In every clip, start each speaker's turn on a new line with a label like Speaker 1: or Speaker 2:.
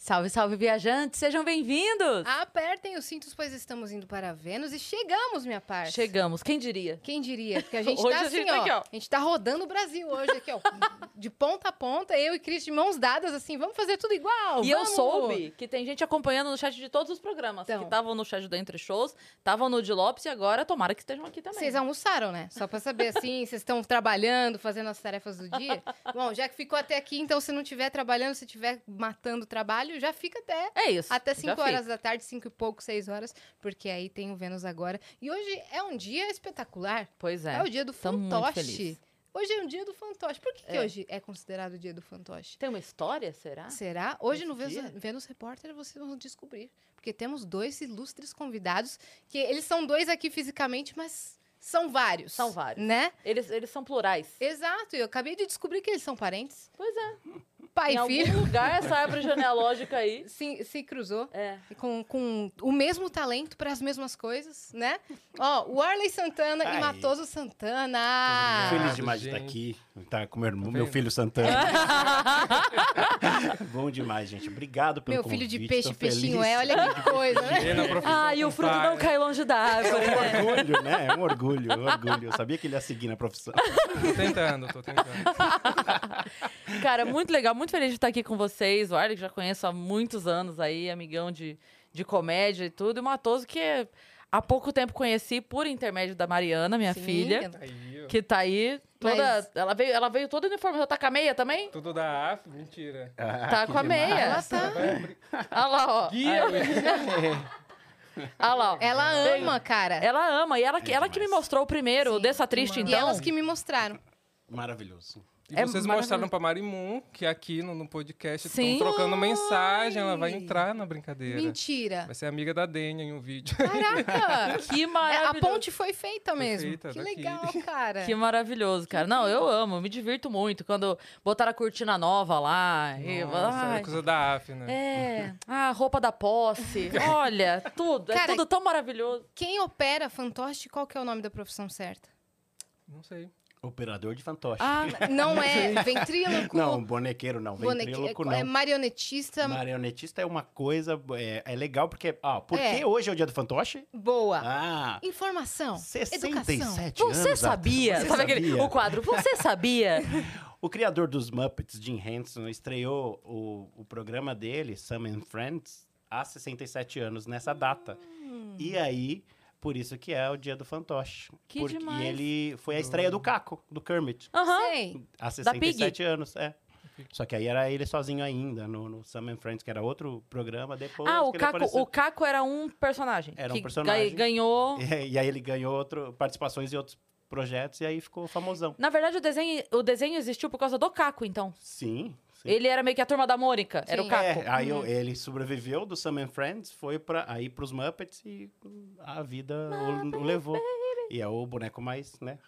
Speaker 1: Salve, salve, viajantes! Sejam bem-vindos!
Speaker 2: Ah, Apertem os cintos, pois estamos indo para Vênus e chegamos, minha parte.
Speaker 1: Chegamos, quem diria?
Speaker 2: Quem diria? Porque a gente
Speaker 1: Hoje
Speaker 2: tá
Speaker 1: a
Speaker 2: assim,
Speaker 1: gente tá
Speaker 2: ó,
Speaker 1: aqui, ó.
Speaker 2: A gente tá rodando o Brasil hoje aqui, ó. de ponta a ponta, eu e Cris de mãos dadas, assim, vamos fazer tudo igual.
Speaker 1: E eu
Speaker 2: vamos!
Speaker 1: soube que tem gente acompanhando no chat de todos os programas que
Speaker 2: Então.
Speaker 1: estavam no chat do Entre Shows, estavam no de Lopes e agora tomara que estejam aqui também.
Speaker 2: Vocês almoçaram, né? Só pra saber, assim, vocês estão trabalhando, fazendo as tarefas do dia. Bom, já que ficou até aqui, então se não estiver trabalhando, se estiver matando o trabalho, já fica até
Speaker 1: É isso.
Speaker 2: Até
Speaker 1: já
Speaker 2: 5
Speaker 1: fica.
Speaker 2: horas da tarde, 5 e pouco, 6 horas, porque aí tem o Vênus agora. E hoje é um dia espetacular.
Speaker 1: Pois
Speaker 2: É,
Speaker 1: é.
Speaker 2: o dia do
Speaker 1: tamo muito
Speaker 2: fantoche.
Speaker 1: feliz.
Speaker 2: Hoje é o dia do fantoche. Por que, que
Speaker 1: É.
Speaker 2: hoje é considerado o dia do fantoche?
Speaker 1: Tem uma história, será?
Speaker 2: Será? Hoje no
Speaker 1: esse
Speaker 2: Vênus,
Speaker 1: dia?
Speaker 2: Vênus Repórter vocês vão descobrir. Porque temos dois ilustres convidados, que eles são dois aqui fisicamente, mas são vários.
Speaker 1: São vários.
Speaker 2: Né?
Speaker 1: Eles, eles são plurais.
Speaker 2: Exato, e eu acabei de descobrir que eles são parentes.
Speaker 1: Pois é.
Speaker 2: Pai
Speaker 1: em
Speaker 2: e filho
Speaker 1: algum lugar essa árvore genealógica aí.
Speaker 2: se, se cruzou.
Speaker 1: É.
Speaker 2: E com, com o mesmo talento para as mesmas coisas, né? Ó, o Arley Santana e
Speaker 3: Aí.
Speaker 2: Matoso Santana.
Speaker 4: Ah,
Speaker 3: Feliz demais de
Speaker 4: gente.
Speaker 3: estar aqui, tá com meu, irmão,
Speaker 4: Tá
Speaker 3: meu
Speaker 4: vendo?
Speaker 3: filho Santana. Bom demais, gente. Obrigado pelo
Speaker 2: Meu
Speaker 3: convite.
Speaker 2: filho de peixe,
Speaker 3: tô
Speaker 2: peixinho
Speaker 3: feliz.
Speaker 2: é, olha que coisa, né?
Speaker 4: Ele é na profissão
Speaker 1: Ah, e o
Speaker 4: com
Speaker 1: fruto não
Speaker 4: pai.
Speaker 1: cai longe da árvore, né?
Speaker 3: É um orgulho, né? É um orgulho, é um orgulho. Eu sabia que ele ia seguir na profissão.
Speaker 4: Tô tentando, tô tentando.
Speaker 1: Cara, muito legal, muito feliz de estar aqui com vocês. O Arley, que já conheço há muitos anos aí, amigão de, de comédia e tudo. E o Matoso, que há pouco tempo conheci por intermédio da Mariana, minha
Speaker 2: Sim,
Speaker 1: filha,
Speaker 2: que-
Speaker 4: Aí, ó.
Speaker 1: que tá aí toda...
Speaker 2: Mas-
Speaker 1: Ela, veio, ela veio toda uniforme. Ela tá com a meia também?
Speaker 4: Tudo da AF, mentira.
Speaker 1: Tá com a meia.
Speaker 2: Ela tá.
Speaker 1: Olha lá, ó.
Speaker 4: Ah, Guia,
Speaker 1: Olha lá, ó.
Speaker 2: Ela é.
Speaker 1: Bem,
Speaker 2: ama, cara.
Speaker 1: Ela ama. E ela, que- ela que me
Speaker 3: demais.
Speaker 1: mostrou o primeiro, o
Speaker 2: Sim.
Speaker 1: Dessa Triste,
Speaker 2: E
Speaker 1: então.
Speaker 2: elas que me mostraram.
Speaker 3: Maravilhoso.
Speaker 4: E
Speaker 1: É
Speaker 4: vocês mostraram pra Marimun que aqui no, no podcast
Speaker 1: Sim.
Speaker 4: estão trocando mensagem, ela vai
Speaker 1: Oi.
Speaker 4: entrar na brincadeira.
Speaker 2: Mentira.
Speaker 4: Vai ser amiga da Dênia em um vídeo.
Speaker 2: Caraca!
Speaker 1: então, Que
Speaker 2: É, a
Speaker 1: maravilhoso.
Speaker 2: ponte foi feita mesmo.
Speaker 4: feita
Speaker 2: que
Speaker 4: daqui.
Speaker 2: legal, cara.
Speaker 1: Que maravilhoso, cara. Não, eu amo, me divirto muito. Quando botaram a cortina nova lá. e-
Speaker 4: Nossa,
Speaker 1: ai,
Speaker 4: é coisa da AF, né?
Speaker 1: É, a roupa da posse. Olha, tudo. é
Speaker 2: Cara,
Speaker 1: tudo tão maravilhoso.
Speaker 2: Quem opera fantoche, qual que é o nome da profissão certa?
Speaker 4: Não sei.
Speaker 3: Operador de fantoche.
Speaker 1: Ah,
Speaker 2: Não é ventríloco,
Speaker 3: Não, bonequeiro não,
Speaker 2: boneque-
Speaker 3: ventríloco
Speaker 2: é, é
Speaker 3: não.
Speaker 2: marionetista
Speaker 3: Marionetista é uma coisa, é, é legal porque... Ah, por
Speaker 2: É.
Speaker 3: que hoje é o dia do fantoche?
Speaker 2: boa.
Speaker 3: Ah,
Speaker 2: Informação.
Speaker 3: 67
Speaker 2: Então, educação.
Speaker 3: anos
Speaker 1: Você
Speaker 3: atrás.
Speaker 1: sabia?
Speaker 3: Você
Speaker 1: Sabe aquele
Speaker 3: sabia?
Speaker 1: o quadro? Você sabia?
Speaker 3: O criador dos Muppets, Jim Henson, estreou o, o programa dele, Sam and Friends, há 67 anos nessa data.
Speaker 1: Hum.
Speaker 3: E aí, por isso que é o Dia do Fantoche.
Speaker 1: Que
Speaker 3: porque
Speaker 1: demais.
Speaker 3: ele foi a estreia do Caco, do Kermit,
Speaker 1: Aham.
Speaker 2: Sei.
Speaker 3: há
Speaker 1: Pig.
Speaker 3: 67 anos, é. Só que aí era ele sozinho ainda, no, no Sam and Friends, que era outro programa, depois
Speaker 1: Ah, o
Speaker 3: que ele
Speaker 1: Caco,
Speaker 3: apareceu.
Speaker 1: o Caco era um personagem.
Speaker 3: Era um
Speaker 1: que
Speaker 3: personagem.
Speaker 1: ga- Ganhou.
Speaker 3: E, aí ele ganhou outro, participações em outros projetos e aí ficou famosão.
Speaker 1: Na verdade, o desenho, o desenho existiu por causa do Caco, então.
Speaker 3: Sim, sim.
Speaker 1: Ele era meio que a turma da Mônica. Era o
Speaker 2: Sim.
Speaker 1: Caco. Uhum.
Speaker 3: É, aí eu- ele sobreviveu do Sam and Friends, foi para aí pros Muppets e hum, a vida o, o levou. E é o boneco mais, né,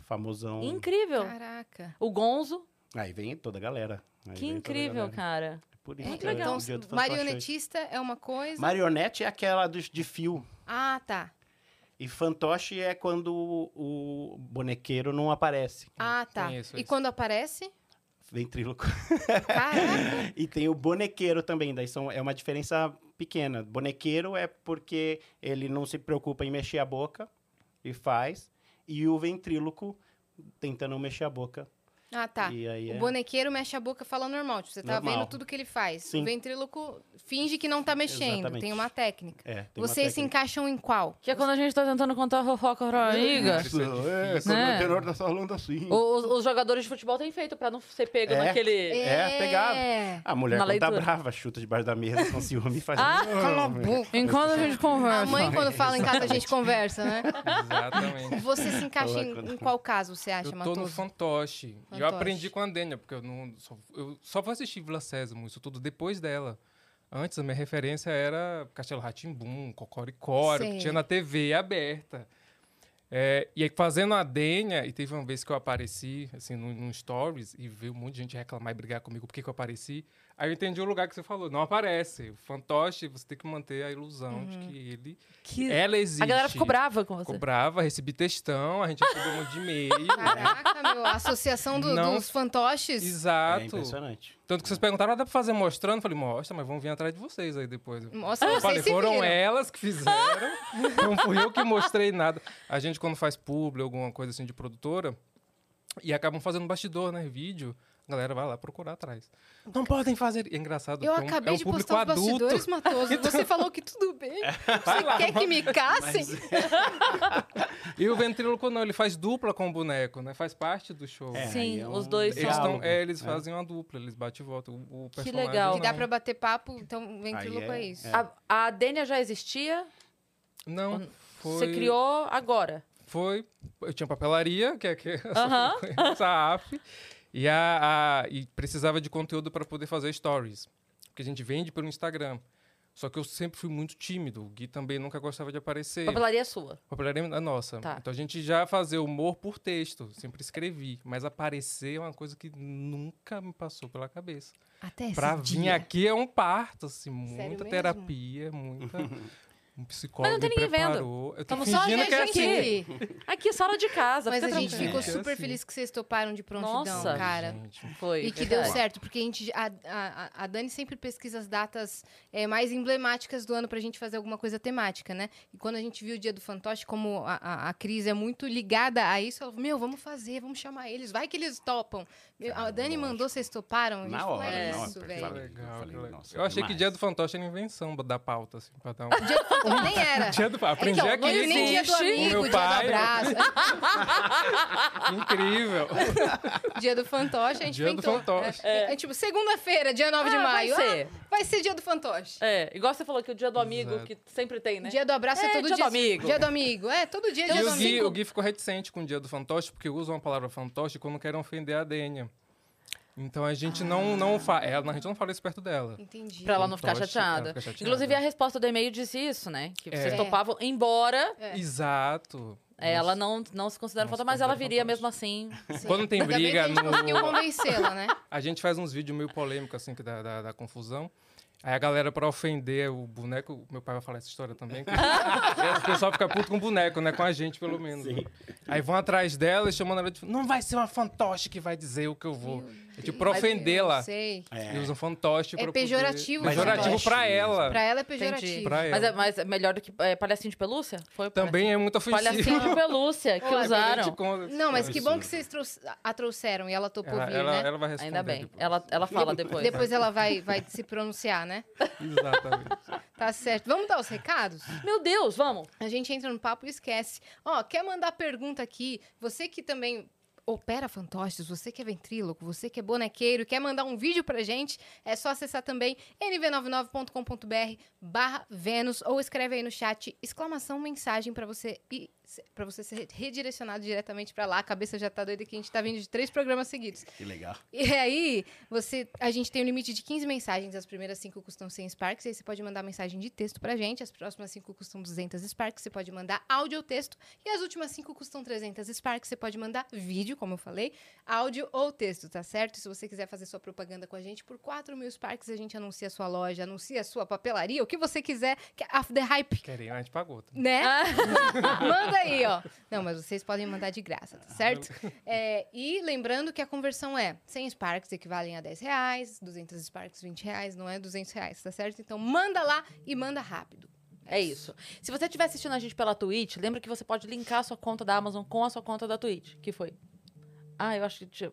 Speaker 3: famosão.
Speaker 1: Incrível.
Speaker 2: Caraca.
Speaker 1: O Gonzo.
Speaker 3: Aí vem toda a galera. Aí
Speaker 1: Que
Speaker 3: vem toda a
Speaker 1: incrível,
Speaker 3: galera.
Speaker 1: cara.
Speaker 3: Por isso
Speaker 2: É,
Speaker 3: que
Speaker 1: legal.
Speaker 3: é
Speaker 2: então,
Speaker 3: o dia do fantoche hoje.
Speaker 2: marionetista é uma coisa.
Speaker 3: Marionete é aquela dos, de fio.
Speaker 2: Ah, tá.
Speaker 3: E fantoche é quando o, o bonequeiro não aparece.
Speaker 2: Ah, tá.
Speaker 4: Isso,
Speaker 2: e
Speaker 4: isso.
Speaker 2: quando aparece?
Speaker 3: Ventríloco.
Speaker 2: Caraca.
Speaker 3: E tem o bonequeiro também, daí são, é uma diferença pequena. Bonequeiro é porque ele não se preocupa em mexer a boca e faz, e o ventríloco tentando mexer a boca.
Speaker 2: Ah, tá.
Speaker 3: E aí é...
Speaker 2: O bonequeiro mexe a boca e fala normal. Tipo, você tá
Speaker 3: Normal.
Speaker 2: vendo tudo que ele faz.
Speaker 3: Sim.
Speaker 2: O ventríloco finge que não tá mexendo.
Speaker 3: Exatamente.
Speaker 2: Tem uma técnica.
Speaker 3: é, tem uma
Speaker 2: Vocês se
Speaker 3: técnica.
Speaker 2: encaixam em qual?
Speaker 1: Que é quando a gente tá tentando contar fofoca pra amiga.
Speaker 4: Isso é
Speaker 3: é,
Speaker 4: difícil.
Speaker 3: quando
Speaker 1: Né?
Speaker 3: o tenor tá falando assim.
Speaker 1: O- Os, os jogadores de futebol têm feito pra não ser pego
Speaker 3: É.
Speaker 1: naquele.
Speaker 3: É, pegado.
Speaker 2: É.
Speaker 3: A mulher,
Speaker 1: Na
Speaker 3: quando tá
Speaker 1: leitura.
Speaker 3: brava, chuta debaixo da mesa com ciúme e faz...
Speaker 1: Ah,
Speaker 3: cala a
Speaker 1: Enquanto a gente conversa.
Speaker 2: A mãe, quando fala em casa, a gente conversa, né?
Speaker 4: Exatamente.
Speaker 2: Você se encaixa em, em qual caso você acha,
Speaker 4: Eu tô no
Speaker 2: Matoso?
Speaker 4: fantoche. E eu
Speaker 2: Fantoche.
Speaker 4: aprendi com a Dênia, porque eu não. Só, eu só vou assistir Vila Sésamo, isso tudo depois dela. Antes, a minha referência era Castelo Ratimbum, Cocoricó, era o
Speaker 2: Sei.
Speaker 4: que tinha na TV aberta. É, e aí, fazendo a Dênia, e teve uma vez que eu apareci, assim, num, num stories, e veio um monte de gente reclamar e brigar comigo porque que eu apareci. Aí eu entendi o lugar que você falou. Não aparece. O fantoche, você tem que manter a ilusão de que ele.
Speaker 1: Que-
Speaker 4: Ela É, existe.
Speaker 1: Uhum. A galera ficou brava com você. Ah,
Speaker 4: Ficou brava, recebi textão, a gente recebeu um monte de e-mail.
Speaker 2: Caraca, meu, a associação do-
Speaker 4: Não.
Speaker 2: dos fantoches.
Speaker 3: É
Speaker 4: Exato.
Speaker 3: impressionante.
Speaker 4: Tanto que vocês perguntaram, ah, dá pra fazer mostrando? Eu falei, mostra, mas vão vir atrás de vocês aí depois.
Speaker 2: Nossa,
Speaker 4: eu
Speaker 2: vocês
Speaker 4: falei,
Speaker 2: se
Speaker 4: foram
Speaker 2: viram.
Speaker 4: elas que fizeram, não fui eu que mostrei nada. A gente, quando faz publi, alguma coisa assim de produtora, e acabam fazendo bastidor, né? Vídeo, a galera vai lá procurar atrás. Não podem fazer. E é engraçado,
Speaker 2: Eu
Speaker 4: porque é um-
Speaker 2: acabei
Speaker 4: é um
Speaker 2: de
Speaker 4: público
Speaker 2: postar os
Speaker 4: adulto. Então- É.
Speaker 2: bastidores, Matoso. Você falou que tudo bem.
Speaker 4: Vai lá,
Speaker 2: Quer que me casse?
Speaker 4: E o ventríloco não, ele faz dupla com o boneco, né? Faz parte do show.
Speaker 3: É,
Speaker 1: Sim,
Speaker 3: aí é
Speaker 1: os
Speaker 3: um
Speaker 1: dois são-
Speaker 4: Eles, tão-
Speaker 3: diálogo,
Speaker 4: é, eles
Speaker 3: né?
Speaker 4: fazem uma dupla, eles batem e voltam. O, o
Speaker 1: Que
Speaker 4: personagem
Speaker 1: legal.
Speaker 4: não.
Speaker 2: E dá pra bater papo, então vem que
Speaker 3: Aí
Speaker 2: louco
Speaker 3: é-
Speaker 2: é isso.
Speaker 3: é.
Speaker 1: A, a Dênia já existia?
Speaker 4: Não, foi...
Speaker 1: Você criou agora?
Speaker 4: Foi. Eu tinha papelaria, que é que
Speaker 1: Aham.
Speaker 4: essa AF. E, a, a- e precisava de conteúdo para poder fazer stories. Porque a gente vende pelo Instagram. Só que eu sempre fui muito tímido. O Gui também nunca gostava de aparecer.
Speaker 1: Papelaria sua.
Speaker 4: Papelaria é nossa.
Speaker 1: Tá.
Speaker 4: Então a gente já fazia humor por texto. Sempre escrevi. Mas aparecer é uma coisa que nunca me passou pela cabeça.
Speaker 2: Até esse
Speaker 4: Pra vir
Speaker 2: dia.
Speaker 4: aqui é um parto, assim. Muita
Speaker 2: mesmo?
Speaker 4: terapia, muita... Um psicólogo
Speaker 1: tem
Speaker 4: me
Speaker 1: ninguém vendo.
Speaker 4: preparou. Eu tô
Speaker 1: Tamo
Speaker 2: Só a
Speaker 4: fingindo
Speaker 2: gente
Speaker 4: que é assim.
Speaker 2: aqui.
Speaker 1: Aqui, sala de casa.
Speaker 2: Mas a
Speaker 1: fica
Speaker 2: gente
Speaker 1: tranquilo.
Speaker 2: ficou
Speaker 4: É
Speaker 2: super
Speaker 4: assim.
Speaker 2: feliz que vocês toparam de prontidão,
Speaker 1: Nossa.
Speaker 2: cara.
Speaker 4: Gente,
Speaker 1: Foi.
Speaker 2: E que deu
Speaker 1: verdade.
Speaker 2: certo, porque a, gente, a, a, a Dani sempre pesquisa as datas eh, mais emblemáticas do ano pra gente fazer alguma coisa temática, né? E quando a gente viu o Dia do Fantoche, como a, a, a Cris é muito ligada a isso, ela falou, meu, vamos fazer, vamos chamar eles, vai que eles topam. Meu, a
Speaker 3: Cara,
Speaker 2: Dani
Speaker 3: lógico.
Speaker 2: mandou, vocês toparam? A gente
Speaker 3: Na
Speaker 2: falou,
Speaker 3: hora,
Speaker 2: é
Speaker 1: na
Speaker 3: hora,
Speaker 2: isso,
Speaker 3: porque
Speaker 2: velho.
Speaker 3: fala-
Speaker 4: Legal,
Speaker 3: Eu falei,
Speaker 4: que legal.
Speaker 3: nossa,
Speaker 4: Eu achei que
Speaker 3: demais.
Speaker 4: Dia do Fantoche era invenção da pauta, assim, pra dar um...
Speaker 2: Dia do Fantoche nem era.
Speaker 4: Dia do Fantoche, aprendi
Speaker 2: então,
Speaker 4: aqui. assim,
Speaker 2: nem- nem dia do
Speaker 1: existe.
Speaker 2: amigo,
Speaker 4: Meu
Speaker 2: dia
Speaker 4: pai.
Speaker 2: do abraço.
Speaker 4: Incrível.
Speaker 2: dia do fantoche, a gente
Speaker 4: Dia do
Speaker 2: inventou.
Speaker 4: Fantoche.
Speaker 2: É, tipo, segunda-feira, dia 9 de
Speaker 1: Ah, vai
Speaker 2: maio. Ah,
Speaker 1: ser.
Speaker 2: vai ser dia do fantoche.
Speaker 1: É, igual você falou que o dia do amigo,
Speaker 4: Exato.
Speaker 1: que sempre tem, né?
Speaker 2: Dia do abraço é,
Speaker 1: É,
Speaker 2: todo
Speaker 1: dia do
Speaker 2: dia.
Speaker 1: amigo.
Speaker 2: Dia do amigo. É, todo dia é
Speaker 4: E
Speaker 2: dia do
Speaker 4: o Gui,
Speaker 2: amigo.
Speaker 4: o Gui ficou reticente com o Dia do Fantoche, porque usam a palavra fantoche quando querem ofender a Dênia. Então a gente não, não fala... Ela, a gente não fala isso perto dela.
Speaker 2: Entendi.
Speaker 1: Pra ela não ficar
Speaker 4: Fantoche,
Speaker 1: chateada.
Speaker 4: ela fica chateada.
Speaker 1: Inclusive, a resposta do e-mail disse isso, né? Que
Speaker 4: É.
Speaker 1: vocês
Speaker 2: É.
Speaker 1: topavam, embora
Speaker 2: É.
Speaker 4: Exato.
Speaker 1: ela não, não se considera
Speaker 4: Não
Speaker 1: falta,
Speaker 4: se
Speaker 1: mas ela
Speaker 4: considera
Speaker 1: viria
Speaker 4: fantoche.
Speaker 1: mesmo assim.
Speaker 2: Sim.
Speaker 4: Quando tem
Speaker 2: Ainda bem que
Speaker 4: briga
Speaker 2: a gente
Speaker 4: no-
Speaker 2: conseguiu convencê-la, né?
Speaker 4: A gente faz uns vídeos meio polêmicos, assim, que dá, dá, dá confusão. Aí a galera, pra ofender o boneco, meu pai vai falar essa história também. que- o pessoal fica puto com o boneco, né? Com a gente, pelo menos. né? Aí vão atrás dela e chamando ela de. Não vai ser uma fantoche que vai dizer o que eu vou. É tipo, pra
Speaker 2: Mas eu
Speaker 4: ofendê-la.
Speaker 2: Sei.
Speaker 4: Eles usam fantoche
Speaker 2: É
Speaker 4: pra poder-
Speaker 2: pejorativo,
Speaker 4: Pejorativo
Speaker 2: fantoche.
Speaker 4: pra ela.
Speaker 2: Pra ela é
Speaker 1: Entendi.
Speaker 2: pejorativo.
Speaker 4: Pra ela.
Speaker 1: Mas é, mas é melhor do que é, palhacinho de pelúcia? Foi
Speaker 4: Também é muito
Speaker 1: palha-
Speaker 4: ofensivo.
Speaker 1: palhacinho de pelúcia que
Speaker 2: Olha,
Speaker 1: usaram.
Speaker 2: assim, Não, mas que bom que vocês trouxe- a trouxeram e ela topou
Speaker 4: é Ela,
Speaker 2: vir,
Speaker 4: ela, é
Speaker 2: né?
Speaker 4: ela vai responder.
Speaker 1: Ainda bem.
Speaker 4: depois.
Speaker 1: Ela, ela fala depois.
Speaker 2: Depois ela vai, vai se pronunciar, né?
Speaker 4: Exatamente.
Speaker 2: Tá certo. Vamos dar os recados?
Speaker 1: Meu Deus, vamos.
Speaker 2: A gente entra no papo e esquece. Ó, quer mandar pergunta aqui? Você que também opera fantoches, você que é ventríloco, você que é bonequeiro, quer mandar um vídeo pra gente, é só acessar também nv99.com.br barra Vênus ou escreve aí no chat exclamação mensagem pra você e para você ser redirecionado diretamente pra lá. A cabeça já tá doida que a gente tá vindo de três programas seguidos.
Speaker 3: Que legal.
Speaker 2: E aí, você, a gente tem um limite de 15 mensagens, as primeiras 5 custam 100 Sparks, aí você pode mandar mensagem de texto pra gente, as próximas 5 custam 200 Sparks, você pode mandar áudio ou texto, e as últimas 5 custam 300 Sparks, você pode mandar vídeo, como eu falei, áudio ou texto, tá certo? Se você quiser fazer sua propaganda com a gente, por 4 mil Sparks a gente anuncia a sua loja, anuncia a sua papelaria, o que você quiser, que é after hype,
Speaker 4: Querem, a gente pagou. tá?
Speaker 2: né?
Speaker 1: Ah.
Speaker 2: Manda aí, ó. Não, mas vocês podem mandar de graça, tá certo? É, e lembrando que a conversão é 100 Sparks equivalem a 10 reais, 200 Sparks 20 reais, não é 200 reais, tá certo? Então manda lá e manda rápido.
Speaker 1: É isso. Se você estiver assistindo a gente pela Twitch, lembra que você pode linkar a sua conta da Amazon com a sua conta da Twitch. Que foi? Ah, eu acho que tinha.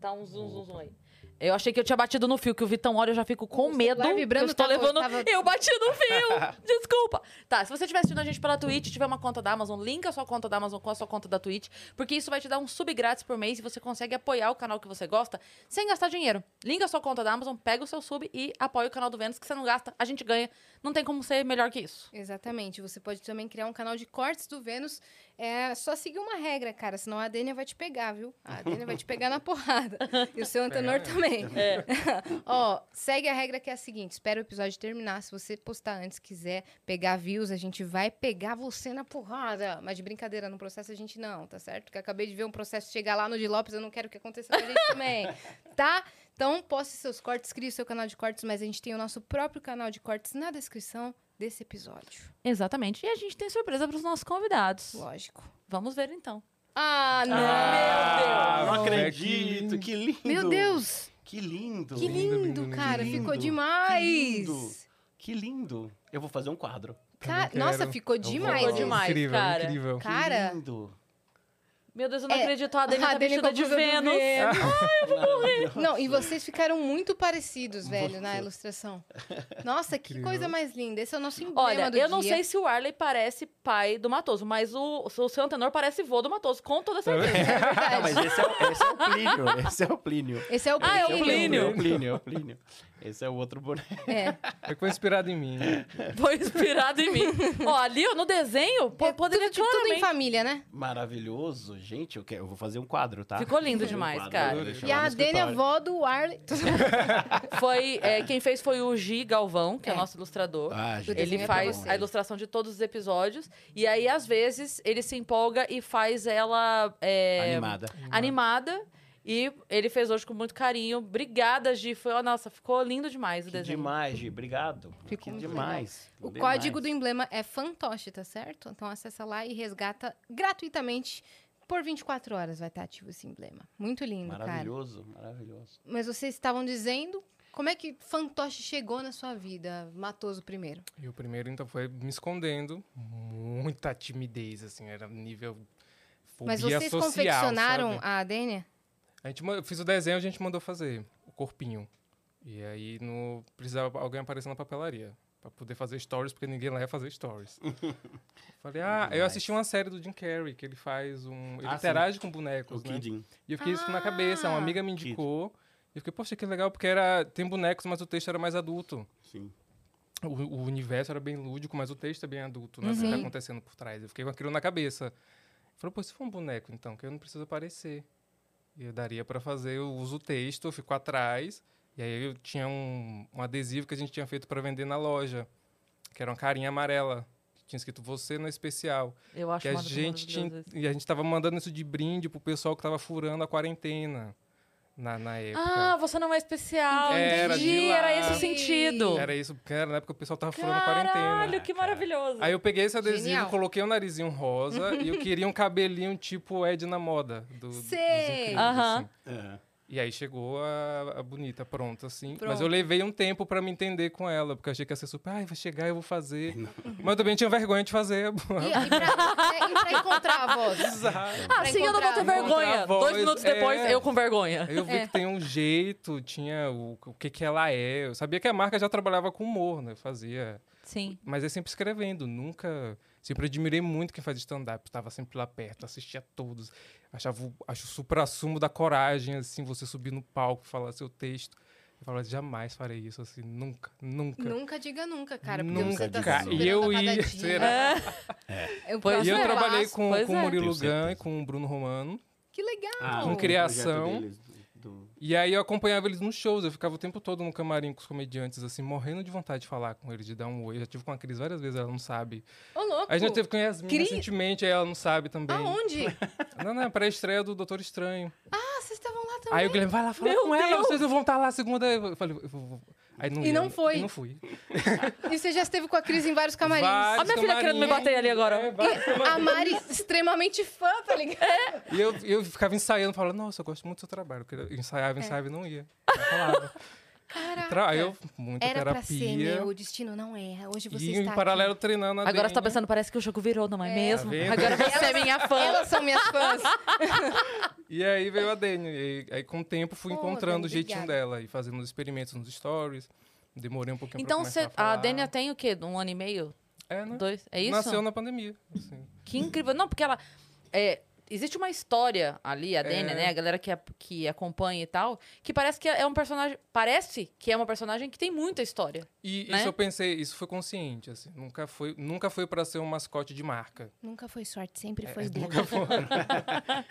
Speaker 1: Tá um zoom, zoom, zoom aí. Eu achei que eu tinha batido no fio, que o Vitão olha, eu já fico com
Speaker 2: O
Speaker 1: medo.
Speaker 2: celular vibrando,
Speaker 1: que eu estou
Speaker 2: tava-
Speaker 1: levando.
Speaker 2: tava-
Speaker 1: Eu bati no fio! Desculpa! Tá, se você estiver assistindo a gente pela Twitch, tiver uma conta da Amazon, linka a sua conta da Amazon com a sua conta da Twitch, porque isso vai te dar um sub grátis por mês e você consegue apoiar o canal que você gosta sem gastar dinheiro. Linka a sua conta da Amazon, pega o seu sub e apoia o canal do Vênus, que você não gasta, a gente ganha. Não tem como ser melhor que isso.
Speaker 2: Exatamente. Você pode também criar um canal de cortes do Vênus. É só seguir uma regra, cara, senão a Dênia vai te pegar, viu? A Dênia vai te pegar na porrada. E o seu Antenor também. Ó, segue a regra que é a seguinte: espera o episódio terminar. Se você postar antes, quiser pegar views, a gente vai pegar você na porrada. Mas de brincadeira, no processo a gente não, tá certo? Que eu acabei de ver um processo chegar lá no de Lopes, eu não quero que aconteça com a gente também, tá? Então, poste seus cortes, crie seu canal de cortes, mas a gente tem o nosso próprio canal de cortes na descrição desse episódio.
Speaker 1: Exatamente. E a gente tem surpresa para os nossos convidados.
Speaker 2: Lógico.
Speaker 1: Vamos ver então.
Speaker 2: Ah, não!
Speaker 4: Ah,
Speaker 3: não
Speaker 4: moleque.
Speaker 3: acredito, que lindo.
Speaker 2: Meu Deus!
Speaker 3: Que lindo.
Speaker 2: Que lindo,
Speaker 4: lindo, lindo,
Speaker 2: cara!
Speaker 3: lindo.
Speaker 2: Ficou demais!
Speaker 3: Que lindo. Que lindo. Eu vou fazer um quadro.
Speaker 2: Ca-
Speaker 4: Também quero.
Speaker 2: Nossa, ficou
Speaker 4: Eu vou-
Speaker 2: demais.
Speaker 1: Ficou demais,
Speaker 4: É um incrível,
Speaker 1: cara.
Speaker 4: Incrível.
Speaker 2: Cara,
Speaker 3: Que lindo.
Speaker 1: Meu Deus, eu não
Speaker 2: É,
Speaker 1: acredito. A Dani tá
Speaker 2: Dani com
Speaker 1: vestida
Speaker 2: a
Speaker 1: de
Speaker 2: blusa do
Speaker 1: Vênus.
Speaker 2: É Não, e vocês ficaram muito parecidos, velho, na
Speaker 3: Muito.
Speaker 2: ilustração. Nossa, que
Speaker 4: Incrível.
Speaker 2: coisa mais linda. Esse é o nosso emblema
Speaker 1: Olha,
Speaker 2: do
Speaker 1: eu não
Speaker 2: dia. é
Speaker 1: sei se o Arley parece pai do Matoso, mas o, o seu antenor parece vô do Matoso, com toda certeza.
Speaker 2: É verdade.
Speaker 3: Não, mas esse é, o- esse é o Plínio. Esse é o Plínio.
Speaker 2: Esse é o
Speaker 1: Ah, é o
Speaker 3: Esse
Speaker 1: Plínio.
Speaker 3: É o Plínio, é o Plínio. Esse é o outro boneco.
Speaker 2: É.
Speaker 4: É que foi inspirado em mim. né?
Speaker 1: Foi inspirado em mim. Ó, ali, ó, no desenho, po-
Speaker 2: É
Speaker 1: poderia
Speaker 2: tudo, tipo, tudo em
Speaker 1: claramente...
Speaker 2: família, né?
Speaker 3: Maravilhoso. Gente, eu, quero, eu vou fazer um quadro, tá?
Speaker 1: Ficou lindo
Speaker 3: Fazer um
Speaker 1: demais,
Speaker 3: quadro,
Speaker 1: cara.
Speaker 3: vou deixar
Speaker 2: E
Speaker 3: lá
Speaker 2: a
Speaker 3: no
Speaker 2: Dani é
Speaker 3: escritório.
Speaker 2: avó do Arley.
Speaker 1: Foi, é, quem fez foi o Gi Galvão, que é,
Speaker 2: É.
Speaker 1: nosso ilustrador.
Speaker 3: Ah, gente,
Speaker 2: desenho
Speaker 1: Ele
Speaker 2: é pra
Speaker 1: faz
Speaker 2: vocês.
Speaker 1: a ilustração de todos os episódios. E aí, às vezes, ele se empolga e faz ela é,
Speaker 3: Animada.
Speaker 1: animada. E ele fez hoje com muito carinho. Obrigada, Gi. Foi, ó, nossa, ficou lindo demais o
Speaker 3: Que
Speaker 1: desenho.
Speaker 3: demais, Gi. Obrigado.
Speaker 2: Ficou
Speaker 3: que
Speaker 2: muito
Speaker 3: demais.
Speaker 2: O
Speaker 3: Demais.
Speaker 2: código do emblema é fantoche, tá certo? Então acessa lá e resgata gratuitamente por 24 horas vai estar ativo esse emblema. Muito lindo, cara.
Speaker 3: Maravilhoso, maravilhoso.
Speaker 2: Mas vocês estavam dizendo como é que fantoche chegou na sua vida, Matoso primeiro?
Speaker 4: E o primeiro, então, foi me escondendo. Muita timidez, assim. Era nível fobia
Speaker 2: Mas vocês
Speaker 4: Um social,
Speaker 2: confeccionaram
Speaker 4: sabe?
Speaker 2: a Adênia?
Speaker 4: A gente, ma- eu fiz o desenho, a gente mandou fazer o corpinho. E aí no, precisava alguém aparecer na papelaria pra poder fazer stories, porque ninguém lá ia fazer stories. Eu Falei, ah, eu assisti uma série do Jim Carrey, que ele faz um. Ele
Speaker 3: Ah, sim.
Speaker 4: interage com
Speaker 3: O
Speaker 4: bonecos, né?
Speaker 3: Kidin.
Speaker 4: E eu fiquei isso na cabeça, uma
Speaker 2: Ah.
Speaker 4: amiga me
Speaker 3: Kid.
Speaker 4: indicou. E eu fiquei, poxa, que legal, porque era, tem bonecos, mas o texto era mais adulto.
Speaker 3: Sim.
Speaker 4: O, o universo era bem lúdico, mas o texto é bem adulto, né? O que
Speaker 2: Uhum.
Speaker 4: tá acontecendo por trás. Eu fiquei com aquilo na cabeça. Falei, pô, se for um boneco, então, que eu não preciso aparecer. E eu daria pra fazer, eu uso o texto, eu fico atrás. E aí eu tinha um, um adesivo que a gente tinha feito pra vender na loja, que era uma carinha amarela. que Tinha escrito você na especial.
Speaker 1: Eu acho
Speaker 4: Que a
Speaker 1: maravilhoso
Speaker 4: gente tinha,
Speaker 1: isso.
Speaker 4: e a gente tava mandando isso de brinde pro pessoal que tava furando a quarentena na, na época.
Speaker 1: Ah, você não é especial.
Speaker 4: Era de
Speaker 1: Entendi.
Speaker 4: lá.
Speaker 1: Era esse o sentido.
Speaker 4: Era isso, porque era na época que o pessoal tava furando a quarentena.
Speaker 1: Caralho, que maravilhoso.
Speaker 4: Aí eu peguei esse adesivo,
Speaker 2: Genial.
Speaker 4: coloquei um narizinho rosa e eu queria um cabelinho tipo Ed na moda. Do, dos
Speaker 2: Sei.
Speaker 4: Incríveis,
Speaker 1: Aham.
Speaker 4: assim.
Speaker 3: É.
Speaker 4: E aí chegou a, a bonita, pronta, assim. Mas
Speaker 2: Pronto.
Speaker 4: eu levei um tempo pra me entender com ela, porque eu achei que ia ser super, ai, vai chegar, eu vou fazer. Mas eu também tinha vergonha de fazer.
Speaker 2: E, e pra, é, e pra encontrar a voz.
Speaker 1: Ah, sim, eu não vou ter
Speaker 2: Encontrar
Speaker 1: vergonha.
Speaker 4: assim, a voz,
Speaker 1: Dois minutos
Speaker 4: é.
Speaker 1: depois, eu com vergonha.
Speaker 4: Aí eu vi
Speaker 2: É.
Speaker 4: que tem um jeito, tinha o, o que que ela é. Eu sabia que a marca já trabalhava com humor, né? Eu fazia
Speaker 1: Sim.
Speaker 4: Mas é sempre escrevendo, nunca. Sempre admirei muito quem faz stand-up. Tava sempre lá perto, assistia a todos. Achava o, acho o supra-sumo da coragem, assim, você subir no palco, falar seu texto. Eu falava, jamais farei isso, assim, nunca, nunca.
Speaker 2: Nunca diga nunca, cara, porque
Speaker 4: Nunca
Speaker 2: você tá
Speaker 3: diga
Speaker 2: se
Speaker 3: nunca.
Speaker 2: superando
Speaker 4: E eu
Speaker 2: a cada
Speaker 4: ia-
Speaker 2: dia.
Speaker 4: será? É.
Speaker 2: Eu,
Speaker 1: Pois
Speaker 4: E eu
Speaker 1: é.
Speaker 4: trabalhei com,
Speaker 1: Pois
Speaker 4: com o
Speaker 1: é.
Speaker 4: Murilo
Speaker 3: Tenho
Speaker 4: Gun e
Speaker 3: certeza.
Speaker 4: com o Bruno Romano.
Speaker 2: Que legal!
Speaker 3: Ah,
Speaker 4: Com
Speaker 3: o
Speaker 4: criação.
Speaker 3: projeto deles, do-
Speaker 4: E aí eu acompanhava eles nos shows, eu ficava o tempo todo no camarim com os comediantes, assim, morrendo de vontade de falar com eles, de dar um oi. Eu já tive com a Cris várias vezes, ela não sabe.
Speaker 2: Ô, louco!
Speaker 4: A gente teve com a Yasmin
Speaker 2: Tipo, Cris-
Speaker 4: recentemente, aí ela não sabe também.
Speaker 2: Aonde?
Speaker 4: Não, não, é pré-estreia do Doutor Estranho.
Speaker 2: Ah, vocês estavam lá também.
Speaker 4: Aí o Guilherme vai lá falar
Speaker 1: Meu
Speaker 4: com ela,
Speaker 1: Deus!
Speaker 4: vocês não vão estar lá segunda. Eu falei, eu vou. vou. Aí não
Speaker 2: E
Speaker 4: ia, né?
Speaker 2: não foi.
Speaker 4: E não fui.
Speaker 2: E você já esteve com a Cris em vários camarins.
Speaker 4: Vários
Speaker 1: Ó, minha filha querendo me
Speaker 4: camarim.
Speaker 1: bater ali agora.
Speaker 4: É, vários camarim.
Speaker 2: A Mari, extremamente fã, tá ligado?
Speaker 4: E eu, eu ficava ensaiando, falando, nossa, eu gosto muito do seu trabalho. porque Eu ensaiava, ensaiava e não ia. Eu falava.
Speaker 2: Caraca.
Speaker 4: Tra- Aí eu, muita
Speaker 2: É. Era pra ser,
Speaker 4: terapia.
Speaker 2: né? O destino não erra. Hoje você
Speaker 4: e
Speaker 2: está
Speaker 4: em paralelo
Speaker 2: aqui.
Speaker 4: treinando a
Speaker 1: Agora você tá
Speaker 4: Dani.
Speaker 1: pensando, parece que o jogo virou, não é,
Speaker 2: É.
Speaker 1: mesmo?
Speaker 4: né? Tá vendo?
Speaker 1: Agora você é minha fã.
Speaker 2: Elas são minhas fãs.
Speaker 4: E aí veio a Dani. E aí com o tempo fui
Speaker 2: Pô,
Speaker 4: encontrando
Speaker 2: Dani,
Speaker 4: o jeitinho
Speaker 2: obrigada.
Speaker 4: dela e fazendo os experimentos nos stories. Demorei um pouquinho
Speaker 1: Então
Speaker 4: pra começar
Speaker 1: cê,
Speaker 4: a,
Speaker 1: a,
Speaker 4: falar.
Speaker 1: Dênia tem o quê? Um ano e meio?
Speaker 4: é, né?
Speaker 1: Dois? É isso?
Speaker 4: Nasceu na pandemia. assim.
Speaker 1: Que incrível. Não, porque ela. é, existe uma história ali, a Dênia,
Speaker 4: É.
Speaker 1: né? A galera que, a- que acompanha e tal, que parece que é um personagem. Parece que é uma personagem que tem muita história.
Speaker 4: E
Speaker 1: né?
Speaker 4: isso eu pensei, isso foi consciente, assim. Nunca foi, nunca foi para ser um mascote de marca.
Speaker 2: Nunca foi sorte, sempre foi Deus.
Speaker 1: é.
Speaker 4: Nunca foi.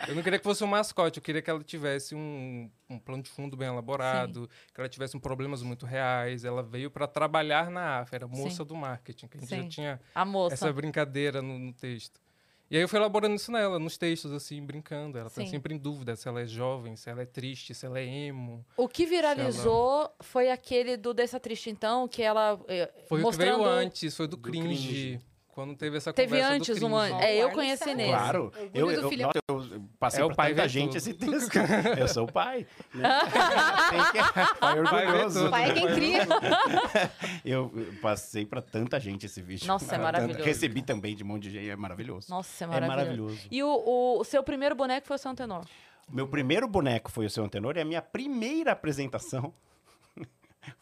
Speaker 4: eu não queria que fosse um mascote, eu queria que ela tivesse um, um plano de fundo bem elaborado, que ela tivesse um problemas muito reais. Ela veio para trabalhar na AF, era moça
Speaker 1: Sim.
Speaker 4: do marketing, que a gente
Speaker 1: Sim.
Speaker 4: já tinha
Speaker 1: A moça.
Speaker 4: essa brincadeira no, no texto. E aí eu fui elaborando isso nela, nos textos, assim, brincando. Ela tá
Speaker 1: Sim.
Speaker 4: sempre em dúvida se ela é jovem, se ela é triste, se ela é emo.
Speaker 1: O que viralizou foi aquele do Dessa Triste, então, que ela. eh,
Speaker 4: Foi o
Speaker 1: mostrando...
Speaker 4: que veio antes, foi do,
Speaker 3: Do
Speaker 4: cringe,
Speaker 3: cringe.
Speaker 4: Quando teve essa
Speaker 1: Teve
Speaker 4: conversa
Speaker 1: antes
Speaker 4: do
Speaker 1: um
Speaker 4: cringe.
Speaker 1: an- É, eu
Speaker 2: Claro,
Speaker 1: conheci
Speaker 2: sabe.
Speaker 1: nesse.
Speaker 3: Claro. Eu,
Speaker 2: orgulho do
Speaker 3: eu,
Speaker 2: filho é
Speaker 3: nossa, eu
Speaker 4: É,
Speaker 3: passei
Speaker 4: o
Speaker 3: por
Speaker 4: pai
Speaker 3: tanta
Speaker 4: vê
Speaker 3: gente assim,
Speaker 4: tudo.
Speaker 3: esse texto. eu sou o pai. Né? Tem que- pai
Speaker 4: Vai ver
Speaker 3: orgulhoso.
Speaker 4: tudo,
Speaker 2: Pai é quem
Speaker 4: vai ver
Speaker 2: cria.
Speaker 4: tudo.
Speaker 3: Eu eu passei pra tanta gente esse vídeo.
Speaker 1: Nossa, é
Speaker 3: Pra tanta-
Speaker 1: maravilhoso.
Speaker 3: Recebi também de um monte de gente, é maravilhoso.
Speaker 1: Nossa, é
Speaker 3: É
Speaker 1: maravilhoso.
Speaker 3: maravilhoso.
Speaker 1: E o, o- o seu primeiro boneco foi o São Tenor.
Speaker 3: Meu primeiro boneco foi o seu Antenor e a minha primeira apresentação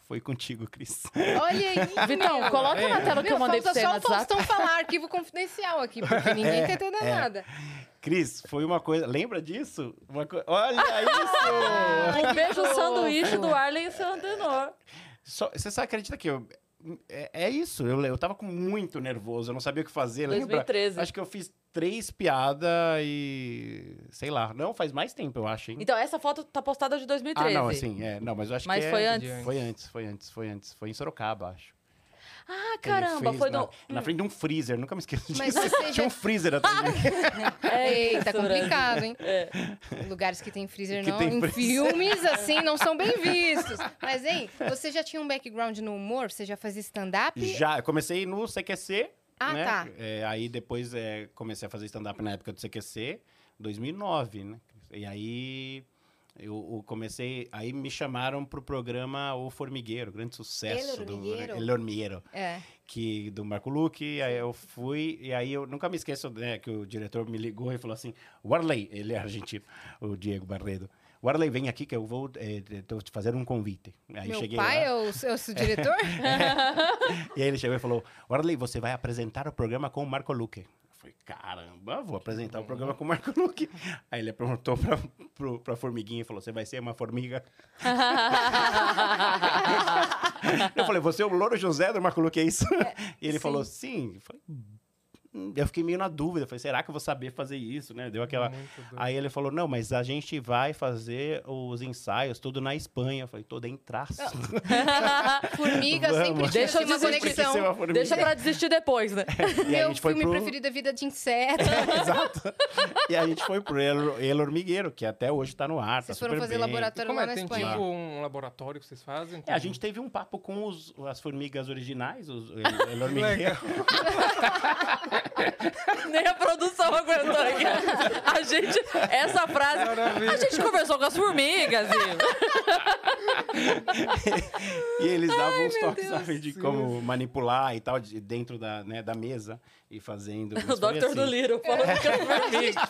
Speaker 3: foi contigo, Cris.
Speaker 2: Olha aí,
Speaker 1: Vitão,
Speaker 2: meu.
Speaker 1: coloca na tela que eu
Speaker 2: Meu,
Speaker 1: mandei pra você
Speaker 2: falta só
Speaker 1: no
Speaker 2: o
Speaker 1: WhatsApp.
Speaker 2: Faustão falar arquivo confidencial aqui, porque ninguém tá entendendo nada.
Speaker 3: Cris, foi uma coisa. Lembra disso? Uma co- Olha isso!
Speaker 2: Ai, que
Speaker 1: Um beijo
Speaker 2: fofo.
Speaker 1: sanduíche do Arlen e São Tenor.
Speaker 3: Só- Você só acredita que eu. É, é isso, eu, eu tava com muito nervoso, eu não sabia o que fazer, lembra?
Speaker 1: 2013.
Speaker 3: Acho que eu fiz três piadas e. sei lá. Não, faz mais tempo, eu acho, hein?
Speaker 1: Então, essa foto tá postada de
Speaker 3: ah,
Speaker 1: 2013.
Speaker 3: não, assim, é. Não, mas eu acho
Speaker 1: Mas
Speaker 3: que. é-
Speaker 1: foi antes.
Speaker 3: Foi antes, foi antes, foi antes. Foi em Sorocaba, acho.
Speaker 1: Ah,
Speaker 3: que ele
Speaker 1: caramba,
Speaker 3: fez
Speaker 1: foi
Speaker 3: na,
Speaker 1: do.
Speaker 3: na frente de um freezer, nunca me esqueço disso.
Speaker 2: Mas você já-
Speaker 3: Tinha um freezer atrás de mim.
Speaker 1: Ah, É
Speaker 2: Eita,
Speaker 1: isso, Brasil.
Speaker 2: complicado, hein?
Speaker 1: É.
Speaker 2: Lugares que tem freezer
Speaker 3: Que
Speaker 2: não,
Speaker 3: tem
Speaker 2: em
Speaker 3: freezer.
Speaker 2: filmes assim não são bem vistos. Mas hein, você já tinha um background no humor? Você já fazia stand-up?
Speaker 3: Já, eu comecei no CQC.
Speaker 2: Ah,
Speaker 3: né?
Speaker 2: tá.
Speaker 3: É, aí depois é, comecei a fazer stand-up na época do CQC, 2009, né? E aí eu, eu comecei. Aí me chamaram pro programa O Formigueiro, grande sucesso.
Speaker 1: é
Speaker 2: El
Speaker 3: do-
Speaker 2: Hormiguero.
Speaker 3: El Hormiguero
Speaker 2: É.
Speaker 3: que do Marco Luque, aí eu fui, e aí eu nunca me esqueço né, que o diretor me ligou e falou assim: Warley, ele é argentino, o Diego Barredo. Warley, vem aqui que eu vou eh, tô te fazer um convite. Aí
Speaker 2: Meu
Speaker 3: cheguei
Speaker 2: pai
Speaker 3: lá, É.
Speaker 2: é o, é o seu diretor?
Speaker 3: e aí ele chegou e falou: Warley, você vai apresentar o programa com o Marco Luque. Eu falei, caramba, vou apresentar o programa com o Marco Luque. Aí ele perguntou pra, pro, pra formiguinha e falou: Você vai ser uma formiga? Eu falei, você é o Louro José do Marco Luque, é isso? e ele
Speaker 1: sim.
Speaker 3: falou, sim. Eu, falei, "Hum." eu fiquei meio na dúvida. Eu Falei, será que eu vou saber fazer isso, né? Deu aquela...
Speaker 4: Muito
Speaker 1: Uhum.
Speaker 4: doido.
Speaker 3: Aí ele falou, não, mas a gente vai fazer os ensaios tudo na Espanha. Eu falei, todo em traço.
Speaker 2: Formiga
Speaker 3: Vamos.
Speaker 2: sempre tinha
Speaker 1: Deixa eu
Speaker 2: assim, uma
Speaker 1: dizer que
Speaker 3: Tem que ser
Speaker 2: conexão.
Speaker 3: uma formiga.
Speaker 1: Deixa pra desistir depois, né?
Speaker 3: E aí a
Speaker 2: Meu
Speaker 3: gente foi
Speaker 2: filme
Speaker 3: pro...
Speaker 2: preferido é Vida de Inseto.
Speaker 3: Exato. E a gente foi pro El, El Hormigueiro, que até hoje tá no ar, tá
Speaker 2: Vocês foram
Speaker 3: super
Speaker 2: fazer
Speaker 3: bem.
Speaker 4: E
Speaker 2: laboratório
Speaker 4: como
Speaker 2: lá
Speaker 4: é?
Speaker 2: na
Speaker 4: Tem
Speaker 2: Espanha.
Speaker 4: tipo um laboratório que vocês fazem?
Speaker 3: É, a gente teve um papo com os- as formigas originais, os El, El
Speaker 4: Legal.
Speaker 3: Hormigueiro.
Speaker 1: Nem a produção aguentou aqui. A gente. Essa frase.
Speaker 4: Maravilha.
Speaker 1: A gente conversou com as formigas e.
Speaker 3: E eles davam uns toques sabe, de como manipular e tal, de- dentro da, né, da mesa e fazendo.
Speaker 1: O
Speaker 3: umas coisas
Speaker 1: Dr.
Speaker 3: assim.
Speaker 1: do Liro falou que tá as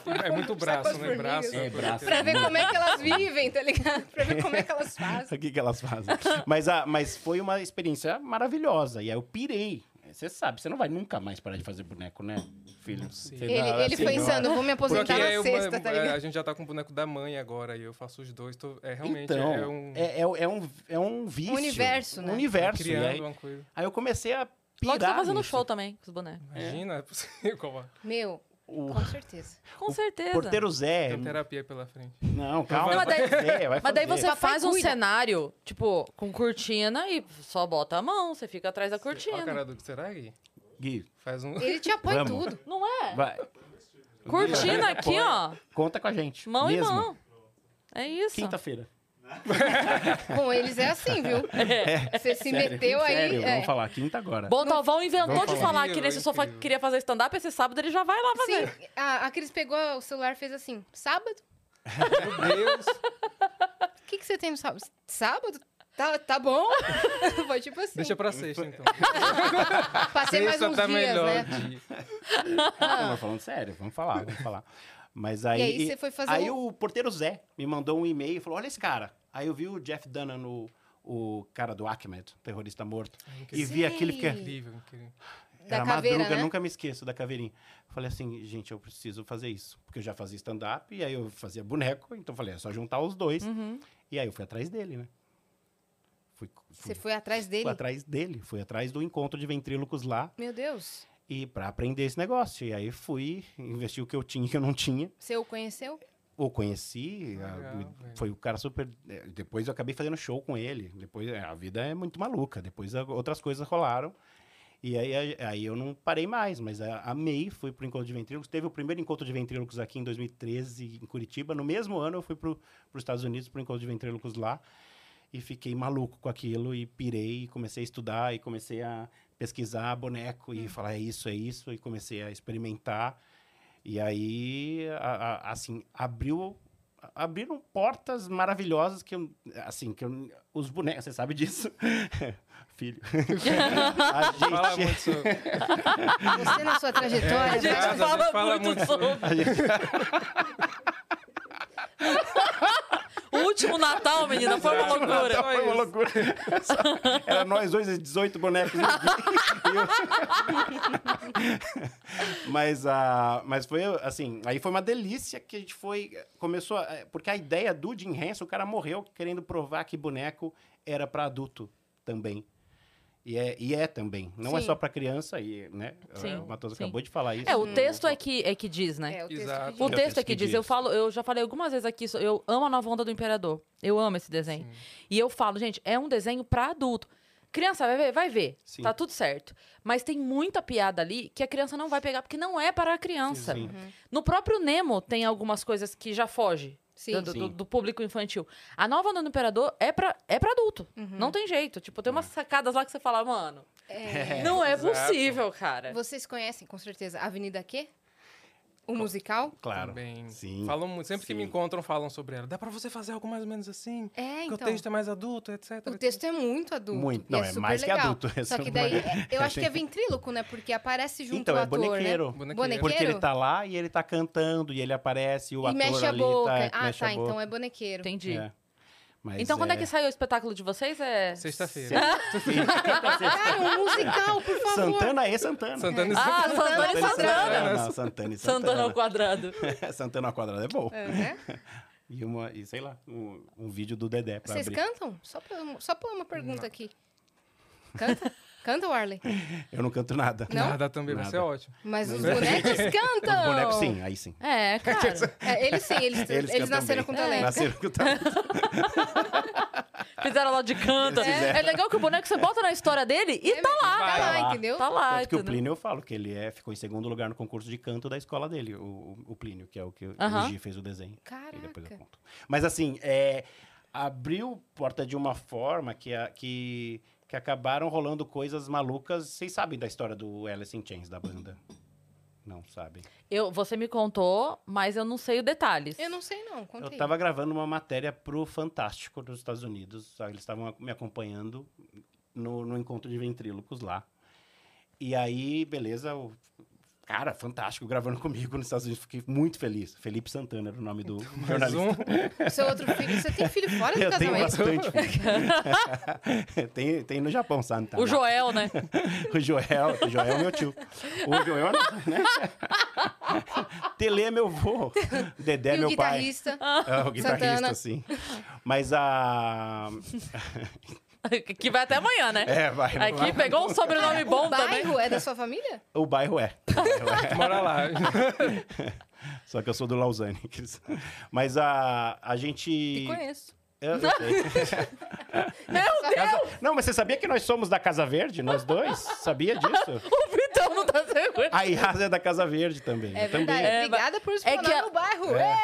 Speaker 1: formigas.
Speaker 4: É muito braço,
Speaker 2: formigas.
Speaker 4: né? Braço.
Speaker 3: É, braço.
Speaker 2: Pra ver como é que elas vivem, tá ligado? Pra ver como é que elas fazem.
Speaker 3: O que, que elas fazem? mas, a, mas foi uma experiência maravilhosa. E aí eu pirei. Você sabe, você não vai nunca mais parar de fazer boneco, né, filho? Você
Speaker 4: Ele-
Speaker 3: dá-
Speaker 2: Ele, ele foi
Speaker 3: assim, ó.
Speaker 2: insano, vou me
Speaker 4: Porque
Speaker 2: aposentar na
Speaker 4: eu-
Speaker 2: sexta,
Speaker 4: eu-
Speaker 2: tá
Speaker 4: é,
Speaker 2: ligado?
Speaker 4: a gente já tá com o boneco da mãe agora e eu faço os dois. tô- é realmente
Speaker 3: Então,
Speaker 4: é um.
Speaker 3: é, é, é um, é um vício.
Speaker 2: universo, né?
Speaker 3: Um universo. E
Speaker 4: criando
Speaker 3: aí,
Speaker 4: uma coisa.
Speaker 3: aí eu comecei a pirar
Speaker 1: Logo tá fazendo
Speaker 3: nisso.
Speaker 1: show também com os bonecos.
Speaker 4: Imagina, é possível. Como,
Speaker 2: Meu,
Speaker 3: O
Speaker 2: com certeza.
Speaker 1: Com certeza.
Speaker 3: porteiro Zé...
Speaker 4: tem terapia pela frente.
Speaker 3: Não, calma.
Speaker 1: Não, mas
Speaker 3: vai
Speaker 1: daí-
Speaker 3: fazer, vai
Speaker 1: Mas daí
Speaker 3: fazer.
Speaker 1: você
Speaker 2: Papai
Speaker 1: faz um
Speaker 2: cuida.
Speaker 1: cenário, tipo, com cortina e só bota a mão, você fica atrás da
Speaker 4: Olha a
Speaker 1: cortina.
Speaker 4: cara do será que
Speaker 3: Gui,
Speaker 4: faz um.
Speaker 2: Ele te apoia em
Speaker 3: Vamos.
Speaker 2: tudo.
Speaker 1: Não é?
Speaker 3: vai.
Speaker 1: Cortina aqui, ó.
Speaker 3: Conta com a gente.
Speaker 1: Mão
Speaker 3: mesmo. tá
Speaker 1: em mão. É isso.
Speaker 3: Quinta-feira.
Speaker 2: Com eles é assim, viu? Você se meteu aí.
Speaker 3: Sério,
Speaker 2: é.
Speaker 3: vamos falar. Quinta agora.
Speaker 1: Bom, Talvão inventou
Speaker 4: Vamos
Speaker 1: de
Speaker 4: falar.
Speaker 1: falar que
Speaker 4: Incrível,
Speaker 1: nesse sofá que
Speaker 4: incrível.
Speaker 1: queria fazer stand-up, esse sábado ele já vai lá fazer.
Speaker 2: Sim, a, a Cris pegou o celular e fez assim: sábado?
Speaker 4: Meu Deus!
Speaker 2: O que, que você tem no sábado? Sábado? Tá, tá bom? Foi tipo assim.
Speaker 4: Deixa pra sexta, então.
Speaker 2: Passei mais
Speaker 4: sexta
Speaker 2: uns
Speaker 4: tá
Speaker 2: dias,
Speaker 4: melhor.
Speaker 2: né?
Speaker 4: de-
Speaker 3: Não, mas falando sério, vamos falar, vamos falar. Mas aí.
Speaker 2: E aí você foi fazer
Speaker 3: Aí
Speaker 2: um-
Speaker 3: o porteiro Zé me mandou um e-mail e falou: olha esse cara. Aí eu vi o Jeff Dunham, o, o cara do Ahmed, terrorista morto. E vi
Speaker 2: Sei.
Speaker 3: aquilo e fiquei.
Speaker 4: Incrível, incrível.
Speaker 2: Da
Speaker 3: era
Speaker 2: caveira,
Speaker 3: madruga,
Speaker 2: né?
Speaker 3: nunca me esqueço da caveirinha. Falei assim, gente, eu preciso fazer isso. Porque eu já fazia stand-up e aí eu fazia boneco. Então eu falei, é só juntar os dois.
Speaker 2: Uhum.
Speaker 3: E aí eu fui atrás dele, né? Fui,
Speaker 2: Você
Speaker 3: fui,
Speaker 2: foi atrás dele?
Speaker 3: fui atrás dele. Fui atrás do encontro de ventrílocos lá
Speaker 2: Meu Deus.
Speaker 3: e para aprender esse negócio. E aí fui, investi o que eu tinha e o que eu não tinha.
Speaker 2: Você o conheceu?
Speaker 3: Ou conheci, a-
Speaker 4: Legal,
Speaker 3: me-
Speaker 4: velho.
Speaker 3: foi o cara super. eh, Depois eu é, acabei fazendo show com ele. Depois eh, a vida é muito maluca. Depois a- outras coisas rolaram. E aí, a- aí eu não parei mais, mas a- amei, fui pro encontro de ventrílocos. Teve o primeiro encontro de ventrílocos aqui em 2013, em Curitiba. No mesmo ano eu fui para os Estados Unidos pro encontro de ventrílocos lá. E fiquei maluco com aquilo e pirei, e comecei a estudar e comecei a pesquisar boneco
Speaker 4: Hum.
Speaker 3: e falar é isso, é isso. E comecei a experimentar. E aí, a- a- assim, abriu abriram portas maravilhosas que eu- assim que eu- os bonecos você sabe disso filho a
Speaker 4: Fala
Speaker 3: gente
Speaker 4: muito sobre.
Speaker 2: Você na sua trajetória.
Speaker 1: A gente
Speaker 4: Obrigado,
Speaker 1: fala,
Speaker 4: a gente fala
Speaker 1: muito,
Speaker 4: muito
Speaker 1: sobre. o último Natal, menina, foi uma
Speaker 4: Último
Speaker 1: loucura.
Speaker 4: Natal.
Speaker 3: foi uma
Speaker 4: isso.
Speaker 3: loucura Só- era nós dois e 18 bonecos mas a mas foi assim aí foi uma delícia que a gente foi começou a- é, porque a ideia do Jim Henson o cara morreu querendo provar que boneco era para adulto também e é, e é também. Não é
Speaker 2: Sim.
Speaker 3: só para criança, e, né?
Speaker 1: Sim,
Speaker 3: o Matoso
Speaker 1: sim.
Speaker 3: acabou de falar isso.
Speaker 1: É, o texto é que, é que diz, né?
Speaker 2: É, o texto
Speaker 1: O
Speaker 2: que
Speaker 4: Exato.
Speaker 3: É
Speaker 2: diz.
Speaker 3: o
Speaker 1: texto
Speaker 3: texto
Speaker 1: aqui
Speaker 3: que
Speaker 1: diz,
Speaker 3: diz.
Speaker 1: eu falo, eu já falei algumas vezes aqui, isso, eu amo a nova onda do imperador. Eu amo esse desenho. E eu falo, gente, é um desenho pra adulto. Criança vai ver, vai ver.
Speaker 3: Sim.
Speaker 1: Tá tudo certo. Mas tem muita piada ali que a criança não vai pegar porque não é para a criança.
Speaker 3: Sim.
Speaker 2: Uhum.
Speaker 1: No próprio Nemo tem algumas coisas que já foge
Speaker 2: Sim.
Speaker 1: do, do-
Speaker 3: Sim.
Speaker 1: do- do público infantil. A nova onda do imperador é pra, é pra adulto.
Speaker 2: Uhum.
Speaker 1: Não tem jeito. Tipo, tem
Speaker 3: É.
Speaker 1: umas sacadas lá que você fala, mano,
Speaker 2: É,
Speaker 1: não é
Speaker 4: exato.
Speaker 1: possível, cara.
Speaker 2: Vocês conhecem, com certeza, Avenida Q? O musical?
Speaker 3: Claro.
Speaker 4: Também.
Speaker 3: Sim.
Speaker 4: Falam muito. Sempre que me
Speaker 3: Sim.
Speaker 4: encontram, falam sobre ela. Dá pra você fazer algo mais ou menos assim?
Speaker 2: É,
Speaker 4: Porque
Speaker 2: então.
Speaker 4: o texto é mais adulto, etc.
Speaker 2: O texto é muito adulto.
Speaker 3: Muito.
Speaker 2: e
Speaker 3: Não, é
Speaker 2: super
Speaker 3: mais que
Speaker 2: legal.
Speaker 3: adulto, é
Speaker 2: Só que
Speaker 3: super-
Speaker 2: daí, é- eu acho que é ventríloco, né? Porque aparece junto
Speaker 3: Então,
Speaker 2: o
Speaker 3: é
Speaker 2: ator, né?
Speaker 3: bonequeiro.
Speaker 4: Bonequeiro.
Speaker 2: Bonequeiro?
Speaker 3: Porque ele tá lá e ele tá cantando e ele aparece, e o
Speaker 2: e
Speaker 3: ator
Speaker 2: mexe a
Speaker 3: ali
Speaker 2: boca.
Speaker 3: tá,
Speaker 2: ah,
Speaker 3: mexe
Speaker 2: tá,
Speaker 3: a boca.
Speaker 2: então é bonequeiro.
Speaker 1: Entendi.
Speaker 3: É. Mas
Speaker 1: Então, quando é que sai o espetáculo de vocês? É...
Speaker 4: Sexta-feira.
Speaker 2: Cara, um musical, por favor.
Speaker 3: Santana e Santana.
Speaker 4: Santana e
Speaker 1: Ah,
Speaker 4: Santana.
Speaker 1: Santana e Santana.
Speaker 3: Não, Santana e
Speaker 1: Santana
Speaker 3: Santana.
Speaker 1: ao quadrado.
Speaker 3: Santana ao quadrado é bom.
Speaker 2: É, né?
Speaker 3: E, uma, e sei lá, um, um vídeo do Dedé pra
Speaker 2: Vocês
Speaker 3: abrir.
Speaker 2: cantam? Só pra, só pra uma pergunta aqui. Canta? Canta, Warley.
Speaker 3: Eu não canto nada.
Speaker 2: Não?
Speaker 4: Nada também, vai
Speaker 3: Nada.
Speaker 4: ser ótimo.
Speaker 2: Mas os bonecos cantam.
Speaker 3: Os
Speaker 1: Então.
Speaker 3: bonecos, sim, aí sim.
Speaker 1: É, cara.
Speaker 2: É, eles sim, eles, eles,
Speaker 3: cantam
Speaker 2: nasceram com
Speaker 3: bem. É.
Speaker 2: talento.
Speaker 3: Nasceram com talento.
Speaker 1: Fizeram lá de canto.
Speaker 3: Eles fizeram.
Speaker 1: É legal que o boneco você bota na história dele e tá lá.
Speaker 2: Tá
Speaker 4: Vai.
Speaker 2: lá,
Speaker 3: lá.
Speaker 2: entendeu?
Speaker 1: Tá lá.
Speaker 3: Tanto que o
Speaker 1: entendeu?
Speaker 3: Plínio eu falo que ele é, ficou em segundo lugar no concurso de canto da escola dele, o, o- o Plínio, que é o que
Speaker 1: Aham.
Speaker 3: o Gi fez o desenho. E depois eu
Speaker 2: Caraca.
Speaker 3: conto. Mas assim, é, abriu porta de uma forma que, a- que, que acabaram rolando coisas malucas. Vocês sabem da história do Alice in Chains, da banda? Não sabem.
Speaker 1: Eu, você me contou, mas eu não sei os detalhes.
Speaker 2: Eu não sei, não. Conta
Speaker 3: Eu
Speaker 2: aí.
Speaker 3: estava gravando uma matéria pro Fantástico dos Estados Unidos. sabe? Eles estavam ac- me acompanhando no, no encontro de ventrílocos lá. E aí, beleza, o cara, fantástico, gravando comigo nos Estados Unidos. Fiquei muito feliz. Felipe Santana era o nome do
Speaker 4: Mais
Speaker 3: jornalista.
Speaker 4: um.
Speaker 2: Seu outro filho, você tem filho fora do
Speaker 3: Eu tenho
Speaker 2: casamento?
Speaker 3: bastante. filho. É, tem, tem no Japão, Santa.
Speaker 1: o Joel, né?
Speaker 3: O Joel, o Joel é meu tio. O Joel, não, né? Tele é meu vô. Dedé é
Speaker 2: e o
Speaker 3: meu pai.
Speaker 2: guitarrista.
Speaker 3: É o
Speaker 2: Santana.
Speaker 3: guitarrista, sim. Mas a.
Speaker 1: que vai até amanhã, né?
Speaker 3: É, vai.
Speaker 1: Aqui
Speaker 3: vai.
Speaker 1: pegou um sobrenome bom
Speaker 2: o
Speaker 1: também.
Speaker 2: bairro é da sua família?
Speaker 3: O bairro é. O bairro é.
Speaker 4: Bora lá.
Speaker 3: Só que eu sou do Lausanne. que eles- Mas a, a gente.
Speaker 2: Te conheço.
Speaker 3: Eu- eu sei.
Speaker 2: Meu
Speaker 3: Casa- Não, mas você sabia que nós somos da Casa Verde, nós dois? Sabia disso?
Speaker 1: O Vitão não tá seguro.
Speaker 3: A Iaz é da Casa Verde também.
Speaker 2: É
Speaker 3: eu também.
Speaker 2: verdade.
Speaker 1: É,
Speaker 2: Obrigada por
Speaker 1: é
Speaker 2: explanar
Speaker 1: que a-
Speaker 2: no bairro.
Speaker 1: É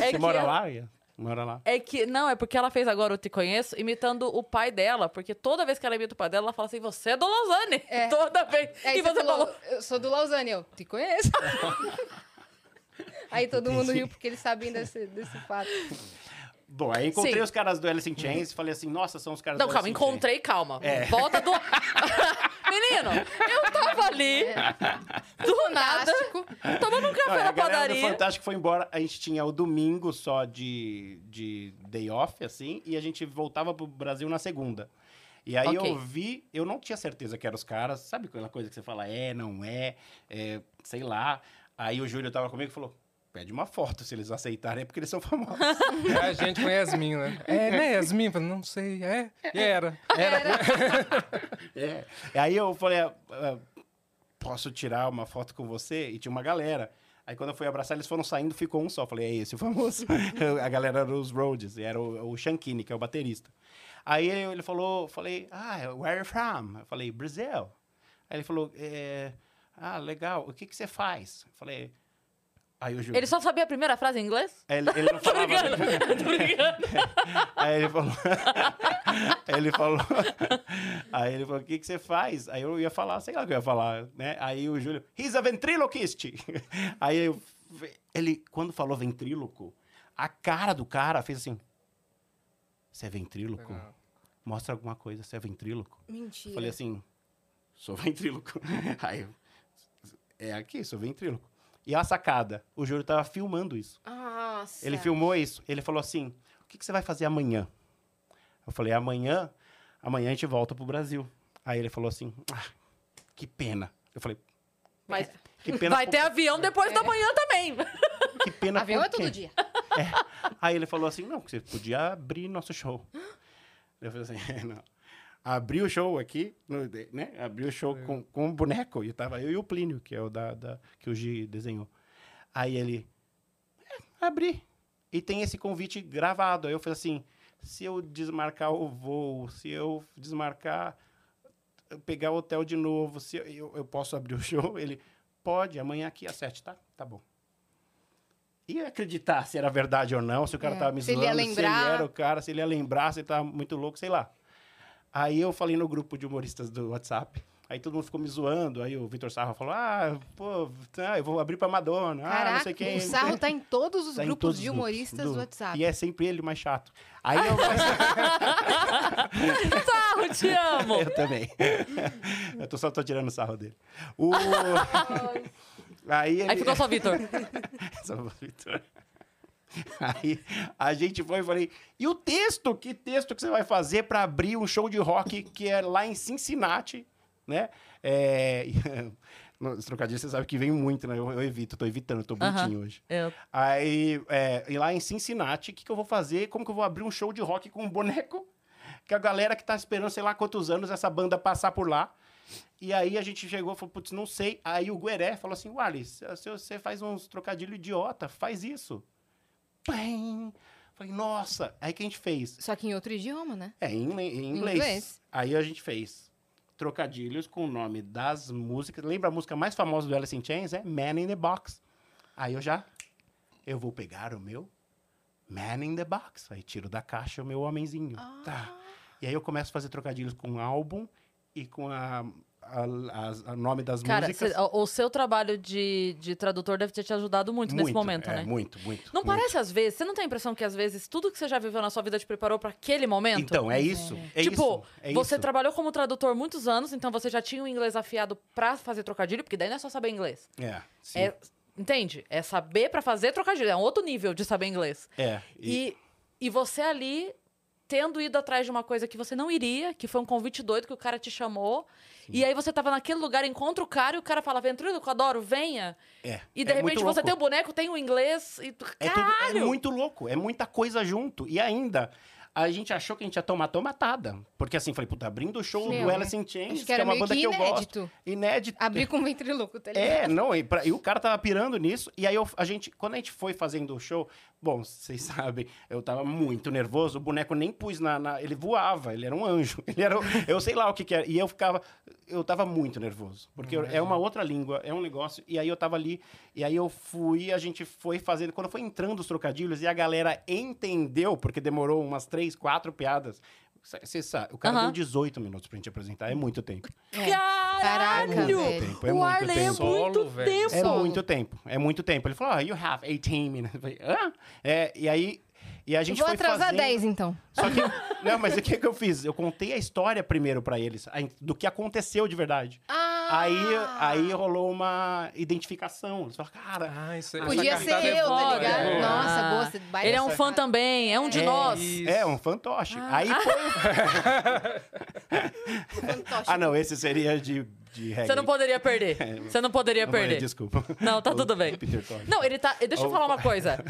Speaker 3: Você
Speaker 1: que
Speaker 3: mora
Speaker 1: eu-
Speaker 3: lá? Iaz? Mora lá.
Speaker 1: É que, não, é porque ela fez agora o Te Conheço imitando o pai dela, porque toda vez que ela imita o pai dela, ela fala assim: Você é do Lausanne.
Speaker 2: É.
Speaker 1: Toda vez.
Speaker 2: Aí
Speaker 1: e você falou.
Speaker 2: eu sou do Lausanne, eu te conheço. Aí todo mundo riu porque eles sabem desse, desse fato.
Speaker 3: Bom, aí encontrei
Speaker 1: Sim.
Speaker 3: os caras do Alice in Chains, falei assim, nossa, são os caras
Speaker 1: Não,
Speaker 3: do
Speaker 1: calma,
Speaker 3: Alice in Chains.
Speaker 1: encontrei, calma.
Speaker 3: É.
Speaker 1: Volta do. Menino, eu tava ali, do nada,
Speaker 2: É. Fantástico.
Speaker 1: tomando um
Speaker 3: Não,
Speaker 1: café
Speaker 3: e a
Speaker 1: na
Speaker 3: galera do
Speaker 1: padaria.
Speaker 3: Fantástico foi embora. A gente tinha o domingo só de, de day off, assim, e a gente voltava pro Brasil na segunda. E aí
Speaker 1: Ok.
Speaker 3: eu vi, eu não tinha certeza que eram os caras, sabe aquela coisa que você fala é, não é, é, sei lá. Aí o Júlio tava comigo e falou: pede uma foto, se eles aceitarem, é porque eles são famosos.
Speaker 4: É a gente com Yasmin, né? É, né, Yasmin? Eu falei, Não sei, é? E era.
Speaker 3: É. Aí eu falei, ah, ah, posso tirar uma foto com você? E tinha uma galera. Aí quando eu fui abraçar, eles foram saindo, ficou um só. Eu Falei, é esse o famoso. a galera era os Rhodes, e era o, o Shankini, que é o baterista. Aí ele falou, falei, ah, where are you from? Eu falei, Brazil. Aí ele falou, é, ah, legal, o que, que você faz? Eu falei, aí o Júlio...
Speaker 1: Ele só Tá sabia a primeira frase em inglês?
Speaker 3: Aí Ele, ele não
Speaker 1: Tô
Speaker 3: falava...
Speaker 1: brincando, tô brincando.
Speaker 3: Aí ele falou. aí ele falou. Aí ele falou: o que, que você faz? Aí eu ia falar, sei lá o que eu ia falar, né? Aí o Júlio, he's a ventriloquist. aí eu, ele, quando falou ventríloco, a cara do cara fez assim: Você é ventríloco?
Speaker 4: Legal.
Speaker 3: Mostra alguma coisa, você é ventríloco? Eu
Speaker 2: Mentira.
Speaker 3: Falei assim: Sou ventríloco. aí eu, é aqui, sou ventríloco. E a sacada: o Júlio tava filmando isso.
Speaker 2: Nossa.
Speaker 3: Ele filmou isso. Ele falou assim: o que, que você vai fazer amanhã? Eu falei: amanhã, amanhã a gente volta pro Brasil. Aí ele falou assim: ah, que pena. Eu falei:
Speaker 1: Mas
Speaker 3: que pena.
Speaker 1: vai
Speaker 3: por-
Speaker 1: ter avião depois da manhã também.
Speaker 3: Que pena.
Speaker 2: Avião
Speaker 3: por
Speaker 2: é todo
Speaker 3: quê?"
Speaker 2: dia.
Speaker 3: Aí ele falou assim: não, que você podia abrir nosso show. Eu falei assim: não. Abri o show aqui, no- né? Abri o
Speaker 2: É.
Speaker 3: show com, com um boneco. E tava eu e o Plínio, que é o da, da- que o Gi desenhou. Aí ele. "É, abri. E tem esse convite gravado. Aí eu falei assim: se eu desmarcar o voo, se eu desmarcar, eu pegar o hotel de novo, se eu, eu, eu posso abrir o show? Ele, pode, amanhã aqui às sete, tá? Tá bom. E acreditar se era verdade ou não, se o cara
Speaker 2: É,
Speaker 3: tava me
Speaker 2: se ele
Speaker 3: zoando,
Speaker 2: ia
Speaker 3: se
Speaker 2: lembrar.
Speaker 3: ele era o cara, se ele ia lembrar, se ele tava muito louco, sei lá. Aí eu falei no grupo de humoristas do WhatsApp. Aí todo mundo ficou me zoando. Aí o Vitor Sarro falou: Ah, pô, tá, eu vou abrir pra Madonna. ah, não
Speaker 2: Caraca,
Speaker 3: sei quem.
Speaker 2: o Sarro tá em todos os
Speaker 3: Tá em
Speaker 2: grupos
Speaker 3: todos
Speaker 2: de
Speaker 3: os grupos
Speaker 2: humoristas do, WhatsApp.
Speaker 3: E é sempre ele o mais chato. Aí eu, mas
Speaker 1: Sarro, Tá, te amo.
Speaker 3: eu também. eu tô só tô tirando sarro dele. O... Aí ele...
Speaker 1: Aí ficou só Vitor.
Speaker 3: Só o Vitor. Aí a gente foi e falei: e o texto? Que texto que você vai fazer pra abrir um show de rock que é lá em Cincinnati, né? É... Nos trocadilhos você sabe que vem muito, né? Eu, eu evito, tô evitando, tô
Speaker 1: Aham.
Speaker 3: bonitinho hoje.
Speaker 1: Eu-
Speaker 3: Aí, é, e lá em Cincinnati, o que, que eu vou fazer? Como que eu vou abrir um show de rock com um boneco? Que a galera que tá esperando, sei lá quantos anos, essa banda passar por lá. E aí a gente chegou e falou, putz, não sei. Aí o Gueré falou assim, Wally, se se você faz uns trocadilho idiota, faz isso. Bem, falei, nossa. Aí que a gente fez?
Speaker 2: Só que em outro idioma, né?
Speaker 3: É, em, ingle- em inglês.
Speaker 2: Inglês.
Speaker 3: Aí a gente fez trocadilhos com o nome das músicas. Lembra a música mais famosa do Alice in Chains? É Man in the Box. Aí eu já... Eu vou pegar o meu Man in the Box. Aí tiro da caixa o meu homenzinho.
Speaker 1: Ah.
Speaker 3: Tá. E aí eu começo a fazer trocadilhos com o álbum e com a... a- as- o nome das
Speaker 1: Cara,
Speaker 3: músicas.
Speaker 1: cê- o o seu trabalho de, de tradutor deve ter te ajudado muito, nesse momento,
Speaker 3: é,
Speaker 1: né?
Speaker 3: Muito, muito.
Speaker 1: Não
Speaker 3: muito.
Speaker 1: parece às vezes? Você não tem a impressão que às vezes tudo que você já viveu na sua vida te preparou pra aquele momento?
Speaker 3: Então, é isso. É
Speaker 1: tipo,
Speaker 3: isso, é
Speaker 1: você
Speaker 3: isso.
Speaker 1: trabalhou como tradutor muitos anos, então você já tinha o inglês afiado pra fazer trocadilho, porque daí não é só saber inglês.
Speaker 3: É, sim.
Speaker 1: É- entende? É saber pra fazer trocadilho, é um outro nível de saber inglês.
Speaker 3: É, e-
Speaker 1: E, e você ali tendo ido atrás de uma coisa que você não iria, que foi um convite doido que o cara te chamou, e aí você tava naquele lugar, encontra o cara e o cara fala: Ventríloco, adoro, venha.
Speaker 3: é.
Speaker 1: E de
Speaker 3: É muito
Speaker 1: repente você
Speaker 3: louco.
Speaker 1: tem o boneco, tem o inglês e. tu-
Speaker 3: É, tudo- é
Speaker 1: Caralho!
Speaker 3: muito louco, é muita coisa junto. E ainda, a gente achou que a gente ia tomar tomatada. Porque assim, falei, puta, abrindo o show
Speaker 2: Meu,
Speaker 3: do
Speaker 2: é.
Speaker 3: Alice in Chains,
Speaker 2: Acho
Speaker 3: que,
Speaker 2: que era
Speaker 3: é uma
Speaker 2: meio
Speaker 3: banda
Speaker 2: que
Speaker 3: que eu gosto.
Speaker 2: inédito.
Speaker 3: Inédito.
Speaker 2: Abrir com ventriloco, tá ligado?
Speaker 3: É, não, e, pra- e o cara tava pirando nisso. E aí eu- a gente, quando a gente foi fazendo o show, bom, vocês sabem, eu tava muito nervoso, o boneco nem pus na. na- ele voava, ele era um anjo. Ele era. o- eu sei lá o que, que era. E eu ficava. Eu tava muito nervoso. Porque eu- é uma outra língua, é um negócio. E aí eu tava ali, e aí eu fui, a gente foi fazendo. Quando foi entrando os trocadilhos e a galera entendeu, porque demorou umas três, quatro piadas. Você sabe, o cara
Speaker 1: Aham.
Speaker 3: deu 18 minutos pra gente apresentar, é muito tempo.
Speaker 1: Caralho!
Speaker 2: Caraca, velho.
Speaker 3: Tempo, é
Speaker 1: o
Speaker 3: muito
Speaker 1: Arley é
Speaker 3: tempo.
Speaker 1: muito
Speaker 4: Solo, velho.
Speaker 1: tempo.
Speaker 3: É
Speaker 2: solo.
Speaker 3: muito tempo, é muito tempo. Ele falou, oh, you have 18 minutes. Eu falei, Hã? É, e aí, e a gente
Speaker 2: Vou
Speaker 3: foi
Speaker 2: atrasar
Speaker 3: fazendo...
Speaker 2: 10, então.
Speaker 3: Só que, não, mas o que, que eu fiz? Eu contei a história primeiro pra eles, a- do que aconteceu de verdade.
Speaker 2: Ah!
Speaker 3: Aí, aí rolou uma identificação. Eles falaram, cara,
Speaker 4: Ah, isso é-
Speaker 2: Podia
Speaker 4: essa
Speaker 2: ser
Speaker 4: cartada é
Speaker 2: eu, tá
Speaker 4: foda,
Speaker 2: ligado?
Speaker 4: é.
Speaker 2: Nossa, boa, você vai
Speaker 1: Ele é um
Speaker 2: nessa.
Speaker 1: fã também, é um de
Speaker 4: É.
Speaker 1: nós.
Speaker 4: Isso.
Speaker 3: é um fantoche.
Speaker 2: Ah.
Speaker 3: Aí foi...
Speaker 2: Fantoche.
Speaker 3: Ah, não, esse seria de, de reggae.
Speaker 1: Você não poderia perder. Você não poderia
Speaker 3: É. Não,
Speaker 1: perder.
Speaker 3: Desculpa.
Speaker 1: Não, tá
Speaker 3: O
Speaker 1: tudo bem.
Speaker 3: Peter Tosh.
Speaker 1: Não, ele tá. Deixa eu
Speaker 3: Ou-
Speaker 1: falar uma coisa.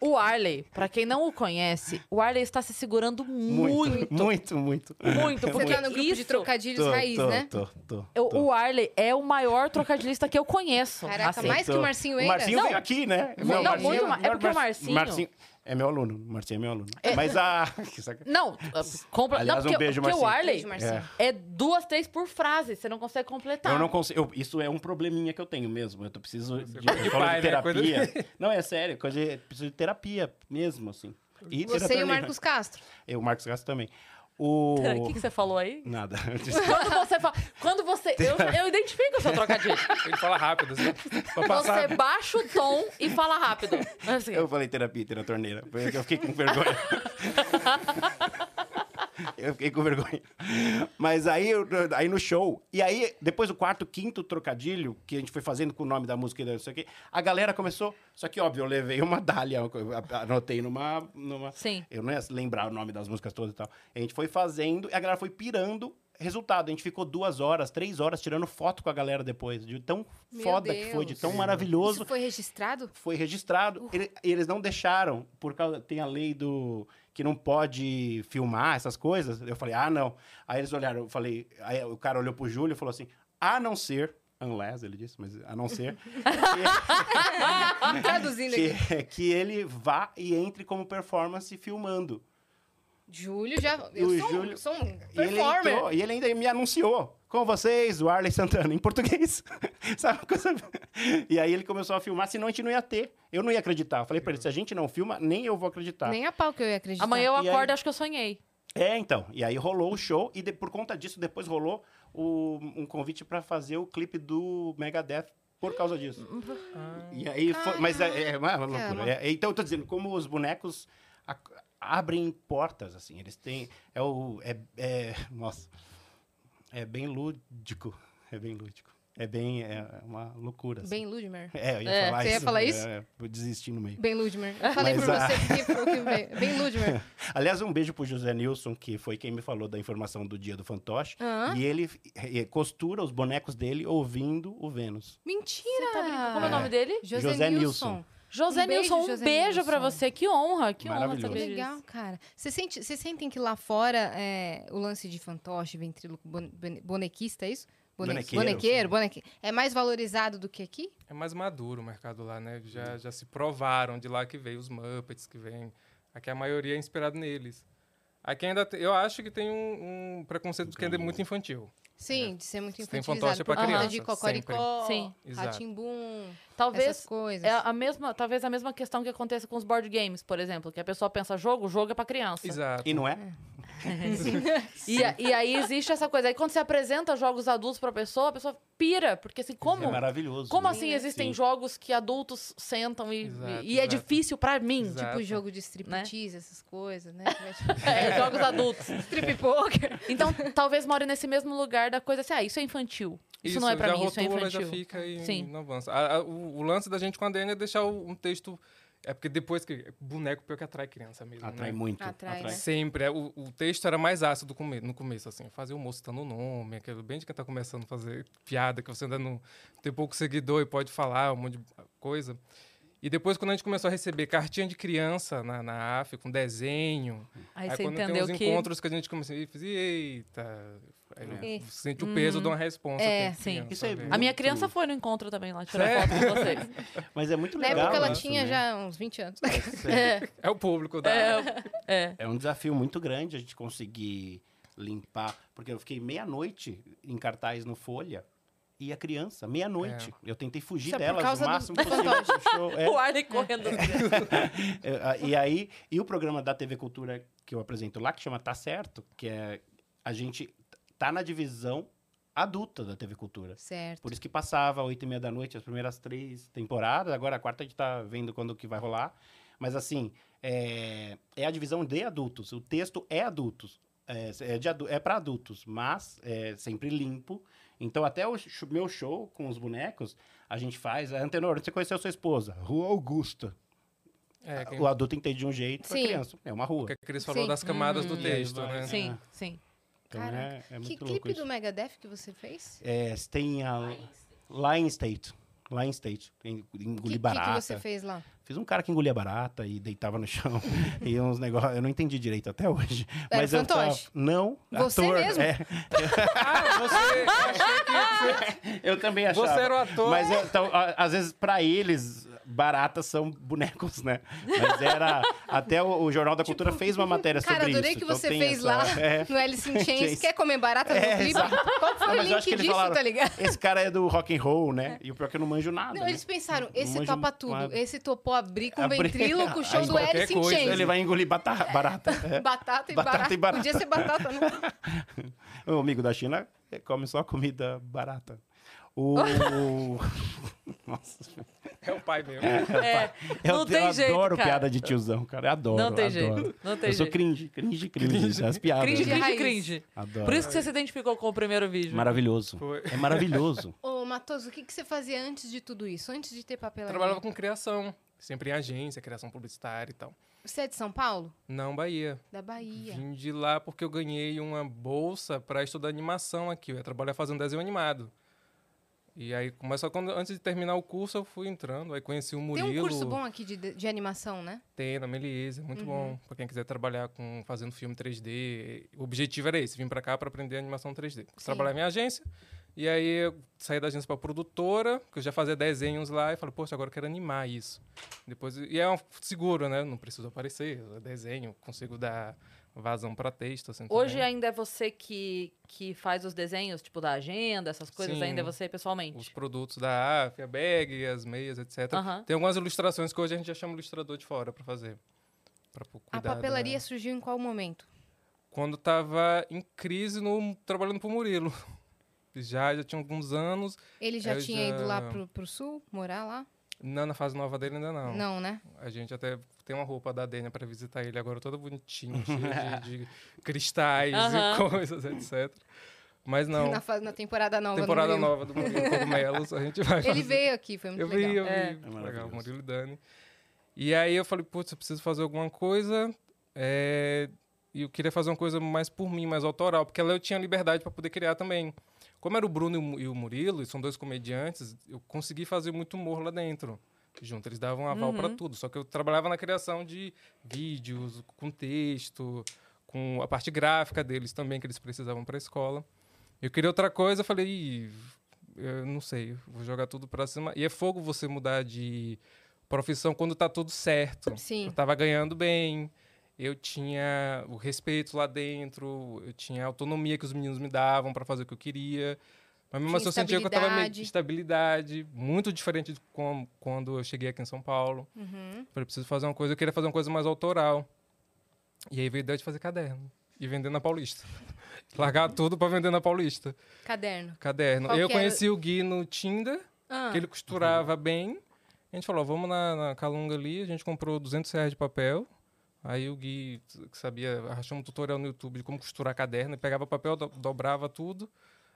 Speaker 1: O Arley, pra quem não o conhece, o Arley está se segurando muito.
Speaker 3: Muito, muito, muito.
Speaker 1: Muito,
Speaker 2: Você
Speaker 1: porque
Speaker 2: tá no grupo de
Speaker 1: isso,
Speaker 2: trocadilhos
Speaker 3: Tô,
Speaker 2: raiz,
Speaker 3: tô,
Speaker 2: né?
Speaker 3: Tô, tô,
Speaker 1: eu-
Speaker 3: tô.
Speaker 1: o Arley é o maior trocadilista que eu conheço.
Speaker 2: Caraca,
Speaker 1: assim.
Speaker 2: mais que o Marcinho Eira?
Speaker 3: Então, O Marcinho
Speaker 1: Não.
Speaker 3: veio aqui, né?
Speaker 1: Não, muito mais. É porque o Marcinho-
Speaker 3: Marcinho É meu aluno, o Marcinho é meu aluno. Mas a. que saca-
Speaker 1: Não, compra.
Speaker 3: Aliás,
Speaker 1: não,
Speaker 3: um
Speaker 1: porque,
Speaker 3: beijo,
Speaker 1: porque o
Speaker 3: Marcinho.
Speaker 1: Arley
Speaker 2: Beijo, Marcinho.
Speaker 1: é duas, três por frase. Você não consegue completar.
Speaker 3: Eu não consigo. eu- isso é um probleminha que eu tenho mesmo. Eu tô- preciso de,
Speaker 4: coisa de
Speaker 3: eu falo de
Speaker 4: pai, né? Coisa de-
Speaker 3: terapia. Não, é sério, coisa de, preciso de terapia mesmo, assim.
Speaker 2: Você
Speaker 3: E
Speaker 2: e
Speaker 3: terapia
Speaker 2: o
Speaker 3: livre.
Speaker 2: Marcos Castro.
Speaker 3: Eu, o Marcos Castro também. O.
Speaker 1: Pera, o Tá, que, que você falou aí?
Speaker 3: Nada.
Speaker 1: Quando você fala. Quando você. Eu, eu identifico o seu trocadilho.
Speaker 4: Ele fala rápido, assim. Pra passar.
Speaker 1: Você é baixa o tom e fala rápido. Assim,
Speaker 3: Eu falei terapia, tira a torneira. Foi assim que Eu fiquei com vergonha. eu fiquei com vergonha. Mas aí, eu- aí no show. E aí, depois do quarto, quinto trocadilho, que a gente foi fazendo com o nome da música e não sei o quê, a galera começou. Só que, óbvio, eu levei uma dália, eu anotei numa. numa
Speaker 1: Sim.
Speaker 3: Eu não ia lembrar o nome das músicas todas e tal. A gente foi fazendo e a galera foi pirando. Resultado, a gente ficou duas horas, três horas tirando foto com a galera depois. De tão
Speaker 2: Meu
Speaker 3: foda que foi, de
Speaker 2: Deus.
Speaker 3: tão maravilhoso
Speaker 2: Isso foi registrado?
Speaker 3: foi registrado. Ele- eles não deixaram, por causa. Tem a lei do. que não pode filmar essas coisas. Eu falei, ah, não. Aí eles olharam, eu falei. Aí o cara olhou pro Júlio e falou assim: a não ser. Unless, ele disse, mas a não ser.
Speaker 2: Traduzindo aqui.
Speaker 3: que, que ele vá e entre como performance filmando.
Speaker 2: Júlio já. Eu
Speaker 3: O
Speaker 2: sou, um-
Speaker 3: Júlio-
Speaker 2: sou um
Speaker 3: E ele
Speaker 2: performer.
Speaker 3: entrou, e ele ainda me anunciou. Com vocês, o Arley Santana, em português. Sabe uma coisa? E aí ele começou a filmar, senão a gente não ia ter. Eu não ia acreditar. Eu falei pra ele, se a gente não filma, nem eu vou acreditar.
Speaker 2: Nem a pau que eu ia acreditar.
Speaker 1: Amanhã eu
Speaker 3: E aí-
Speaker 1: acordo e acho que eu sonhei.
Speaker 3: É, então. E aí rolou o show e de- por conta disso depois rolou o- um convite pra fazer o clipe do Megadeth por causa disso.
Speaker 4: Ah,
Speaker 3: E aí foi, mas é, é uma loucura. É, então eu tô dizendo como os bonecos a- abrem portas assim, eles têm é o é, é- nossa. É bem lúdico, é bem lúdico. É bem é uma loucura assim.
Speaker 2: Bem Ludmer.
Speaker 3: É, eu ia
Speaker 1: É,
Speaker 3: falar
Speaker 2: você ia
Speaker 3: isso.
Speaker 2: falar
Speaker 3: mas,
Speaker 2: isso?
Speaker 3: é, eu desisti no meio.
Speaker 2: Bem Ludmer. Eu falei
Speaker 3: Mas
Speaker 2: por
Speaker 3: a-
Speaker 2: você porque foi o que veio. Bem Ludmer.
Speaker 3: Aliás, um beijo pro José Nilson, que foi quem me falou da informação do dia do fantoche.
Speaker 2: Hã?
Speaker 3: E ele eh, costura os bonecos dele ouvindo o Vênus.
Speaker 2: Mentira!
Speaker 1: Como é o nome dele?
Speaker 2: José,
Speaker 3: José
Speaker 2: Nilson.
Speaker 3: Nilson.
Speaker 1: José
Speaker 2: Ah, Um beijo,
Speaker 1: Nilson, um
Speaker 2: José
Speaker 1: beijo pra
Speaker 2: Nilson.
Speaker 1: você. Que honra, que honra
Speaker 3: Maravilhoso.
Speaker 1: saber disso.
Speaker 2: Legal, cara. Vocês sente, vocês sentem que lá fora é, o lance de fantoche, ventríloco, bone- bone- bonequista, é isso? Bone-
Speaker 3: Bonequeiro,
Speaker 2: Bonequeiro,
Speaker 3: sim.
Speaker 2: boneque- É mais valorizado do que aqui?
Speaker 4: É mais maduro o mercado lá, né? Já,
Speaker 1: Uhum.
Speaker 4: já se provaram de lá que veio os Muppets que vem. Aqui a maioria é inspirado neles. Aqui ainda te- eu acho que tem um, um preconceito de que ainda é muito infantil.
Speaker 3: É.
Speaker 2: Sim, de ser muito
Speaker 4: Você
Speaker 3: um
Speaker 4: tem
Speaker 2: infantilizado.
Speaker 4: fantoche pra
Speaker 2: por conta
Speaker 1: criança,
Speaker 2: de Cocoricó,
Speaker 1: sempre.
Speaker 4: Sim. Exato.
Speaker 2: Ratimbum, essas
Speaker 1: Talvez
Speaker 2: coisas.
Speaker 1: é a mesma, talvez a mesma questão que aconteça com os board games, por exemplo, que a pessoa pensa jogo, jogo é pra criança.
Speaker 4: Exato.
Speaker 3: E não é?
Speaker 1: E, a- e aí existe essa coisa. Aí quando você apresenta jogos adultos pra pessoa, a pessoa pira, porque assim, como?
Speaker 3: É maravilhoso.
Speaker 1: como
Speaker 3: né?
Speaker 1: assim existem
Speaker 3: Sim.
Speaker 1: jogos que adultos sentam e,
Speaker 4: Exato,
Speaker 1: e é
Speaker 4: exato.
Speaker 1: difícil pra mim?
Speaker 4: Exato.
Speaker 2: Tipo jogo de striptease, essas coisas, né?
Speaker 1: É, jogos adultos.
Speaker 2: Strip poker.
Speaker 1: Então, talvez more nesse mesmo lugar da coisa assim, ah, isso é infantil. Isso, não é pra
Speaker 4: já
Speaker 1: mim, isso é
Speaker 4: rotula,
Speaker 1: infantil.
Speaker 4: Já fica e
Speaker 1: Sim.
Speaker 4: não avança. A- a- o, o lance da gente com a DNA é deixar o- um texto... É porque depois que... Boneco pior que atrai criança mesmo,
Speaker 3: Atrai
Speaker 4: né?
Speaker 3: muito.
Speaker 2: Atrai, né?
Speaker 4: Sempre. é, O, o texto era mais ácido come- no começo, assim. Fazer o moço dando o nome, aquele bem de quem tá começando a fazer piada, que você ainda não tem pouco seguidor e pode falar um monte de coisa. E depois, quando a gente começou a receber cartinha de criança na, na AF, com desenho.
Speaker 1: Aí você
Speaker 4: quando
Speaker 1: entendeu
Speaker 4: tem uns
Speaker 1: que-
Speaker 4: encontros que a gente começou e fez, eita. Aí
Speaker 2: É.
Speaker 4: eu sente o peso de uma resposta.
Speaker 2: É,
Speaker 4: que
Speaker 1: Uhum. sim.
Speaker 4: criança
Speaker 3: Isso aí,
Speaker 4: vê.
Speaker 1: A minha
Speaker 3: Muito.
Speaker 1: criança foi no encontro também lá, tirar foto com vocês.
Speaker 3: Mas é muito
Speaker 2: Na
Speaker 3: legal.
Speaker 2: época ela
Speaker 3: isso,
Speaker 2: tinha
Speaker 3: né?
Speaker 2: já uns 20 anos.
Speaker 4: É o público da.
Speaker 1: É, é.
Speaker 3: É um desafio muito grande a gente conseguir limpar. Porque eu fiquei meia-noite em cartaz no Folha. E a criança, meia-noite. Eu tentei fugir
Speaker 2: Isso é por
Speaker 3: delas
Speaker 2: causa
Speaker 3: o
Speaker 2: do-
Speaker 3: máximo
Speaker 2: do
Speaker 3: possível. do show. É.
Speaker 1: O Arley correndo.
Speaker 3: É, a- e aí, e o programa da TV Cultura que eu apresento lá, que chama Tá Certo, que é a gente tá na divisão adulta da TV Cultura.
Speaker 2: Certo.
Speaker 3: Por isso que passava oito e meia da noite as primeiras três temporadas. Agora a quarta a gente tá vendo quando que vai rolar. Mas assim, é, é a divisão de adultos. O texto é adultos. É, é, de adu- é para adultos, mas é sempre limpo. Então até o sh- meu show com os bonecos, a gente faz... é, Antenor, você conheceu sua esposa? Rua Augusta.
Speaker 4: É, quem-
Speaker 3: O adulto entende de um jeito,
Speaker 2: Sim.
Speaker 3: a criança é uma
Speaker 4: o
Speaker 3: rua.
Speaker 4: que a Cris falou
Speaker 2: Sim.
Speaker 4: das camadas do
Speaker 1: Uhum.
Speaker 3: Hum.
Speaker 4: texto,
Speaker 3: E aí vai,
Speaker 4: né?
Speaker 3: né?
Speaker 1: Sim, sim.
Speaker 3: Então é, é muito
Speaker 2: que
Speaker 3: louco
Speaker 2: clipe
Speaker 3: isso.
Speaker 2: do Megadeth que você fez?
Speaker 3: É, tem a Lion State. Lion State. Tem
Speaker 2: Que,
Speaker 3: Engolir
Speaker 2: que,
Speaker 3: barata.
Speaker 2: que você fez lá?
Speaker 3: Fiz um cara que engolia barata e deitava no chão. e uns negócios. Eu não entendi direito até hoje.
Speaker 2: Era
Speaker 3: mas eu
Speaker 2: fantoche?
Speaker 3: tava- Não.
Speaker 2: Você
Speaker 3: ator,
Speaker 2: mesmo?
Speaker 3: é.
Speaker 4: Ah, você.
Speaker 3: eu também achava.
Speaker 4: Você era o ator.
Speaker 3: Mas eu- então, a- às vezes, pra eles, baratas são bonecos, né? Mas era. Até o, o Jornal da Cultura fez uma matéria sobre
Speaker 2: Tipo, Cara,
Speaker 3: isso.
Speaker 2: adorei que
Speaker 3: então
Speaker 2: você
Speaker 3: tem
Speaker 2: fez
Speaker 3: essa-
Speaker 2: lá
Speaker 3: É.
Speaker 2: no Alice in Chains.
Speaker 3: Chains.
Speaker 2: Quer comer barata no
Speaker 3: É,
Speaker 2: clipe?
Speaker 3: exato.
Speaker 2: Qual foi
Speaker 3: Não,
Speaker 2: o
Speaker 3: mas eu
Speaker 2: link
Speaker 3: acho que eles
Speaker 2: disso,
Speaker 3: falaram,
Speaker 2: tá ligado?
Speaker 3: Esse cara é do rock and roll, né? E o pior que eu não manjo nada.
Speaker 2: Não,
Speaker 3: né?
Speaker 2: eles pensaram, esse
Speaker 3: manjo
Speaker 2: topa
Speaker 3: uma-
Speaker 2: tudo. Esse topou abrir com
Speaker 3: Abrir-
Speaker 2: ventríloco, show
Speaker 3: Aí
Speaker 2: do
Speaker 4: qualquer
Speaker 2: Alice in
Speaker 4: coisa,
Speaker 2: Chains.
Speaker 3: Ele vai engolir bata- barata. É.
Speaker 2: Batata, e,
Speaker 3: Batata
Speaker 2: barata.
Speaker 3: e barata.
Speaker 2: Podia ser batata, né?
Speaker 3: O amigo da China eh, come só comida barata. O. Nossa,
Speaker 4: É o pai mesmo.
Speaker 1: É,
Speaker 3: eu,
Speaker 1: não
Speaker 3: eu
Speaker 1: tem jeito,
Speaker 3: adoro
Speaker 1: cara.
Speaker 3: piada de tiozão, cara. Eu adoro.
Speaker 1: Não tem
Speaker 3: adoro.
Speaker 1: jeito, não tem
Speaker 3: eu sou
Speaker 1: jeito.
Speaker 3: cringe, cringe, cringe. As piadas.
Speaker 1: Cringe,
Speaker 3: né?
Speaker 2: De
Speaker 1: cringe,
Speaker 2: raiz.
Speaker 1: cringe.
Speaker 3: Adoro.
Speaker 1: Por isso que você se identificou com o primeiro vídeo.
Speaker 3: Maravilhoso.
Speaker 4: Foi.
Speaker 3: É maravilhoso.
Speaker 2: Ô, Matoso, o que, que você fazia antes de tudo isso? Antes de ter papelaria?
Speaker 4: Trabalhava com criação, sempre em agência, criação publicitária e tal.
Speaker 2: Você é de São Paulo?
Speaker 4: Não, Bahia.
Speaker 2: Da Bahia.
Speaker 4: Vim de lá porque eu ganhei uma bolsa para estudar animação aqui. Eu ia trabalhar fazendo desenho animado. E aí, mas só quando, antes de terminar o curso, eu fui entrando. Aí conheci o Murilo.
Speaker 2: Tem um curso bom aqui de, de animação, né?
Speaker 4: Tem, na Meliese, é muito bom. Pra quem quiser trabalhar com fazendo filme 3D. O objetivo era esse, vim pra cá pra aprender animação 3D.
Speaker 2: Sim.
Speaker 4: Trabalhar na minha agência. E aí eu saí da agência pra produtora, que eu já fazia desenhos lá, e falei, poxa, agora eu quero animar isso. Depois, e é um seguro, né? Não preciso aparecer, eu desenho, consigo dar vazão pra texto. Assim,
Speaker 1: Hoje
Speaker 4: também.
Speaker 1: ainda é você que, que faz os desenhos, tipo, da agenda, essas coisas,
Speaker 4: Sim.
Speaker 1: ainda é você
Speaker 4: Os
Speaker 1: pessoalmente.
Speaker 4: produtos da AF, a bag, as meias, etc.
Speaker 1: Aham.
Speaker 4: Tem algumas ilustrações que hoje a gente já chama o ilustrador de fora pra fazer. Pra cuidar
Speaker 2: a
Speaker 4: da-
Speaker 2: papelaria surgiu em qual momento?
Speaker 4: quando tava em crise no trabalhando pro Murilo. Já, já tinha alguns anos.
Speaker 2: Ele já
Speaker 4: Eu
Speaker 2: tinha
Speaker 4: já-
Speaker 2: ido lá pro, pro sul, morar lá?
Speaker 4: Não, na fase nova dele ainda não.
Speaker 2: Não, né?
Speaker 4: A gente até tem uma roupa da Dênia pra visitar ele agora, toda bonitinha, cheia de, de cristais
Speaker 1: Aham.
Speaker 4: e coisas, etc. Mas não,
Speaker 2: Na, fa- na temporada nova. no
Speaker 4: temporada
Speaker 2: Murilo.
Speaker 4: nova do Murilo Cogumelos, a gente vai
Speaker 2: Ele
Speaker 4: fazer.
Speaker 2: veio aqui, foi muito
Speaker 4: Eu vi,
Speaker 2: legal.
Speaker 4: eu vi.
Speaker 1: É. É
Speaker 4: legal,
Speaker 3: maravilhoso.
Speaker 4: Murilo e Dani. E aí eu falei, putz, eu preciso fazer alguma coisa. é, E eu queria fazer uma coisa mais por mim, mais autoral, porque lá eu tinha liberdade para poder criar também. Como era o Bruno e o Mu- e o Murilo, e são dois comediantes, eu consegui fazer muito humor lá dentro. Junto, eles davam aval pra para tudo. Só que eu trabalhava na criação de vídeos, com texto, com a parte gráfica deles também, que eles precisavam para a escola. Eu queria outra coisa, eu falei, "Ih, eu não sei, eu vou jogar tudo pra cima. E é fogo você mudar de profissão quando tá tudo certo.
Speaker 2: Sim.
Speaker 4: Eu tava ganhando bem, eu tinha o respeito lá dentro, eu tinha a autonomia que os meninos me davam pra fazer o que eu queria. Mas mesmo
Speaker 2: Tinha
Speaker 4: assim eu sentia que eu tava meio
Speaker 2: estabilidade.
Speaker 4: estabilidade, muito diferente de com- quando eu cheguei aqui em São Paulo.
Speaker 2: Uhum.
Speaker 4: Falei, preciso fazer uma coisa, eu queria fazer uma coisa mais autoral. E aí veio a ideia de fazer caderno. E vender na Paulista. Largar tudo pra vender na Paulista.
Speaker 2: Caderno.
Speaker 4: Caderno.
Speaker 2: Qual
Speaker 4: eu
Speaker 2: que era?
Speaker 4: conheci o Gui no Tinder,
Speaker 2: Ah,
Speaker 4: que ele costurava bem. A gente falou, vamos na, na Calunga ali, a gente comprou 200 reais de papel. Aí o Gui, que sabia, achou um tutorial no YouTube de como costurar caderno, ele pegava papel, do- dobrava tudo,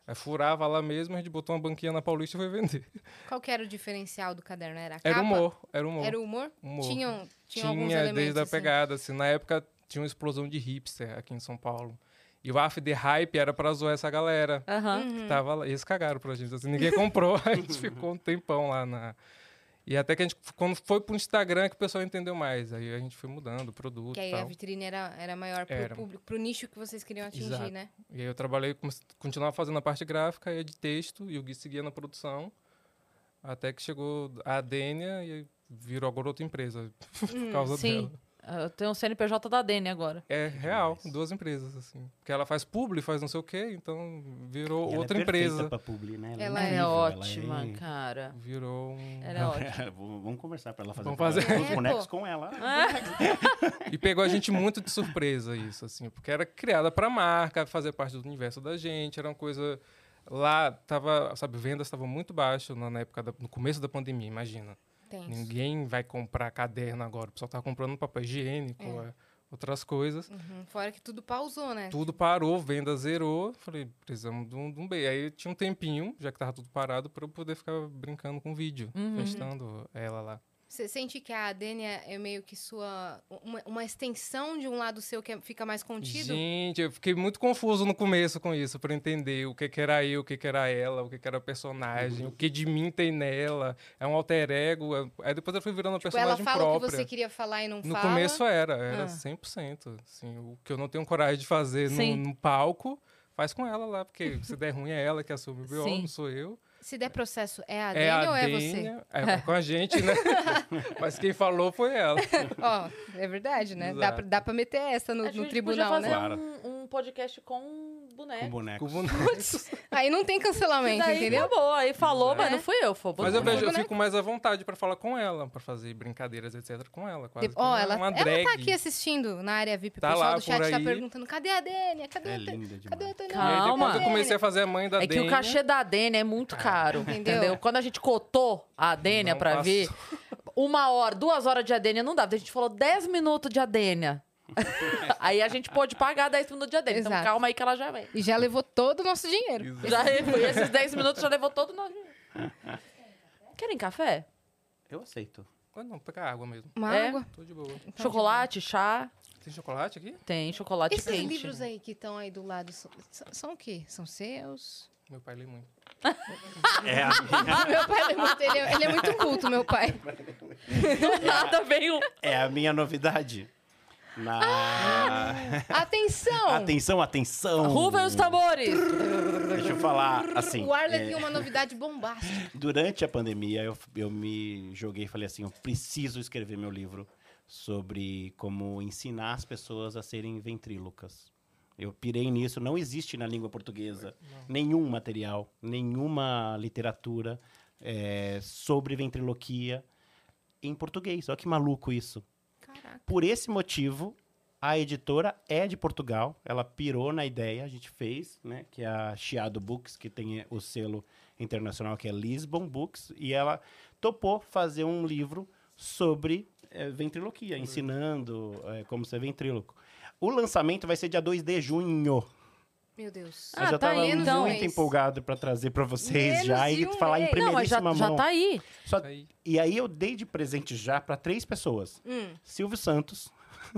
Speaker 4: aí furava lá mesmo, a gente botou uma banquinha na Paulista e foi vender.
Speaker 2: Qual que era o diferencial do caderno? Era a capa?
Speaker 4: Era humor, era humor.
Speaker 2: Era o humor?
Speaker 4: Humor.
Speaker 2: Tinham, tinham alguns
Speaker 4: Tinha,
Speaker 2: elementos
Speaker 4: desde a
Speaker 2: assim.
Speaker 4: pegada, assim. Na época tinha uma explosão de hipster aqui em São Paulo. E o AF The Hype era pra zoar essa galera
Speaker 1: Aham.
Speaker 2: Uhum.
Speaker 4: que tava lá. E eles cagaram pra gente, assim, ninguém comprou. a gente ficou um tempão lá na... E até que a gente, quando foi pro Instagram, que o pessoal entendeu mais. Aí a gente foi mudando o produto
Speaker 2: Que aí
Speaker 4: e
Speaker 2: a
Speaker 4: tal.
Speaker 2: vitrine era, era maior pro
Speaker 4: Era.
Speaker 2: público, pro nicho que vocês queriam atingir,
Speaker 4: Exato.
Speaker 2: né?
Speaker 4: E aí eu trabalhei, come- continuava fazendo a parte gráfica e a de texto, e o Gui seguia na produção. Até que chegou a Adênia e virou agora outra empresa. por
Speaker 2: Hum,
Speaker 4: causa dela.
Speaker 1: Sim. Eu tenho um CNPJ da Dene agora.
Speaker 4: É real, duas empresas, assim. Porque ela faz publi, faz não sei o quê, então
Speaker 3: E
Speaker 4: virou
Speaker 3: ela é
Speaker 4: outra
Speaker 3: perfeita
Speaker 4: empresa.
Speaker 3: pra publi, né?
Speaker 2: Ela
Speaker 1: Ela
Speaker 2: é
Speaker 1: é
Speaker 3: incrível,
Speaker 1: ótima,
Speaker 3: ela é-
Speaker 1: cara.
Speaker 4: Virou um...
Speaker 1: Ela é ótima.
Speaker 3: V- Vamos conversar pra ela fazer,
Speaker 4: Vamos fazer.
Speaker 3: pra- os
Speaker 2: É,
Speaker 3: bonecos
Speaker 2: pô.
Speaker 3: com ela.
Speaker 1: Ah,
Speaker 4: E pegou a gente muito de surpresa isso, assim. Porque era criada pra marca, fazer parte do universo da gente, era uma coisa... Lá, tava, sabe, vendas estavam muito baixas na, na época, da- no começo da pandemia, imagina.
Speaker 2: Tem.
Speaker 4: Ninguém vai comprar caderno agora, o pessoal tava comprando um papel higiênico, é, outras coisas.
Speaker 2: Uhum, Fora que tudo pausou, né?
Speaker 4: Tudo parou, venda zerou. Falei, precisamos de um, de um beijo. Aí eu tinha um tempinho, já que tava tudo parado, pra eu poder ficar brincando com o vídeo, testando ela lá.
Speaker 2: Você sente que a Adênia é meio que sua. Uma, uma extensão de um lado seu que é- fica mais contido?
Speaker 4: Gente, eu fiquei muito confuso no começo com isso, pra entender o que, que era eu, o que, que era ela, o que, que era a personagem, o que de mim tem nela. É um alter ego. é- Aí depois eu fui virando uma
Speaker 2: Tipo, ela
Speaker 4: personagem
Speaker 2: fala
Speaker 4: própria.
Speaker 2: o que você queria falar e não
Speaker 4: No
Speaker 2: fala.
Speaker 4: começo era, era
Speaker 2: Ah.
Speaker 4: 100%. Assim, o que eu não tenho coragem de fazer
Speaker 1: Sim.
Speaker 4: num, num palco, faz com ela lá, porque se der ruim é ela que assume o BO,
Speaker 1: Sim.
Speaker 4: não sou eu.
Speaker 2: Se der processo, é a
Speaker 4: é
Speaker 2: Dani ou
Speaker 4: a
Speaker 2: é você?
Speaker 4: Dênia, é com a gente, né? Mas quem falou foi ela.
Speaker 2: Ó, é verdade, né? Dá pra,
Speaker 4: Exato.
Speaker 2: dá pra meter essa no,
Speaker 1: A gente
Speaker 2: no tribunal,
Speaker 1: podia
Speaker 2: né?
Speaker 1: fazer
Speaker 3: Claro.
Speaker 1: um, um podcast com um
Speaker 3: com
Speaker 1: boneco.
Speaker 4: Com o
Speaker 3: bonecos.
Speaker 4: boneco.
Speaker 2: Aí não tem
Speaker 1: E
Speaker 2: cancelamento,
Speaker 1: daí
Speaker 2: entendeu?
Speaker 1: acabou, aí falou, mas
Speaker 2: É.
Speaker 1: não fui eu, foi o
Speaker 4: Mas eu,
Speaker 1: boneco.
Speaker 4: vejo, eu
Speaker 2: boneco.
Speaker 4: fico mais à vontade pra falar com ela, pra fazer brincadeiras, etc, com ela. Quase
Speaker 2: De-
Speaker 4: que
Speaker 2: Tipo, Ó,
Speaker 4: uma-
Speaker 2: ela,
Speaker 4: uma
Speaker 2: ela
Speaker 4: drag.
Speaker 2: tá aqui assistindo na área VIP. O
Speaker 4: Tá
Speaker 2: pessoal
Speaker 4: lá
Speaker 2: do chat
Speaker 4: por
Speaker 2: tá
Speaker 4: aí.
Speaker 2: perguntando: cadê a Dênia? Cadê
Speaker 3: É
Speaker 2: a Dênia?
Speaker 3: linda
Speaker 2: Cadê a
Speaker 3: demais.
Speaker 2: Tânia?
Speaker 4: E aí
Speaker 1: Calma.
Speaker 4: depois eu comecei a fazer a mãe da né?
Speaker 1: É que o
Speaker 4: Dênia.
Speaker 1: cachê da Adênia é muito caro,
Speaker 2: Entendeu?
Speaker 1: entendeu? Quando a gente cotou a Adênia
Speaker 4: Não
Speaker 1: pra
Speaker 4: passou.
Speaker 1: vir, uma hora, duas horas de Adênia não dava. A gente falou 10 minutos de Adênia. aí a gente pôde pagar 10 minutos de Adênia. Então
Speaker 2: Exato.
Speaker 1: calma aí que ela já vem.
Speaker 2: E já levou todo o nosso dinheiro.
Speaker 1: Já, esses 10 minutos já levou todo o nosso dinheiro. Querem café?
Speaker 3: Eu aceito.
Speaker 4: Ah, não, pegar água mesmo.
Speaker 2: Uma
Speaker 1: É?
Speaker 3: tá
Speaker 2: água.
Speaker 4: Tô de boa.
Speaker 1: Chocolate, chá?
Speaker 4: Tem chocolate aqui?
Speaker 1: Tem, chocolate
Speaker 2: Esses
Speaker 1: quente.
Speaker 2: livros aí que estão aí do lado são, são- são o quê? São seus?
Speaker 4: Meu pai lê muito.
Speaker 3: É,
Speaker 2: meu pai ele é muito, ele é, ele é muito culto, meu pai. né?
Speaker 1: Do nada um veio...
Speaker 3: é a minha novidade. Na...
Speaker 1: Ah,
Speaker 2: Atenção!
Speaker 3: Atenção, atenção.
Speaker 1: Ruvem os tambores!
Speaker 3: Deixa eu falar assim.
Speaker 2: o Arlen
Speaker 3: é,
Speaker 2: tem uma novidade bombástica.
Speaker 3: Durante a pandemia, eu, eu me joguei e falei assim: eu preciso escrever meu livro sobre como ensinar as pessoas a serem ventrílocas. Eu pirei nisso, não existe na língua portuguesa nenhum material, nenhuma literatura é, sobre ventriloquia em português. Olha que maluco isso.
Speaker 2: Caraca.
Speaker 3: Por esse motivo, a editora é de Portugal, ela pirou na ideia, a gente fez, né? Que é a Chiado Books, que tem é, o selo internacional que é Lisbon Books, e ela topou fazer um livro sobre eh, ventriloquia, ensinando eh, como ser ventríloco. O lançamento vai ser dia 2 de junho.
Speaker 2: Meu Deus.
Speaker 1: Ah,
Speaker 3: eu já
Speaker 1: tá
Speaker 3: estava
Speaker 1: aí,
Speaker 3: muito
Speaker 1: então.
Speaker 2: Mês.
Speaker 3: empolgado para trazer para vocês
Speaker 2: Menos
Speaker 3: já
Speaker 2: de
Speaker 3: e
Speaker 2: um
Speaker 3: falar em
Speaker 2: mês.
Speaker 1: Não, mas já,
Speaker 3: primeiríssima
Speaker 1: já
Speaker 3: mão.
Speaker 1: tá aí.
Speaker 3: Só-
Speaker 4: Aí,
Speaker 3: e aí eu dei de presente já para três pessoas.
Speaker 2: Hum.
Speaker 3: Silvio Santos,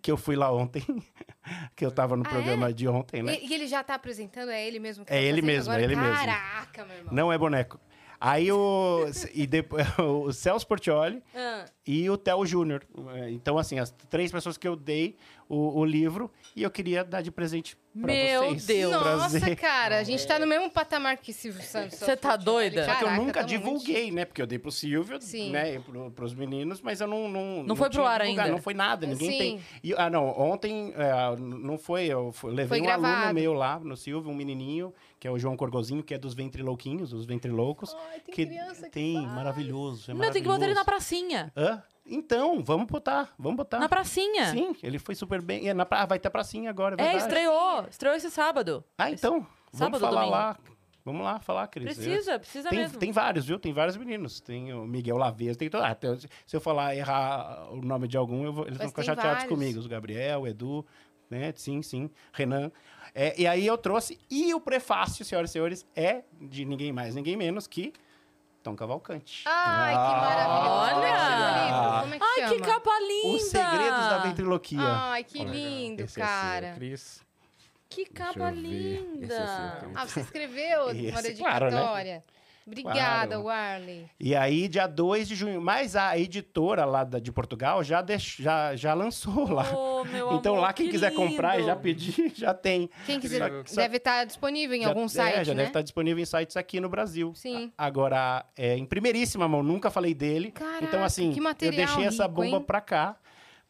Speaker 3: que eu fui lá ontem, que eu tava no
Speaker 2: Ah,
Speaker 3: programa de ontem, né?
Speaker 2: E, e ele já tá apresentando? É ele mesmo que
Speaker 3: É
Speaker 2: tá
Speaker 3: ele
Speaker 2: fazendo
Speaker 3: mesmo,
Speaker 2: agora?
Speaker 3: é ele mesmo.
Speaker 2: Caraca, meu irmão.
Speaker 3: Não é boneco. Aí o, e depois, o Celso Portioli
Speaker 2: Ah,
Speaker 3: e o Theo Júnior. Então, assim, as três pessoas que eu dei o, o livro e eu queria dar de presente pra
Speaker 1: Meu
Speaker 3: vocês.
Speaker 1: Deus.
Speaker 2: Nossa,
Speaker 3: Trazer.
Speaker 2: cara, a gente tá no mesmo patamar que Silvio Santos.
Speaker 1: Você tá doida?
Speaker 3: Só É que eu
Speaker 2: Caraca,
Speaker 3: nunca
Speaker 2: tamo
Speaker 3: divulguei, né? Porque eu dei pro Silvio,
Speaker 2: Sim.
Speaker 3: né? E pro, pros meninos, mas eu não. Não,
Speaker 1: foi pro
Speaker 3: tinha
Speaker 1: ar
Speaker 3: divulgado,
Speaker 1: ainda.
Speaker 3: Não foi nada, ninguém
Speaker 2: Sim.
Speaker 3: tem. E- ah, não, ontem é, não foi. Eu fu- levei
Speaker 2: Foi
Speaker 3: um
Speaker 2: gravado.
Speaker 3: aluno meu lá no Silvio, um menininho, que é o João Corgozinho, que é dos ventrilouquinhos, os ventriloucos.
Speaker 2: Ai, tem
Speaker 3: que
Speaker 2: criança que
Speaker 3: tem,
Speaker 2: faz.
Speaker 3: maravilhoso. É
Speaker 1: Meu, tem que botar ele na
Speaker 3: maravilhoso.
Speaker 1: pracinha.
Speaker 3: Hã? Então, vamos botar, vamos botar.
Speaker 1: Na pracinha.
Speaker 3: Tá. Sim, ele foi super bem. É, na pra... ah, vai ter pracinha agora, é
Speaker 1: É,
Speaker 3: verdade.
Speaker 1: estreou. Estreou esse sábado.
Speaker 3: Ah, então,
Speaker 1: Sábado,
Speaker 3: vamos falar
Speaker 1: domingo.
Speaker 3: lá. Vamos lá falar, Cris. Eu-
Speaker 1: Precisa, precisa
Speaker 3: tem,
Speaker 1: é mesmo.
Speaker 3: tem vários, viu? Tem vários meninos. Tem o Miguel Laveza, tem todo. ah, tem- se eu falar errar o nome de algum, eu vou- eles
Speaker 2: Mas
Speaker 3: vão ficar
Speaker 2: tem
Speaker 3: chateados
Speaker 2: vários.
Speaker 3: comigo. Os Gabriel, o Edu, né? Sim, sim. Renan. É, e aí eu trouxe. E o prefácio, senhoras e senhores, é de ninguém mais, ninguém menos que Tom Cavalcante.
Speaker 2: Ai, que maravilhoso. Como é que chama o livro? Como é Ah, que
Speaker 1: Ai,
Speaker 2: chama?
Speaker 1: que capa linda!
Speaker 3: Os segredos da ventriloquia.
Speaker 1: Ah.
Speaker 2: Ai, que lindo,
Speaker 3: Esse é seu,
Speaker 2: cara.
Speaker 3: Cris.
Speaker 1: Que
Speaker 3: Deixa
Speaker 1: caba
Speaker 3: eu ver. Esse é seu,
Speaker 1: linda!
Speaker 3: Cris.
Speaker 2: Ah, você escreveu
Speaker 3: Esse,
Speaker 2: uma
Speaker 3: claro, né?
Speaker 2: dedicatória. Obrigada,
Speaker 3: Claro.
Speaker 2: Warley.
Speaker 3: E aí, dia 2 de junho. Mas a editora lá da- de Portugal já, deix, já, já lançou lá.
Speaker 1: Ô, meu
Speaker 3: então
Speaker 1: amor,
Speaker 3: lá, quem
Speaker 1: que
Speaker 3: quiser comprar e
Speaker 1: lindo.
Speaker 3: já pedir, já tem.
Speaker 2: Quem quiser
Speaker 4: Incrível.
Speaker 2: deve estar disponível em
Speaker 3: já,
Speaker 2: algum site,
Speaker 3: É, já
Speaker 2: né?
Speaker 3: deve estar disponível em sites aqui no Brasil.
Speaker 2: Sim.
Speaker 3: A- Agora, é, em primeiríssima mão, nunca falei dele.
Speaker 2: Caraca,
Speaker 3: então, assim,
Speaker 2: que
Speaker 3: eu
Speaker 2: material
Speaker 3: deixei essa
Speaker 2: rico, hein?
Speaker 3: bomba pra cá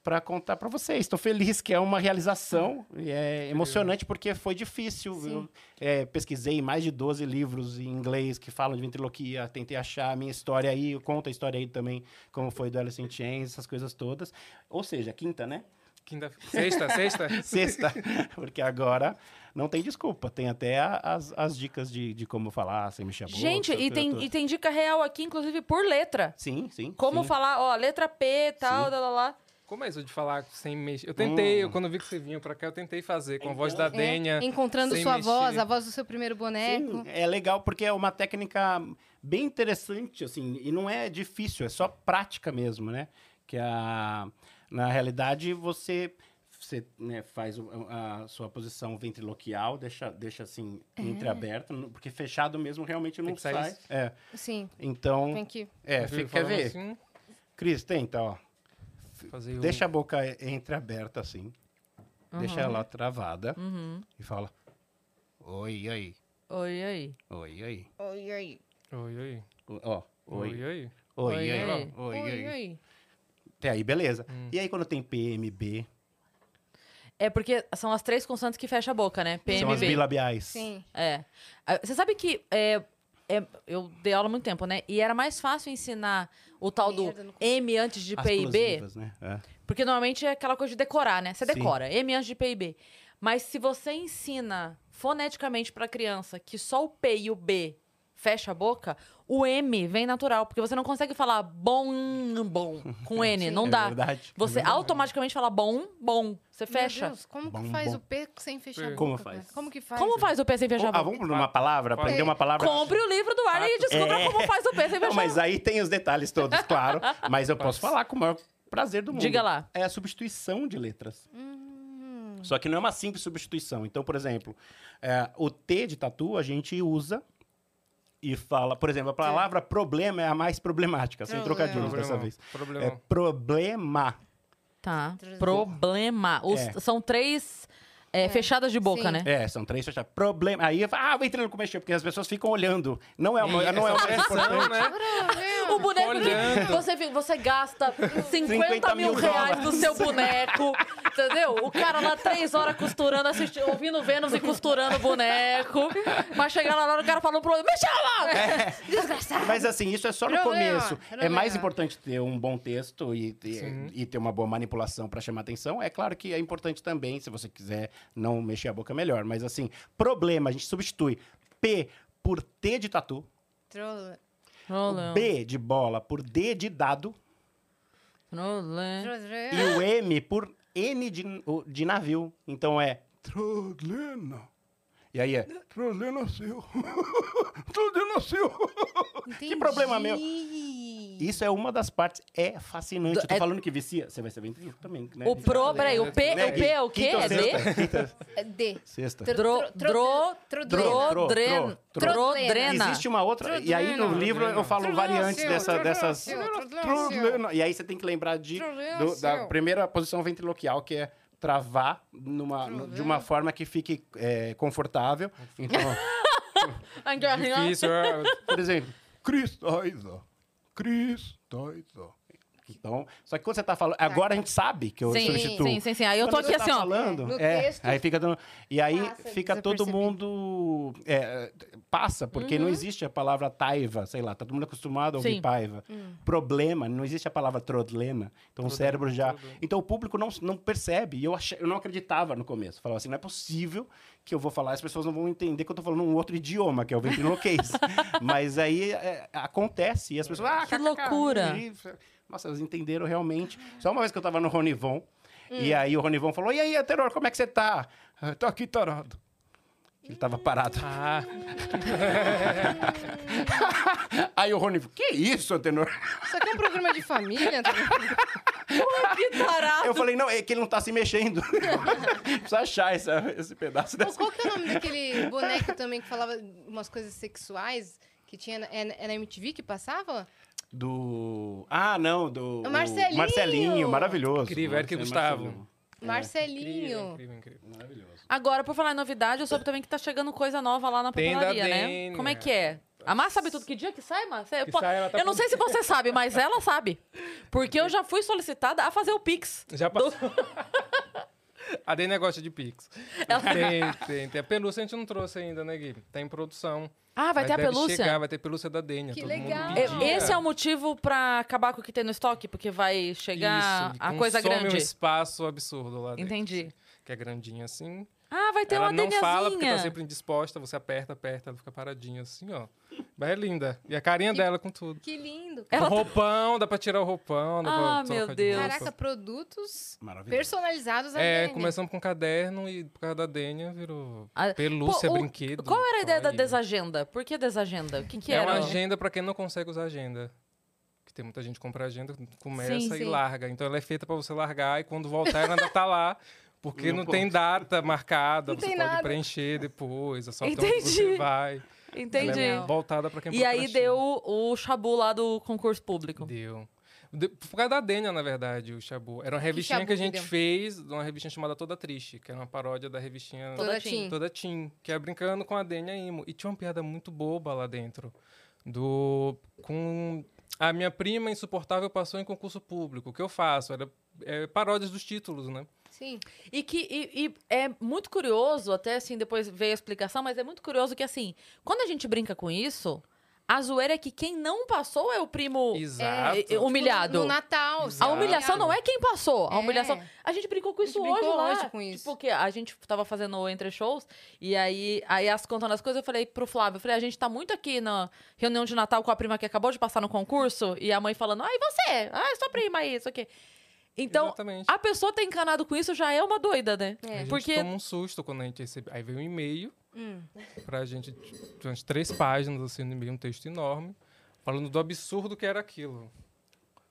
Speaker 3: pra contar pra vocês. Estou feliz que é uma realização e é emocionante porque foi difícil.
Speaker 2: Sim.
Speaker 3: Eu é, pesquisei mais de 12 livros em inglês que falam de ventriloquia, tentei achar a minha história aí, eu conto a história aí também, como foi do Alice in Chains, essas coisas todas. Ou seja, quinta, né?
Speaker 4: quinta, sexta, sexta.
Speaker 3: sexta, porque agora não tem desculpa. Tem até a- as, as dicas de, de como falar sem mexer a boca.
Speaker 1: Gente,
Speaker 3: essas
Speaker 1: e
Speaker 3: coisas
Speaker 1: tem,
Speaker 3: todas.
Speaker 1: e tem dica real aqui, inclusive por letra.
Speaker 3: Sim, sim.
Speaker 1: Como
Speaker 3: sim.
Speaker 1: falar, ó, letra P e tal,
Speaker 3: Sim.
Speaker 1: lá, lá, lá.
Speaker 4: Como é isso de falar sem mexer? Eu
Speaker 3: Hum.
Speaker 4: tentei, eu, quando eu vi que você vinha pra cá, eu tentei fazer com a voz
Speaker 3: Então-
Speaker 4: da Dênia.
Speaker 2: É, encontrando
Speaker 4: sem
Speaker 2: sua
Speaker 4: mexer.
Speaker 2: voz, a voz do seu primeiro
Speaker 1: né,
Speaker 3: Sim,
Speaker 2: boneco.
Speaker 3: é legal porque é uma técnica bem interessante, assim, e não é difícil, é só prática mesmo, né? Que a, na realidade você, você né, faz o- a sua posição ventriloquial, deixa, deixa assim,
Speaker 1: É.
Speaker 3: entreaberta, porque fechado mesmo realmente não
Speaker 4: que sair
Speaker 3: sai.
Speaker 4: isso.
Speaker 3: É,
Speaker 2: Sim,
Speaker 3: então,
Speaker 2: vem aqui.
Speaker 3: é,
Speaker 4: Eu vi
Speaker 3: fica- quer
Speaker 4: falando
Speaker 3: ver?
Speaker 4: assim,
Speaker 3: Cris, tenta, ó.
Speaker 4: fazer um-" o-
Speaker 3: Deixa a boca entreaberta assim. Deixa ela travada
Speaker 1: Uhum.
Speaker 3: e fala. Oi, oi.
Speaker 1: Oi, oi.
Speaker 3: Oi, oi.
Speaker 2: Oi, oi.
Speaker 4: Oi, oi.
Speaker 3: O- Ó. Oi,
Speaker 4: Oi, oi.
Speaker 1: Oi,
Speaker 3: oi, oi.
Speaker 1: oi.
Speaker 3: Oi,
Speaker 2: Oi,
Speaker 3: oi.
Speaker 2: oi.
Speaker 3: Até aí, beleza. E aí, quando tem PMB,
Speaker 1: É porque são as três constantes que fecha a boca, né? PMB.
Speaker 3: são as bilabiais.
Speaker 2: Sim.
Speaker 1: É. Ah, Você sabe que é, é, eu dei aula há muito tempo, né? E era mais fácil ensinar o tal
Speaker 2: Merda, não
Speaker 1: do M antes de
Speaker 3: As
Speaker 1: PIB.
Speaker 3: plosivas, né? É.
Speaker 1: Porque normalmente é aquela coisa de decorar, né? Você
Speaker 3: Sim.
Speaker 1: decora, M antes de P e B. Mas se você ensina foneticamente pra criança que só o P e o B fecha a boca, o M vem natural, porque você não consegue falar bom, bom com N,
Speaker 2: Sim.
Speaker 1: não
Speaker 3: É
Speaker 1: dá.
Speaker 3: verdade.
Speaker 1: você automaticamente fala bom, bom, você fecha.
Speaker 2: Meu Deus, como
Speaker 3: Bom,
Speaker 2: que faz
Speaker 3: bom.
Speaker 2: o P sem fechar a
Speaker 4: Sim.
Speaker 2: boca?
Speaker 3: Como
Speaker 2: cara?
Speaker 3: faz?
Speaker 2: Como que faz?
Speaker 1: Como faz o P sem fechar a
Speaker 3: Ah,
Speaker 1: boca?
Speaker 3: vamos numa palavra? Aprender uma palavra?
Speaker 1: Compre o livro do Arlen e descubra
Speaker 3: É.
Speaker 1: como faz o P sem fechar
Speaker 3: Não,
Speaker 1: a
Speaker 3: mas
Speaker 1: boca.
Speaker 3: aí tem os detalhes todos, claro. Mas eu posso falar com o maior prazer do mundo.
Speaker 1: Diga lá.
Speaker 3: É a substituição de letras.
Speaker 2: Hum,
Speaker 3: Só que não é uma simples substituição. Então, por exemplo, é, o T de tatu a gente usa e fala... Por exemplo, a palavra problema é a mais problemática. Sem
Speaker 2: Problema.
Speaker 3: trocadilhos dessa
Speaker 4: Problemão,
Speaker 3: vez. É
Speaker 4: problemão.
Speaker 3: problema.
Speaker 1: Tá.
Speaker 2: Três-
Speaker 1: Problema. Os-
Speaker 3: É.
Speaker 1: São três é, fechadas de boca,
Speaker 2: Sim.
Speaker 1: né?
Speaker 3: É, são três fechadas. Problema. Aí, eu falo, ah, vou entrando com mexer, porque as pessoas ficam olhando. Não é, uma,
Speaker 4: Ih,
Speaker 3: não é o
Speaker 4: essa
Speaker 3: mais
Speaker 4: pressão,
Speaker 3: importante.
Speaker 4: né?
Speaker 1: O boneco que
Speaker 4: olhando.
Speaker 1: você, fica- você gasta 50
Speaker 3: 50
Speaker 1: mil
Speaker 3: mil
Speaker 1: reais no seu boneco, entendeu? O cara lá três horas costurando, assistindo, ouvindo Vênus e costurando o boneco. Mas chegar lá na hora, o cara falando pro outro, me chama!
Speaker 3: É.
Speaker 2: Desgraçado.
Speaker 3: Mas assim, isso é só no
Speaker 2: Problema,
Speaker 3: começo. É
Speaker 2: problema.
Speaker 3: mais importante ter um bom texto e, e-
Speaker 4: Sim.
Speaker 3: e ter uma boa manipulação para chamar atenção. É claro que é importante também, se você quiser não mexer a boca, melhor. Mas assim, problema, a gente substitui P por T de tatu,
Speaker 2: Trole-
Speaker 3: B de bola por D de dado
Speaker 2: trole-
Speaker 3: e o M por N de, o- de navio. Então é Trolena. E aí é Trolena seu. Trolena seu.
Speaker 2: Entendi.
Speaker 3: problema meu? Isso é uma das partes. É fascinante. Eu tô
Speaker 1: É-
Speaker 3: falando que vicia. Você vai ser ventríloco também, né?
Speaker 1: O pro, peraí, o P,
Speaker 3: Né?
Speaker 1: o P é o quê?
Speaker 3: Quinta ou
Speaker 1: É D?
Speaker 3: sexta? Quinta,
Speaker 2: É D.
Speaker 3: sexta.
Speaker 2: Tro-
Speaker 1: Dro,
Speaker 2: tro-
Speaker 1: dro,
Speaker 2: tro-
Speaker 1: dro,
Speaker 3: tro-
Speaker 1: dren-
Speaker 3: tro-
Speaker 1: drodrena.
Speaker 3: Existe uma outra. E aí no
Speaker 2: Trolena.
Speaker 3: livro eu falo
Speaker 2: Trolena
Speaker 3: variantes
Speaker 2: seu,
Speaker 3: dessa,
Speaker 2: Trolena
Speaker 3: dessas.
Speaker 2: seu, Trolena
Speaker 3: Trolena. E aí você tem que lembrar de,
Speaker 2: Trolena
Speaker 3: do- da
Speaker 2: seu.
Speaker 3: primeira posição ventriloquial, que é travar numa,
Speaker 2: Trolena.
Speaker 3: de uma forma que fique é, confortável. Então,
Speaker 4: Difícil, é.
Speaker 3: por exemplo, Cristoiso. Cristoiso. Então, só que quando você tá falando. Agora a gente sabe que eu
Speaker 1: Sim,
Speaker 3: substituo.
Speaker 1: sim, sim, sim. Aí eu tô
Speaker 3: Quando
Speaker 1: aqui
Speaker 3: você tá
Speaker 1: assim, ó.
Speaker 3: falando,
Speaker 2: No
Speaker 3: é,
Speaker 2: texto,
Speaker 3: aí fica dando- e aí
Speaker 2: passa
Speaker 3: fica todo
Speaker 2: desapercebido.
Speaker 3: mundo é, passa porque não existe a palavra taiva, sei lá, tá todo mundo acostumado a ouvir
Speaker 1: Uhum. Sim.
Speaker 3: paiva.
Speaker 2: Hum.
Speaker 3: Problema, não existe a palavra trodlena. Então o cérebro já, então o público não, não percebe. E eu achei- eu não acreditava no começo. Falava assim, não é possível que eu vou falar, as pessoas não vão entender que eu tô falando um outro idioma, que é o ventriloquês. Mas aí é, acontece e as pessoas, ah,
Speaker 1: Que loucura.
Speaker 3: e- Nossa, elas entenderam realmente. Só uma vez que eu tava no Ronivon, e
Speaker 2: Hum.
Speaker 3: aí o Ronivon falou: E aí, Teror, como é que você tá? "Ah, Tô aqui, tarado. Ele tava parado.
Speaker 4: Ah,
Speaker 3: Aí o Ronivon, que isso, Antenor?
Speaker 2: Isso aqui é um programa de família,
Speaker 4: tá
Speaker 2: Antônio?
Speaker 1: Que
Speaker 2: Ah,
Speaker 1: tarado.
Speaker 3: Eu falei, não, é que ele não tá se mexendo. Precisa achar essa- esse pedaço
Speaker 2: Pô,
Speaker 3: dessa.
Speaker 2: Qual que é o nome daquele boneco também que falava umas coisas sexuais que tinha na, é na- é na MTV que passava?
Speaker 3: Do. Ah, não, do.
Speaker 2: O Marcelinho.
Speaker 3: Marcelinho, maravilhoso.
Speaker 4: Incrível, Eric
Speaker 3: Marcelo-
Speaker 4: Gustavo.
Speaker 3: Marcelinho.
Speaker 4: É, incrível,
Speaker 2: Marcelinho.
Speaker 4: incrível, incrível.
Speaker 3: Maravilhoso.
Speaker 1: Agora, por falar em novidade, eu soube também que tá chegando coisa nova lá na
Speaker 4: Tem da
Speaker 1: papelaria, né?
Speaker 4: Dênia.
Speaker 1: Como é que é? A Mar sabe tudo que dia que sai, Mar? Cê-
Speaker 4: Que
Speaker 1: pô,
Speaker 4: sai, ela tá
Speaker 1: eu não
Speaker 4: com-
Speaker 1: sei se você sabe, mas ela sabe. Porque eu já fui solicitada a fazer o Pix.
Speaker 4: Já passou. A Dei negócio de Pix.
Speaker 1: É
Speaker 4: Tem, tem, tem. A pelúcia a gente não trouxe ainda, né, Gui? Tá em produção.
Speaker 1: Ah, vai
Speaker 4: Mas
Speaker 1: ter a
Speaker 4: deve
Speaker 1: pelúcia?
Speaker 4: Chegar, um vai ter pelúcia da Dênia.
Speaker 2: Que
Speaker 4: todo
Speaker 2: legal.
Speaker 4: Mundo
Speaker 1: É,
Speaker 4: pedia.
Speaker 1: Esse é o motivo pra acabar com o que tem no estoque, porque vai chegar
Speaker 4: Isso,
Speaker 1: a coisa
Speaker 4: consome
Speaker 1: grande.
Speaker 4: um espaço absurdo lá dentro.
Speaker 1: Entendi.
Speaker 4: assim, Que é grandinho assim.
Speaker 1: Ah, vai ter
Speaker 4: ela
Speaker 1: uma
Speaker 4: não fala porque tá
Speaker 1: deniazinha.
Speaker 4: sempre indisposta. Você aperta, aperta, ela fica paradinha assim, ó. Mas é linda. E a carinha dela com tudo.
Speaker 2: Que lindo.
Speaker 1: Ela
Speaker 4: O roupão, dá pra tirar o roupão. Dá
Speaker 1: Ah,
Speaker 4: pra trocar
Speaker 1: meu
Speaker 4: de
Speaker 1: É Deus.
Speaker 4: roupa.
Speaker 2: Caraca, produtos
Speaker 3: Maravilhoso.
Speaker 2: personalizados. à
Speaker 4: É,
Speaker 2: Dani.
Speaker 4: começamos com caderno e por causa da Dênia virou
Speaker 1: Ah,
Speaker 4: pelúcia,
Speaker 1: pô, o-
Speaker 4: brinquedo.
Speaker 1: Qual era a ideia da
Speaker 4: toy.
Speaker 1: desagenda? Por que desagenda? O que que
Speaker 4: né? é
Speaker 1: era?
Speaker 4: uma agenda pra quem não consegue usar agenda. Que tem muita gente que compra agenda, começa
Speaker 2: Sim,
Speaker 4: e
Speaker 2: sim.
Speaker 4: larga. Então ela é feita pra você largar e quando voltar ela ainda tá lá. Porque
Speaker 3: Não
Speaker 4: não, tem data marcada,
Speaker 2: Não
Speaker 4: você
Speaker 2: tem
Speaker 4: pode
Speaker 2: nada.
Speaker 4: preencher depois, é só até onde
Speaker 1: Entendi.
Speaker 4: você vai. Ela
Speaker 1: Entendi.
Speaker 4: é voltada pra quem
Speaker 1: E aí
Speaker 4: procrastina.
Speaker 1: deu o chabu lá do concurso público.
Speaker 4: Deu. De- Por causa da Dênia, na verdade, o Shabu. Era uma revistinha que,
Speaker 2: Shabu
Speaker 4: a
Speaker 2: que
Speaker 4: gente
Speaker 2: deu?
Speaker 4: fez, uma revistinha chamada Toda Triste, que era uma paródia da revistinha
Speaker 1: Toda
Speaker 2: Toda
Speaker 1: teen.
Speaker 2: teen.
Speaker 4: toda Tim, que é brincando com a Dênia Imo. E tinha uma piada muito boba lá dentro. Do. Com. A minha prima insuportável passou em concurso público. O que eu faço? Era é, paródias dos títulos, né?
Speaker 2: Sim.
Speaker 1: E que e- e é muito curioso, até assim, depois veio a explicação, mas é muito curioso que assim, quando a gente brinca com isso, a zoeira é que quem não passou é o primo
Speaker 4: Exato.
Speaker 1: é, humilhado.
Speaker 2: No, no Natal.
Speaker 1: A
Speaker 4: Exato.
Speaker 1: humilhação não é quem passou. A
Speaker 2: É.
Speaker 1: humilhação. A gente brincou com
Speaker 2: A gente
Speaker 1: isso hoje
Speaker 2: brincou
Speaker 1: lá.
Speaker 2: hoje com isso.
Speaker 1: Porque a gente tava fazendo o entre shows e aí, aí as contando as coisas, eu falei pro Flávio, eu falei, a gente tá muito aqui na reunião de Natal com a prima que acabou de passar no concurso e a mãe falando: "Ah, e você? Ah, é sua prima aí, isso aqui". Então,
Speaker 4: Exatamente.
Speaker 1: a pessoa ter encanado com isso já é uma doida, né?
Speaker 4: A
Speaker 2: É.
Speaker 4: gente
Speaker 1: porque-
Speaker 4: toma um susto quando a gente recebe. Aí veio um e-mail
Speaker 2: Hum.
Speaker 4: pra gente, de umas três páginas, assim, no e-mail, um texto enorme, falando do absurdo que era aquilo.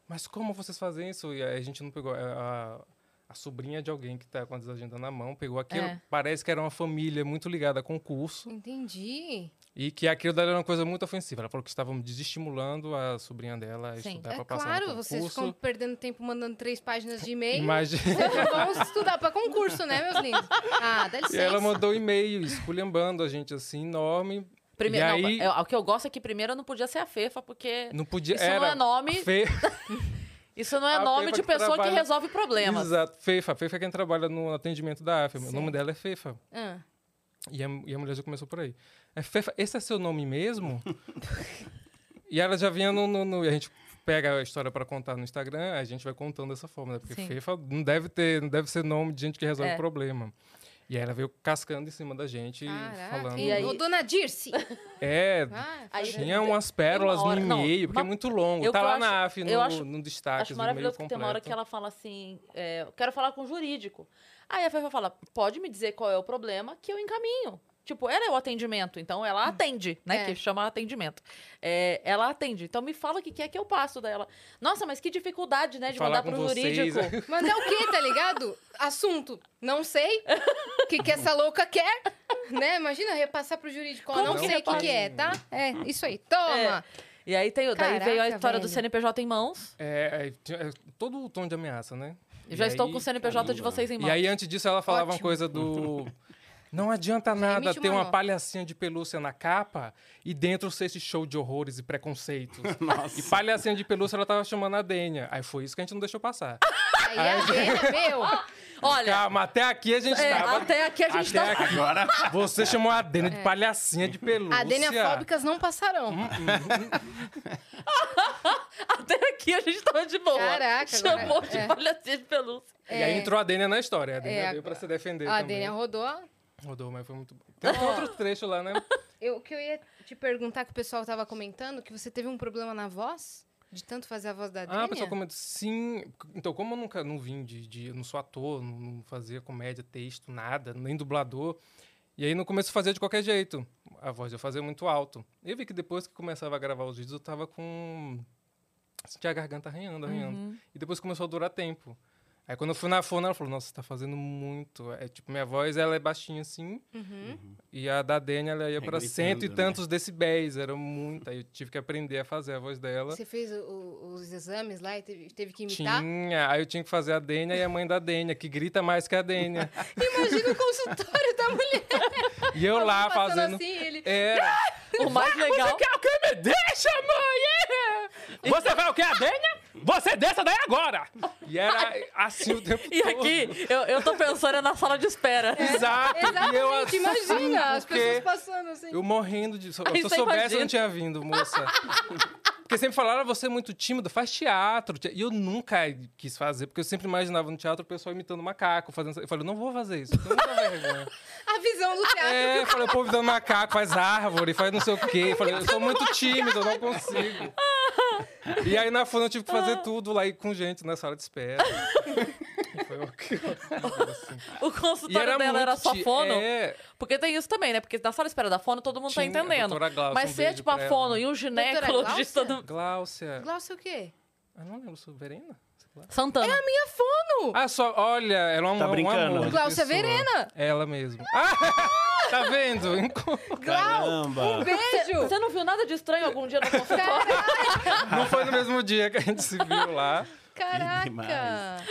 Speaker 4: Mas como vocês fazem isso? E aí a gente não pegou. é, A, a- a sobrinha de alguém que tá com a desagenda na mão pegou aquilo.
Speaker 1: É.
Speaker 4: Parece que era uma família muito ligada a concurso
Speaker 2: Entendi.
Speaker 4: e que aquilo dali era uma coisa muito ofensiva. Ela falou que estavam desestimulando a sobrinha dela a
Speaker 1: Sim.
Speaker 4: estudar
Speaker 2: é
Speaker 4: pra passar
Speaker 2: claro,
Speaker 4: no concurso.
Speaker 2: vocês ficam perdendo tempo mandando três páginas de e-mail.
Speaker 4: Imagina.
Speaker 2: Vamos estudar pra concurso, né, meus lindos? Ah, dá licença.
Speaker 4: E ela mandou um e-mail esculhambando a gente assim, enorme.
Speaker 1: Primeiro,
Speaker 4: E
Speaker 1: não,
Speaker 4: aí-
Speaker 1: é- o que eu gosto é que primeiro não podia ser a Fefa, porque
Speaker 4: Não podia.
Speaker 1: Isso não
Speaker 4: era
Speaker 1: é nome?
Speaker 4: Fe...
Speaker 1: isso não é
Speaker 4: A
Speaker 1: nome
Speaker 4: Fefa
Speaker 1: de
Speaker 4: que
Speaker 1: pessoa que
Speaker 4: trabalha-
Speaker 1: resolve problemas.
Speaker 4: Exato. Fefa. Fefa é quem trabalha no atendimento da AFEM. O
Speaker 2: Certo.
Speaker 4: nome dela é Fefa.
Speaker 2: Ah,
Speaker 4: E a, e a mulher já começou por aí. É, Fefa, esse é seu nome mesmo? e ela já vinha no, no- no- E a gente pega a história pra contar no Instagram, a gente vai contando dessa forma, né? Porque
Speaker 1: Sim.
Speaker 4: Fefa não deve ter, não deve ser nome de gente que resolve
Speaker 1: É.
Speaker 4: problema. E aí ela veio cascando em cima da gente,
Speaker 2: caraca.
Speaker 4: falando.
Speaker 1: E aí-
Speaker 2: Ô, dona Dirce.
Speaker 4: É,
Speaker 2: Ah,
Speaker 1: Aí-
Speaker 4: tinha umas pérolas
Speaker 1: hora-
Speaker 4: no
Speaker 1: não,
Speaker 4: e-mail, porque
Speaker 1: uma-
Speaker 4: é muito longo.
Speaker 1: eu
Speaker 4: tá
Speaker 1: que eu
Speaker 4: lá
Speaker 1: acho-
Speaker 4: na AF,
Speaker 1: eu
Speaker 4: no,
Speaker 1: acho-
Speaker 4: no destaque, assim,
Speaker 1: Acho
Speaker 4: no e-mail
Speaker 1: maravilhoso que tem
Speaker 4: completo.
Speaker 1: uma hora que ela fala assim: é, eu quero falar com o jurídico. Aí a Fefa fala: pode me dizer qual é o problema que eu encaminho. Tipo, ela é o atendimento, então
Speaker 4: Hum.
Speaker 1: ela atende, né?
Speaker 2: É.
Speaker 1: Que chama atendimento. É, ela atende. Então me fala o que que é que eu passo dela. Nossa, mas que dificuldade, né? De mandar
Speaker 4: Falar com
Speaker 1: pro
Speaker 4: vocês.
Speaker 1: jurídico.
Speaker 2: Mandar o quê, tá ligado? Assunto, não sei. O que, que essa louca quer? Né? Imagina repassar pro jurídico. ó,
Speaker 1: Como
Speaker 2: não
Speaker 1: que
Speaker 2: sei o que,
Speaker 1: repassa?
Speaker 2: que é, tá? É, isso aí. Toma.
Speaker 1: E aí tem, o- daí
Speaker 2: Caraca,
Speaker 1: veio a história do
Speaker 2: velho.
Speaker 1: CNPJ em mãos.
Speaker 4: É, é, tinha- é, todo o tom de ameaça, né?
Speaker 1: Eu já
Speaker 4: E
Speaker 1: estou
Speaker 4: aí- Tá
Speaker 1: com o CNPJ de vocês em mãos.
Speaker 4: E aí, antes disso, ela falava uma
Speaker 2: Ótimo.
Speaker 4: coisa do... Não adianta nada
Speaker 2: emite
Speaker 4: ter
Speaker 2: uma
Speaker 4: uma
Speaker 2: nota.
Speaker 4: palhacinha de pelúcia na capa e dentro ser esse show de horrores e preconceitos. E palhacinha de pelúcia, ela tava chamando a Dênia. Aí foi isso que a gente não deixou passar.
Speaker 2: Aí a abelha, meu.
Speaker 1: Olha,
Speaker 4: Calma, até aqui a gente
Speaker 1: é,
Speaker 4: tava...
Speaker 1: até aqui a gente
Speaker 4: Até
Speaker 1: tá.
Speaker 4: aqui.
Speaker 3: Agora.
Speaker 4: Você chamou a Dênia de palhacinha de pelúcia.
Speaker 1: é
Speaker 2: Adeniafóbicas não passarão.
Speaker 1: Até aqui a gente tava de boa.
Speaker 2: Caraca, agora-
Speaker 1: Chamou de
Speaker 2: é.
Speaker 1: palhacinha de pelúcia.
Speaker 4: E aí entrou a Dênia na história. A Dênia
Speaker 2: É,
Speaker 4: veio pra
Speaker 2: a-
Speaker 4: se defender
Speaker 2: A
Speaker 4: também.
Speaker 1: é
Speaker 2: Adênia
Speaker 1: um-
Speaker 2: rodou.
Speaker 4: Rodou, mas foi muito bom. Tem até outro trecho lá, né?
Speaker 2: Eu, o que eu ia te perguntar, que o pessoal tava comentando, que você teve um problema na voz? De tanto fazer a voz da Adênia?
Speaker 4: Ah, a pessoa comenta, sim. Então, como eu nunca não vim de. de- eu não sou ator, não, não fazia comédia, texto, nada, nem dublador. E aí no começo eu fazia de qualquer jeito. A voz eu fazia muito alto. Eu vi que depois que começava a gravar os vídeos, eu tava com. Sentia a garganta arranhando, arranhando. E depois começou a durar tempo. Aí quando eu fui na fona, ela falou, nossa, você tá fazendo muito. É tipo, minha voz ela é baixinha assim. E a da Dênia, ela ia pra
Speaker 3: gritando,
Speaker 4: cento e
Speaker 3: né?
Speaker 4: tantos decibéis. Era muito. Aí eu tive que aprender a fazer a voz dela.
Speaker 2: Você fez o- o- os exames lá e teve, teve que imitar?
Speaker 4: Tinha, aí eu tinha que fazer a Dênia e a mãe da Dênia, que grita mais que a Dênia.
Speaker 2: Imagina o consultório da mulher.
Speaker 4: E eu lá
Speaker 2: passando
Speaker 4: fazendo.
Speaker 2: assim, ele...
Speaker 4: É,
Speaker 1: O mais legal.
Speaker 4: o que me deixa, mãe? é." Você vai o que, a Dênia? Você desça daí agora! E era assim o tempo
Speaker 1: E
Speaker 4: todo.
Speaker 1: aqui, eu, eu tô pensando é na sala de espera.
Speaker 2: É.
Speaker 4: Exato, e eu
Speaker 2: Exatamente,
Speaker 4: assim,
Speaker 2: imagina as
Speaker 4: porque
Speaker 2: pessoas passando assim.
Speaker 4: Eu morrendo de. Se eu
Speaker 1: Aí você
Speaker 4: soubesse, eu
Speaker 1: imagina.
Speaker 4: não tinha vindo, moça. Porque sempre falaram, "Ah, você é muito tímido, faz teatro. te- E eu nunca quis fazer, porque eu sempre imaginava no teatro o pessoal imitando macaco. Fazendo... Eu falei, eu não vou fazer isso, eu tenho muita vergonha.
Speaker 2: A visão do teatro.
Speaker 4: É, eu falei, o povo dando macaco, faz árvore, faz não sei o quê. Eu falei, eu sou muito tímido, eu não consigo. E aí na funda eu tive que fazer tudo lá e com gente na sala de espera. Foi horrível, assim.
Speaker 1: O
Speaker 4: E
Speaker 1: consultório dela era só
Speaker 4: ti-
Speaker 1: fono.
Speaker 4: É,
Speaker 1: Porque tem isso também, né? Porque na sala de espera da fono, todo mundo
Speaker 4: Tinha,
Speaker 1: tá
Speaker 4: a
Speaker 1: entendendo.
Speaker 4: doutora Glaucia,
Speaker 1: Mas
Speaker 4: um
Speaker 1: se é
Speaker 4: beijo
Speaker 1: tipo a
Speaker 4: pra
Speaker 1: fono
Speaker 4: ela.
Speaker 1: e um ginecologista do...
Speaker 4: Gláucia.
Speaker 2: Glaucia o quê?
Speaker 4: Eu não lembro, Verena? Sei lá.
Speaker 1: Santana.
Speaker 2: Minha fono!
Speaker 4: Ah, só, olha, ela é uma
Speaker 3: Tá
Speaker 4: um
Speaker 3: brincando?
Speaker 4: amor de
Speaker 2: Glaucia
Speaker 4: pessoa.
Speaker 2: Verena!
Speaker 4: Ela mesmo. Ah, Tá vendo? Enco-
Speaker 2: Um
Speaker 3: Caramba!
Speaker 2: beijo!
Speaker 1: Você não viu nada de estranho algum dia no
Speaker 2: é
Speaker 1: consultório?
Speaker 4: Não foi no mesmo dia que a gente se viu lá.
Speaker 2: Caraca!
Speaker 3: demais.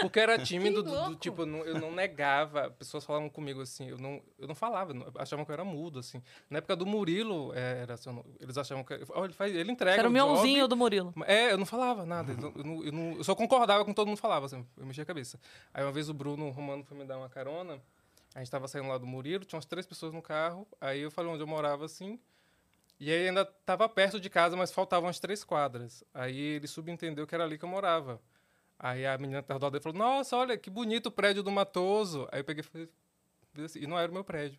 Speaker 4: Porque eu era tímido,
Speaker 2: Que
Speaker 4: do- do
Speaker 2: louco.
Speaker 4: tipo, eu não, eu não negava. Pessoas falavam comigo assim, eu não, eu não falava, não- achavam que eu era mudo, assim. Na época do Murilo, é, era, assim, eu não- eles achavam que. ó, ele, faz, ele entrega.
Speaker 1: Era um o
Speaker 4: job.
Speaker 1: mionzinho do Murilo.
Speaker 4: É, eu não falava nada. Eu, não- eu não- eu não- eu só concordava com o que todo mundo falava, assim, eu mexia a cabeça. Aí uma vez o Bruno Romano foi me dar uma carona, a gente tava saindo lá do Murilo, tinha umas três pessoas no carro, aí eu falei onde eu morava, assim, e aí ainda tava perto de casa, mas faltavam umas três quadras. Aí ele subentendeu que era ali que eu morava. Aí a menina que tava do lado dele falou, nossa, olha, que bonito o prédio do Matoso. Aí eu peguei e falei, fiz assim, e não era o meu prédio.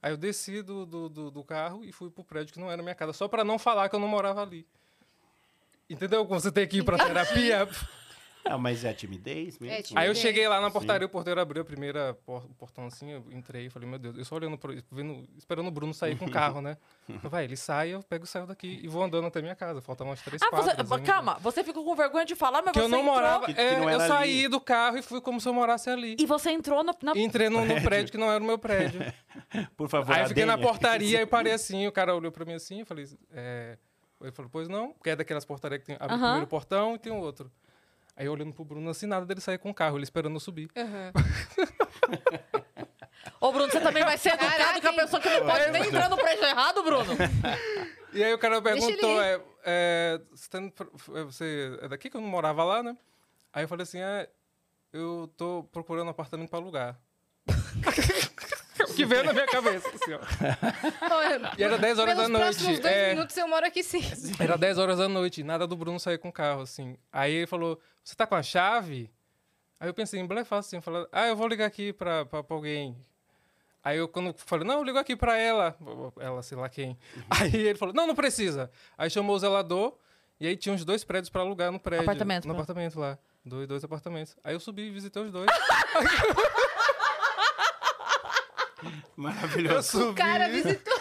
Speaker 4: Aí eu desci do, do, do- do carro e fui pro prédio que não era minha casa, só pra não falar que eu não morava ali. Entendeu como você tem que ir
Speaker 1: Então,
Speaker 4: pra terapia?
Speaker 3: Ah, mas é a timidez mesmo.
Speaker 2: É timidez.
Speaker 4: Aí eu
Speaker 2: Sim.
Speaker 4: cheguei lá na portaria, o porteiro abriu a primeira por- o portão assim, eu entrei e falei, meu Deus, eu só olhando pro, vendo- esperando o Bruno sair com o carro, né? Eu, Vai, ele sai, eu pego e saio daqui e vou andando até minha casa. Faltam umas três
Speaker 1: Ah,
Speaker 4: quadras.
Speaker 1: você,
Speaker 4: ainda.
Speaker 1: calma, você ficou com vergonha de falar, mas
Speaker 4: Que
Speaker 1: você
Speaker 4: eu não
Speaker 1: entrou...
Speaker 4: morava.
Speaker 3: Que- que
Speaker 4: é,
Speaker 3: não
Speaker 4: eu
Speaker 3: era
Speaker 4: saí
Speaker 3: ali.
Speaker 4: do carro e fui como se eu morasse ali.
Speaker 1: E você entrou no, na...
Speaker 4: E Entrei no, no prédio que não era o meu prédio.
Speaker 3: Por favor,
Speaker 4: Aí eu fiquei na
Speaker 3: adenha.
Speaker 4: portaria e parei assim, o cara olhou pra mim assim, eu falei, é... ele falou, pois não, porque é daquelas portarias que tem abre o
Speaker 1: Aham.
Speaker 4: primeiro portão e tem o outro. Aí eu olhando pro Bruno assim, nada dele sair com o carro, ele esperando eu subir.
Speaker 2: Aham.
Speaker 1: Ô, Bruno, você também vai ser educado com a
Speaker 2: Caraca,
Speaker 1: pessoa que não
Speaker 4: É,
Speaker 1: pode nem entrar no prédio errado, Bruno?
Speaker 4: E aí o cara
Speaker 2: Deixa ele
Speaker 4: perguntou,
Speaker 2: ir.
Speaker 4: é, é, você, tá indo pro- é, você é daqui que eu não morava lá, né? Aí eu falei assim, é, eu tô procurando um apartamento pra alugar. o que veio na minha cabeça, assim, ó. E era 10 horas
Speaker 2: Pelos
Speaker 4: da
Speaker 2: próximos
Speaker 4: noite.
Speaker 2: dois
Speaker 4: é,
Speaker 2: minutos eu moro aqui sim.
Speaker 4: Era 10 horas da noite, nada do Bruno sair com o carro, assim. Aí ele falou, você tá com a chave? Aí eu pensei em blefar, assim, falando, ah, eu vou ligar aqui pra, pra, pra alguém. Aí eu, quando falei, não, eu ligo aqui pra ela, ela, sei lá quem. Aí ele falou, não, não precisa. Aí chamou o zelador, e aí tinha uns dois prédios pra alugar no prédio.
Speaker 1: Apartamento, né?
Speaker 4: No
Speaker 1: pronto.
Speaker 4: apartamento lá. Dois, dois apartamentos. Aí eu subi e visitei os dois. eu
Speaker 3: Maravilhoso.
Speaker 4: subi.
Speaker 2: O cara visitou.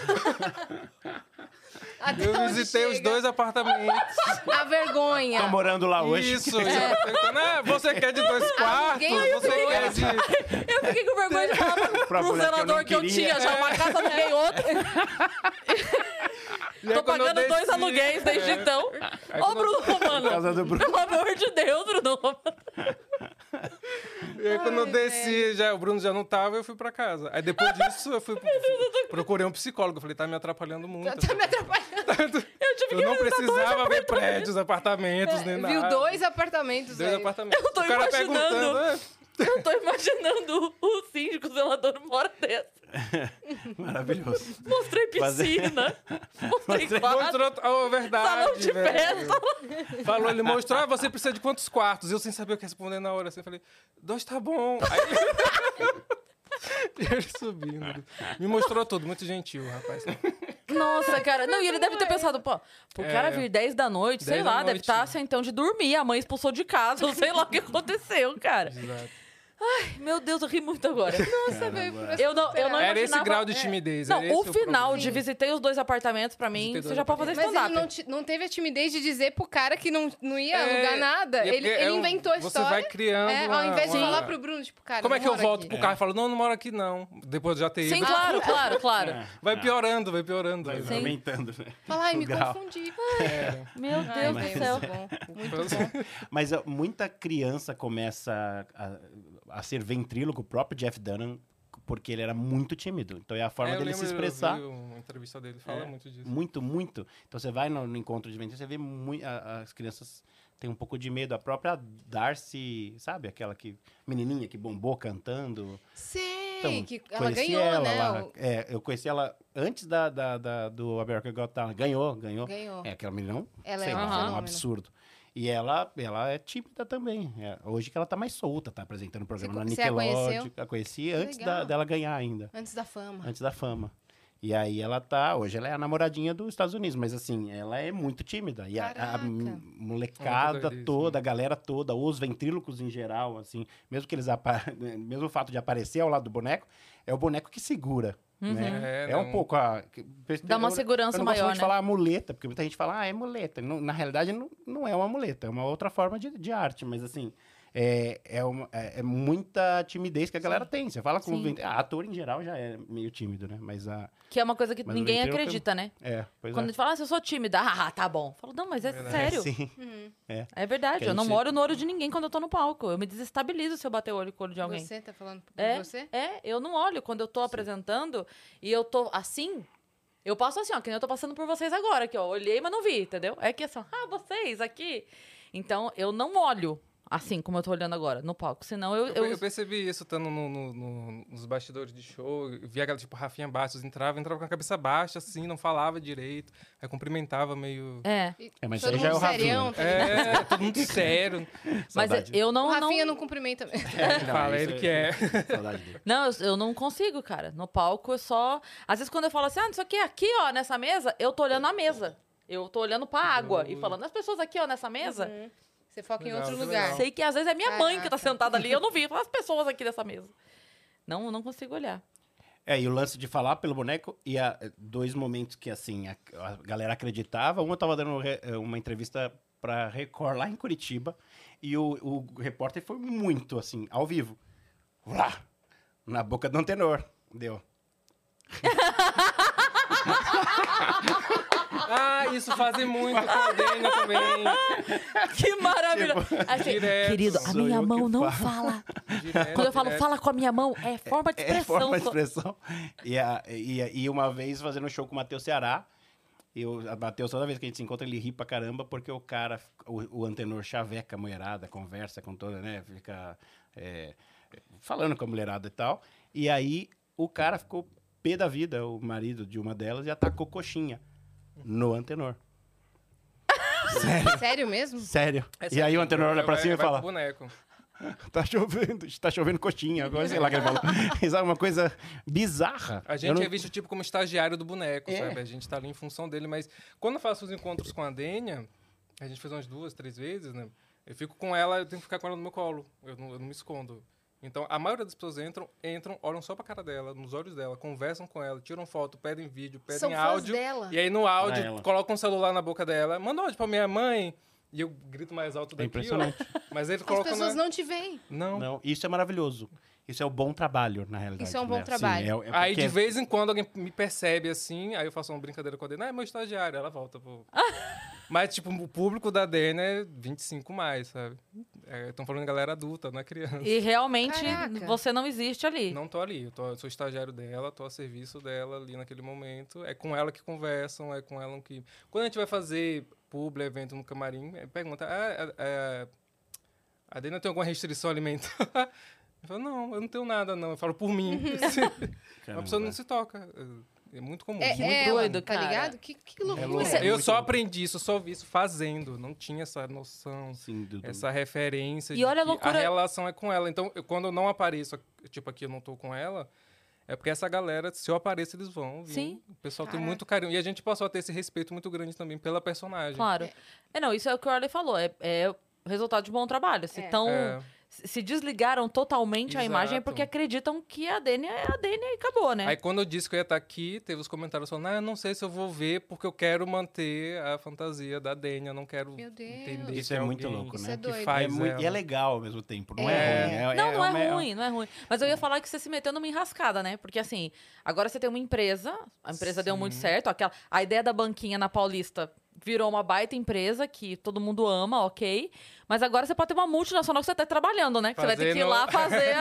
Speaker 2: Até
Speaker 4: Eu
Speaker 2: onde
Speaker 4: visitei os
Speaker 2: chega?
Speaker 4: dois apartamentos.
Speaker 2: A vergonha.
Speaker 3: Tá morando lá hoje.
Speaker 4: Isso, isso. Né? Você quer de dois quartos?
Speaker 1: um
Speaker 2: Alguém
Speaker 4: Você quer de.
Speaker 1: Eu fiquei com vergonha de falar pro,
Speaker 3: Pra
Speaker 1: pro
Speaker 3: mulher que eu
Speaker 1: zelador
Speaker 3: não
Speaker 1: que eu,
Speaker 3: queria.
Speaker 1: tinha, já uma casa, aluguei outra. Tô
Speaker 4: E aí, É. quando eu
Speaker 1: pagando dois
Speaker 4: desci-
Speaker 1: aluguéis desde
Speaker 4: É.
Speaker 1: então.
Speaker 4: Aí
Speaker 1: Ô,
Speaker 4: quando eu-
Speaker 1: Bruno Romano,
Speaker 3: Casa do Bruno.
Speaker 1: pelo amor de Deus, Bruno Romano.
Speaker 4: E aí, é, quando eu desci, já, o Bruno já não tava, eu fui pra casa. Aí depois disso, eu fui. Procurei um psicólogo. Eu falei, tá me atrapalhando muito.
Speaker 2: Tá tá me atrapalhando.
Speaker 1: Eu tive
Speaker 4: Eu
Speaker 1: que tá visitar
Speaker 4: não
Speaker 1: dois
Speaker 4: precisava ver prédios,
Speaker 1: É,
Speaker 4: apartamentos, nem nada.
Speaker 2: Viu dois apartamentos
Speaker 4: Dois
Speaker 2: aí.
Speaker 4: apartamentos.
Speaker 1: Eu tô
Speaker 4: o cara
Speaker 1: imaginando.
Speaker 4: perguntando. "Ah,
Speaker 1: Eu tô imaginando o síndico o zelador mora dessa.
Speaker 3: Maravilhoso.
Speaker 1: Mostrei piscina, mostrei
Speaker 3: Mostrei-
Speaker 1: quadro,
Speaker 4: Mostrou. Oh, verdade.
Speaker 1: salão de
Speaker 4: velho."
Speaker 1: festa.
Speaker 4: Falou, ele mostrou, ah, você precisa de quantos quartos? Eu sem saber o que responder na hora. Assim, eu falei, dois tá bom. Aí- E ele subindo. Me mostrou tudo, muito gentil, rapaz.
Speaker 1: Nossa, cara. Não, e ele deve ter pensado, pô, pro
Speaker 4: É.
Speaker 1: cara vir 10 da noite, sei
Speaker 4: 10 da
Speaker 1: lá, deve
Speaker 4: noite.
Speaker 1: estar sentando de dormir. A mãe expulsou de casa, eu sei lá o que aconteceu, cara.
Speaker 4: Exato.
Speaker 1: Meu Deus, eu ri muito agora.
Speaker 2: Nossa, veio pro-
Speaker 1: Eu não, eu não
Speaker 4: Era esse
Speaker 1: imaginava-
Speaker 4: grau de
Speaker 1: É.
Speaker 4: timidez.
Speaker 1: Não,
Speaker 4: era esse
Speaker 1: o final de
Speaker 4: problema.
Speaker 1: visitei os dois apartamentos, pra mim,
Speaker 4: Visitei
Speaker 1: você
Speaker 4: dois
Speaker 1: já pode fazer
Speaker 2: Mas ele
Speaker 1: stand-up.
Speaker 2: não, ti- não teve a timidez de dizer pro cara que não, não ia
Speaker 4: É,
Speaker 2: alugar nada.
Speaker 4: e é
Speaker 2: Ele,
Speaker 4: porque
Speaker 2: ele
Speaker 4: é um-
Speaker 2: inventou a
Speaker 4: você
Speaker 2: história.
Speaker 4: vai criando
Speaker 2: É,
Speaker 4: uma-
Speaker 2: ao invés de
Speaker 4: uma-
Speaker 2: falar pro Bruno, tipo, cara.
Speaker 4: Como é
Speaker 2: não
Speaker 4: que eu
Speaker 2: moro
Speaker 4: volto
Speaker 2: aqui.
Speaker 4: pro carro e falo, não, não moro aqui não. Depois de já ter
Speaker 1: Sim,
Speaker 4: ido.
Speaker 1: claro, claro, claro.
Speaker 3: É.
Speaker 4: Vai piorando, vai piorando. É.
Speaker 3: Vai
Speaker 4: Vai-
Speaker 3: aumentando, né?
Speaker 2: Fala, ai,
Speaker 3: O
Speaker 2: me
Speaker 3: grau.
Speaker 2: confundi.
Speaker 1: Meu
Speaker 2: Ai,
Speaker 1: Deus
Speaker 2: mas
Speaker 1: do céu.
Speaker 2: muito bom. Muito
Speaker 4: Foi-
Speaker 2: bom.
Speaker 3: Mas ó, muita criança começa a, a ser ventríloco, o próprio Jeff Dunham, porque ele era muito tímido. Então é a forma
Speaker 4: É, eu
Speaker 3: dele se
Speaker 4: lembro, eu
Speaker 3: expressar.
Speaker 4: vi uma entrevista dele, fala
Speaker 3: É.
Speaker 4: muito disso.
Speaker 3: Muito, muito. Então você vai no, no encontro de ventre, você vê mui- a- as crianças têm um pouco de medo. A própria Darcy, sabe? Aquela que menininha que bombou cantando.
Speaker 2: Sei
Speaker 3: Então,
Speaker 2: que ela
Speaker 3: conheci
Speaker 2: ganhou,
Speaker 3: ela
Speaker 2: né?
Speaker 3: lá.
Speaker 2: o-
Speaker 3: É, eu conheci ela antes da, da, da- do American Got Talent. Ganhou, ganhou.
Speaker 2: Ganhou.
Speaker 3: É, aquela menina, não-
Speaker 2: Ela
Speaker 3: sei
Speaker 2: é um
Speaker 3: lá, um
Speaker 2: fenômeno.
Speaker 3: absurdo. E ela, ela é tímida também. É, hoje que ela tá mais solta, tá apresentando o programa
Speaker 2: Você
Speaker 3: na
Speaker 2: co- você a
Speaker 3: Nickelodeon.
Speaker 2: conheceu?
Speaker 3: Eu conheci antes
Speaker 2: legal.
Speaker 3: da- dela ganhar ainda
Speaker 2: Antes da fama.
Speaker 3: antes da fama. E aí ela tá, hoje ela é a namoradinha dos Estados Unidos, mas assim, ela é muito tímida. E a, a
Speaker 2: Caraca.
Speaker 3: m- molecada
Speaker 4: É muito doido isso,
Speaker 3: toda, a galera toda, os ventrílocos em geral, assim, mesmo que eles apa- mesmo o fato de aparecer ao lado do boneco, é o boneco que segura. Né?
Speaker 4: É,
Speaker 3: É, um
Speaker 4: não-
Speaker 3: pouco a.
Speaker 1: Uhum. Dá uma
Speaker 3: eu-
Speaker 1: segurança
Speaker 3: eu não
Speaker 1: maior,
Speaker 3: gosto muito de
Speaker 1: né?
Speaker 3: falar a muleta, porque muita gente fala, ah, é muleta. Não- na realidade, não, não é uma muleta, é uma outra forma de, de arte, mas assim, é, é, uma- é- é muita timidez que a galera tem. Você fala com
Speaker 1: Sim.
Speaker 3: o vinte- ah, ator em geral já é meio tímido, né? Mas a.
Speaker 1: Que é uma coisa que
Speaker 3: Mas o
Speaker 1: ninguém
Speaker 3: ventrilo-
Speaker 1: acredita, né?
Speaker 3: É, pois
Speaker 1: Quando a
Speaker 3: é.
Speaker 1: gente fala, ah, se eu sou tímida, ah, tá bom. Eu falo, não, mas é
Speaker 4: Verdade.
Speaker 1: sério.
Speaker 3: Sim.
Speaker 1: É verdade,
Speaker 3: Que a
Speaker 1: eu não
Speaker 3: gente-
Speaker 1: moro no olho de ninguém quando eu tô no palco. Eu me desestabilizo se eu bater o olho com o olho de alguém.
Speaker 2: Você tá falando por
Speaker 1: É.
Speaker 2: você?
Speaker 1: É, eu não olho. Quando eu tô apresentando e eu tô assim, eu passo assim, ó, que nem eu tô passando por vocês agora, que ó, olhei, mas não vi, entendeu? É que assim, ó, ah, vocês aqui. Então, eu não olho assim como eu tô olhando agora no palco, senão eu. eu-
Speaker 4: Eu, eu percebi isso estando no- no- no- nos bastidores de show. Eu via aquela, tipo, Rafinha Bastos entrava, entrava com a cabeça baixa, assim, não falava direito. Aí cumprimentava meio.
Speaker 1: É,
Speaker 2: E
Speaker 3: É, mas
Speaker 2: todo
Speaker 3: aí já é o
Speaker 2: mundo serião,
Speaker 3: Rafinha.
Speaker 2: tá ligado?
Speaker 4: É, todo mundo sério.
Speaker 1: mas
Speaker 3: Saudade.
Speaker 1: eu não.
Speaker 2: O Rafinha
Speaker 1: não...
Speaker 2: não cumprimenta.
Speaker 4: Fala ele que é.
Speaker 3: Saudade dele.
Speaker 1: Não, eu, eu não consigo, cara. No palco eu só. Às vezes quando eu falo assim, ah, não sei o que, aqui, ó, nessa mesa, eu tô olhando a mesa. Eu tô olhando pra água e falando, as pessoas aqui, ó, nessa mesa,
Speaker 2: Você foca
Speaker 4: Legal,
Speaker 2: em outro
Speaker 4: que
Speaker 2: lugar.
Speaker 4: legal.
Speaker 1: sei que às vezes é minha mãe que tá
Speaker 2: Caraca.
Speaker 1: sentada ali, eu não vi, as pessoas aqui nessa mesa. Não, eu não consigo olhar.
Speaker 3: É, e o lance de falar pelo boneco, e a, eh, dois momentos que, assim, a, a galera acreditava. Um, eu tava dando re- uma entrevista pra Record lá em Curitiba, e o, o repórter foi muito, assim, ao vivo. Lá, na boca de um tenor. Deu.
Speaker 4: Ah, isso fazem muito com a Dena também.
Speaker 1: Que maravilha!
Speaker 2: Tipo,
Speaker 1: Assim,
Speaker 4: direto,
Speaker 1: querido, a
Speaker 3: sou
Speaker 1: minha
Speaker 3: eu
Speaker 1: mão
Speaker 3: que
Speaker 1: não
Speaker 3: falo.
Speaker 1: fala.
Speaker 4: Direto,
Speaker 1: Quando eu falo
Speaker 4: direto.
Speaker 1: fala com a minha mão, é forma de
Speaker 3: É
Speaker 1: expressão.
Speaker 3: forma de
Speaker 1: só.
Speaker 3: expressão. E, a- e, a- e uma vez fazendo um show com o Matheus Ceará, eu, a Matheus, toda vez que a gente se encontra, ele ri pra caramba, porque o cara, o, o antenor chaveca a mulherada, conversa com toda, né? Fica é, falando com a mulherada e tal. E aí o cara ficou pé da vida, o marido de uma delas, e atacou coxinha no antenor.
Speaker 2: Sério mesmo?
Speaker 3: Sério.
Speaker 4: Essa
Speaker 3: E aí o
Speaker 4: aqui,
Speaker 3: antenor olha pra
Speaker 4: É vai-
Speaker 3: cima e
Speaker 4: vai pro
Speaker 3: fala,
Speaker 4: boneco.
Speaker 3: tá chovendo, tá chovendo coxinha. Agora sei lá o que ele falou. Sabe, uma coisa bizarra.
Speaker 4: A
Speaker 3: Eu
Speaker 4: gente
Speaker 3: não-
Speaker 4: é visto tipo como estagiário do boneco,
Speaker 3: É.
Speaker 4: sabe? A gente tá ali em função dele, mas quando eu faço os encontros com a Dênia, a gente fez umas duas, três vezes, né? Eu fico com ela, eu tenho que ficar com ela no meu colo. Eu não, eu não me escondo. Então, a maioria das pessoas entram, entram, olham só pra cara dela, nos olhos dela, conversam com ela, tiram foto, pedem vídeo, pedem
Speaker 2: São fãs
Speaker 4: áudio.
Speaker 2: dela.
Speaker 4: E aí no
Speaker 3: Pra ela.
Speaker 4: áudio, colocam o celular na boca dela, manda um áudio pra minha mãe. E eu grito mais alto daqui, ó.
Speaker 3: É impressionante.
Speaker 4: Mas eles
Speaker 2: As
Speaker 4: colocam
Speaker 2: pessoas
Speaker 4: na...
Speaker 2: não te veem.
Speaker 4: Não.
Speaker 3: Não, isso é maravilhoso. Isso é o bom trabalho, na realidade.
Speaker 2: Isso é um bom
Speaker 3: né?
Speaker 2: trabalho.
Speaker 3: Sim, é- é
Speaker 4: Aí
Speaker 3: porque-
Speaker 4: de vez em quando alguém me percebe assim, aí eu faço uma brincadeira com a Dena, ah, é meu estagiário, ela volta pro. Mas, tipo, o público da Dena é 25 mais, sabe? Estão falando de galera adulta, não é criança.
Speaker 1: E realmente
Speaker 2: Caraca.
Speaker 1: você não existe ali.
Speaker 4: Não tô ali, eu, tô, eu sou estagiário dela, tô a serviço dela ali naquele momento. É com ela que conversam, é com ela que. Quando a gente vai fazer publi, evento no camarim, eh, pergunta, ah, a, a, a Dena tem alguma restrição alimentar? Eu falo, não, eu não tenho nada, não. Eu falo por mim. A
Speaker 3: Caramba.
Speaker 4: pessoa não se toca. É muito comum.
Speaker 2: É,
Speaker 4: Muito
Speaker 2: é ela,
Speaker 1: doido,
Speaker 2: tá
Speaker 1: cara.
Speaker 2: ligado? Que, que loucura.
Speaker 3: louco. É
Speaker 4: eu
Speaker 3: muito
Speaker 4: só
Speaker 3: bom.
Speaker 4: aprendi isso, só vi isso fazendo. Não tinha essa noção,
Speaker 3: Sim, do- do-
Speaker 4: essa referência.
Speaker 1: E
Speaker 4: de
Speaker 1: olha a
Speaker 4: que
Speaker 1: loucura-
Speaker 4: relação é com ela. Então, eu- quando eu não apareço, tipo aqui eu não tô com ela, é porque essa galera, se eu apareço, eles vão. vir.
Speaker 1: Sim.
Speaker 4: O pessoal tem
Speaker 2: Caraca.
Speaker 4: muito carinho. E a gente passou a ter esse respeito muito grande também pela personagem.
Speaker 1: Claro. É, não, isso é o que o Arley falou. É, é o resultado de bom trabalho. Se,
Speaker 2: É.
Speaker 1: tão,
Speaker 4: É,
Speaker 1: se se desligaram totalmente a imagem é
Speaker 4: Exato.
Speaker 1: porque acreditam que a Dênia é a Dênia e acabou, né?
Speaker 4: Aí quando eu disse que eu ia estar aqui, teve os comentários falando, ah, eu não sei se eu vou ver, porque eu quero manter a fantasia da Dênia, não quero
Speaker 2: Meu Deus.
Speaker 4: entender.
Speaker 3: Isso
Speaker 4: se
Speaker 3: é muito
Speaker 4: alguém
Speaker 3: louco,
Speaker 2: Isso
Speaker 3: né?
Speaker 2: é
Speaker 4: que
Speaker 2: doido.
Speaker 3: É
Speaker 4: faz
Speaker 3: muito-
Speaker 4: ela.
Speaker 3: E é legal ao mesmo tempo, não é,
Speaker 4: É.
Speaker 3: ruim. É,
Speaker 1: Não, não é,
Speaker 3: uma-
Speaker 1: ruim, não é ruim. Mas eu ia falar que você se meteu numa enrascada, né? Porque assim, agora você tem uma empresa, a empresa deu muito
Speaker 4: Sim.
Speaker 1: certo, aquela, a ideia da banquinha na Paulista virou uma baita empresa que todo mundo ama, ok. Mas agora você pode ter uma multinacional que você tá trabalhando, né? Que você vai ter que ir
Speaker 4: Fazendo-
Speaker 1: lá fazer.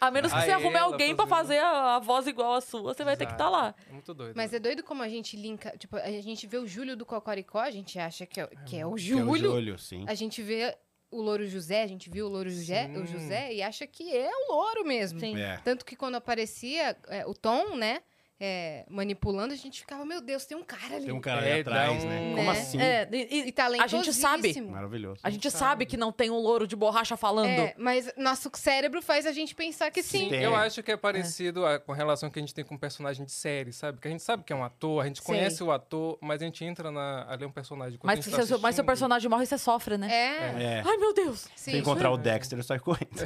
Speaker 1: A, a menos que
Speaker 4: A
Speaker 1: você arrume
Speaker 4: ela
Speaker 1: alguém pra
Speaker 4: fazendo.
Speaker 1: fazer a, a voz igual a sua, você vai ter que estar
Speaker 4: Exato.
Speaker 1: lá.
Speaker 4: É muito doido.
Speaker 2: Mas é doido como a gente linka. Tipo, a gente vê o Júlio do Cocoricó, a gente acha que é, que é o
Speaker 3: Que é o
Speaker 2: Júlio.
Speaker 3: Júlio, sim.
Speaker 2: A gente vê o Louro José, a gente viu o Louro José, o
Speaker 4: Sim.
Speaker 2: José e acha que é o Louro mesmo.
Speaker 1: Sim.
Speaker 3: É.
Speaker 2: Tanto que quando aparecia é, o Tom, né? é, manipulando, a gente ficava, meu Deus, tem um cara ali.
Speaker 3: Tem um cara
Speaker 4: É,
Speaker 3: ali
Speaker 4: dá
Speaker 3: atrás,
Speaker 4: um-
Speaker 3: né?
Speaker 2: Né?
Speaker 3: Como assim?
Speaker 1: É, e,
Speaker 2: E
Speaker 1: e
Speaker 2: talento
Speaker 1: sabe.
Speaker 3: Maravilhoso.
Speaker 1: a gente sabe que não tem um louro de borracha falando.
Speaker 2: É, mas nosso cérebro faz a gente pensar que sim.
Speaker 4: Sim,
Speaker 3: Tem.
Speaker 4: eu acho que é parecido a- com a relação que a gente tem com personagem de série, sabe? Que a gente sabe que é um ator, a gente
Speaker 1: Sim.
Speaker 4: conhece o ator, mas a gente entra na, ali é um personagem. Quando a
Speaker 1: Mas,
Speaker 4: gente
Speaker 1: se
Speaker 4: tá
Speaker 1: seu- mas seu
Speaker 4: assistindo,
Speaker 1: personagem morre, você sofre, né?
Speaker 2: É,
Speaker 3: É.
Speaker 1: Ai, meu Deus!
Speaker 3: Se
Speaker 2: sim.
Speaker 3: encontrar o Dexter, sai correndo.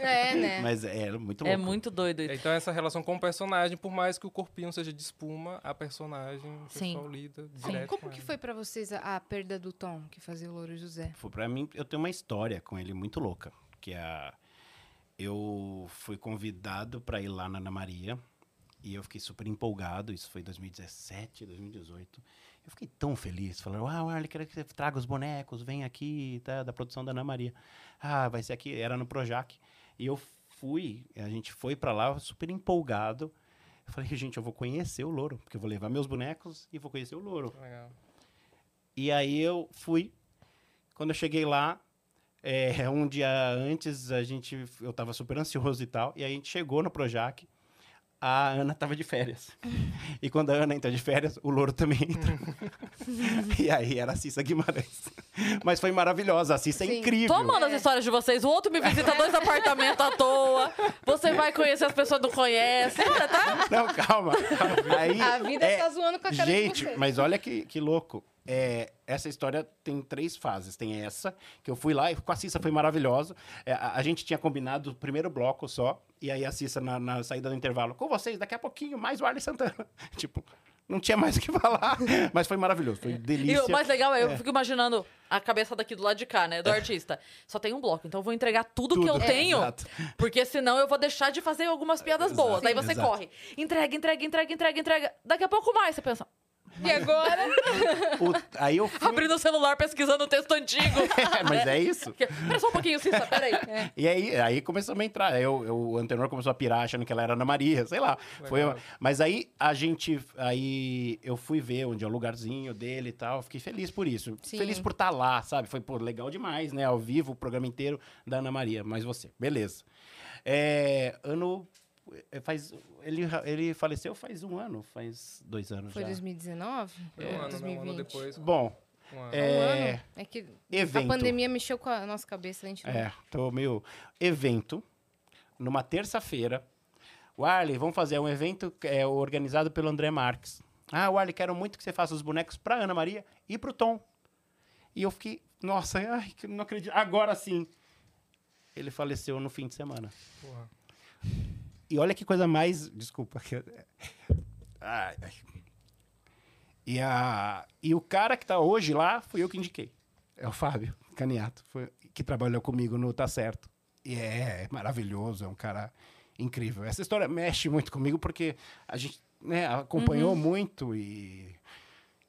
Speaker 2: É, né?
Speaker 3: Mas é muito louco.
Speaker 1: É muito doido isso.
Speaker 4: Então essa relação com o personagem, por mais que o corpinho seja de espuma, a personagem, o
Speaker 1: Sim.
Speaker 4: pessoal lida
Speaker 2: Sim.
Speaker 4: direto com
Speaker 2: Como que
Speaker 4: ela.
Speaker 2: foi pra vocês a, a perda do Tom que fazia o Louro José?
Speaker 3: Foi Pra mim, eu tenho uma história com ele muito louca. que é a... Eu fui convidado para ir lá na Ana Maria e eu fiquei super empolgado. Isso foi em 2017, 2018. Eu fiquei tão feliz. Falaram, ah, Arley, quero que você traga os bonecos, vem aqui, tá, da produção da Ana Maria. Ah, vai ser aqui. Era no Projac. E eu fui, a gente foi para lá super empolgado. Eu falei, gente, eu vou conhecer o louro, porque eu vou levar meus bonecos e vou conhecer o louro.
Speaker 4: Legal.
Speaker 3: E aí eu fui. Quando eu cheguei lá, é, um dia antes, a gente, eu tava super ansioso e tal. E aí a gente chegou no Projac. A Ana tava de férias. E quando a Ana entra de férias, o louro também entra.
Speaker 2: Hum.
Speaker 3: e aí era a Cissa Guimarães. Mas foi maravilhosa. A Cissa é
Speaker 2: Sim.
Speaker 3: incrível.
Speaker 1: Tô amando as histórias de vocês. O outro me visita dois apartamentos à toa. Você vai conhecer as pessoas que não conhece. Cara, tá?
Speaker 3: Não, calma. Aí,
Speaker 2: A vida
Speaker 3: é,
Speaker 2: tá zoando com a cara de
Speaker 3: Gente,
Speaker 2: vocês.
Speaker 3: mas olha que, que louco. É, essa história tem três fases. Tem essa, que eu fui lá e com a Cissa foi maravilhosa. É, a, a gente tinha combinado o primeiro bloco só, e aí a Cissa, na, na saída do intervalo, com vocês, daqui a pouquinho, mais o Arley Santana. tipo, não tinha mais o que falar, mas foi maravilhoso, foi
Speaker 1: E
Speaker 3: delícia.
Speaker 1: o mais legal é, eu
Speaker 3: É.
Speaker 1: fico imaginando a cabeça daqui do lado de cá, né? Do artista. Só tem um bloco, então eu vou entregar tudo, que eu
Speaker 3: Tudo. É.
Speaker 1: tenho.
Speaker 3: Exato.
Speaker 1: Porque senão eu vou deixar de fazer algumas piadas
Speaker 3: Exato.
Speaker 1: boas. Daí você
Speaker 3: Exato.
Speaker 1: corre. Entrega, entrega, entrega, entrega, entrega. Daqui a pouco mais, você pensa.
Speaker 2: E agora?
Speaker 3: O- aí eu fui,
Speaker 1: Abrindo o celular, pesquisando o texto antigo.
Speaker 3: mas é isso.
Speaker 1: Que- Pera só um pouquinho, Cissa, peraí.
Speaker 3: E aí, aí começou a entrar. Aí o- o Antenor começou a pirar achando que ela era Ana Maria, sei lá. Foi uma- Mas aí a gente. Aí eu fui ver onde é o lugarzinho dele e tal. Fiquei feliz por isso.
Speaker 2: Sim.
Speaker 3: Feliz por estar lá, sabe? Foi pô, legal demais, né? Ao vivo, o programa inteiro da Ana Maria. Mas você, beleza. É, ano. é, Faz, ele, ele faleceu faz um ano, faz dois anos
Speaker 2: Foi
Speaker 3: já.
Speaker 2: 2019?
Speaker 4: Foi um ano, né? Um
Speaker 2: 2020.
Speaker 4: ano depois.
Speaker 3: Bom,
Speaker 4: um ano.
Speaker 2: Um
Speaker 3: é,
Speaker 2: ano? É que
Speaker 3: evento.
Speaker 2: a pandemia mexeu com a nossa cabeça, a gente né? não...
Speaker 3: É, tô meio. Evento, numa terça-feira. O Arley, vamos fazer um evento é, organizado pelo André Marques. Ah, o Arley, quero muito que você faça os bonecos pra Ana Maria e pro Tom. E eu fiquei, nossa, ai, que não acredito. Agora sim. Ele faleceu no fim de semana.
Speaker 4: Porra.
Speaker 3: E olha que coisa mais. Desculpa. que eu- Ai, ai. E, a... e o cara que tá hoje lá fui eu que indiquei. É o Fábio Caniato, foi... que trabalhou comigo no Tá Certo. E é maravilhoso, é um cara incrível. Essa história mexe muito comigo porque a gente né, acompanhou muito e.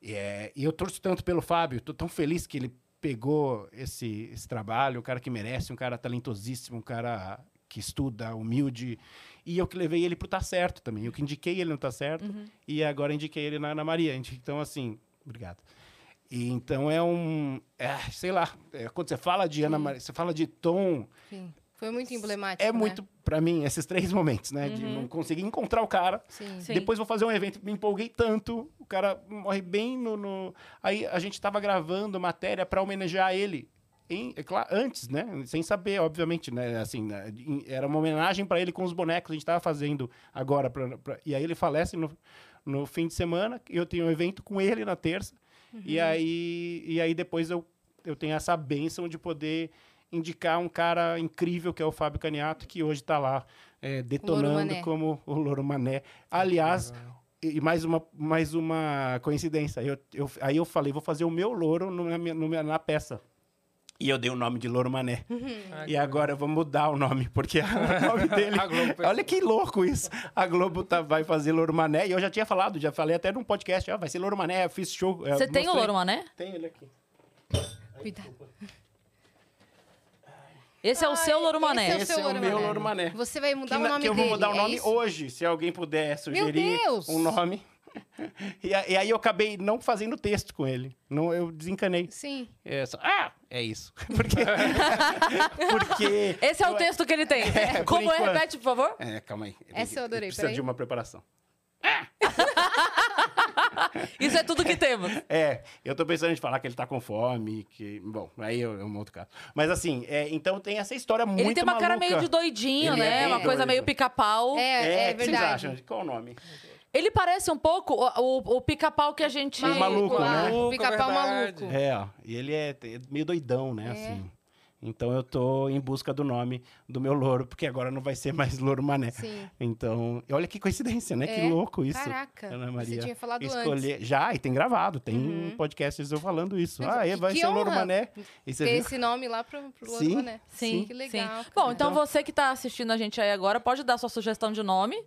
Speaker 3: E, é, e eu torço tanto pelo Fábio, tô tão feliz que ele pegou esse, esse trabalho, um cara que merece, um cara talentosíssimo, um cara que estuda, humilde. E eu que levei ele pro Tá Certo também. Eu que indiquei ele no Tá Certo e agora indiquei ele na Ana Maria. Então, assim, obrigado. E, então é um. é, sei lá, é, quando você fala de Ana Maria, você fala de Tom,
Speaker 2: Enfim, foi muito emblemático,
Speaker 3: é
Speaker 2: né?
Speaker 3: muito, pra mim, esses três momentos, né? De não conseguir encontrar o cara.
Speaker 2: Sim.
Speaker 1: Sim.
Speaker 3: Depois vou fazer um evento, me empolguei tanto, o cara morre bem no. no- Aí a gente tava gravando matéria para homenagear ele. em- é cla- antes, né? Sem saber, obviamente, né? Assim, né? Em- era uma homenagem para ele com os bonecos, a gente tava fazendo agora. pra- pra- E aí ele falece no, no fim de semana, e eu tenho um evento com ele na terça. E, aí, e aí depois eu, eu tenho essa bênção de poder indicar um cara incrível que é o Fábio Caniato, que hoje tá lá é, detonando
Speaker 2: Mané.
Speaker 3: como o Louro Mané. Aliás, e e mais uma, mais uma coincidência. Eu, eu- aí eu falei, vou fazer o meu louro no- na, minha- no minha- na peça. E eu dei o nome de Louro Mané.
Speaker 4: Ah,
Speaker 3: E agora eu vou mudar o nome, porque o nome dele.
Speaker 4: A Globo fez.
Speaker 3: Olha que louco isso. A Globo tá- vai fazer Louro Mané. E eu já tinha falado, já falei até num podcast. Ah, vai ser Louro Mané, eu fiz show. eu
Speaker 1: Você tem o né?
Speaker 3: mostrei.
Speaker 1: Louro Mané?
Speaker 3: Tem ele aqui.
Speaker 2: Cuidado.
Speaker 1: Esse é o seu Louro Mané.
Speaker 2: esse
Speaker 3: Esse é o
Speaker 2: Louro
Speaker 3: meu
Speaker 2: Mané.
Speaker 3: Louro Mané.
Speaker 2: Você vai mudar
Speaker 3: que,
Speaker 2: o
Speaker 3: na-
Speaker 2: nome
Speaker 3: que eu vou
Speaker 2: dele,
Speaker 3: mudar o
Speaker 2: é
Speaker 3: nome
Speaker 2: isso?
Speaker 3: hoje, se alguém puder sugerir
Speaker 2: Deus!
Speaker 3: um nome. E, a- e aí eu acabei não fazendo texto com ele. Não, eu desencanei.
Speaker 2: Sim.
Speaker 3: É só, ah, é isso. Porque. porque
Speaker 1: Esse é o texto que ele tem.
Speaker 3: É, por
Speaker 1: Como é?
Speaker 3: enquanto.
Speaker 1: Repete, por favor.
Speaker 3: É, calma aí.
Speaker 2: Essa eu adorei,
Speaker 3: Precisa
Speaker 2: peraí.
Speaker 3: de uma preparação.
Speaker 1: Isso é tudo que temos.
Speaker 3: É, eu tô pensando em falar que ele tá com fome, que. Bom, aí eu, eu monto caso. Mas assim, é, então tem essa história muito
Speaker 1: Ele tem uma cara
Speaker 3: maluca.
Speaker 1: meio de doidinho,
Speaker 3: Ele é
Speaker 1: né?
Speaker 3: bem
Speaker 1: uma coisa
Speaker 3: doido.
Speaker 1: meio pica-pau.
Speaker 2: É, é,
Speaker 3: o que vocês
Speaker 2: verdade.
Speaker 3: acham? Qual o nome?
Speaker 1: Ele parece um pouco o, o- o pica-pau que a gente.
Speaker 3: O maluco,
Speaker 2: lá,
Speaker 3: né?
Speaker 2: o Pica-pau
Speaker 4: Maluco, é
Speaker 2: maluco.
Speaker 4: verdade.
Speaker 3: É, ó, e ele é, é meio doidão, né? Assim. Então eu tô em busca do nome do meu louro, porque agora não vai ser mais louro mané.
Speaker 2: Sim.
Speaker 3: Então, e olha que coincidência, né?
Speaker 2: É,
Speaker 3: Que louco isso.
Speaker 2: Caraca.
Speaker 3: Ana
Speaker 2: Você
Speaker 3: Maria
Speaker 2: tinha falado antes.
Speaker 3: Escolher. Já, e tem gravado, tem
Speaker 2: Uhum.
Speaker 3: podcasts eu falando isso.
Speaker 2: Mas
Speaker 3: ah,
Speaker 2: que-
Speaker 3: é, vai
Speaker 2: que
Speaker 3: ser louro
Speaker 2: honra
Speaker 3: mané. E você
Speaker 2: Ter
Speaker 3: viu?
Speaker 2: esse nome lá pro, pro Louro
Speaker 3: Sim,
Speaker 2: Mané.
Speaker 1: Sim,
Speaker 2: Que legal.
Speaker 1: sim.
Speaker 2: cara.
Speaker 1: Bom, então você que tá assistindo a gente aí agora, pode dar sua sugestão de nome,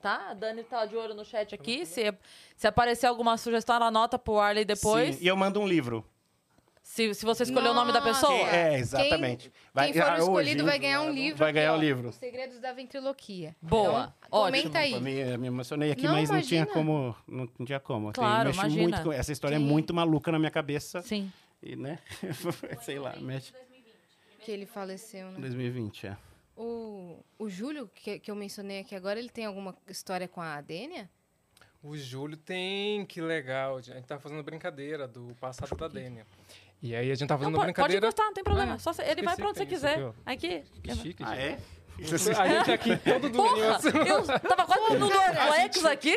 Speaker 1: tá? A Dani tá de olho no chat aqui. Se, se aparecer alguma sugestão, ela anota pro Arley depois.
Speaker 3: Sim, E eu mando um livro.
Speaker 1: Se, se você escolher o nome da pessoa.
Speaker 2: Nossa.
Speaker 3: É, exatamente.
Speaker 2: Quem for
Speaker 3: ah, hoje,
Speaker 2: escolhido
Speaker 3: hein?
Speaker 2: vai ganhar um livro.
Speaker 3: Vai
Speaker 2: aqui,
Speaker 3: ganhar
Speaker 2: ó,
Speaker 3: o livro.
Speaker 2: Os Segredos da Ventriloquia.
Speaker 1: Boa,
Speaker 2: Então,
Speaker 1: ótimo.
Speaker 2: comenta aí.
Speaker 3: Eu me, eu me emocionei aqui,
Speaker 2: Não,
Speaker 3: mas não tinha
Speaker 2: imagina.
Speaker 3: como. Não tinha como. Tem-
Speaker 1: Claro,
Speaker 3: mexe
Speaker 1: imagina.
Speaker 3: muito com- essa história
Speaker 2: Sim.
Speaker 3: é muito maluca na minha cabeça.
Speaker 1: Sim.
Speaker 3: E, né? Sei lá, mexe.
Speaker 2: Que ele faleceu, né?
Speaker 3: 2020, é.
Speaker 2: O, o Júlio, que, que eu mencionei aqui agora, ele tem alguma história com a Adênia?
Speaker 4: O Júlio tem, que legal. A gente tá fazendo brincadeira do passado da Dênia. E aí a gente tá
Speaker 1: Não,
Speaker 4: fazendo
Speaker 1: pode, pode
Speaker 4: brincadeira.
Speaker 1: encostar, não tem problema.
Speaker 4: Ah,
Speaker 1: Só se- ele vai
Speaker 4: esqueci
Speaker 1: pra onde
Speaker 4: que
Speaker 1: você
Speaker 3: é,
Speaker 4: tem isso
Speaker 1: quiser.
Speaker 4: aqui,
Speaker 1: Aqui.
Speaker 4: Que chique,
Speaker 3: Ah,
Speaker 4: gente.
Speaker 3: é?
Speaker 4: A gente aqui todo domingo.
Speaker 1: Porra,
Speaker 4: assim.
Speaker 1: eu tava quase no Dorflex aqui.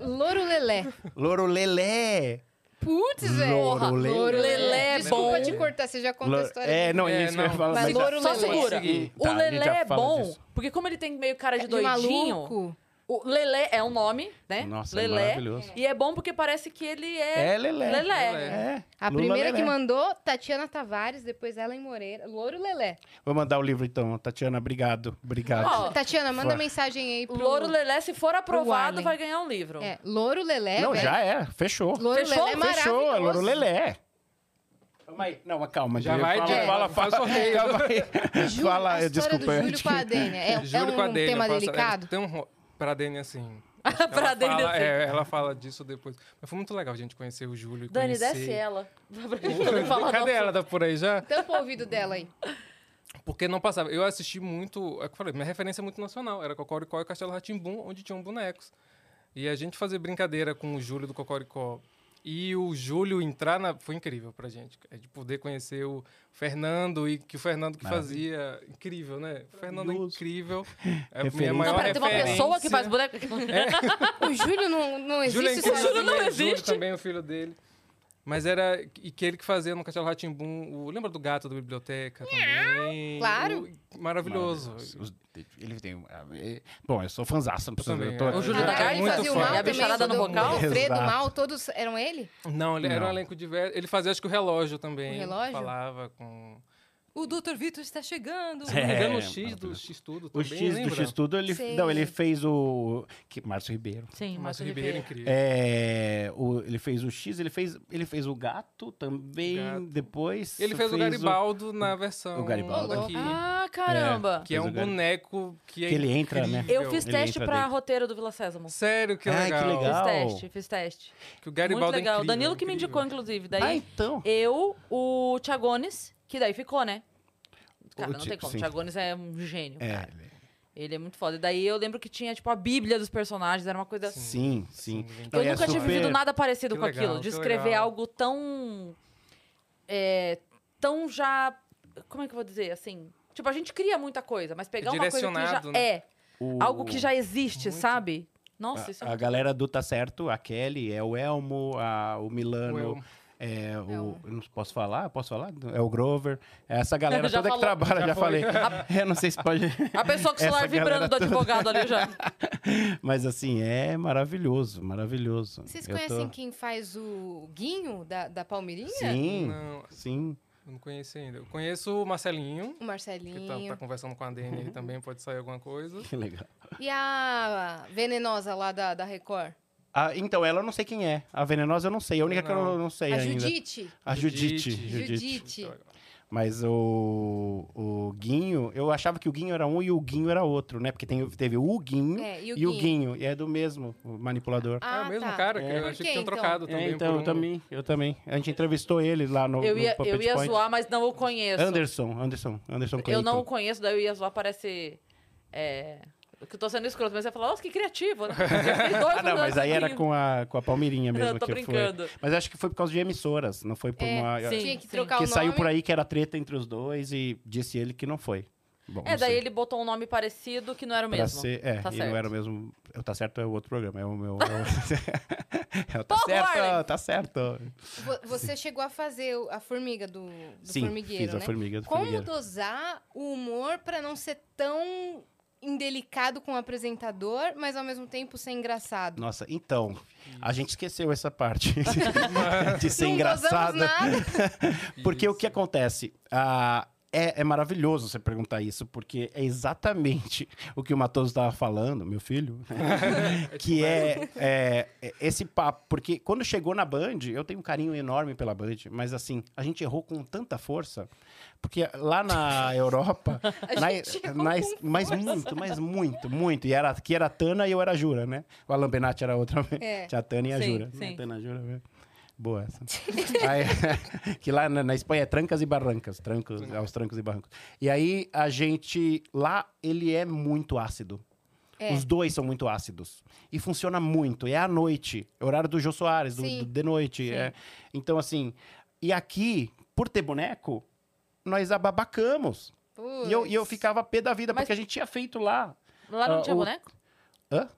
Speaker 2: Louro Lelé.
Speaker 3: Louro Lelé!
Speaker 2: Putz, velho.
Speaker 3: Louro
Speaker 2: Porra,
Speaker 3: Lelé.
Speaker 1: Lelé é
Speaker 2: Desculpa
Speaker 1: bom.
Speaker 2: te cortar, você já conta a
Speaker 3: Louro-
Speaker 2: história.
Speaker 3: É,
Speaker 2: dele.
Speaker 3: não,
Speaker 4: É,
Speaker 3: isso
Speaker 4: não.
Speaker 3: que eu ia falar.
Speaker 2: Mas Louro
Speaker 1: Só
Speaker 2: Lelé.
Speaker 1: segura.
Speaker 4: Consegui.
Speaker 1: O
Speaker 3: Tá, a gente
Speaker 1: Lelé
Speaker 3: já
Speaker 1: é
Speaker 3: fala
Speaker 1: bom,
Speaker 3: disso.
Speaker 1: porque como ele tem meio cara É de
Speaker 2: É De
Speaker 1: doidinho,
Speaker 2: maluco.
Speaker 1: o Lelé é um nome, né?
Speaker 3: Nossa, é
Speaker 1: Lelé.
Speaker 3: maravilhoso.
Speaker 1: E é bom porque parece que ele é,
Speaker 3: É Lelé.
Speaker 1: Lelé.
Speaker 4: Lelé.
Speaker 3: É.
Speaker 2: A
Speaker 3: Lula
Speaker 2: primeira que
Speaker 3: Lelé.
Speaker 2: mandou, Tatiana Tavares, depois Ellen Moreira. Louro Lelé.
Speaker 3: Vou mandar o livro então, Tatiana, obrigado. Obrigado.
Speaker 1: Ó,
Speaker 2: Tatiana, manda
Speaker 3: Fora.
Speaker 2: mensagem aí
Speaker 1: O
Speaker 2: pro...
Speaker 1: Louro Lelé, se for aprovado,
Speaker 2: Arlen.
Speaker 1: vai ganhar um livro.
Speaker 2: É, Louro Lelé,
Speaker 3: não,
Speaker 2: velho.
Speaker 3: já é, fechou.
Speaker 2: Louro
Speaker 1: Fechou?
Speaker 2: Lelé é maravilhoso.
Speaker 3: fechou, é Louro Lelé. Calma aí. Não, mas calma.
Speaker 4: Já
Speaker 3: Diego,
Speaker 4: vai,
Speaker 3: fala,
Speaker 2: Diego,
Speaker 3: fala,
Speaker 4: faz
Speaker 3: fala.
Speaker 4: sorteio.
Speaker 3: Calma aí.
Speaker 2: Júlio,
Speaker 3: Fala,
Speaker 2: a
Speaker 3: eu-
Speaker 2: história
Speaker 3: desculpa.
Speaker 2: do Júlio com a Adênia. É, é
Speaker 4: Júlio
Speaker 2: um,
Speaker 4: com a Dênia,
Speaker 2: tema
Speaker 4: passa-
Speaker 2: delicado?
Speaker 4: é, Tem um ro- pra Dênia, assim.
Speaker 1: Pra
Speaker 4: Ela
Speaker 1: Dênia,
Speaker 4: fala-
Speaker 1: assim.
Speaker 4: é, ela fala disso depois. Mas foi muito legal a gente conhecer o Júlio. e
Speaker 1: Dani,
Speaker 4: conhecer...
Speaker 1: desce ela. Pra gente poder falar
Speaker 4: Cadê
Speaker 1: nosso-
Speaker 4: ela? Tá por aí já?
Speaker 2: Tampa o ouvido dela aí.
Speaker 4: Porque não passava. Eu assisti muito. É o que eu falei, minha referência é muito nacional. Era Cocoricó e Castelo Ratimbum, onde tinham bonecos. E a gente fazer brincadeira com o Júlio do Cocoricó e o Júlio entrar na. Foi incrível pra gente. É de poder conhecer o Fernando e que o Fernando que fazia. Incrível, né? O Fernando é
Speaker 3: Maravilhoso.
Speaker 4: incrível. É a minha
Speaker 3: Referência.
Speaker 1: Não,
Speaker 4: maior
Speaker 1: pera, tem uma
Speaker 4: referência. É,
Speaker 1: pessoa que faz boneco.
Speaker 2: O Júlio não, não
Speaker 4: Júlio
Speaker 2: existe
Speaker 4: é incrível
Speaker 2: só-
Speaker 1: Júlio não
Speaker 4: também, Júlio
Speaker 1: existe.
Speaker 4: também, é o filho dele. Mas era. E que ele que fazia no Castelo Ratimbum. O, lembra do gato da biblioteca também?
Speaker 2: Claro.
Speaker 4: O- maravilhoso.
Speaker 3: Os- Ele tem. um- é- Bom, eu sou fanzaço, não precisa.
Speaker 4: também,
Speaker 3: eu tô-
Speaker 4: é.
Speaker 1: O Júlio
Speaker 2: a
Speaker 1: da
Speaker 4: é
Speaker 2: Dali
Speaker 1: Carne
Speaker 4: muito
Speaker 2: fazia o
Speaker 4: fã.
Speaker 2: mal
Speaker 1: É a
Speaker 2: também,
Speaker 1: bicharada no
Speaker 2: o
Speaker 1: bocal?
Speaker 2: Alfredo,
Speaker 3: Exato.
Speaker 2: mal, todos eram ele?
Speaker 4: Não, ele era um
Speaker 3: Não.
Speaker 4: elenco diverso. Ele fazia, acho que o relógio também.
Speaker 2: O relógio?
Speaker 4: Falava com.
Speaker 1: O Dr. Vitor está chegando.
Speaker 4: Se não me engano,
Speaker 3: É,
Speaker 4: o X do
Speaker 3: maravilhoso.
Speaker 4: X Tudo
Speaker 3: O
Speaker 4: também.
Speaker 3: X do
Speaker 4: lembra?
Speaker 3: X tudo, ele.
Speaker 2: Sei.
Speaker 3: Não, ele fez o. Que, Márcio Ribeiro.
Speaker 1: Sim,
Speaker 4: Márcio Ribeiro, incrível.
Speaker 3: É, o- ele fez o X, ele fez, ele fez o gato também.
Speaker 4: Gato.
Speaker 3: Depois.
Speaker 4: Ele fez o Garibaldo na versão.
Speaker 3: o Garibaldo.
Speaker 4: daqui,
Speaker 1: Ah, caramba.
Speaker 4: que é
Speaker 3: Fez
Speaker 4: um
Speaker 3: o Garibaldo.
Speaker 4: boneco que é.
Speaker 3: Que ele entra, né?
Speaker 4: incrível.
Speaker 1: Eu fiz
Speaker 3: Ele
Speaker 1: teste
Speaker 3: entra
Speaker 1: pra
Speaker 3: dentro.
Speaker 1: roteiro do Vila Sésamo.
Speaker 4: Sério, que
Speaker 3: Ai, que
Speaker 4: legal.
Speaker 3: legal.
Speaker 1: Fiz teste, fiz teste.
Speaker 4: Que o Garibaldo
Speaker 1: Muito legal. O
Speaker 4: é incrível,
Speaker 1: Danilo que me
Speaker 4: incrível.
Speaker 1: indicou, inclusive. Daí
Speaker 3: Ah, então.
Speaker 1: eu, o Tiagones, que daí ficou, né? Cara,
Speaker 3: O
Speaker 1: não
Speaker 3: Ti-
Speaker 1: tem como.
Speaker 3: sim.
Speaker 1: O Tiagones é um gênio,
Speaker 3: É,
Speaker 1: cara. Ele é muito foda. E daí eu lembro que tinha, tipo, a bíblia dos personagens, era uma coisa.
Speaker 3: sim, sim.
Speaker 4: Sim,
Speaker 3: Não,
Speaker 1: Eu
Speaker 3: e é
Speaker 1: nunca tinha
Speaker 3: super-
Speaker 1: vivido nada parecido
Speaker 4: Que
Speaker 1: com
Speaker 4: legal,
Speaker 1: aquilo. De
Speaker 4: que
Speaker 1: escrever
Speaker 4: legal.
Speaker 1: algo tão. É, tão já. Como é que eu vou dizer? Assim. Tipo, a gente cria muita coisa, mas pegar uma coisa que já
Speaker 4: direcionado, né?
Speaker 1: é.
Speaker 3: O-
Speaker 1: Algo que já existe,
Speaker 4: Muito.
Speaker 1: sabe? Nossa, isso
Speaker 3: A,
Speaker 1: é
Speaker 3: a galera do Tá Certo, a Kelly, é o Elmo, a- o Milano,
Speaker 4: O Elmo.
Speaker 3: é o...
Speaker 2: Elmo.
Speaker 3: eu Não posso falar? Posso falar? É o Grover. É Essa galera
Speaker 1: Já
Speaker 3: toda
Speaker 1: falou.
Speaker 3: que trabalha,
Speaker 4: Já
Speaker 3: já,
Speaker 4: foi.
Speaker 3: falei. Eu não sei se pode...
Speaker 1: um- A pessoa com o
Speaker 3: Essa
Speaker 1: celular vibrando
Speaker 3: galera
Speaker 1: do
Speaker 3: toda.
Speaker 1: advogado ali já.
Speaker 3: Mas assim, é maravilhoso, maravilhoso.
Speaker 2: Vocês
Speaker 3: Eu tô-
Speaker 2: conhecem é? quem faz o Guinho da, da Palmeirinha?
Speaker 3: Sim,
Speaker 4: Não,
Speaker 3: sim.
Speaker 4: eu não conheci ainda. Eu conheço o Marcelinho,
Speaker 2: O
Speaker 4: que tá,
Speaker 2: Marcelinho.
Speaker 4: tá conversando com a Dani
Speaker 3: Uhum.
Speaker 4: aí também, pode sair alguma coisa.
Speaker 3: Que legal.
Speaker 2: E a venenosa lá da, da Record?
Speaker 3: Ah, então, ela eu não sei quem é. A Venenosa eu não sei. A única que eu
Speaker 4: Não.
Speaker 3: não- não sei
Speaker 2: a
Speaker 3: ainda.
Speaker 2: Judite.
Speaker 3: A Judite.
Speaker 4: Judite.
Speaker 3: Judite.
Speaker 2: Judite.
Speaker 1: ah,
Speaker 4: Muito legal.
Speaker 3: Mas o, o Guinho, eu achava que o Guinho era um e o Guinho era outro, né? Porque tem, teve o Guinho
Speaker 2: É,
Speaker 3: e, o Guinho. E é do mesmo o manipulador.
Speaker 4: Ah,
Speaker 2: Ah,
Speaker 4: o mesmo
Speaker 2: tá.
Speaker 4: cara, que
Speaker 3: É.
Speaker 4: eu
Speaker 2: Por
Speaker 4: achei
Speaker 2: quê,
Speaker 4: que tinham
Speaker 2: então?
Speaker 4: trocado também.
Speaker 3: É, então,
Speaker 4: por
Speaker 3: eu
Speaker 4: um-
Speaker 3: também, eu também. A gente entrevistou ele lá no,
Speaker 1: Eu
Speaker 3: no
Speaker 1: ia,
Speaker 3: Puppet
Speaker 1: eu ia
Speaker 3: Point.
Speaker 1: zoar, mas não o conheço.
Speaker 3: Anderson, Anderson, Anderson Clayton.
Speaker 1: eu não o conheço, daí eu ia zoar, parece. É. Que eu tô sendo escroto, mas eu ia falar, nossa, que criativo, né?
Speaker 3: Ah, não, mas aí era com a, com a Palmeirinha mesmo
Speaker 1: Eu assim. tô
Speaker 3: que
Speaker 1: brincando.
Speaker 3: foi. Mas acho que foi por causa de emissoras, não foi por
Speaker 2: É,
Speaker 3: uma...
Speaker 1: sim. É
Speaker 2: Tinha que
Speaker 1: Sim.
Speaker 2: trocar
Speaker 3: Que
Speaker 2: o nome.
Speaker 3: saiu por aí que era treta entre os dois e disse ele que não foi. Bom,
Speaker 1: É,
Speaker 3: não
Speaker 1: daí
Speaker 3: sei.
Speaker 1: ele botou um nome parecido que não era o
Speaker 3: Pra
Speaker 1: mesmo.
Speaker 3: ser- é,
Speaker 1: Tá
Speaker 3: e
Speaker 1: certo.
Speaker 3: não era o mesmo. eu Tá certo é o outro programa, é o meu. é o- é o tá
Speaker 1: Pô,
Speaker 3: certo,
Speaker 1: Warren!
Speaker 3: tá certo.
Speaker 2: Vo- Você chegou a fazer o- a formiga do, do
Speaker 3: Sim,
Speaker 2: formigueiro,
Speaker 3: fiz
Speaker 2: né?
Speaker 3: a formiga do
Speaker 2: Como
Speaker 3: formigueiro.
Speaker 2: dosar o humor pra não ser tão indelicado com o apresentador, mas ao mesmo tempo ser engraçado?
Speaker 3: Nossa, então, a gente esqueceu essa parte de ser
Speaker 2: não
Speaker 3: engraçado. né?
Speaker 2: dosamos nada.
Speaker 3: Porque o que
Speaker 4: Isso.
Speaker 3: acontece? Ah, é, é maravilhoso você perguntar isso, porque é exatamente o que o Matoso estava falando, meu filho. que é, é, é esse papo. Porque quando chegou na Band, eu tenho um carinho enorme pela Band, mas assim, a gente errou com tanta força. Porque lá na Europa.
Speaker 2: A
Speaker 3: na-
Speaker 2: gente errou
Speaker 3: mas,
Speaker 2: com
Speaker 3: mas
Speaker 2: força.
Speaker 3: muito, mas muito, muito. E era, aqui era a Tana e eu era a Jura, né? O Alan Benatti era outra.
Speaker 2: É.
Speaker 3: Tinha a Tana e a
Speaker 1: Sim,
Speaker 3: Jura.
Speaker 1: sim.
Speaker 3: A Tana, a Jura, né? Boa essa. Aí, que lá na, na Espanha é trancas e barrancas. Trancos, aos trancos e barrancos. E aí a gente. Lá ele é muito ácido.
Speaker 2: É.
Speaker 3: Os dois são muito ácidos. E funciona muito. E é à noite. É o horário do Jô Soares, do,
Speaker 2: Sim.
Speaker 3: do- de noite. é. Então, assim. E aqui, por ter boneco, nós ababacamos. E eu, e eu
Speaker 2: Puts.
Speaker 3: ficava pé da vida,
Speaker 1: Mas-
Speaker 3: porque a gente tinha feito lá.
Speaker 1: Lá não
Speaker 3: Ah,
Speaker 1: tinha
Speaker 3: o-
Speaker 1: boneco?
Speaker 3: Hã?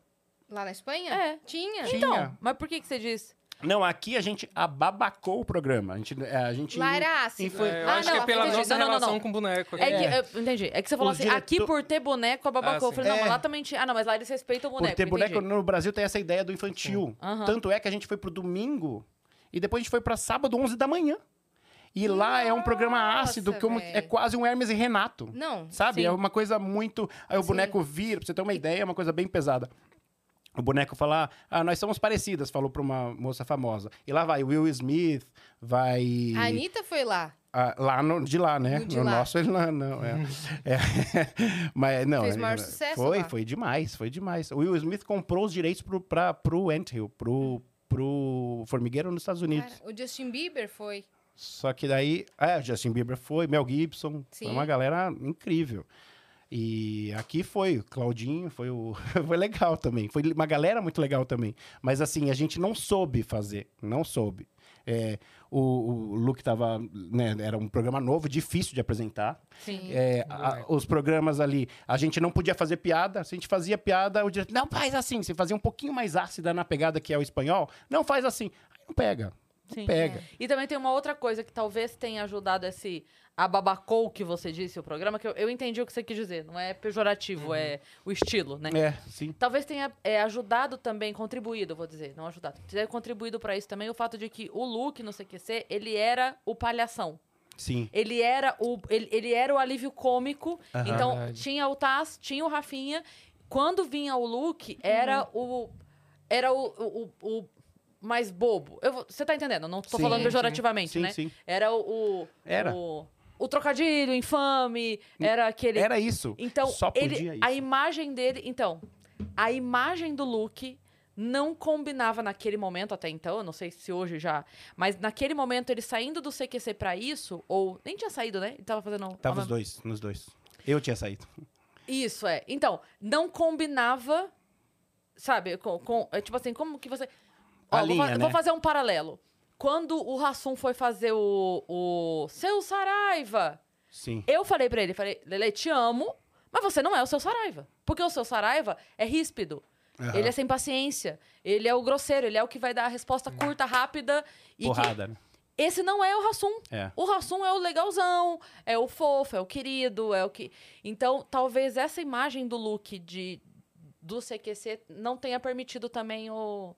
Speaker 2: Lá na Espanha?
Speaker 1: É.
Speaker 2: Tinha.
Speaker 3: Tinha.
Speaker 1: Então, mas por que, que você disse?
Speaker 3: Não, aqui a gente ababacou o programa. A gente. é, A gente
Speaker 2: Lá era ácido.
Speaker 3: E foi-
Speaker 4: É, eu
Speaker 2: Ah,
Speaker 4: acho
Speaker 2: não,
Speaker 4: que é
Speaker 2: a
Speaker 4: pela
Speaker 2: formiga-
Speaker 4: nossa
Speaker 1: Não, não, não,
Speaker 4: relação
Speaker 1: não.
Speaker 4: com o boneco.
Speaker 1: É
Speaker 4: aqui.
Speaker 1: que, eu- entendi. É que você falou
Speaker 3: Os
Speaker 1: assim, aqui
Speaker 3: diretor-
Speaker 1: por ter boneco, ababacou.
Speaker 4: Ah,
Speaker 1: eu falei, não,
Speaker 3: sim.
Speaker 1: mas
Speaker 3: É.
Speaker 1: lá também tinha. Ah, não, mas lá eles respeitam o boneco.
Speaker 3: Por ter boneco
Speaker 1: entendi.
Speaker 3: no Brasil tem essa ideia do infantil.
Speaker 1: Aham.
Speaker 3: Tanto é que a gente foi pro domingo e depois a gente foi pra sábado, 11 da manhã. E lá é um programa ácido,
Speaker 2: Nossa,
Speaker 3: que é uma-
Speaker 2: véi.
Speaker 3: é quase um Hermes e Renato.
Speaker 2: Não.
Speaker 3: Sabe?
Speaker 1: Sim.
Speaker 3: É uma coisa muito. Aí o
Speaker 2: Sim.
Speaker 3: boneco vira, pra você ter uma ideia, é uma coisa bem pesada. O boneco fala, ah, nós somos parecidas, falou pra uma moça famosa. E lá vai Will Smith, vai.
Speaker 2: A Anitta foi lá.
Speaker 3: Ah, lá no, de lá, né?
Speaker 2: No
Speaker 3: No,
Speaker 2: de lá.
Speaker 3: nosso ele não, não é. É. Mas não.
Speaker 2: Fez maior
Speaker 3: é,
Speaker 2: sucesso
Speaker 3: Foi,
Speaker 2: lá.
Speaker 3: foi demais, foi demais. O Will Smith comprou os direitos pro, pra, pro Ant Hill, pro, pro Formigueiro nos Estados Unidos.
Speaker 2: Cara, o Justin Bieber foi.
Speaker 3: Só que daí, é, Justin Bieber foi, Mel Gibson,
Speaker 2: Sim.
Speaker 3: foi uma galera incrível. E aqui foi, o Claudinho, foi o foi legal também. Foi uma galera muito legal também. Mas assim, a gente não soube fazer, não soube. É, o, o Luke tava, né, era um programa novo, difícil de apresentar.
Speaker 1: Sim.
Speaker 3: É, a- os programas ali, a gente não podia fazer piada. Se a gente fazia piada, o diretor, não, faz assim. Você fazia um pouquinho mais ácida na pegada que é o espanhol, não faz assim. Aí não pega, não
Speaker 1: Sim. é.
Speaker 3: pega.
Speaker 1: E também tem uma outra coisa que talvez tenha ajudado esse ababacou que você disse, o programa, que eu, eu entendi o que você quis dizer. Não é pejorativo, é o estilo, né?
Speaker 3: É, sim.
Speaker 1: Talvez tenha é, ajudado também, contribuído, vou dizer, não ajudado. Tenha contribuído pra isso também o fato de que o Luke no CQC, ele era o palhação.
Speaker 3: Sim.
Speaker 1: Ele era o, ele, ele era o alívio cômico.
Speaker 3: Aham.
Speaker 1: Então,
Speaker 4: Verdade.
Speaker 1: tinha o Taz, tinha o Rafinha. Quando vinha o Luke, era
Speaker 3: Uhum.
Speaker 1: o. Era o, o, o- o mais bobo. Eu vou- Você tá entendendo? Não tô
Speaker 3: Sim.
Speaker 1: falando
Speaker 3: Sim,
Speaker 1: pejorativamente,
Speaker 3: Sim,
Speaker 1: né?
Speaker 3: sim.
Speaker 1: Era o. o-
Speaker 3: Era. Hum.
Speaker 1: O, o trocadilho, infame. Era aquele.
Speaker 3: Era isso.
Speaker 1: Então,
Speaker 3: Só podia
Speaker 1: ele,
Speaker 3: isso.
Speaker 1: a imagem dele. Então, a imagem do Luke não combinava naquele momento até então, eu não sei se hoje já. Mas naquele momento, ele saindo do CQC pra isso, ou. Nem tinha saído, né? Ele tava fazendo.
Speaker 3: Tava
Speaker 1: a-
Speaker 3: os dois, nos dois. Eu tinha saído.
Speaker 1: Isso, é. Então, não combinava. Sabe? Com, com- é, tipo assim, como que você.
Speaker 3: A
Speaker 1: vou,
Speaker 3: linha,
Speaker 1: fa-
Speaker 3: né?
Speaker 1: vou fazer um paralelo. Quando o Rassum foi fazer o, o. Seu Saraiva!
Speaker 3: Sim.
Speaker 1: Eu falei pra ele, falei, Lele, te amo, mas você não é o seu Saraiva. Porque o seu Saraiva é ríspido.
Speaker 3: Aham.
Speaker 1: Ele é sem paciência. Ele é o grosseiro, ele é o que vai dar a resposta curta, rápida. E que-
Speaker 3: Uhum. Porrada, né?
Speaker 1: Esse não é o Rassum.
Speaker 3: É.
Speaker 1: O Rassum é o legalzão, é o fofo, é o querido, é o que. Então, talvez essa imagem do look de, do CQC não tenha permitido também o,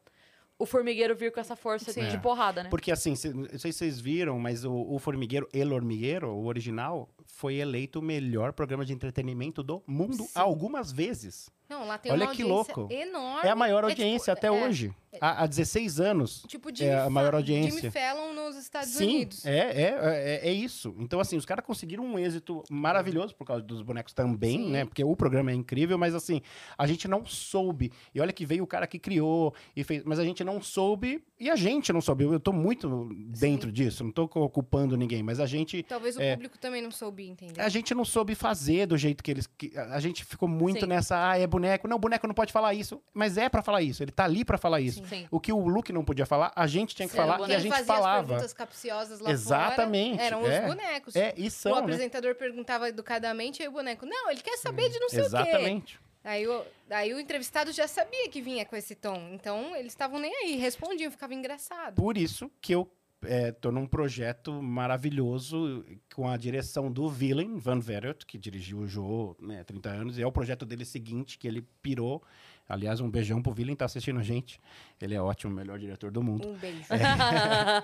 Speaker 1: o formigueiro vir com essa força de,
Speaker 3: Sim. É.
Speaker 1: de porrada, né?
Speaker 3: Porque assim, cê- não sei se vocês viram, mas o, o Formigueiro, El Hormigueiro, o original, foi eleito o melhor programa de entretenimento do mundo algumas vezes.
Speaker 2: Não, lá tem
Speaker 3: Olha
Speaker 2: uma
Speaker 3: que
Speaker 2: audiência
Speaker 3: louco.
Speaker 2: enorme.
Speaker 3: É a maior
Speaker 2: tipo-
Speaker 3: audiência até
Speaker 2: é,
Speaker 3: hoje. Há, há 16 anos.
Speaker 2: Tipo
Speaker 3: É a maior
Speaker 2: Fa- Jimmy
Speaker 3: audiência.
Speaker 2: Fallon nos Estados
Speaker 3: Sim,
Speaker 2: Unidos.
Speaker 3: é, é, é, é isso. Então, assim, os caras conseguiram um êxito maravilhoso por causa dos bonecos também,
Speaker 2: Sim.
Speaker 3: né? Porque o programa é incrível, mas assim, a gente não soube. E olha que veio o cara que criou e fez. Mas a gente não soube e a gente não soube. Eu tô muito dentro disso, não tô co- culpando ninguém, mas a gente.
Speaker 2: Talvez o
Speaker 3: É.
Speaker 2: público também não soube, entendeu?
Speaker 3: A gente não soube fazer do jeito que eles. que- a a gente ficou muito
Speaker 1: Sim.
Speaker 3: nessa. Ah, é boneco. Não, boneco não pode falar isso. Mas é pra falar isso. Ele tá ali pra falar isso.
Speaker 1: Sim.
Speaker 3: O que o Luke não podia falar, a gente tinha que
Speaker 1: Era o
Speaker 3: falar
Speaker 1: boneco.
Speaker 3: e a
Speaker 2: Quem
Speaker 3: gente
Speaker 2: fazia as
Speaker 3: falava.
Speaker 2: perguntas capciosas lá
Speaker 3: Exatamente,
Speaker 2: fora eram
Speaker 3: é.
Speaker 2: os bonecos.
Speaker 3: É, e
Speaker 2: o
Speaker 3: são, né?
Speaker 2: apresentador perguntava educadamente, aí o boneco, não, ele quer saber de não sei o quê.
Speaker 3: Exatamente.
Speaker 2: Aí o, aí o entrevistado já sabia que vinha com esse tom. Então, eles estavam nem aí, respondiam, ficava engraçado.
Speaker 3: Por isso que eu é, tô num projeto maravilhoso com a direção do Willem Van Verret, que dirigiu o Jô, né, 30 anos, e é o projeto dele seguinte, que ele pirou. Aliás, um beijão pro Willem, tá assistindo a gente. Ele é ótimo, o melhor diretor do mundo.
Speaker 2: Um beijo.
Speaker 3: É.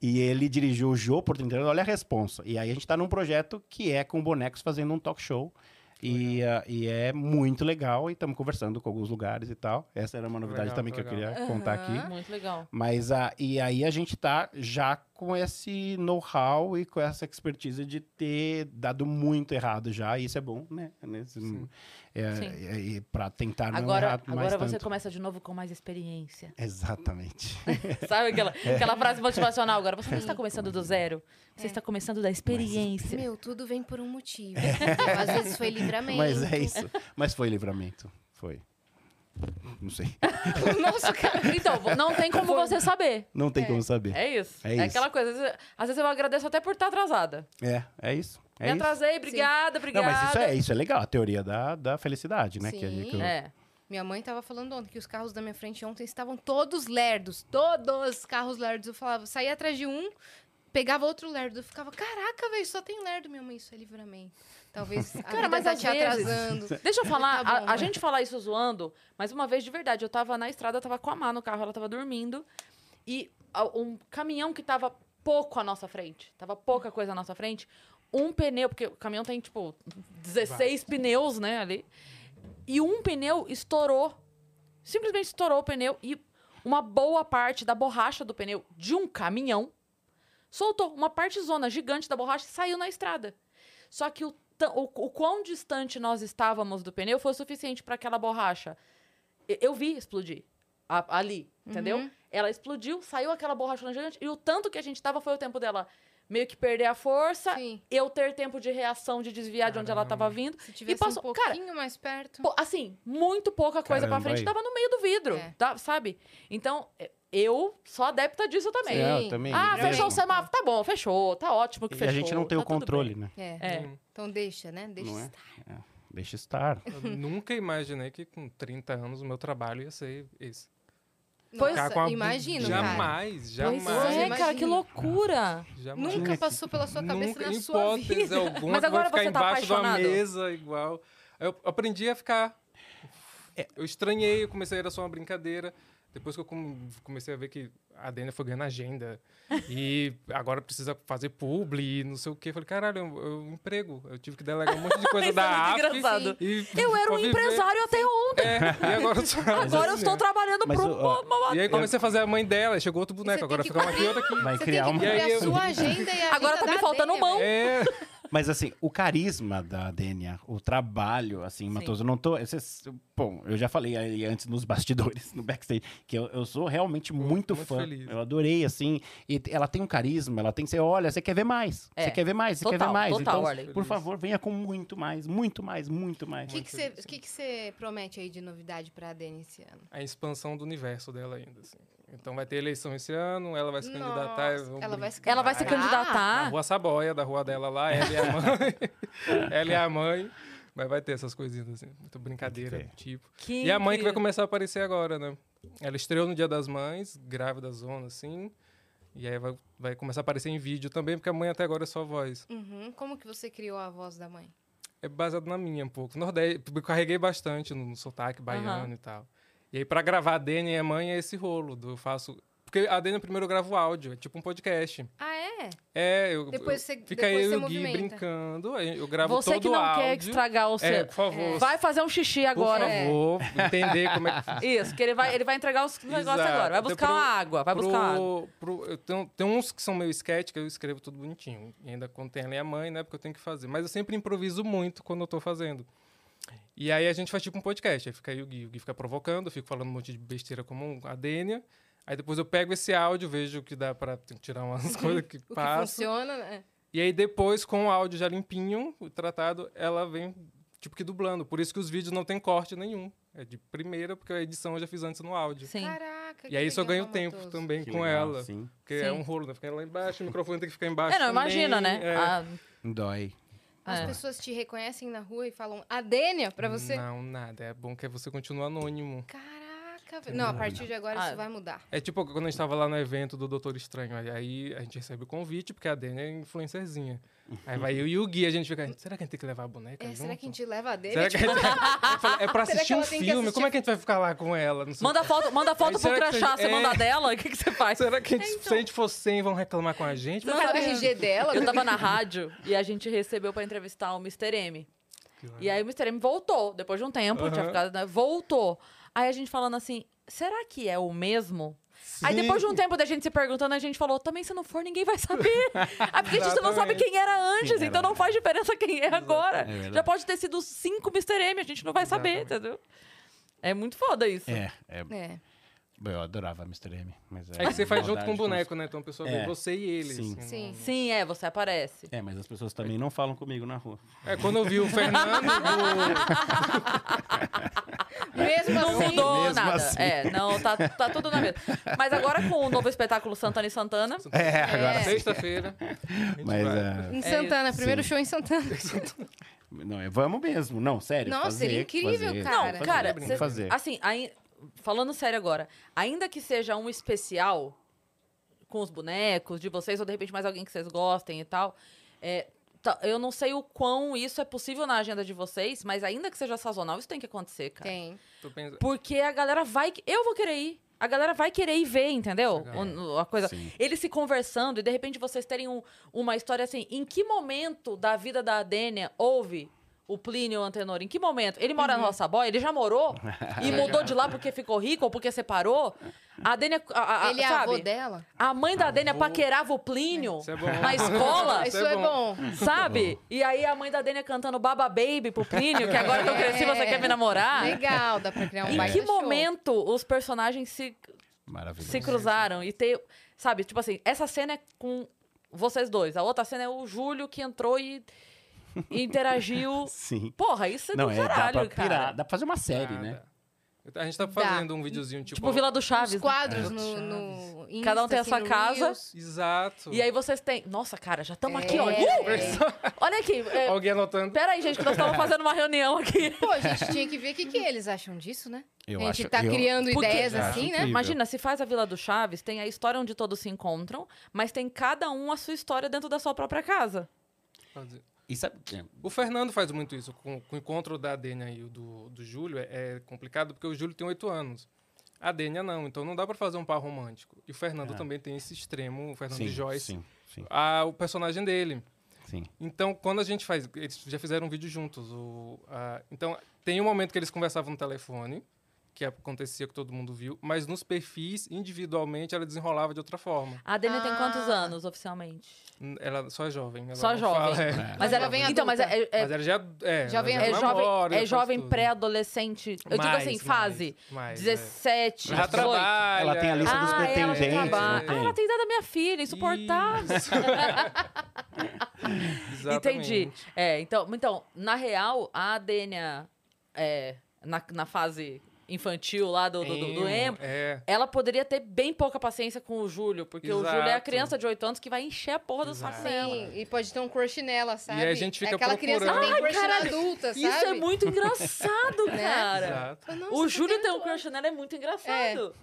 Speaker 3: e ele dirigiu o Jô por 30 anos, olha a responsa. E aí a gente tá num projeto que é com bonecos fazendo um talk show. E, ah, e é muito legal, e estamos conversando com alguns lugares e tal. Essa era uma novidade
Speaker 4: Legal,
Speaker 3: também que eu
Speaker 4: legal.
Speaker 3: queria contar
Speaker 2: Aham.
Speaker 3: aqui.
Speaker 1: Muito legal.
Speaker 3: Mas a, e aí a gente tá já com esse know-how e com essa expertise de ter dado muito errado já, e isso é bom, né? Nesse-
Speaker 4: Sim.
Speaker 3: é,
Speaker 1: Sim.
Speaker 3: e- e pra tentar Ah, não
Speaker 1: Agora,
Speaker 3: errar mais
Speaker 1: agora você
Speaker 3: tanto.
Speaker 1: começa de novo com mais experiência.
Speaker 3: Exatamente.
Speaker 1: Sabe aquela, aquela frase motivacional agora? Você não está começando do zero. Você está começando da experiência.
Speaker 2: Meu, tudo vem por um motivo. entendeu? Às vezes foi livramento.
Speaker 3: Mas é isso. Mas foi livramento. Foi. Não sei.
Speaker 2: Nossa, cara.
Speaker 1: Então, vo- não tem como você saber.
Speaker 3: Não tem
Speaker 2: É.
Speaker 3: como saber.
Speaker 1: É isso.
Speaker 3: É
Speaker 1: É,
Speaker 3: isso.
Speaker 1: aquela coisa. Às vezes, às vezes eu agradeço até por estar atrasada.
Speaker 3: É, é isso. É
Speaker 1: Me
Speaker 3: isso.
Speaker 1: atrasei, obrigada,
Speaker 3: Não,
Speaker 1: obrigada.
Speaker 3: mas isso é, isso é legal, a teoria da, da felicidade, né? Que, a gente-
Speaker 2: Sim.
Speaker 3: que eu-
Speaker 1: É.
Speaker 2: Minha mãe tava falando ontem que os carros da minha frente ontem estavam todos lerdos. Todos os carros lerdos. Eu falava, saía atrás de um, pegava outro lerdo. Eu ficava, caraca, velho, só tem lerdo. Minha mãe, isso é livramento. Talvez a
Speaker 1: Cara,
Speaker 2: vida
Speaker 1: mas
Speaker 2: tá
Speaker 1: às
Speaker 2: te
Speaker 1: vezes-
Speaker 2: atrasando.
Speaker 1: Deixa eu falar,
Speaker 2: Tá
Speaker 1: a-
Speaker 2: bom,
Speaker 1: a,
Speaker 2: né?
Speaker 1: gente falar isso zoando, mas uma vez de verdade, eu tava na estrada, eu tava com a Má no carro, ela tava dormindo, e a- um caminhão que tava pouco à nossa frente, tava pouca coisa à nossa frente, um pneu, porque o caminhão tem, tipo, 16 pneus, né, ali, e um pneu estourou, simplesmente estourou o pneu, e uma boa parte da borracha do pneu de um caminhão soltou uma parte zona gigante da borracha e saiu na estrada. Só que o, ta- o, o quão distante nós estávamos do pneu foi o suficiente para aquela borracha. E- Eu vi explodir a- ali, entendeu?
Speaker 2: Uhum,
Speaker 1: Ela explodiu, saiu aquela borracha gigante e o tanto que a gente estava foi o tempo dela meio que perder a força,
Speaker 2: Sim.
Speaker 1: eu ter tempo de reação, de desviar de onde ela estava
Speaker 4: Caramba.
Speaker 1: vindo.
Speaker 2: Se tivesse
Speaker 1: passou-
Speaker 2: um
Speaker 1: cara,
Speaker 2: pouquinho mais perto.
Speaker 1: Pô, assim, muito pouca coisa
Speaker 3: Caramba,
Speaker 1: pra frente,
Speaker 3: aí.
Speaker 1: tava no meio do vidro,
Speaker 2: É.
Speaker 1: tá- sabe? Então, é, eu sou adepta disso também.
Speaker 3: É, eu
Speaker 2: Sim.
Speaker 3: também.
Speaker 1: Ah,
Speaker 3: E
Speaker 2: Livramento.
Speaker 1: fechou o semáforo, tá bom, fechou, tá ótimo que
Speaker 3: E
Speaker 1: fechou.
Speaker 3: a gente não tem o
Speaker 1: tá tudo
Speaker 3: controle,
Speaker 1: bem.
Speaker 3: né?
Speaker 2: É.
Speaker 1: É.
Speaker 4: Hum,
Speaker 2: Então deixa, né? Deixa.
Speaker 3: Não é?
Speaker 2: estar.
Speaker 3: Deixa estar.
Speaker 2: É.
Speaker 4: Eu nunca imaginei que com 30 anos o meu trabalho ia ser esse.
Speaker 1: Pois-
Speaker 2: Nossa,
Speaker 4: Ficar com a-
Speaker 2: imagino, cara.
Speaker 4: jamais,
Speaker 1: Pois
Speaker 4: jamais,
Speaker 1: é,
Speaker 2: Imagina.
Speaker 1: cara, que loucura.
Speaker 4: jamais.
Speaker 2: Nunca passou pela sua cabeça
Speaker 4: Nunca,
Speaker 2: na
Speaker 4: em
Speaker 2: sua
Speaker 4: hipótese
Speaker 2: vida.
Speaker 4: alguma,
Speaker 1: Mas
Speaker 4: que eu vou
Speaker 1: agora
Speaker 4: ficar
Speaker 1: você tá
Speaker 4: embaixo
Speaker 1: apaixonado?
Speaker 4: de uma mesa igual. Eu aprendi a ficar. Eu estranhei, eu comecei era só uma brincadeira. Depois que eu com- comecei a ver que a Dena foi ganhando agenda e agora precisa fazer publi e não sei o quê. eu Falei, caralho, eu, eu emprego. Eu tive que delegar um monte de coisa
Speaker 1: Isso é
Speaker 4: da
Speaker 1: muito
Speaker 4: AF.
Speaker 1: engraçado.
Speaker 4: e-
Speaker 1: Eu era um
Speaker 4: pra viver.
Speaker 1: empresário até ontem.
Speaker 4: É, e agora eu, sou-
Speaker 1: Agora eu estou trabalhando
Speaker 3: Mas
Speaker 1: para
Speaker 3: o-
Speaker 1: uma, uma-
Speaker 4: E aí comecei a fazer a mãe dela, chegou outro boneco.
Speaker 2: tem
Speaker 4: Agora
Speaker 2: que
Speaker 4: fica uma aqui e outra aqui.
Speaker 3: Vai
Speaker 2: Você
Speaker 3: criar
Speaker 2: tem que
Speaker 3: uma.
Speaker 2: cumprir
Speaker 4: E aí
Speaker 2: a
Speaker 4: eu-
Speaker 2: sua agenda e a
Speaker 1: Agora
Speaker 2: agenda
Speaker 1: tá me
Speaker 2: da
Speaker 1: faltando
Speaker 2: Adênia,
Speaker 1: mão.
Speaker 2: velho.
Speaker 4: É,
Speaker 3: Mas assim, o carisma da Dênia, o trabalho, assim, Matoso, eu não tô. Esses, bom, eu já falei aí antes nos bastidores, no backstage, que eu, eu sou realmente muito,
Speaker 4: muito
Speaker 3: fã.
Speaker 4: feliz.
Speaker 3: Eu adorei, assim. E t- ela tem um carisma, ela tem. Você olha, você quer ver mais.
Speaker 1: É.
Speaker 3: Você quer ver mais, você quer ver
Speaker 1: Total,
Speaker 3: mais.
Speaker 1: total,
Speaker 3: então,
Speaker 1: Arley.
Speaker 3: por favor, venha com muito mais, muito mais, muito mais.
Speaker 2: O que você que que cê promete aí de novidade pra Dani esse ano?
Speaker 4: a expansão do universo dela ainda, assim. Então vai ter eleição esse ano, ela vai se candidatar.
Speaker 2: Nossa,
Speaker 4: vão
Speaker 2: ela vai
Speaker 4: brin-
Speaker 2: se
Speaker 1: Ela vai se
Speaker 4: Ah, Na
Speaker 1: candidatar.
Speaker 4: rua Saboia, da rua dela lá, ela e a mãe. ela e a mãe. Mas vai ter essas coisinhas, assim. Muita brincadeira
Speaker 3: Tem.
Speaker 4: do tipo.
Speaker 1: Que
Speaker 4: E a mãe que vai
Speaker 1: incrível.
Speaker 4: começar a aparecer agora, né? Ela estreou no Dia das Mães, grávida zona, assim. E aí vai, vai começar a aparecer em vídeo também, porque a mãe até agora é só voz.
Speaker 2: Uhum. Como que você criou a voz da mãe?
Speaker 4: É baseado na minha um pouco. Nordeste, eu carreguei bastante no sotaque baiano
Speaker 1: Aham.
Speaker 4: e tal. E aí, pra gravar a Dênia e a mãe, é esse rolo. Do eu faço. Porque a Dênia primeiro eu gravo áudio, é tipo um podcast.
Speaker 2: Ah, é?
Speaker 4: É, eu.
Speaker 2: Depois
Speaker 4: eu,
Speaker 2: você-
Speaker 4: Fica
Speaker 2: depois
Speaker 4: eu
Speaker 2: você
Speaker 4: e o Gui
Speaker 2: movimenta.
Speaker 4: brincando, aí eu gravo
Speaker 1: Você
Speaker 4: todo
Speaker 1: que
Speaker 4: o
Speaker 1: não
Speaker 4: áudio.
Speaker 1: quer estragar o seu.
Speaker 4: É, por favor.
Speaker 1: Vai fazer um xixi agora.
Speaker 4: Por favor, entender como é que
Speaker 1: Isso, que ele vai, ele vai entregar os negócios
Speaker 4: Exato.
Speaker 1: agora. Vai
Speaker 4: Então,
Speaker 1: buscar
Speaker 4: pro-
Speaker 1: uma água, vai buscar uma água.
Speaker 4: pro, pro, eu tenho, Tem uns que são meio sketch, que eu escrevo tudo bonitinho. E ainda contém a minha mãe, né? Porque eu tenho que fazer. Mas eu sempre improviso muito quando eu tô fazendo. E aí a gente faz tipo um podcast. Aí fica aí o Gui, o Gui fica provocando, eu fico falando um monte de besteira como um, a Dênia. Aí depois eu pego esse áudio, vejo o que dá pra tirar umas coisas que
Speaker 2: O que
Speaker 4: passam.
Speaker 2: funciona, né?
Speaker 4: E aí depois, com o áudio já limpinho, o tratado, ela vem tipo que dublando. Por isso que os vídeos não tem corte nenhum. É de primeira, porque a edição eu já fiz antes no áudio.
Speaker 1: Sim.
Speaker 2: Caraca,
Speaker 4: E aí só ganho tempo também
Speaker 3: Que
Speaker 4: com
Speaker 3: legal,
Speaker 4: ela.
Speaker 3: Sim.
Speaker 4: Porque
Speaker 1: Sim.
Speaker 4: é um rolo, né? Ficar lá embaixo, o microfone tem que ficar embaixo.
Speaker 1: É, não,
Speaker 4: também,
Speaker 1: imagina, né?
Speaker 4: é.
Speaker 1: Ah,
Speaker 3: Dói.
Speaker 2: As
Speaker 1: É.
Speaker 2: pessoas te reconhecem na rua e falam a Dênia
Speaker 4: Hum,
Speaker 2: pra você?
Speaker 4: Não, nada. É bom que você continue anônimo.
Speaker 2: Caraca, velho. Não, a partir de agora
Speaker 1: Ah.
Speaker 2: isso vai mudar.
Speaker 4: É tipo quando a gente tava lá no evento do Doutor Estranho. aí- Aí a gente recebe o convite, porque a Dani é influencerzinha. Aí vai eu e o Gui, a gente fica. Será que a gente tem que levar a boneca?
Speaker 2: É,
Speaker 4: junto?
Speaker 2: será que a gente leva a Dênia?
Speaker 4: Será que a gente... Eu falo, É pra
Speaker 2: Será que
Speaker 4: assistir um
Speaker 2: ela tem que
Speaker 4: filme?
Speaker 2: assistir-
Speaker 4: Como é que a gente vai ficar lá com ela? Não sei o
Speaker 1: manda foto, manda foto pro
Speaker 4: será que
Speaker 1: crachá,
Speaker 4: você-
Speaker 1: você
Speaker 4: é.
Speaker 1: manda dela? O que, que você faz?
Speaker 4: Será que a
Speaker 2: É,
Speaker 4: gente,
Speaker 2: então.
Speaker 4: se a gente for 100, vão reclamar com a gente?
Speaker 2: Tipo, Manda o RG dela.
Speaker 1: Eu tava na rádio e a gente recebeu pra entrevistar o Mr. M. E aí o Mr. M voltou, depois de um tempo, tinha
Speaker 4: Aham.
Speaker 1: ficado, né, voltou. Aí a gente falando assim, será que é o mesmo? Aí
Speaker 4: Sim.
Speaker 1: depois de um tempo da gente se perguntando, a gente falou, também se não for, ninguém vai saber. Ah, porque a gente não sabe
Speaker 4: Exatamente.
Speaker 1: quem era antes,
Speaker 3: Quem era
Speaker 1: então não
Speaker 3: antes.
Speaker 1: faz diferença quem é agora.
Speaker 3: verdade.
Speaker 1: Já pode ter sido cinco Mr. M, a gente não vai saber,
Speaker 4: Exatamente.
Speaker 1: entendeu? É muito foda isso.
Speaker 3: É, é,
Speaker 2: É.
Speaker 3: eu adorava Mr. M. Mas
Speaker 4: É que você faz junto com o
Speaker 3: maldade,
Speaker 4: boneco, né? Então a pessoa vê
Speaker 3: É.
Speaker 4: você e ele.
Speaker 3: Sim.
Speaker 4: assim,
Speaker 2: Sim.
Speaker 4: não-
Speaker 1: Sim, é, você aparece.
Speaker 3: É, mas as pessoas também não falam comigo na rua.
Speaker 4: É quando eu vi o Fernando do-
Speaker 2: Mesmo
Speaker 1: Não
Speaker 2: assim,
Speaker 1: mudou
Speaker 3: Mesmo
Speaker 1: nada.
Speaker 3: assim.
Speaker 1: É, não, tá, tá tudo na mesma. Mas agora com o novo espetáculo Santana e Santana,
Speaker 3: É, agora
Speaker 2: É.
Speaker 3: sim.
Speaker 4: sexta-feira. a gente
Speaker 3: Mas, é.
Speaker 4: vai.
Speaker 2: em
Speaker 1: isso.
Speaker 2: Santana, primeiro
Speaker 3: Sim.
Speaker 2: show em Santana.
Speaker 3: ah, não, é, vamos mesmo. Não, sério.
Speaker 2: Nossa,
Speaker 3: fazer,
Speaker 2: seria incrível,
Speaker 3: fazer,
Speaker 2: cara.
Speaker 1: Não,
Speaker 3: fazer,
Speaker 1: cara,
Speaker 3: tem
Speaker 1: cê-
Speaker 3: que fazer.
Speaker 1: Assim, aí- falando sério agora, ainda que seja um especial com os bonecos de vocês, ou de repente mais alguém que vocês gostem e tal, é, tá- eu não sei o quão isso é possível na agenda de vocês, mas ainda que seja sazonal, isso tem que acontecer, cara.
Speaker 2: Tem.
Speaker 4: Tô pensando-
Speaker 1: Porque a galera vai. que- Eu vou querer ir. A galera vai querer ir ver, entendeu?
Speaker 4: Legal.
Speaker 1: O- o- a coisa.
Speaker 3: Sim.
Speaker 1: Eles se conversando e de repente vocês terem um- uma história assim. Em que momento da vida da Adênia houve o Plínio Antenor? Em que momento? Ele
Speaker 2: Uhum.
Speaker 1: mora no Roçaboy? Ele já morou? e mudou de lá porque ficou rico ou porque separou? A Adênia.
Speaker 4: Ah,
Speaker 1: A, a-
Speaker 2: Ele é
Speaker 1: sabe?
Speaker 2: avô dela?
Speaker 1: A mãe da Adênia
Speaker 4: Avô.
Speaker 1: paquerava o Plínio
Speaker 4: Isso é bom.
Speaker 1: na escola.
Speaker 2: Isso é bom.
Speaker 1: Sabe? E aí a mãe da Adênia cantando Baba Baby pro Plínio, que agora que eu cresci você
Speaker 2: É.
Speaker 1: quer me namorar.
Speaker 2: Legal, dá pra criar um
Speaker 1: Ah. Em
Speaker 2: baita
Speaker 1: que
Speaker 2: show.
Speaker 1: momento os personagens se,
Speaker 3: Maravilhoso.
Speaker 1: se cruzaram e ter. Sabe, tipo assim, essa cena é com vocês dois. A outra cena é o Júlio que entrou e, e interagiu.
Speaker 3: Sim.
Speaker 1: Porra, isso é
Speaker 3: Não,
Speaker 1: do
Speaker 3: é, dá
Speaker 1: caralho,
Speaker 3: pra pirar.
Speaker 1: cara.
Speaker 3: Dá pra fazer uma série, né?
Speaker 4: Nada. A gente tá fazendo um videozinho tipo.
Speaker 1: Tipo Vila do Chaves.
Speaker 2: Os
Speaker 1: né?
Speaker 2: quadros
Speaker 4: É.
Speaker 2: no, no Insta,
Speaker 1: Cada um tem a
Speaker 2: assim,
Speaker 1: sua
Speaker 2: no
Speaker 1: casa.
Speaker 2: Reels.
Speaker 4: Exato.
Speaker 1: E aí vocês têm. Nossa, cara, já estamos aqui,
Speaker 2: É.
Speaker 1: ó. Uh! Olha aqui. É...
Speaker 4: Alguém anotando.
Speaker 1: Pera aí, gente, que nós estamos fazendo uma reunião aqui.
Speaker 2: Pô, a gente tinha que ver o que, que eles acham disso, né?
Speaker 3: Eu
Speaker 2: a gente
Speaker 3: acho-
Speaker 2: tá
Speaker 3: eu-
Speaker 2: criando
Speaker 1: Porque-
Speaker 2: ideias
Speaker 3: Eu acho
Speaker 2: assim, né?
Speaker 3: incrível.
Speaker 1: Imagina, se faz a Vila do Chaves, tem a história onde todos se encontram, mas tem cada um a sua história dentro da sua própria casa.
Speaker 3: E sabe... é, que-
Speaker 4: O Fernando faz muito isso. Com, com o encontro da Dênia e o do, do Júlio é, é complicado porque o Júlio tem oito anos. A Dênia não, então não dá pra fazer um par romântico. E o Fernando também tem esse extremo, o Fernando
Speaker 3: É. Sim,
Speaker 4: Joyce.
Speaker 3: sim, sim,
Speaker 4: Ah, o personagem dele.
Speaker 3: sim.
Speaker 4: Então, quando a gente faz. Eles já fizeram um vídeo juntos. o- a- então, tem um momento que eles conversavam no telefone, que acontecia que todo mundo viu, mas nos perfis, individualmente, ela desenrolava de outra forma.
Speaker 1: A Adênia tem
Speaker 2: Ah.
Speaker 1: quantos anos, oficialmente?
Speaker 4: N- Ela só é jovem. Ela
Speaker 1: Só
Speaker 4: não
Speaker 1: jovem.
Speaker 4: fala, é.
Speaker 1: Mas ela
Speaker 2: jovem
Speaker 1: vem Então, mas
Speaker 2: adulta.
Speaker 1: é, é-
Speaker 4: Mas ela já. É,
Speaker 2: Jovem
Speaker 4: ela
Speaker 1: é
Speaker 4: já
Speaker 1: jovem,
Speaker 4: namora,
Speaker 1: é
Speaker 4: faz
Speaker 1: jovem
Speaker 4: tudo.
Speaker 1: pré-adolescente. Eu digo
Speaker 4: Mais,
Speaker 1: assim,
Speaker 4: mais,
Speaker 1: fase.
Speaker 4: mais, é.
Speaker 1: 17,
Speaker 4: Ela
Speaker 1: 18.
Speaker 4: trabalha.
Speaker 3: Ela tem a lista dos
Speaker 1: Ah, ela já
Speaker 3: pretendentes,
Speaker 2: né?
Speaker 3: não
Speaker 1: trabalha. Ah,
Speaker 3: tem?
Speaker 1: ela tem idade da minha filha, insuportável.
Speaker 4: Isso. Exatamente.
Speaker 1: Entendi. É, então, então, na real, a Dênia, é, na, na fase infantil lá do, do, do, do emo,
Speaker 4: É.
Speaker 1: ela poderia ter bem pouca paciência com o Júlio, porque o Júlio é a
Speaker 4: Exato.
Speaker 1: criança de 8 anos que vai encher a porra do saco
Speaker 4: Exato.
Speaker 1: dela.
Speaker 2: Sim, e pode ter um crush nela, sabe?
Speaker 4: é a gente fica
Speaker 2: é aquela criança que tem
Speaker 1: procurando.
Speaker 2: crush
Speaker 1: Ai,
Speaker 2: na
Speaker 1: caralho,
Speaker 2: adulta, sabe?
Speaker 1: Isso é muito engraçado,
Speaker 2: Né?
Speaker 1: cara.
Speaker 4: Exato.
Speaker 2: Nossa,
Speaker 1: O
Speaker 2: tá É.
Speaker 1: Júlio
Speaker 2: tendo-
Speaker 1: tem um crush nela, é muito engraçado.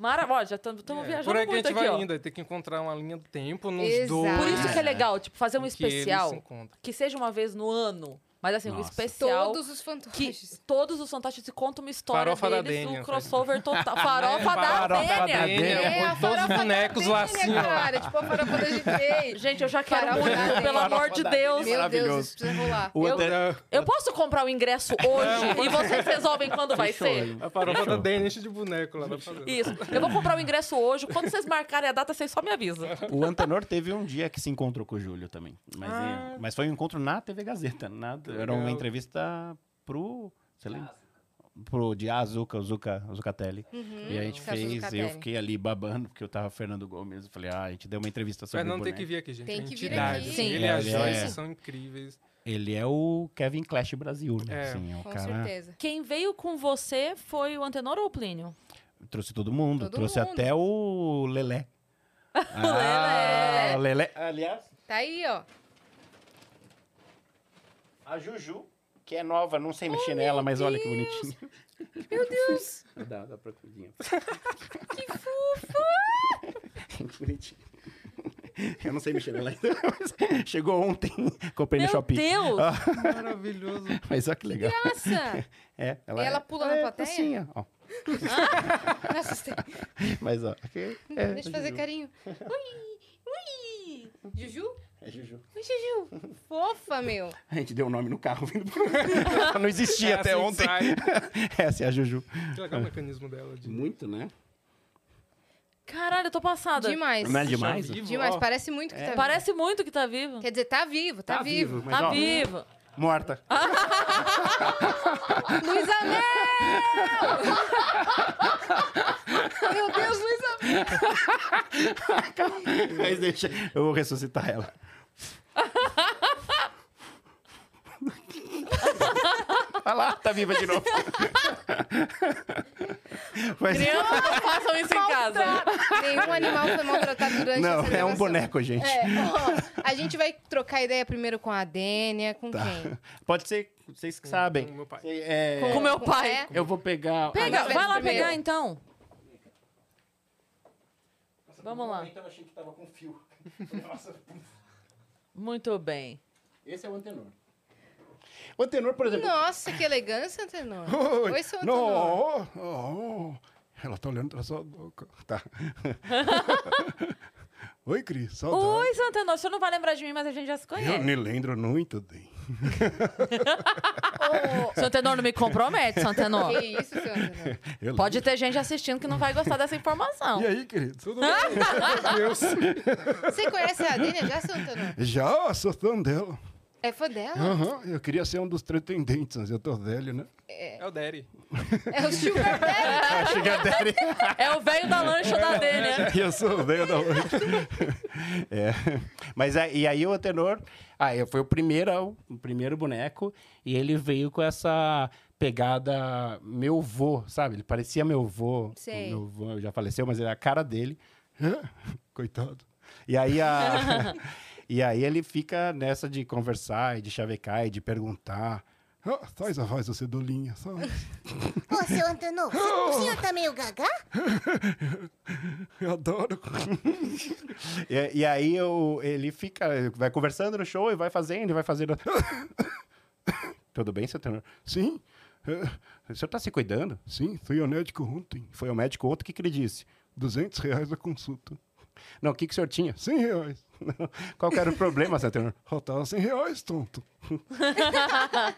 Speaker 1: Mara, ó, já estamos
Speaker 4: É,
Speaker 1: viajando
Speaker 4: Por aí que
Speaker 1: muito
Speaker 4: a gente
Speaker 1: aqui,
Speaker 4: vai
Speaker 1: ó.
Speaker 4: ainda, tem que encontrar uma linha do tempo nos
Speaker 2: Exato.
Speaker 4: dois.
Speaker 1: Por isso que é
Speaker 3: Ah,
Speaker 1: legal, tipo, fazer um
Speaker 4: em que eles se
Speaker 1: especial
Speaker 4: encontram.
Speaker 1: que seja uma vez no ano, mas assim, um
Speaker 3: Nossa.
Speaker 1: especial
Speaker 2: Todos os
Speaker 1: que
Speaker 2: fantoches.
Speaker 1: todos os fantásticos se contam uma história
Speaker 4: Farofa da
Speaker 1: deles,
Speaker 4: Dênia, né?
Speaker 1: um crossover total. Farofa da
Speaker 4: Farofa
Speaker 3: da
Speaker 1: Dênia.
Speaker 3: Dênia.
Speaker 4: É,
Speaker 2: a
Speaker 4: com todos os
Speaker 2: farofa da
Speaker 4: bonecos lá
Speaker 2: Disney,
Speaker 4: assim, ó.
Speaker 2: cara, tipo a farofa da Disney.
Speaker 1: Gente, eu já quero
Speaker 2: Farofa da
Speaker 1: muito,
Speaker 2: Dênia.
Speaker 1: pelo amor de
Speaker 3: Farofa da Dênia.
Speaker 1: Deus.
Speaker 2: Meu Deus,
Speaker 3: Maravilhoso.
Speaker 2: isso precisa rolar.
Speaker 3: O
Speaker 1: Eu-
Speaker 3: André-
Speaker 1: Eu posso comprar o ingresso hoje e vocês resolvem quando vai
Speaker 3: Fechou,
Speaker 1: ser?
Speaker 3: hein?
Speaker 4: A farofa da
Speaker 3: Fechou.
Speaker 4: Dani enche de boneco lá. vai fazer.
Speaker 1: Isso. Eu vou comprar o ingresso hoje. Quando vocês marcarem a data, vocês só me avisam.
Speaker 3: O Antenor teve um dia que se encontrou com o Júlio também. Mas,
Speaker 2: Ah.
Speaker 3: é, mas foi um encontro na TV Gazeta. na- era
Speaker 4: Legal.
Speaker 3: uma entrevista pro. Você lembra? pro de ah, Zuca, o Zuca, o Zucatelli.
Speaker 2: Uhum.
Speaker 3: E a gente
Speaker 2: Celso
Speaker 3: fez, e eu
Speaker 2: Zucatelli.
Speaker 3: fiquei ali babando, porque eu tava Fernando Gomes. Eu falei, ah, a gente deu uma entrevista sobre
Speaker 4: Fernando
Speaker 3: o
Speaker 4: tem
Speaker 3: boneco.
Speaker 4: que vir aqui, gente.
Speaker 2: Tem
Speaker 4: A
Speaker 2: que vir
Speaker 4: entidade,
Speaker 2: aqui.
Speaker 4: assim,
Speaker 1: Sim.
Speaker 4: Ele e a
Speaker 3: Ele
Speaker 4: Joyce
Speaker 3: é-
Speaker 4: são incríveis.
Speaker 3: Ele é o Kevin Clash Brasil, né?
Speaker 4: É.
Speaker 3: Assim, é o
Speaker 2: Com
Speaker 3: cara...
Speaker 2: certeza.
Speaker 1: Quem veio com você foi o Antenor ou o Plínio?
Speaker 3: Trouxe todo mundo.
Speaker 2: Todo
Speaker 3: trouxe
Speaker 2: mundo.
Speaker 3: até o Lelé.
Speaker 1: Lelé.
Speaker 3: o Lelé. Aliás,
Speaker 2: Tá aí, ó.
Speaker 3: a Juju, que é nova, não sei mexer nela, mas olha que bonitinho.
Speaker 2: Oh, Meu Deus!
Speaker 3: Dá, dá pra cozinhar. que fofa! bonitinho. Eu não sei mexer nela ainda. mas Chegou ontem, comprei
Speaker 1: Meu
Speaker 3: no Shopee.
Speaker 1: Deus!
Speaker 3: Ah,
Speaker 4: Maravilhoso.
Speaker 3: mas olha que legal.
Speaker 2: Nossa!
Speaker 3: É,
Speaker 2: E ela pula na
Speaker 3: é
Speaker 2: plateia?
Speaker 3: Assim, ó. Ó,
Speaker 2: Me assustei.
Speaker 3: Mas, ó. aqui é
Speaker 2: Deixa
Speaker 3: a
Speaker 2: eu fazer
Speaker 3: Juju.
Speaker 2: carinho. Ui! Ui! Juju?
Speaker 3: É Juju.
Speaker 2: Oi, Juju! Fofa, meu!
Speaker 3: A gente deu o nome no carro vindo pra... Não existia
Speaker 4: É
Speaker 3: até
Speaker 4: assim que
Speaker 3: ontem.
Speaker 4: sai.
Speaker 3: Essa é a Juju.
Speaker 4: Que legal o mecanismo dela. De...
Speaker 3: Muito, né?
Speaker 1: Caralho, eu tô passada.
Speaker 2: Demais.
Speaker 3: Não é demais?
Speaker 4: Deixar vivo,
Speaker 2: Demais.
Speaker 4: ó.
Speaker 2: Parece muito que tá vivo.
Speaker 1: Parece muito que tá vivo.
Speaker 2: Quer dizer, tá vivo, tá, vivo.
Speaker 3: mas,
Speaker 1: tá
Speaker 3: ó,
Speaker 1: vivo.
Speaker 3: Morta.
Speaker 2: Luiz Amel! Meu Deus, Luiz Amel!
Speaker 3: Mas deixa, eu vou ressuscitar ela. Olha lá, tá viva de novo. Mas,
Speaker 1: Crianças não façam isso em casa.
Speaker 2: Nenhum animal foi maltratado durante
Speaker 3: não,
Speaker 2: essa
Speaker 3: é um
Speaker 2: gravação.
Speaker 3: boneco, gente.
Speaker 2: É, ó, a gente vai trocar ideia primeiro com a Dênia,
Speaker 3: Tá.
Speaker 2: com quem?
Speaker 3: Pode ser, vocês que sabem.
Speaker 4: com meu pai.
Speaker 3: É,
Speaker 1: Com meu pai.
Speaker 2: é?
Speaker 3: Eu vou pegar...
Speaker 1: Pega,
Speaker 2: Alex
Speaker 1: vai lá
Speaker 2: primeiro.
Speaker 1: pegar então. Vamos lá.
Speaker 3: Ah, então Eu achei que tava com fio.
Speaker 1: Muito bem.
Speaker 3: Esse é o antenor. O antenor, por exemplo...
Speaker 2: Nossa, que elegância, Antenor. Oi, seu Antenor.
Speaker 3: Não, oh, oh. Ela tá olhando pra sua boca. Tá. Oi, Cris. Saudade.
Speaker 1: Oi, Santanor, o senhor não vai lembrar de mim, mas a gente já se
Speaker 3: Eu
Speaker 1: conhece.
Speaker 3: me lembro muito bem.
Speaker 1: Santanor não me compromete, Santanor.
Speaker 2: Que isso, seu Antenor.
Speaker 3: Eu
Speaker 1: Pode um.
Speaker 3: lembro.
Speaker 1: ter gente assistindo que não vai gostar dessa informação.
Speaker 3: E aí, querido?
Speaker 4: Tudo bem. Meu Deus.
Speaker 2: Você conhece a Dênia já, seu Antenor?
Speaker 3: Já sou fã dela.
Speaker 2: É fã dela?
Speaker 3: Aham, eu queria ser um dos pretendentes, mas eu tô velho, né?
Speaker 4: É o Derry.
Speaker 2: É o Sugar Daddy?
Speaker 3: Chega dele.
Speaker 1: É o velho da lancha da dele, né?
Speaker 3: eu sou velho da noite. é. Mas aí, e aí o tenor, ah, eu- foi o primeiro, o primeiro boneco e ele veio com essa pegada meu vô, sabe? Ele parecia meu vô.
Speaker 2: Sei.
Speaker 3: Meu vô já faleceu, mas era a cara dele. Coitado. E aí a E aí ele fica nessa de conversar e de chavecar e de perguntar. Ah, faz a voz do Cedolinha, sabe?
Speaker 5: Ô, seu Antenor, o senhor tá meio gagá?
Speaker 3: Eu adoro. e, e aí eu- ele fica, vai conversando no show e vai fazendo, e vai fazendo. Tudo bem, seu tenor? Sim. O senhor tá se cuidando? Sim, fui ao médico ontem. Foi ao médico ontem, o que, que ele disse? 200 reais a consulta. Não, o que, que o senhor tinha? 100 reais. Qual que era o problema, seu tenor? Faltava 100 reais, tonto.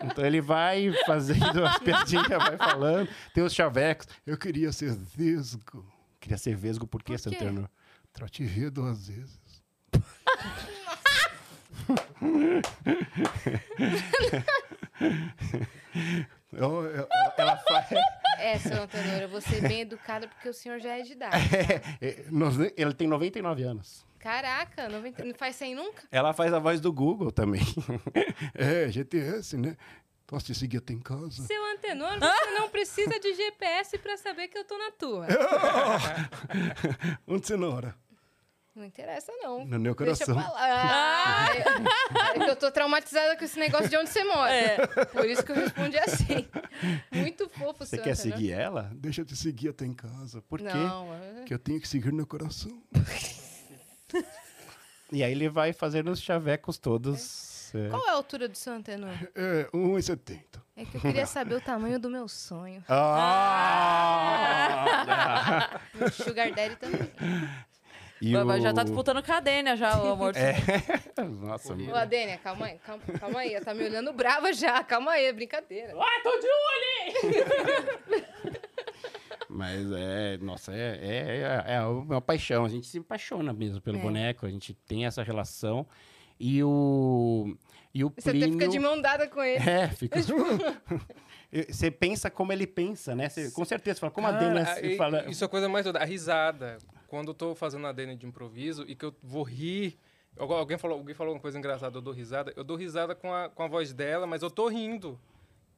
Speaker 3: Então ele vai fazendo as piadinhas, vai falando. Tem os chavecos. Eu queria ser vesgo. Queria ser vesgo por quê,
Speaker 2: Por quê?
Speaker 3: Santana? Trativia duas vezes. Eu- eu- ela faz.
Speaker 2: É, seu Antenor, eu vou ser bem educada porque o senhor já é de idade.
Speaker 3: é, noven- Ele tem 99 anos.
Speaker 2: Caraca, 90 não faz 100 nunca?
Speaker 3: Ela faz a voz do Google também. é, GTS, né? Posso te seguir até em casa?
Speaker 2: Seu Antenor, você não precisa de GPS pra saber que eu tô na tua.
Speaker 3: Onde você mora?
Speaker 2: Não interessa, não.
Speaker 3: No meu
Speaker 2: Hum, Deixa
Speaker 3: coração.
Speaker 2: pra lá. É que eu tô traumatizada com esse negócio de onde você mora. Por isso que eu respondi assim. Muito fofo,
Speaker 3: Você
Speaker 2: seu
Speaker 3: quer
Speaker 2: Antenor.
Speaker 3: seguir ela? Deixa eu te seguir até em casa. Por
Speaker 2: Não, é-
Speaker 3: eu tenho que seguir meu coração. e aí ele vai fazendo os chavecos todos. É,
Speaker 2: Qual é a altura do seu Antenor?
Speaker 3: é 1,70.
Speaker 2: É que eu queria saber o tamanho do meu sonho.
Speaker 3: Ah!
Speaker 2: Meu Sugar Daddy também.
Speaker 3: E
Speaker 1: Vai, vai,
Speaker 3: o-
Speaker 1: Já tá disputando cadena já, o amor.
Speaker 3: É. Nossa,
Speaker 2: Ô, Adênia, calma aí, calma, calma aí. Ela tá me olhando brava já. Calma aí, é brincadeira.
Speaker 3: Mas é, nossa, é, é, é, é uma paixão. A gente se apaixona mesmo pelo
Speaker 2: É.
Speaker 3: boneco, a gente tem essa relação.
Speaker 6: E o. E o
Speaker 2: Você até
Speaker 6: Plínio.
Speaker 2: fica de mão dada com ele.
Speaker 6: É, fica.
Speaker 3: E Você pensa como ele pensa, né? Você- com certeza, você fala, como a
Speaker 4: Cara,
Speaker 3: Dana
Speaker 4: aí-
Speaker 3: fala.
Speaker 4: Ah, Isso é a coisa mais doida. A risada. Quando eu tô fazendo a Dena de improviso e que eu vou rir. Algu- Alguém falou, alguém falou uma coisa engraçada, eu dou risada. Eu dou risada com a, com a voz dela, mas eu tô rindo.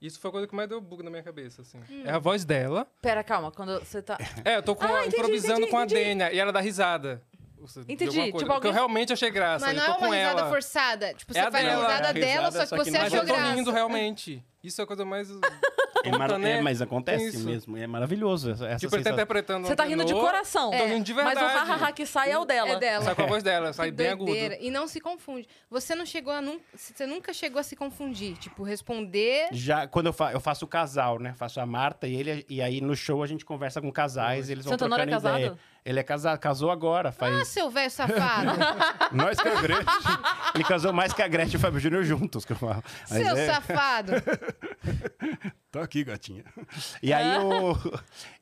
Speaker 4: Isso foi a coisa que mais deu bug na minha cabeça, assim. É a voz dela.
Speaker 1: Pera, calma. Quando você tá.
Speaker 4: É, eu tô com
Speaker 1: Hum. Ah,
Speaker 4: a-
Speaker 1: entendi,
Speaker 4: improvisando
Speaker 1: entendi,
Speaker 4: com a
Speaker 1: entendi.
Speaker 4: Dena e ela dá risada. Ou seja, de
Speaker 1: Entendi,
Speaker 4: alguma
Speaker 1: tipo,
Speaker 4: Coisa, porque
Speaker 1: alguém-
Speaker 4: eu realmente achei graça.
Speaker 2: Mas não
Speaker 4: eu
Speaker 2: é
Speaker 4: tô
Speaker 2: uma
Speaker 4: com
Speaker 2: risada
Speaker 4: ela.
Speaker 2: forçada. Tipo, você
Speaker 4: a
Speaker 2: faz
Speaker 4: dela.
Speaker 2: a risada dela, só
Speaker 3: Risada,
Speaker 2: que
Speaker 1: é
Speaker 2: você é
Speaker 3: não
Speaker 4: Mas
Speaker 2: achou
Speaker 4: eu tô
Speaker 2: graça.
Speaker 4: rindo realmente. Isso é a coisa mais.
Speaker 3: É mara-
Speaker 4: puta, né?
Speaker 3: é, mas acontece
Speaker 4: Isso.
Speaker 3: mesmo. É maravilhoso. Essa, essa
Speaker 4: Tipo, ele tá
Speaker 3: sensação.
Speaker 4: interpretando.
Speaker 1: Você tá rindo de
Speaker 4: Antenor,
Speaker 1: coração. É,
Speaker 4: Tô rindo de
Speaker 1: Mas o
Speaker 4: verdade.
Speaker 1: hahaha que sai é o dela.
Speaker 2: É dela.
Speaker 4: um Sai com a voz dela, sai
Speaker 2: Que
Speaker 4: bem agudo. é
Speaker 2: doideira. E não se confunde. Você não chegou a nun- você nunca chegou a se confundir, tipo responder.
Speaker 3: Já, quando eu, fa eu faço o casal, né? Faço a Marta e ele, e aí no show a gente conversa com casais, eles vão
Speaker 1: Seu Antenor
Speaker 3: trocando
Speaker 1: é casado?
Speaker 3: ideia. Ele é casado, casou agora,
Speaker 2: Ah,
Speaker 3: faz...
Speaker 2: seu velho safado.
Speaker 3: Nós que é a Gretchen. ele casou mais que a Gretchen e o Fábio Júnior juntos, que eu falo. Mas
Speaker 2: seu
Speaker 3: é-
Speaker 2: safado.
Speaker 3: Tô aqui, gatinha. E
Speaker 2: Ah.
Speaker 3: aí o.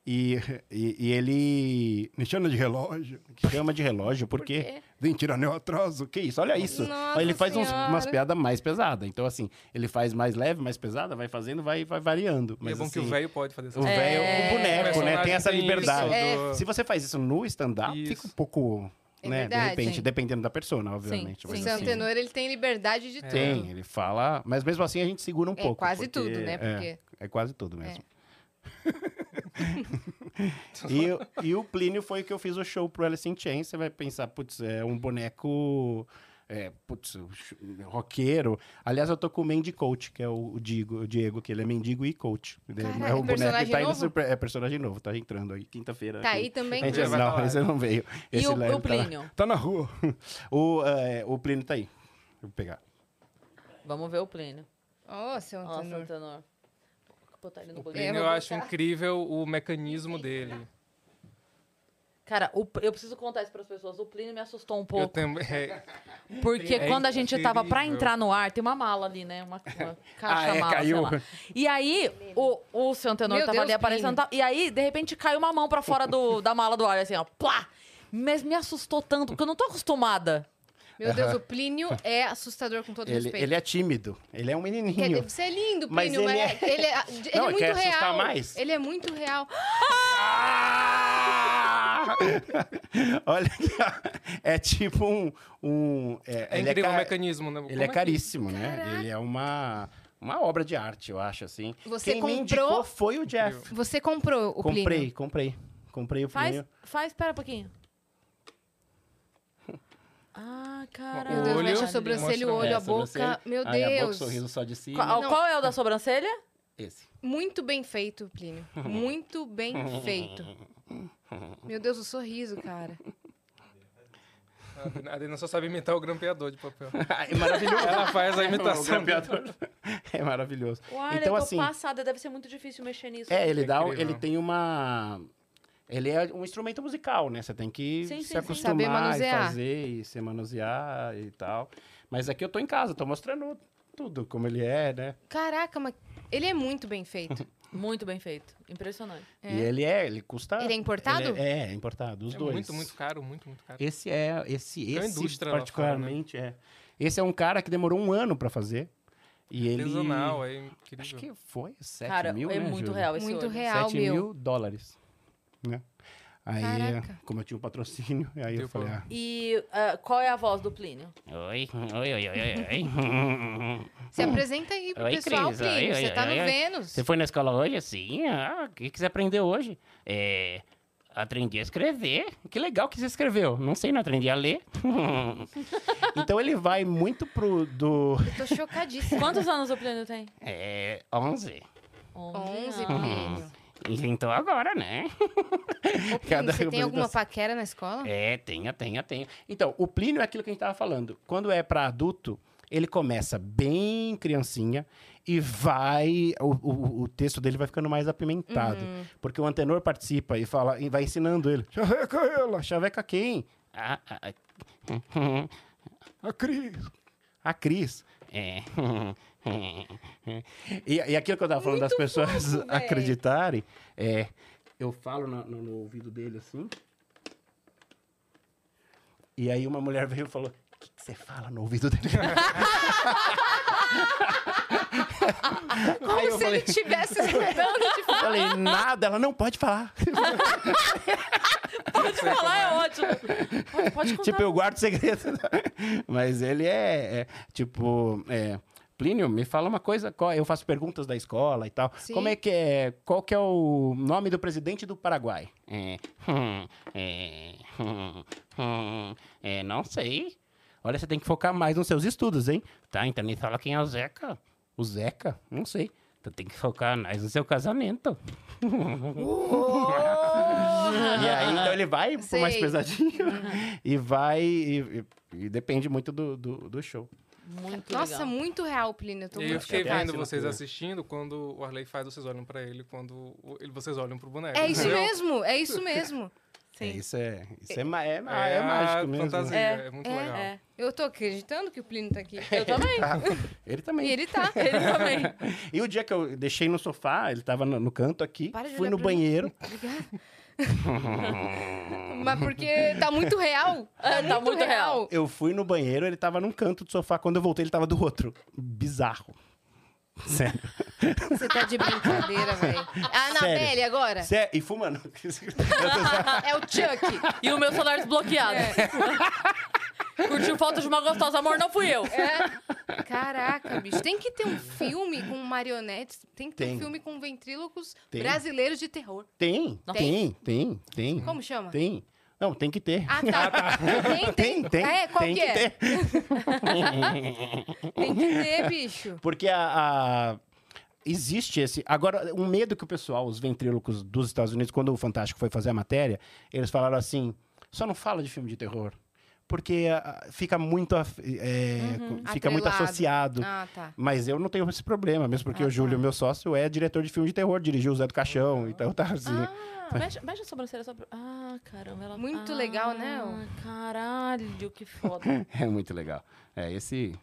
Speaker 3: E, e, e ele. Me chama de relógio. Chama de relógio, porque.
Speaker 2: quê?
Speaker 3: Vem tirar meu atraso. Que isso? Olha isso.
Speaker 2: Nossa
Speaker 3: ele faz uns-
Speaker 2: Senhora.
Speaker 3: umas piadas mais pesadas. Então, assim, ele faz mais leve, mais pesada, vai fazendo, vai, vai variando.
Speaker 4: E é
Speaker 3: Mas,
Speaker 4: bom que o
Speaker 3: assim,
Speaker 4: velho pode
Speaker 3: O
Speaker 4: fazer essas
Speaker 3: velho,
Speaker 1: É.
Speaker 3: o boneco, né? Tem
Speaker 4: personagem
Speaker 3: essa
Speaker 4: tem
Speaker 3: liberdade.
Speaker 4: isso, do-
Speaker 3: Se você faz isso no stand-up,
Speaker 4: Isso.
Speaker 3: fica um pouco.
Speaker 2: É
Speaker 3: né?
Speaker 2: verdade,
Speaker 3: de repente,
Speaker 2: sim.
Speaker 3: dependendo da persona, obviamente.
Speaker 1: sim,
Speaker 2: O
Speaker 3: mas,
Speaker 2: seu
Speaker 3: assim,
Speaker 2: antenor, ele tem liberdade de tudo.
Speaker 3: É. Tem, ele fala. Mas mesmo assim a gente segura um
Speaker 2: É,
Speaker 3: pouco.
Speaker 2: quase
Speaker 3: porque-
Speaker 2: tudo, né?
Speaker 3: é.
Speaker 2: Porque
Speaker 3: É quase tudo mesmo. e, o- e o Plínio foi que eu fiz o show pro Alice in Chains. Você vai pensar, putz, é um boneco... É, putz, um ch- roqueiro. Aliás, eu tô com o Mandy Coach, que é o o Diego, o Diego que ele é mendigo e coach. Ele
Speaker 2: Caraca,
Speaker 3: é um boneco.
Speaker 2: personagem
Speaker 3: Tá indo
Speaker 2: novo?
Speaker 3: super, é personagem novo, tá entrando aí, quinta-feira.
Speaker 2: tá
Speaker 3: aqui.
Speaker 2: aí também.
Speaker 3: A gente- é
Speaker 4: Ele vai
Speaker 3: não,
Speaker 4: falar.
Speaker 3: esse não veio.
Speaker 1: E
Speaker 3: Esse
Speaker 1: o,
Speaker 3: lá,
Speaker 1: o
Speaker 3: ele tá na-
Speaker 1: Plínio?
Speaker 3: Tá na rua. O, é, o Plínio tá aí. Vou pegar.
Speaker 1: Vamos ver o Plínio.
Speaker 2: Ó, seu
Speaker 1: Ó, seu
Speaker 2: antenor.
Speaker 1: Antenor. Vou botar ele no
Speaker 4: O
Speaker 1: banheiro.
Speaker 4: Plínio, eu acho incrível o mecanismo dele.
Speaker 1: Cara, o- eu preciso contar isso pras pessoas. O Plínio me assustou um
Speaker 4: Eu
Speaker 1: pouco.
Speaker 4: também. é,
Speaker 1: Porque
Speaker 4: É
Speaker 1: quando a gente tava pra
Speaker 4: incrível.
Speaker 1: entrar no ar, tem uma mala ali, né? Uma, uma caixa
Speaker 3: Ah, é,
Speaker 1: mala,
Speaker 3: caiu.
Speaker 1: sei lá. E aí, o, o seu antenor
Speaker 2: Meu
Speaker 1: tava
Speaker 2: Deus,
Speaker 1: ali aparecendo.
Speaker 2: Plínio.
Speaker 1: tal, E aí, de repente, caiu uma mão pra fora do, da mala do ar, assim, ó. Plá! Mas me assustou tanto, porque eu não tô acostumada.
Speaker 2: Meu Deus, o Plínio é assustador com todo
Speaker 3: Ele,
Speaker 2: respeito.
Speaker 3: ele é tímido. Ele é um
Speaker 2: Quer dizer,
Speaker 3: menininho.
Speaker 2: Você é lindo,
Speaker 3: Mas
Speaker 2: Plínio,
Speaker 3: ele
Speaker 2: mas, ele é,
Speaker 3: é-
Speaker 2: ele é
Speaker 3: Não,
Speaker 2: muito
Speaker 3: quer assustar
Speaker 2: real.
Speaker 3: mais?
Speaker 2: Ele é muito real.
Speaker 3: Ah! Olha, aqui, ó. é tipo um. um é,
Speaker 4: é
Speaker 3: ele
Speaker 4: incrível
Speaker 3: é
Speaker 4: o
Speaker 3: ca-
Speaker 4: mecanismo, né?
Speaker 3: Ele é caríssimo, né? Ele é uma, uma obra de arte, eu acho, assim.
Speaker 2: Você
Speaker 3: Quem me
Speaker 2: comprou-
Speaker 3: indicou foi o Jeff.
Speaker 2: Você comprou o
Speaker 3: comprei,
Speaker 2: Plínio?
Speaker 3: comprei. Comprei o
Speaker 1: Faz,
Speaker 3: Plínio.
Speaker 1: faz, pera um pouquinho. Ah, caralho.
Speaker 2: Meu Deus,
Speaker 4: O olho-
Speaker 2: mexe a sobrancelha, o
Speaker 4: mostra-
Speaker 2: olho,
Speaker 4: é,
Speaker 2: a boca. Meu
Speaker 3: Ai, a boca,
Speaker 2: Deus.
Speaker 3: sorriso só de cima.
Speaker 1: Qual,
Speaker 2: Não.
Speaker 1: qual é o da sobrancelha?
Speaker 3: Esse.
Speaker 2: Muito bem feito, Plínio. Muito bem feito. Meu Deus, o sorriso, cara.
Speaker 4: A Dena só sabe imitar o grampeador de papel.
Speaker 3: é maravilhoso.
Speaker 4: Ela faz a imitação.
Speaker 3: O grampeador. é maravilhoso.
Speaker 1: Olha,
Speaker 3: então,
Speaker 1: eu tô
Speaker 3: assim,
Speaker 1: passada, deve ser muito difícil mexer nisso.
Speaker 3: É, ele
Speaker 4: É
Speaker 3: dá,
Speaker 4: incrível.
Speaker 3: ele tem uma ele é um instrumento musical, né? Você tem que
Speaker 1: Sim, sim,
Speaker 3: se
Speaker 1: sim.
Speaker 2: Saber
Speaker 3: acostumar e
Speaker 2: manusear.
Speaker 3: fazer e se manusear e tal. Mas aqui eu tô em casa, tô mostrando tudo como ele é, né?
Speaker 2: Caraca, mas ele é muito bem feito.
Speaker 1: Muito bem feito. Impressionante.
Speaker 2: É.
Speaker 3: E ele é, ele custa
Speaker 2: Ele é importado?
Speaker 3: ele é, é, é importado, os
Speaker 4: É
Speaker 3: dois.
Speaker 4: muito, muito caro, muito, muito caro.
Speaker 3: Esse é esse
Speaker 4: É uma
Speaker 3: esse
Speaker 4: indústria lá
Speaker 3: particularmente é. Esse é um cara que demorou um ano pra fazer e ele
Speaker 4: Artesanal, é incrível.
Speaker 3: acho que foi 7
Speaker 1: Cara,
Speaker 3: mil,
Speaker 1: é
Speaker 3: né,
Speaker 1: muito
Speaker 3: Júlia?
Speaker 1: real esse
Speaker 2: Muito
Speaker 1: olho.
Speaker 2: real,
Speaker 3: 7
Speaker 2: meu.
Speaker 3: mil dólares. Né? Aí,
Speaker 2: Caraca.
Speaker 3: como eu tinha um patrocínio, aí eu
Speaker 4: Deu
Speaker 3: falei,
Speaker 4: pra-
Speaker 3: ah,
Speaker 1: E ah, qual é a voz do Plínio?
Speaker 6: Oi, oi, oi, oi, oi, oi.
Speaker 3: é-
Speaker 2: Se apresenta aí pro
Speaker 6: Oi,
Speaker 2: pessoal,
Speaker 6: Cris.
Speaker 2: Plínio.
Speaker 6: Oi,
Speaker 2: Você
Speaker 6: oi,
Speaker 2: tá no
Speaker 6: oi, oi.
Speaker 2: Vênus.
Speaker 6: Você foi na escola hoje? Sim. Ah, o que, que você aprendeu hoje? É. Aprendi a escrever. Que legal que você escreveu. Não sei, não aprendi a ler.
Speaker 3: Então ele vai muito pro do.
Speaker 2: Eu tô chocadíssima.
Speaker 1: Quantos anos o Plínio tem?
Speaker 6: É. 11.
Speaker 1: 11 anos.
Speaker 2: 11, Plínio.
Speaker 6: Inventou agora, né?
Speaker 2: Ô, Plínio, você tem alguma
Speaker 3: apresentação.
Speaker 2: paquera na escola?
Speaker 6: É, tenha, tenha, tenha.
Speaker 3: Então, o Plínio é aquilo que a gente tava falando. Quando é pra adulto, ele começa bem criancinha e vai. O, o- o texto dele vai ficando mais apimentado. Porque o antenor participa e fala, e vai ensinando ele. Chaveca ela, ah. chaveca quem?
Speaker 6: Ah, ah,
Speaker 3: A Cris. A Cris.
Speaker 6: é.
Speaker 3: E, e aquilo que eu tava falando das pessoas
Speaker 2: fofo, véi.
Speaker 3: acreditarem, é, eu falo na- no, no ouvido dele assim. E aí uma mulher veio e falou: que, que você fala no ouvido dele?
Speaker 2: Como
Speaker 3: Aí eu
Speaker 2: se ele
Speaker 3: falei-
Speaker 2: estivesse esperando de
Speaker 3: Eu falei, nada, ela não pode falar.
Speaker 1: Pode falar, é ótimo. Pode, pode contar.
Speaker 3: tipo, eu guardo segredo. Mas ele é, é, tipo, é, Plínio, me fala uma coisa, qual- eu faço perguntas da escola e tal.
Speaker 2: Sim.
Speaker 3: Como é que é, qual que é o nome do presidente do Paraguai?
Speaker 6: É, hum, é, hum, hum, é, não sei.
Speaker 3: Olha, você tem que focar mais nos seus estudos, hein?
Speaker 6: Tá, então me fala quem é o Zeca.
Speaker 3: O Zeca? Não sei. Então
Speaker 6: Tu tem que focar mais no seu casamento.
Speaker 3: E aí, então ele vai por mais
Speaker 2: Sei.
Speaker 3: pesadinho e vai. E, e- e depende muito do, do, do show.
Speaker 1: Muito
Speaker 2: Nossa,
Speaker 1: legal.
Speaker 2: muito real, Plínio. Eu tô
Speaker 4: E eu
Speaker 2: muito
Speaker 4: fiquei
Speaker 2: chocada.
Speaker 4: vendo
Speaker 3: loucura.
Speaker 4: vocês assistindo, quando o Arley faz, vocês olham pra ele, quando o- ele- vocês olham pro boneco.
Speaker 2: É isso
Speaker 4: entendeu?
Speaker 2: mesmo, é isso mesmo.
Speaker 3: É,
Speaker 1: Sim.
Speaker 3: isso é, isso é, ma- é, ma-
Speaker 4: É,
Speaker 3: é mágico
Speaker 4: a
Speaker 3: mesmo.
Speaker 4: fantasia,
Speaker 1: É,
Speaker 4: é, muito
Speaker 2: é,
Speaker 4: legal.
Speaker 1: É,
Speaker 2: Eu tô acreditando que o Plínio tá aqui.
Speaker 1: eu também.
Speaker 3: Ele
Speaker 2: E
Speaker 3: também.
Speaker 2: ele tá.
Speaker 1: Ele também.
Speaker 3: E o dia que eu deixei no sofá, ele tava no, no canto aqui,
Speaker 2: Para de
Speaker 3: fui
Speaker 2: olhar
Speaker 3: no
Speaker 2: pra mim.
Speaker 3: banheiro.
Speaker 2: Mas porque tá muito real.
Speaker 1: É, tá muito real.
Speaker 3: Eu fui no banheiro, ele tava num canto do sofá. Quando eu voltei, ele tava do outro. Bizarro. Sério.
Speaker 2: Você tá de brincadeira, velho. A Anabelle agora
Speaker 3: Sé- é, E fumando.
Speaker 2: é o Chuck. É,
Speaker 1: E o meu celular
Speaker 2: Ah,
Speaker 1: desbloqueado. Curtiu foto de uma gostosa, amor, não fui eu.
Speaker 2: É. Caraca, bicho. Tem que ter um filme com marionetes. Tem que ter um
Speaker 3: Tem.
Speaker 2: filme com ventrílocos
Speaker 3: Tem.
Speaker 2: brasileiros de terror.
Speaker 3: Tem,
Speaker 1: Nossa.
Speaker 3: tem, tem, tem.
Speaker 2: Como chama?
Speaker 3: Tem. Não, tem que ter.
Speaker 2: Ah, tá. Tem, tem.
Speaker 3: Tem, tem.
Speaker 2: Ah, é? Qual
Speaker 3: tem
Speaker 2: que
Speaker 3: que
Speaker 2: é?
Speaker 3: ter.
Speaker 2: Tem que ter, bicho.
Speaker 3: Porque a, a- existe esse. Agora, um medo que o pessoal, os ventrílocos dos Estados Unidos, quando o Fantástico foi fazer a matéria, eles falaram assim: só não fala de filme de terror. Porque ah, fica muito, af- é, co- fica muito
Speaker 2: Uhum, atrelado.
Speaker 3: associado.
Speaker 2: Ah, tá.
Speaker 3: Mas eu não tenho esse problema, mesmo porque
Speaker 2: Ah,
Speaker 3: o Júlio,
Speaker 2: tá. Uhum.
Speaker 3: meu sócio, é diretor de filme de terror, dirigiu o Zé do Caixão, então tá assim.
Speaker 1: Ah, mexe, mexe a sobrancelha só pra... Ah, caramba. Ela...
Speaker 2: Muito
Speaker 1: Ah,
Speaker 2: legal, né,
Speaker 1: Caralho, que foda.
Speaker 3: É muito legal. É esse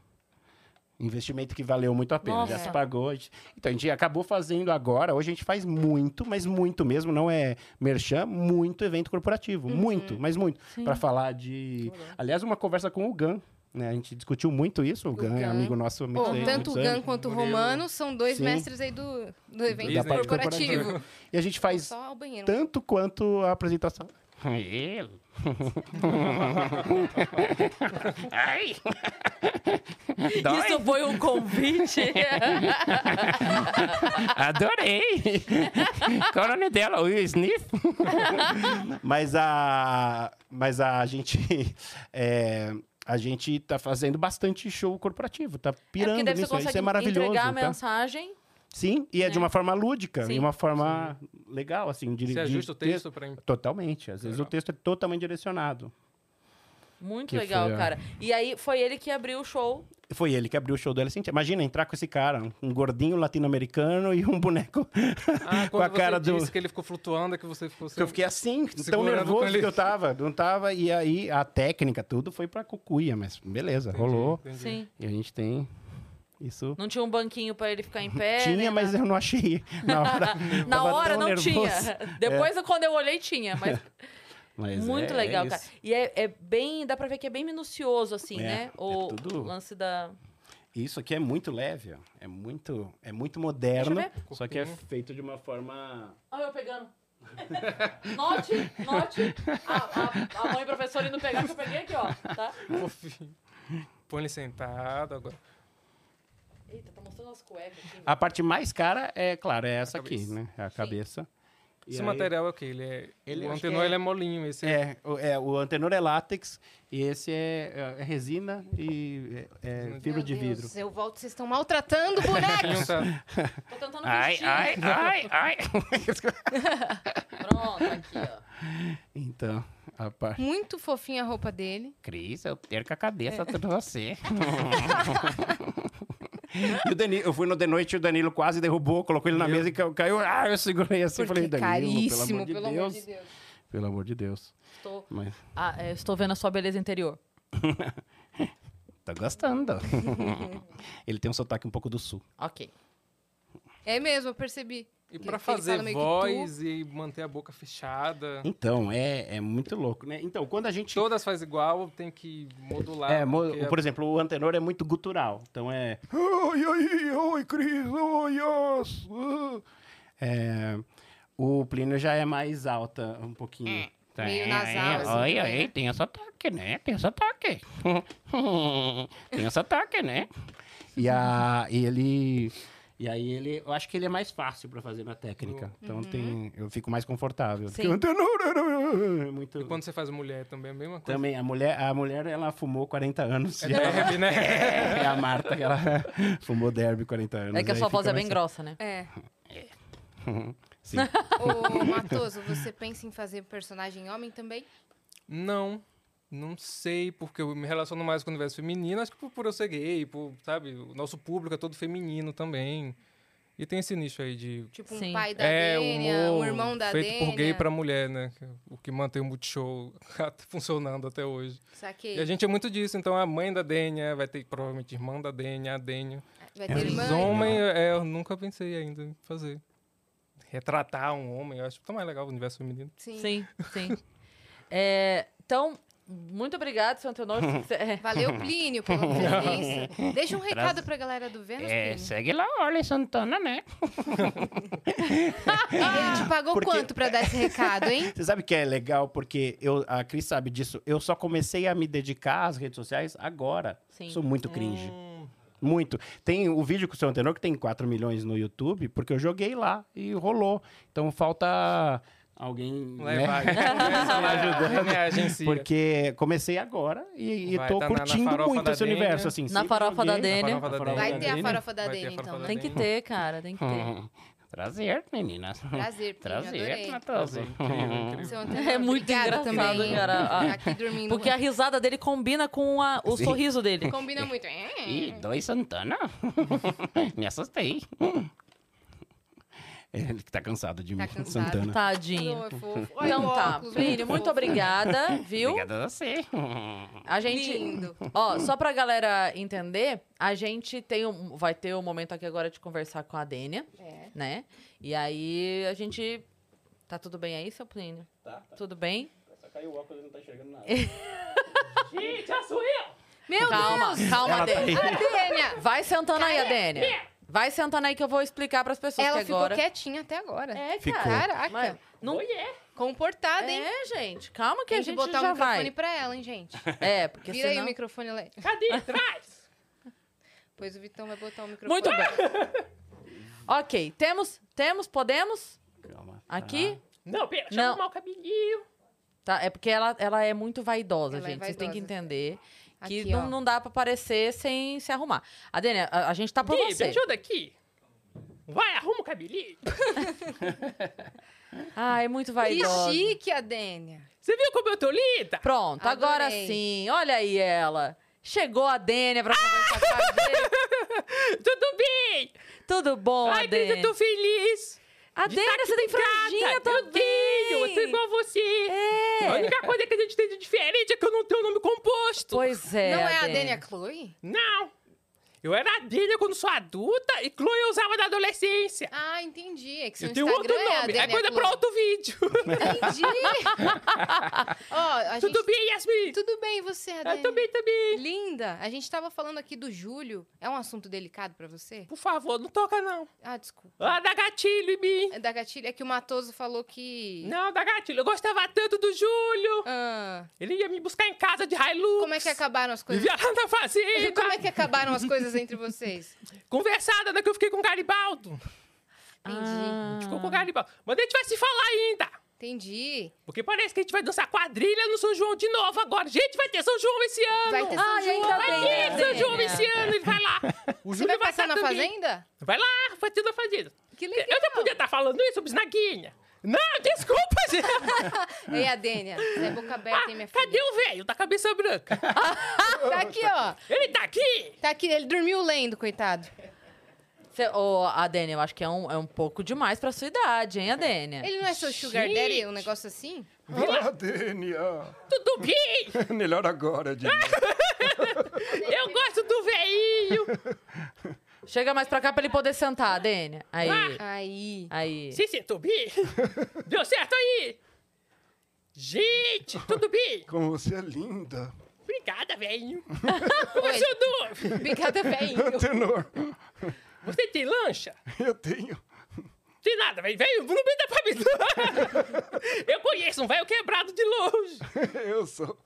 Speaker 3: investimento que valeu muito a pena. Já
Speaker 1: Nossa.
Speaker 3: se pagou. a gente- Então a gente acabou fazendo agora. Hoje a gente faz muito, mas muito mesmo. Não é merchan, muito evento corporativo.
Speaker 2: Uhum.
Speaker 3: Muito, mas muito. Para falar de. Aliás, uma conversa com o Gan. Né? A gente discutiu muito isso. O, Gan, é
Speaker 2: Gan.
Speaker 3: amigo nosso. há muitos
Speaker 2: Bom,
Speaker 3: anos,
Speaker 2: tanto o
Speaker 3: muitos anos.
Speaker 2: Gan quanto o
Speaker 4: Murilo.
Speaker 2: Romano são dois
Speaker 3: Sim.
Speaker 2: mestres aí do, do evento
Speaker 4: Da parte
Speaker 2: corporativo.
Speaker 3: E a gente faz
Speaker 2: Só ao banheiro.
Speaker 3: tanto quanto a apresentação.
Speaker 6: Ele. Ai. Dói.
Speaker 1: Isso foi um convite.
Speaker 3: É,
Speaker 6: Adorei. Qual o nome dela? Will Smith?
Speaker 3: Mas a, mas a gente. é, a gente tá fazendo bastante show corporativo, tá pirando
Speaker 1: É porque daí você
Speaker 3: nisso. Isso
Speaker 1: consegue
Speaker 3: é maravilhoso.
Speaker 1: entregar a
Speaker 3: tá?
Speaker 1: mensagem.
Speaker 3: Sim, e é, de uma forma lúdica,
Speaker 1: Sim.
Speaker 3: de uma forma legal, assim, de,
Speaker 4: Você
Speaker 3: de
Speaker 4: ajusta é o
Speaker 3: ter-
Speaker 4: texto pra...
Speaker 3: Totalmente. Às vezes
Speaker 4: Legal.
Speaker 3: o texto é totalmente direcionado.
Speaker 1: Muito
Speaker 3: Que
Speaker 1: legal,
Speaker 3: foi, ó.
Speaker 1: cara. E aí, foi ele que abriu o show.
Speaker 3: Foi ele que abriu o show do Alicente. Imagina entrar com esse cara, um gordinho latino-americano e um boneco.
Speaker 4: Ah, quando
Speaker 3: Com a
Speaker 4: você
Speaker 3: cara do-
Speaker 4: disse que ele ficou flutuando, é que você ficou...
Speaker 3: Eu fiquei assim, tão
Speaker 4: Segurando com
Speaker 3: nervoso
Speaker 4: ele.
Speaker 3: que eu tava. Não tava. E aí a técnica, tudo foi pra cucuia, mas beleza, rolou.
Speaker 1: Sim.
Speaker 3: E a gente tem isso
Speaker 1: Não tinha um banquinho pra ele ficar em pé.
Speaker 3: Tinha,
Speaker 1: né?
Speaker 3: mas eu não achei na hora.
Speaker 1: Na
Speaker 3: Tava
Speaker 1: hora
Speaker 3: tão
Speaker 1: não
Speaker 3: nervoso. É.
Speaker 1: tinha. Depois, quando eu olhei, tinha. Mas
Speaker 3: Mas
Speaker 1: muito
Speaker 3: é-
Speaker 1: legal,
Speaker 3: é
Speaker 1: cara.
Speaker 3: isso.
Speaker 1: E é, é bem. Dá pra ver que é bem minucioso, assim,
Speaker 3: É,
Speaker 1: né?
Speaker 3: é
Speaker 1: O
Speaker 3: tudo-
Speaker 1: lance da.
Speaker 3: Isso aqui é muito leve, ó. É muito, é muito
Speaker 1: Deixa
Speaker 3: moderno,
Speaker 1: eu
Speaker 3: só que é feito de uma forma...
Speaker 1: Olha eu pegando. note, note. A, a, a mãe professora indo pegar, que eu peguei aqui, ó. Tá?
Speaker 4: Fofinho. Põe ele sentado agora.
Speaker 1: Eita, tá mostrando as cuecas aqui. né?
Speaker 3: A parte mais cara é, claro, é essa aqui,
Speaker 4: cabeça.
Speaker 3: né? É a cabeça. E
Speaker 4: Esse
Speaker 3: aí-
Speaker 4: material é o quê? Ele é...
Speaker 3: Ele-
Speaker 4: o
Speaker 3: acho que
Speaker 4: antenor,
Speaker 3: é-
Speaker 4: ele é molinho. Esse é...
Speaker 3: É, o- é, o antenor é látex e esse é, é resina e é, é fibra
Speaker 2: Meu
Speaker 3: de
Speaker 2: Deus,
Speaker 3: vidro.
Speaker 2: Eu volto, vocês estão maltratando o boneco.
Speaker 4: Não tá-
Speaker 1: Tô tentando
Speaker 6: Ai,
Speaker 1: vestir.
Speaker 6: ai, ai, ai.
Speaker 1: Pronto, aqui, ó.
Speaker 3: Então, a parte...
Speaker 2: Muito fofinha a roupa dele.
Speaker 6: Cris, eu perco a
Speaker 2: É.
Speaker 6: cabeça por você.
Speaker 3: E o Danilo, eu fui no de noite e o Danilo quase derrubou, colocou ele na mesa e ca- caiu. Ah, eu segurei assim e
Speaker 2: Porque
Speaker 3: falei,
Speaker 2: é
Speaker 3: Danilo,
Speaker 2: caríssimo,
Speaker 3: pelo amor de Deus.
Speaker 2: Deus.
Speaker 3: Pelo amor de Deus.
Speaker 1: Estou,
Speaker 3: Mas
Speaker 1: ah, é, estou vendo a sua beleza interior.
Speaker 3: tá gostando. Ele tem um sotaque um pouco do sul.
Speaker 1: Ok.
Speaker 2: É mesmo, eu percebi.
Speaker 4: E
Speaker 2: Que
Speaker 4: pra
Speaker 2: ele fala
Speaker 4: fazer
Speaker 2: meio que
Speaker 4: voz e manter a boca fechada.
Speaker 3: Então, é, é muito louco, né? Então, quando a gente.
Speaker 4: Todas faz igual, tem que modular.
Speaker 3: É, mo-
Speaker 4: porque
Speaker 3: por exemplo, o antenor é muito gutural. Então é. Oi, oi, oi, Cris, oi, os, ah." É, O Plínio já é mais alta um pouquinho. Tá.
Speaker 2: É, Meio nasal, assim,
Speaker 7: Oi,
Speaker 2: também,
Speaker 7: oi, tem esse ataque, né? Tem esse ataque. tem esse ataque, né?
Speaker 3: E, a, e ele. E aí ele. Eu acho que ele é mais fácil pra fazer na técnica. Então tem, eu fico mais confortável. Porque
Speaker 1: Sim.
Speaker 3: o antenor é muito.
Speaker 4: E quando você faz mulher também é a mesma coisa.
Speaker 3: Também, a mulher, a mulher, ela fumou 40 anos. e
Speaker 4: É
Speaker 3: ela-
Speaker 4: derby, né?
Speaker 3: É a Marta que ela fumou derby 40 anos.
Speaker 1: É que a
Speaker 3: aí
Speaker 1: sua voz
Speaker 3: fica
Speaker 1: é bem
Speaker 3: mais-
Speaker 1: grossa, né?
Speaker 2: É.
Speaker 3: Sim.
Speaker 2: Ô, Matoso, você pensa em fazer personagem homem também?
Speaker 4: Não. Não sei, porque eu me relaciono mais com o universo feminino. Acho que por, por eu ser gay, por, sabe? O nosso público é todo feminino também. E tem esse nicho aí de...
Speaker 2: Tipo, um
Speaker 1: Sim.
Speaker 2: pai da
Speaker 4: é,
Speaker 2: Dênia,
Speaker 4: humor
Speaker 2: um irmão da
Speaker 4: feito
Speaker 2: Dênia.
Speaker 4: por gay pra mulher, né? Que é O que mantém o Multishow tá funcionando até hoje.
Speaker 2: Saquei.
Speaker 4: E a gente é muito disso. Então, a mãe da Dênia vai ter, provavelmente, irmã da Dênia, a Dênia.
Speaker 2: Vai
Speaker 3: É,
Speaker 2: ter
Speaker 4: Os
Speaker 2: irmã.
Speaker 4: homens, é, eu nunca pensei ainda em fazer. Retratar um homem, eu acho tão mais legal o universo feminino.
Speaker 2: Sim.
Speaker 1: Sim, sim. É, então, muito obrigado, seu Antenor. Se você- é,
Speaker 2: Valeu, Plínio, pela presença. Deixa um recado pra galera do Vênus,
Speaker 7: É,
Speaker 2: Plínio.
Speaker 7: segue lá, olha Santana, né? Ah!
Speaker 2: Ele te pagou
Speaker 3: Porque-
Speaker 2: quanto pra dar esse recado, hein?
Speaker 3: Você sabe que é legal porque eu, a Cris sabe disso. Eu só comecei a me dedicar às redes sociais agora.
Speaker 1: Sim. É.
Speaker 3: Sou muito cringe. Muito. Tem o vídeo com o seu antenor que tem 4 milhões no YouTube, porque eu joguei lá e rolou. Então falta alguém. né?
Speaker 4: Levar. Ajudando. Me agencia.
Speaker 3: Porque comecei agora e, e
Speaker 4: Vai
Speaker 3: tô
Speaker 4: tá na- na
Speaker 3: curtindo
Speaker 4: farofa
Speaker 3: muito
Speaker 4: da
Speaker 3: esse
Speaker 4: Dênia.
Speaker 3: universo. Assim,
Speaker 1: Na
Speaker 3: sempre
Speaker 1: farofa
Speaker 3: joguei.
Speaker 1: da Dênia.
Speaker 4: farofa da
Speaker 2: Vai
Speaker 4: Dênia.
Speaker 2: ter a farofa da
Speaker 4: Vai ter a
Speaker 2: Dênia,
Speaker 4: farofa
Speaker 2: então.
Speaker 4: da
Speaker 1: tem que
Speaker 4: Dênia.
Speaker 1: ter, cara, tem que ter.
Speaker 7: Prazer, meninas.
Speaker 2: Prazer, Plínio,
Speaker 7: Prazer, É
Speaker 2: adorei.
Speaker 7: Matoso.
Speaker 3: Tá
Speaker 2: Seu
Speaker 1: É muito
Speaker 2: obrigada
Speaker 1: engraçado,
Speaker 2: também. Tá
Speaker 1: cara, a-
Speaker 2: Aqui dormindo.
Speaker 1: Porque a risada dele combina com a- o
Speaker 7: Sim.
Speaker 1: sorriso dele.
Speaker 2: Combina muito. É.
Speaker 7: Ih, dois Santana. Me assustei.
Speaker 3: Ele que tá cansado de
Speaker 2: Tá
Speaker 3: mim,
Speaker 2: cansado.
Speaker 3: Santana.
Speaker 1: Tadinho.
Speaker 2: Não, é fofo. Olha
Speaker 1: Então
Speaker 2: o
Speaker 1: tá,
Speaker 2: óculos, né?
Speaker 1: Plínio, muito
Speaker 2: fofo.
Speaker 1: obrigada, viu?
Speaker 7: Obrigado a você.
Speaker 1: A gente.
Speaker 2: Lindo.
Speaker 1: Ó, só pra galera entender, a gente tem um, vai ter um momento aqui agora de conversar com a Dênia,
Speaker 2: É.
Speaker 1: né? E aí a gente. Tá tudo bem aí, seu Plínio?
Speaker 3: Tá,
Speaker 1: Tudo bem?
Speaker 3: Só caiu o óculos e não tá enxergando nada.
Speaker 2: É. Meu
Speaker 1: calma,
Speaker 2: Deus!
Speaker 1: calma,
Speaker 3: Ela tá
Speaker 1: Dênia.
Speaker 2: A Dênia!
Speaker 1: Vai sentando aí, a Dênia. Vai sentando aí que eu vou explicar pras pessoas
Speaker 2: Ela
Speaker 1: que
Speaker 2: ficou
Speaker 1: agora.
Speaker 2: quietinha até agora.
Speaker 1: É,
Speaker 3: Ficou.
Speaker 1: cara.
Speaker 2: Caraca.
Speaker 1: Mas não
Speaker 2: Comportada, hein?
Speaker 1: É, gente, calma que
Speaker 2: Tem
Speaker 1: a
Speaker 2: que
Speaker 1: gente
Speaker 2: botar o
Speaker 1: já
Speaker 2: microfone
Speaker 1: vai.
Speaker 2: pra ela, hein, gente?
Speaker 1: É, porque
Speaker 2: Vira aí o
Speaker 1: senão...
Speaker 2: microfone, ela...
Speaker 7: Cadê? Traz!
Speaker 2: Pois o Vitão vai botar o microfone.
Speaker 1: Muito bem. ok, temos, temos, podemos?
Speaker 3: Calma.
Speaker 1: Aqui?
Speaker 7: Não, pera,
Speaker 1: deixa eu Não. arrumar
Speaker 7: o cabelinho.
Speaker 1: Tá, é porque ela, ela é muito vaidosa,
Speaker 2: Ela é
Speaker 1: gente. Vocês têm que
Speaker 2: vaidosa.
Speaker 1: entender que
Speaker 2: Aqui, ó.
Speaker 1: não, não dá pra aparecer sem se arrumar. A Dênia, a, a gente tá por você.
Speaker 7: aqui. Vai, arruma o cabelinho.
Speaker 1: Ai, muito
Speaker 2: Que
Speaker 1: vaidosa.
Speaker 2: chique a Dênia.
Speaker 7: Você viu como eu tô linda?
Speaker 1: Pronto, agora
Speaker 2: Adorei.
Speaker 1: sim. Olha aí ela. Chegou a Dênia pra conversar com a Dênia.
Speaker 7: Tudo bem?
Speaker 1: Tudo bom, a Dênia?
Speaker 7: feliz. tá
Speaker 1: A Dênia, Tá você tem franjinha também.
Speaker 7: igual você.
Speaker 1: É.
Speaker 7: A única coisa que a gente tem de diferente é que eu não tenho o nome composto.
Speaker 1: Pois é,
Speaker 2: Não é a Dênia Chloe?
Speaker 7: Não! Eu era dele quando sou adulta e Chloe eu usava na adolescência.
Speaker 2: Ah, entendi. É que seu
Speaker 7: eu tenho
Speaker 2: Instagram
Speaker 7: outro
Speaker 2: é a
Speaker 7: nome, é
Speaker 2: Dênia
Speaker 7: coisa
Speaker 2: Chloe.
Speaker 7: pra outro vídeo.
Speaker 2: Entendi. Ó, a gente...
Speaker 7: Tudo bem, Yasmin?
Speaker 2: Tudo bem, e você, a
Speaker 7: Eu
Speaker 2: Dênia?
Speaker 7: também, também.
Speaker 2: Linda. A gente tava falando aqui do Júlio. É um assunto delicado pra você?
Speaker 7: Por favor, não toca não.
Speaker 2: Ah, desculpa.
Speaker 7: Ah, dá gatilho em mim.
Speaker 2: É Da gatilha. É que o Matoso falou que...
Speaker 7: Não, dá gatilho. Eu gostava tanto do Júlio.
Speaker 2: Ah,
Speaker 7: Ele ia me buscar em casa de Hilux.
Speaker 2: como é que acabaram as coisas?
Speaker 7: Vivia lá na fazenda.
Speaker 2: Como é que acabaram as coisas entre vocês?
Speaker 7: Conversada, né, que eu fiquei com o Garibaldo.
Speaker 1: Ah.
Speaker 2: Entendi.
Speaker 7: Ficou com o Garibaldo. Mas a gente vai se falar ainda.
Speaker 2: Entendi.
Speaker 7: Porque parece que a gente vai dançar quadrilha no São João de novo agora. Gente, vai ter São João esse ano.
Speaker 2: Vai ter São
Speaker 1: Ai,
Speaker 2: João.
Speaker 1: ainda
Speaker 7: Vai
Speaker 1: bem,
Speaker 7: ter
Speaker 1: né,
Speaker 7: São João
Speaker 1: Dênia?
Speaker 7: esse ano, ele vai lá. O
Speaker 2: Você vai passar na
Speaker 7: estar também.
Speaker 2: fazenda?
Speaker 7: Vai lá, vai ter na fazenda.
Speaker 2: Que legal.
Speaker 7: Eu já podia estar falando isso, bisnaguinha. Não, desculpa, gente.
Speaker 2: Ei, a Dênia, você é boca aberta, hein, minha filha?
Speaker 7: Ah, Cadê o velho da cabeça branca?
Speaker 2: Tá aqui, ó.
Speaker 7: Ele tá aqui.
Speaker 2: Tá aqui, ele dormiu lendo, coitado.
Speaker 1: Cê, ô, a Dênia, eu acho que é um, é um pouco demais pra sua idade, hein, a Dênia?
Speaker 2: Ele não é seu sugar daddy, um negócio assim?
Speaker 8: Olá, Dênia!
Speaker 7: Tudo bem?
Speaker 8: Melhor agora, Dini.
Speaker 7: Eu gosto do velhinho.
Speaker 1: Chega mais pra cá pra ele poder sentar, Dênia. Aí.
Speaker 2: Ah. Aí.
Speaker 1: Aí.
Speaker 7: Sim, sim, tudo bem? Deu certo aí? Gente, tudo bem?
Speaker 9: Como você é linda.
Speaker 7: Obrigada, velho. Como é seu nome?
Speaker 2: Obrigada, velho.
Speaker 9: Antenor,
Speaker 7: Você tem lancha?
Speaker 9: eu tenho.
Speaker 7: Tem nada, velho. Velho, não me dá pra mim. Eu conheço um velho quebrado de longe.
Speaker 9: Eu sou.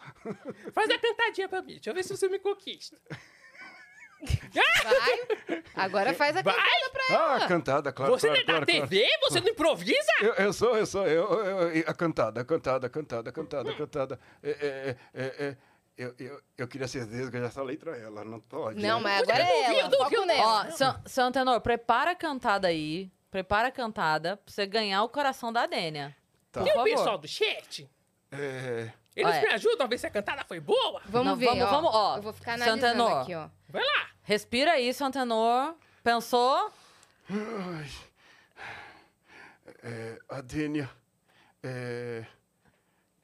Speaker 7: Faz a cantadinha pra mim. Deixa eu ver se você me conquista.
Speaker 2: Vai. Agora faz a
Speaker 7: Vai.
Speaker 2: cantada pra ela.
Speaker 9: Ah, cantada, claro.
Speaker 7: Você não é
Speaker 9: claro,
Speaker 7: da
Speaker 9: claro, claro.
Speaker 7: TV? Você não improvisa?
Speaker 9: Eu, eu sou, eu sou, eu, eu- eu- a cantada, a cantada, a cantada, a cantada, a cantada. É, é, é, é, é, eu, eu, eu queria certeza que eu já falei pra ela, não pode.
Speaker 2: Não,
Speaker 9: né?
Speaker 2: mas agora é
Speaker 7: duvido,
Speaker 2: ela. Foco
Speaker 7: duvido.
Speaker 2: nela.
Speaker 1: Ó, San- seu Antenor, prepara a cantada aí. Prepara a cantada pra você ganhar o coração da Dênia.
Speaker 9: Tá.
Speaker 1: Por
Speaker 7: E o
Speaker 1: favor.
Speaker 7: um pessoal do chat?
Speaker 9: É,
Speaker 7: Eles
Speaker 1: Olha.
Speaker 7: me ajudam a ver se a cantada foi boa?
Speaker 2: Vamos
Speaker 1: Não,
Speaker 2: ver,
Speaker 1: vamos-
Speaker 2: ó.
Speaker 1: vamos, ó.
Speaker 2: Eu vou ficar
Speaker 1: Santo
Speaker 2: analisando
Speaker 1: Anor.
Speaker 2: aqui, ó.
Speaker 7: Vai lá.
Speaker 1: Respira aí, seu Antenor. Pensou?
Speaker 9: é, a Dênia é,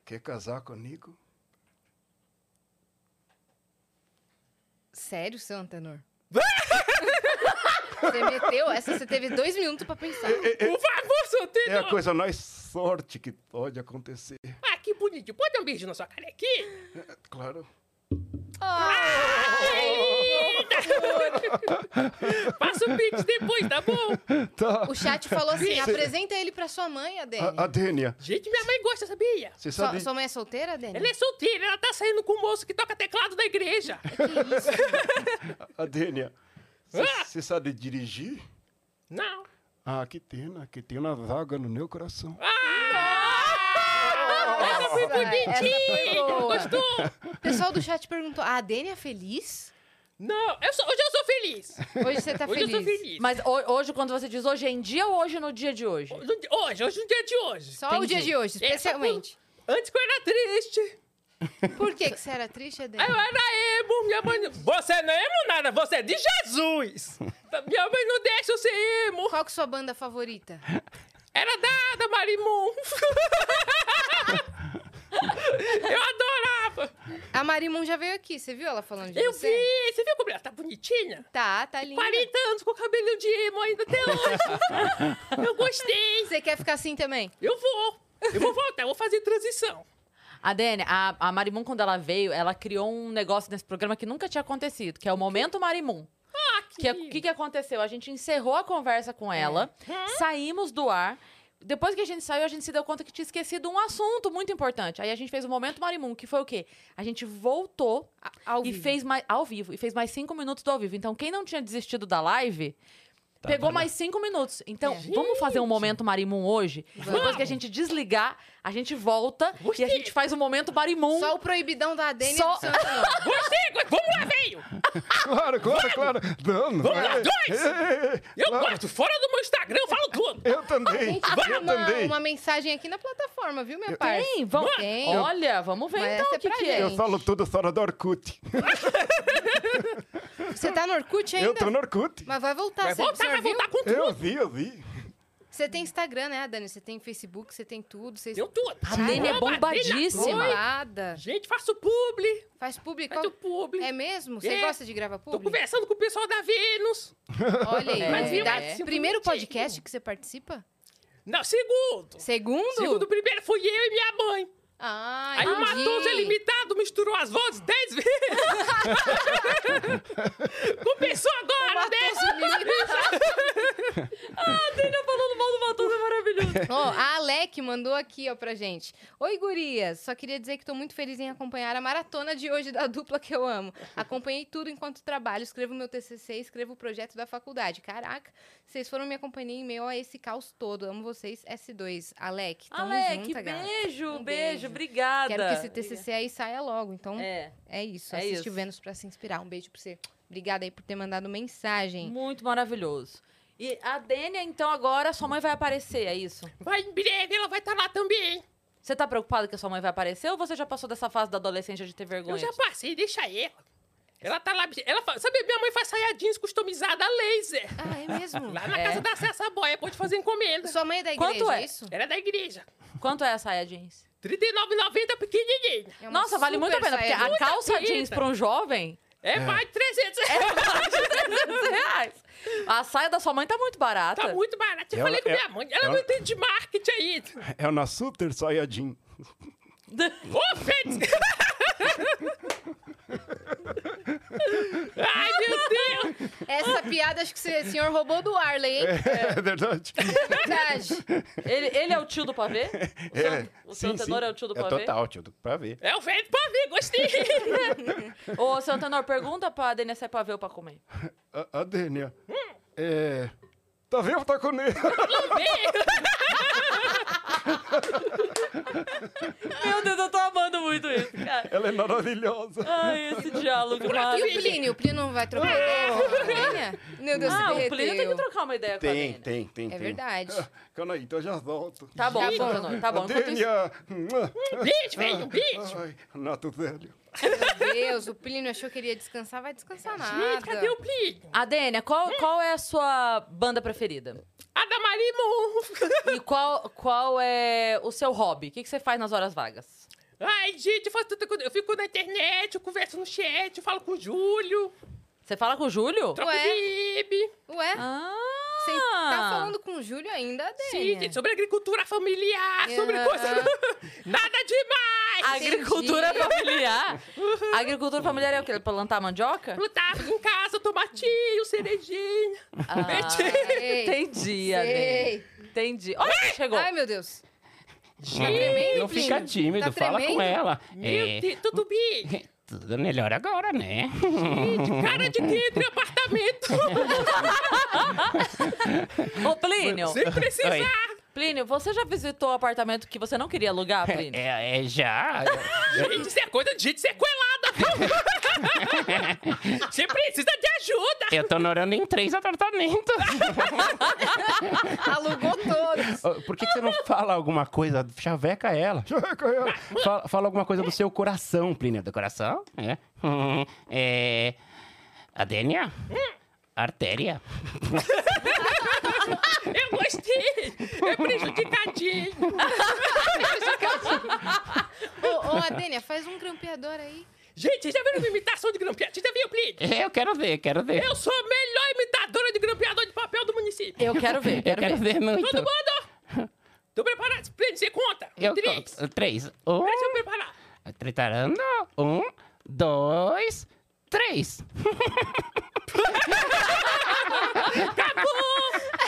Speaker 9: quer casar comigo?
Speaker 2: Sério, seu Antenor? você meteu essa, você teve dois minutos pra pensar.
Speaker 7: Por favor,
Speaker 9: É
Speaker 7: solteiro.
Speaker 9: a coisa mais sorte que pode acontecer.
Speaker 7: Ah, que bonitinho. Pode dar um beijo na sua cara aqui?
Speaker 9: É, Claro.
Speaker 7: Passa o pix depois, tá bom?
Speaker 9: Tá.
Speaker 2: O chat falou assim: apresenta ele pra sua mãe, a Dani.
Speaker 9: A, a Dênia,
Speaker 7: Gente, minha mãe gosta, sabia?
Speaker 9: você
Speaker 2: Sua,
Speaker 9: sabe...
Speaker 2: sua mãe é solteira, Dani?
Speaker 7: Ela é solteira, ela tá saindo com o moço que toca teclado da igreja.
Speaker 2: Que isso?
Speaker 9: A Dênia,
Speaker 7: Ah!
Speaker 9: você sabe dirigir?
Speaker 7: Não.
Speaker 9: Ah, que pena, que tem uma vaga no meu coração.
Speaker 7: Ela Ah, foi
Speaker 2: Nossa, essa foi
Speaker 7: bonitinha.
Speaker 2: boa.
Speaker 7: Gostou?
Speaker 2: O pessoal do chat perguntou: ah, a Dani é feliz?
Speaker 7: Não, eu sou- hoje eu sou feliz.
Speaker 2: Hoje você tá
Speaker 7: hoje
Speaker 2: feliz.
Speaker 7: eu sou feliz.
Speaker 1: Mas ho- hoje, quando você diz hoje em dia ou hoje no dia de hoje?
Speaker 7: Hoje, hoje, hoje é o dia de hoje.
Speaker 2: Só o
Speaker 1: Entendi.
Speaker 2: dia de hoje,
Speaker 7: Essa
Speaker 2: especialmente.
Speaker 7: Antes que eu era triste.
Speaker 2: Por que, que você era triste, Dani?
Speaker 7: Aí eu era emo, É minha mãe... Você não é emo nada, você é de Jesus. Minha mãe não deixa eu ser emo.
Speaker 2: Qual que é sua banda favorita?
Speaker 7: Era nada, Marimum. eu adorava.
Speaker 2: A Marimun já veio aqui, você viu ela falando de
Speaker 7: Eu
Speaker 2: você?
Speaker 7: vi. Você viu como ela tá bonitinha?
Speaker 2: Tá, tá linda.
Speaker 7: 40 anos com cabelo de emo ainda até hoje. eu gostei.
Speaker 2: Você quer ficar assim também?
Speaker 7: Eu vou. Eu vou voltar, eu vou fazer transição.
Speaker 1: A Dênia, a, a Marimun, quando ela veio, ela criou um negócio nesse programa que nunca tinha acontecido, que é o Momento Marimun.
Speaker 7: Ah,
Speaker 1: O que, que, que aconteceu? A gente encerrou a conversa com
Speaker 2: É.
Speaker 1: ela, saímos do ar. Depois que a gente saiu, a gente se deu conta que tinha esquecido um assunto muito importante. Aí a gente fez o Momento Marimun, que foi o quê? A gente voltou
Speaker 2: A- ao
Speaker 1: e
Speaker 2: vivo.
Speaker 1: fez mais ao vivo e fez mais cinco minutos do ao vivo. Então, quem não tinha desistido da live. Pegou mais cinco minutos.
Speaker 2: É.
Speaker 1: Então, vamos fazer um momento Marimum hoje? Depois que a gente desligar, a gente volta e a gente faz o momento
Speaker 7: um
Speaker 1: Marimum.
Speaker 2: Só o proibidão da Dani
Speaker 1: Só-
Speaker 2: do seu Antenor.
Speaker 7: Gostei, gostei. Vamos lá, velho.
Speaker 9: Claro, claro, claro. Não, não
Speaker 7: Vamos lá,
Speaker 9: é.
Speaker 7: dois.
Speaker 9: É, é,
Speaker 7: Eu
Speaker 9: claro.
Speaker 7: gosto. Fora do meu Instagram, eu falo tudo.
Speaker 9: Eu também.
Speaker 2: Gente, tem
Speaker 9: Eu
Speaker 2: uma,
Speaker 9: também.
Speaker 2: uma mensagem aqui na plataforma, viu, minha parte?
Speaker 1: Tem, vamos.
Speaker 2: Tem.
Speaker 1: Olha, vamos ver
Speaker 2: Mas
Speaker 1: então
Speaker 2: essa é
Speaker 1: o que,
Speaker 2: pra
Speaker 1: que é.
Speaker 9: Eu falo tudo fora do Orkut.
Speaker 2: Você tá no Orkut ainda?
Speaker 9: Eu tô no Orkut.
Speaker 2: Mas vai voltar,
Speaker 7: Vai
Speaker 2: você,
Speaker 7: voltar,
Speaker 2: você
Speaker 7: vai
Speaker 2: viu?
Speaker 7: voltar com tudo.
Speaker 9: Eu vi, eu vi.
Speaker 2: Você tem Instagram, né, Dani? Você tem Facebook, você tem tudo. Você
Speaker 7: Eu tudo.
Speaker 1: A Dani é
Speaker 7: Arroba Dani
Speaker 1: bombadíssima.
Speaker 7: Arroz.
Speaker 2: Bombada.
Speaker 7: Gente, faço publi.
Speaker 2: Faz público.
Speaker 7: Faço publi.
Speaker 2: É mesmo? Você
Speaker 7: É.
Speaker 2: gosta de gravar
Speaker 7: Tô
Speaker 2: público?
Speaker 7: conversando com o pessoal da Vênus.
Speaker 2: Olha aí,
Speaker 1: É.
Speaker 2: novidades.
Speaker 1: Mas
Speaker 7: viu, é
Speaker 2: Primeiro
Speaker 7: bonitinho.
Speaker 2: podcast que você participa?
Speaker 7: Não, segundo.
Speaker 2: Segundo?
Speaker 7: Segundo primeiro fui eu e minha mãe.
Speaker 2: Ah,
Speaker 7: Aí o
Speaker 2: entendi.
Speaker 7: Matoso é limitado, misturou as vozes dez vezes. Começou agora,
Speaker 2: Matoso
Speaker 7: né?
Speaker 2: é limitado.
Speaker 1: Tá falando mal do Matoso, é maravilhoso.
Speaker 2: Ó, a Alec mandou aqui, ó, pra gente. Oi, gurias. Só queria dizer que tô muito feliz em acompanhar a maratona de hoje da dupla que eu amo. Acompanhei tudo enquanto trabalho, escrevo meu TCC, escrevo o projeto da faculdade. Caraca, vocês foram minha companhia em meio a esse caos todo. Amo vocês, S2. Alec, tamo
Speaker 1: Alec,
Speaker 2: Então, junta, gata.
Speaker 1: beijo,
Speaker 2: Um
Speaker 1: beijo,
Speaker 2: beijo.
Speaker 1: obrigada.
Speaker 2: Quero que esse TCC aí saia logo. Então, é,
Speaker 1: É,
Speaker 2: isso.
Speaker 1: é
Speaker 2: Assiste
Speaker 1: isso.
Speaker 2: o Vênus pra se inspirar. Um beijo pra você. Obrigada aí por ter mandado mensagem.
Speaker 1: muito maravilhoso. E a Dênia, então, agora sua mãe vai aparecer, é isso?
Speaker 7: Vai em breve, ela vai estar lá também.
Speaker 1: Você tá preocupada que a sua mãe vai aparecer ou você já passou dessa fase da adolescência de ter vergonha?
Speaker 7: Eu já passei, deixa ela. Ela tá lá. Ela fa- Sabe, minha mãe faz saia jeans customizada a laser.
Speaker 2: Ah, é mesmo?
Speaker 7: Lá na
Speaker 1: É.
Speaker 7: casa da Cessa Boia, pode fazer encomenda.
Speaker 2: Sua mãe é da igreja,
Speaker 1: Quanto é?
Speaker 2: isso?
Speaker 7: Era da igreja.
Speaker 1: Quanto é a saia jeans?
Speaker 7: R$ 39,90 pequenininha.
Speaker 2: É uma
Speaker 1: Nossa, vale muito a
Speaker 2: super
Speaker 1: pena, porque
Speaker 2: saia
Speaker 1: a calça
Speaker 7: bonita.
Speaker 1: jeans pra um jovem
Speaker 7: É mais de 300 reais.
Speaker 1: 300 reais. A saia da sua mãe tá muito barata.
Speaker 7: Tá muito barato. Eu
Speaker 9: Ela-
Speaker 7: falei com
Speaker 9: ela-
Speaker 7: minha mãe. Ela
Speaker 9: ela-
Speaker 7: não entende de marketing aí.
Speaker 9: É o nosso Super Saiyajin.
Speaker 7: Ô, Fênix! Ai, meu Deus!
Speaker 2: Essa piada acho que o senhor roubou do Arley, hein?
Speaker 9: É, verdade.
Speaker 2: Tá Verdade.
Speaker 1: Ele, ele é o tio do pavê? O seu, o seu
Speaker 9: É. sim,
Speaker 1: Antenor
Speaker 9: sim.
Speaker 1: é o tio do
Speaker 9: É
Speaker 1: pavê?
Speaker 9: total, tio do pavê.
Speaker 7: É o velho pavê, gostei!
Speaker 1: Ô, seu Antenor, pergunta pra Denia se é pavê ou pra comer.
Speaker 9: A, a Dênia. É. Tá vendo? Tá com ele.
Speaker 1: Meu Deus, eu tô amando muito isso, cara.
Speaker 9: Ela é maravilhosa.
Speaker 1: Ai, esse diálogo, mano.
Speaker 2: E o Plínio? O Plínio não vai trocar ideia com a Lênia? Meu Deus,
Speaker 1: Ah,
Speaker 2: se
Speaker 1: o Plínio tem que
Speaker 2: derreteu.
Speaker 1: trocar uma ideia com a
Speaker 9: Tem,
Speaker 1: Dênia.
Speaker 9: tem, tem.
Speaker 2: É
Speaker 9: tem.
Speaker 2: verdade.
Speaker 9: Calma aí, então eu já volto.
Speaker 1: Tá bom,
Speaker 2: Tá
Speaker 1: seu
Speaker 2: bom.
Speaker 1: Antenor, tá bom.
Speaker 9: A
Speaker 1: Enquanto isso,
Speaker 9: Dênia.
Speaker 7: Beijo, velho, um beijo!
Speaker 9: Ai, Nato velho.
Speaker 2: Meu Deus, o Plínio achou que ele ia descansar, vai descansar nada.
Speaker 7: Gente, cadê o Plínio?
Speaker 1: a Dênia, qual, qual é a sua banda preferida?
Speaker 7: Adamari Monfo!
Speaker 1: E qual, qual é o seu hobby? O que, que você faz nas horas vagas?
Speaker 7: Ai, gente, eu, faço tanta coisa. eu fico na internet, eu converso no chat, eu falo com o Júlio,
Speaker 1: Você fala com o Júlio?
Speaker 7: troco
Speaker 2: Ué?
Speaker 7: de IB.
Speaker 2: Ué,
Speaker 1: Ah!
Speaker 2: você tá falando com o Júlio ainda,
Speaker 7: Sim,
Speaker 2: Dênia?
Speaker 7: gente, sobre agricultura familiar, sobre
Speaker 2: Aham.
Speaker 7: coisa. Nada demais!
Speaker 1: Agricultura
Speaker 2: Entendi.
Speaker 1: familiar? Agricultura familiar é o quê? Plantar mandioca?
Speaker 7: Plantar em casa, tomatinho, cerejinha.
Speaker 1: Ah,
Speaker 2: Sei.
Speaker 1: entendi, Adê.
Speaker 2: Sei.
Speaker 1: Entendi. Olha quem chegou.
Speaker 2: Ai, meu Deus.
Speaker 3: É.
Speaker 6: Não,
Speaker 2: Tá Tremendo,
Speaker 6: fica
Speaker 2: Plínio.
Speaker 6: tímido,
Speaker 2: Tá
Speaker 6: fala com
Speaker 2: tremendo?
Speaker 6: ela.
Speaker 7: Meu
Speaker 6: É,
Speaker 7: Deus, tudo bem?
Speaker 6: tudo melhor agora, né?
Speaker 7: Cara de dentro em apartamento,
Speaker 1: Ô, Plínio.
Speaker 7: sem precisar.
Speaker 6: Oi.
Speaker 1: Plínio, você já visitou o apartamento que você não queria alugar, Plínio?
Speaker 6: É, é, já.
Speaker 2: Tá
Speaker 7: Gente, isso é coisa de gente sequelada. viu? Você precisa de ajuda.
Speaker 6: Eu tô morando em três apartamentos.
Speaker 2: Alugou todos.
Speaker 6: Ô, Por que, que você não fala alguma coisa? Chaveca ela. Chaveca ela. Fala, fala alguma coisa do seu coração, Plínio. Do coração? É. Hum, é... Adênia? Artéria?
Speaker 7: Eu gostei. É prejudicadinho.
Speaker 2: Ô, ô Adênia, faz um grampeador aí.
Speaker 7: Gente, já viram minha imitação de grampeador? Já viu, Plínio?
Speaker 6: É, Eu quero ver, quero ver.
Speaker 7: Eu sou a melhor imitadora de grampeador de papel do município.
Speaker 1: Eu quero ver,
Speaker 6: Eu
Speaker 1: quero
Speaker 6: quero
Speaker 1: ver.
Speaker 6: ver muito.
Speaker 7: Todo mundo? Tô preparado. Plínio, você conta. Um,
Speaker 6: Eu
Speaker 7: três.
Speaker 6: conto. Três. Um,
Speaker 7: Deixa eu preparar.
Speaker 6: tritarando. Um, dois, três.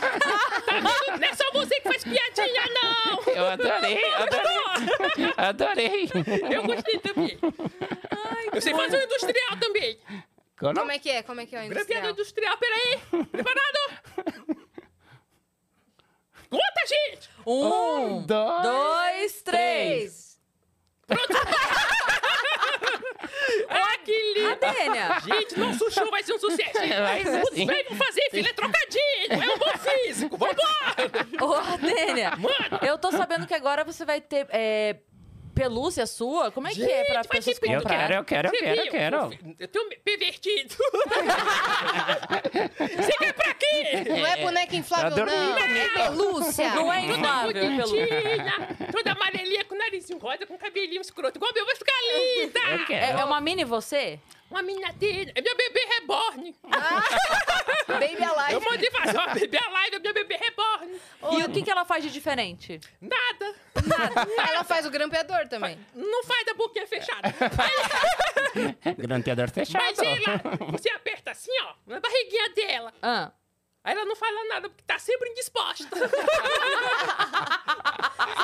Speaker 7: Não é só você que faz piadinha, não.
Speaker 6: Eu adorei, adorei. Adorei.
Speaker 7: Eu gostei também. eu sei fazer um industrial também.
Speaker 6: Quando-
Speaker 2: Como é que é? Como é que é o
Speaker 7: Grampeador
Speaker 2: industrial?
Speaker 7: industrial, peraí. Preparado? Conta, gente!
Speaker 1: Um,
Speaker 6: Um, dois,
Speaker 1: dois, três.
Speaker 2: Três.
Speaker 7: Ah, que
Speaker 1: A
Speaker 7: lindo!
Speaker 1: Dênia.
Speaker 7: Gente, nosso show vai ser um sucesso. hein?
Speaker 6: Vai ser
Speaker 7: Os
Speaker 6: sim.
Speaker 7: velhos vão fazer, filho, é trocadinho. É um bom físico. Vambora!
Speaker 1: Ô, Adênia, eu tô sabendo que agora você vai ter é, pelúcia sua. Como é que é
Speaker 7: Gente,
Speaker 1: pra as
Speaker 7: mas
Speaker 1: pessoas
Speaker 7: que
Speaker 6: Eu
Speaker 1: comprar?
Speaker 6: quero, eu quero, eu
Speaker 7: Você
Speaker 6: quero,
Speaker 7: viu?
Speaker 6: eu quero.
Speaker 7: Eu tenho me- pervertido. Você quer pra quê?
Speaker 2: Não é boneca inflável,
Speaker 6: Adorei.
Speaker 2: não. É pelúcia.
Speaker 1: Não é inflável, é pelúcia.
Speaker 7: Bonitinha, toda amarelinha, com narizinho rosa, com cabelinho escroto. Igual meu, vai ficar linda!
Speaker 6: Eu
Speaker 1: É,
Speaker 6: quero.
Speaker 1: é uma mini você?
Speaker 7: Uma menina dele. É meu bebê reborn.
Speaker 2: Baby
Speaker 7: Eu
Speaker 2: Alive.
Speaker 7: mandei fazer uma bebê live, é meu bebê reborn.
Speaker 1: E o que, que ela faz de diferente?
Speaker 7: Nada.
Speaker 2: Ela faz o grampeador também.
Speaker 7: Não faz da boquinha fechada.
Speaker 6: Granteador fechado.
Speaker 7: Mas ela, você aperta assim, ó, na barriguinha dela.
Speaker 1: Ah,
Speaker 7: Aí ela não fala nada, porque tá sempre indisposta.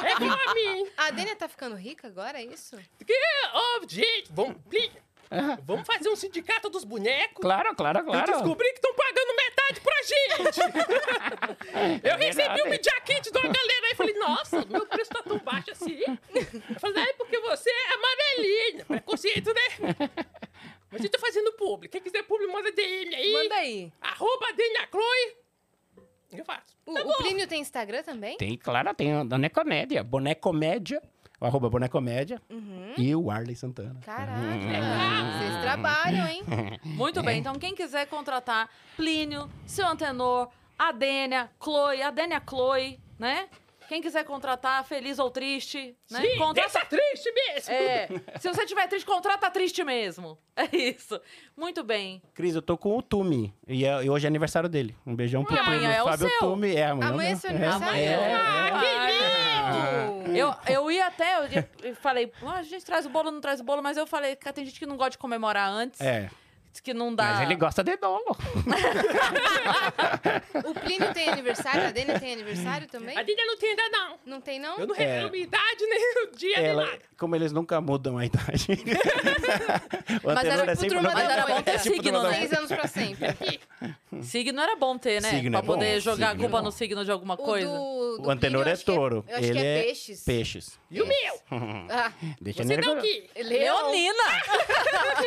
Speaker 7: é pra mim.
Speaker 2: A Adênia tá ficando rica agora, é isso?
Speaker 7: Que, oh, gente, vamos, pli- vamos fazer um sindicato dos bonecos.
Speaker 6: Claro, claro,
Speaker 7: Eu
Speaker 6: claro.
Speaker 7: descobri que estão pagando metade pra gente. eu recebi
Speaker 6: verdade.
Speaker 7: um media kit de uma galera aí e falei, nossa, meu preço tá tão baixo assim. Eu falei, ah, é porque você é amarelinha. Preconceito, né? Mas eu tô fazendo público. Quem quiser público, manda DM aí.
Speaker 2: Manda aí.
Speaker 7: Arroba Denia Chloe. Eu faço.
Speaker 2: O,
Speaker 1: tá
Speaker 2: o Plínio tem Instagram também?
Speaker 6: Tem, claro, tem a Dona Comédia. Bonecomédia. O arroba Bonecomédia.
Speaker 2: Uhum.
Speaker 6: E o Arley Santana.
Speaker 2: Caraca. Vocês trabalham, hein?
Speaker 1: muito bem. Então, quem quiser contratar Plínio, seu Antenor, a Dênia, Chloe, a Dênia Chloe, né? Quem quiser contratar, feliz ou triste, né?
Speaker 7: Sim,
Speaker 1: Contrata-
Speaker 7: deixa triste mesmo.
Speaker 1: É, se você tiver triste, contrata triste mesmo. É isso. Muito bem.
Speaker 3: Cris, eu tô com o Tumi. E, é- e hoje é aniversário dele. Um beijão pro
Speaker 2: Ah,
Speaker 1: E amanhã
Speaker 3: primo
Speaker 1: é o
Speaker 3: Fábio
Speaker 1: seu.
Speaker 3: Tumi. É, amanhã.
Speaker 2: Amanhã é seu aniversário?
Speaker 1: É.
Speaker 7: Ah, que
Speaker 1: Eu, eu ia até, eu, ia- eu falei, "Ah, a gente traz o bolo, não traz o bolo, mas eu falei, cara, tem gente que não gosta de comemorar antes,
Speaker 3: É.
Speaker 1: diz que
Speaker 2: Tá.
Speaker 1: não dá.
Speaker 6: Mas ele gosta de dolo.
Speaker 1: Uhum.
Speaker 2: O Plínio tem aniversário, a Dênia tem aniversário também?
Speaker 7: A Dinda não tem ainda, não.
Speaker 2: Não tem, não?
Speaker 7: Eu não revelo minha idade nem o dia
Speaker 3: Ela-
Speaker 7: nem nada.
Speaker 3: como eles nunca mudam a idade. O anterior é
Speaker 2: era pro Turma
Speaker 1: Mas
Speaker 2: da
Speaker 1: era bom ter
Speaker 2: É tipo
Speaker 1: signo, né?
Speaker 2: Seis anos pra sempre.
Speaker 1: Signo era bom ter, né?
Speaker 3: Signo
Speaker 1: pra
Speaker 3: é bom,
Speaker 1: poder jogar a
Speaker 3: signo é
Speaker 1: culpa
Speaker 3: bom.
Speaker 1: no signo de alguma
Speaker 2: O
Speaker 1: coisa.
Speaker 2: do, do
Speaker 3: O
Speaker 2: Plínio,
Speaker 3: Antenor
Speaker 2: eu
Speaker 3: é
Speaker 2: acho que
Speaker 3: touro.
Speaker 2: eu acho
Speaker 3: Ele
Speaker 2: que é
Speaker 3: é
Speaker 2: peixes.
Speaker 3: Peixes. É,
Speaker 7: E o meu?
Speaker 2: Ah,
Speaker 6: Deixa
Speaker 7: Você dá o
Speaker 6: nervoso.
Speaker 7: quê?
Speaker 2: Leão.
Speaker 1: Leonina!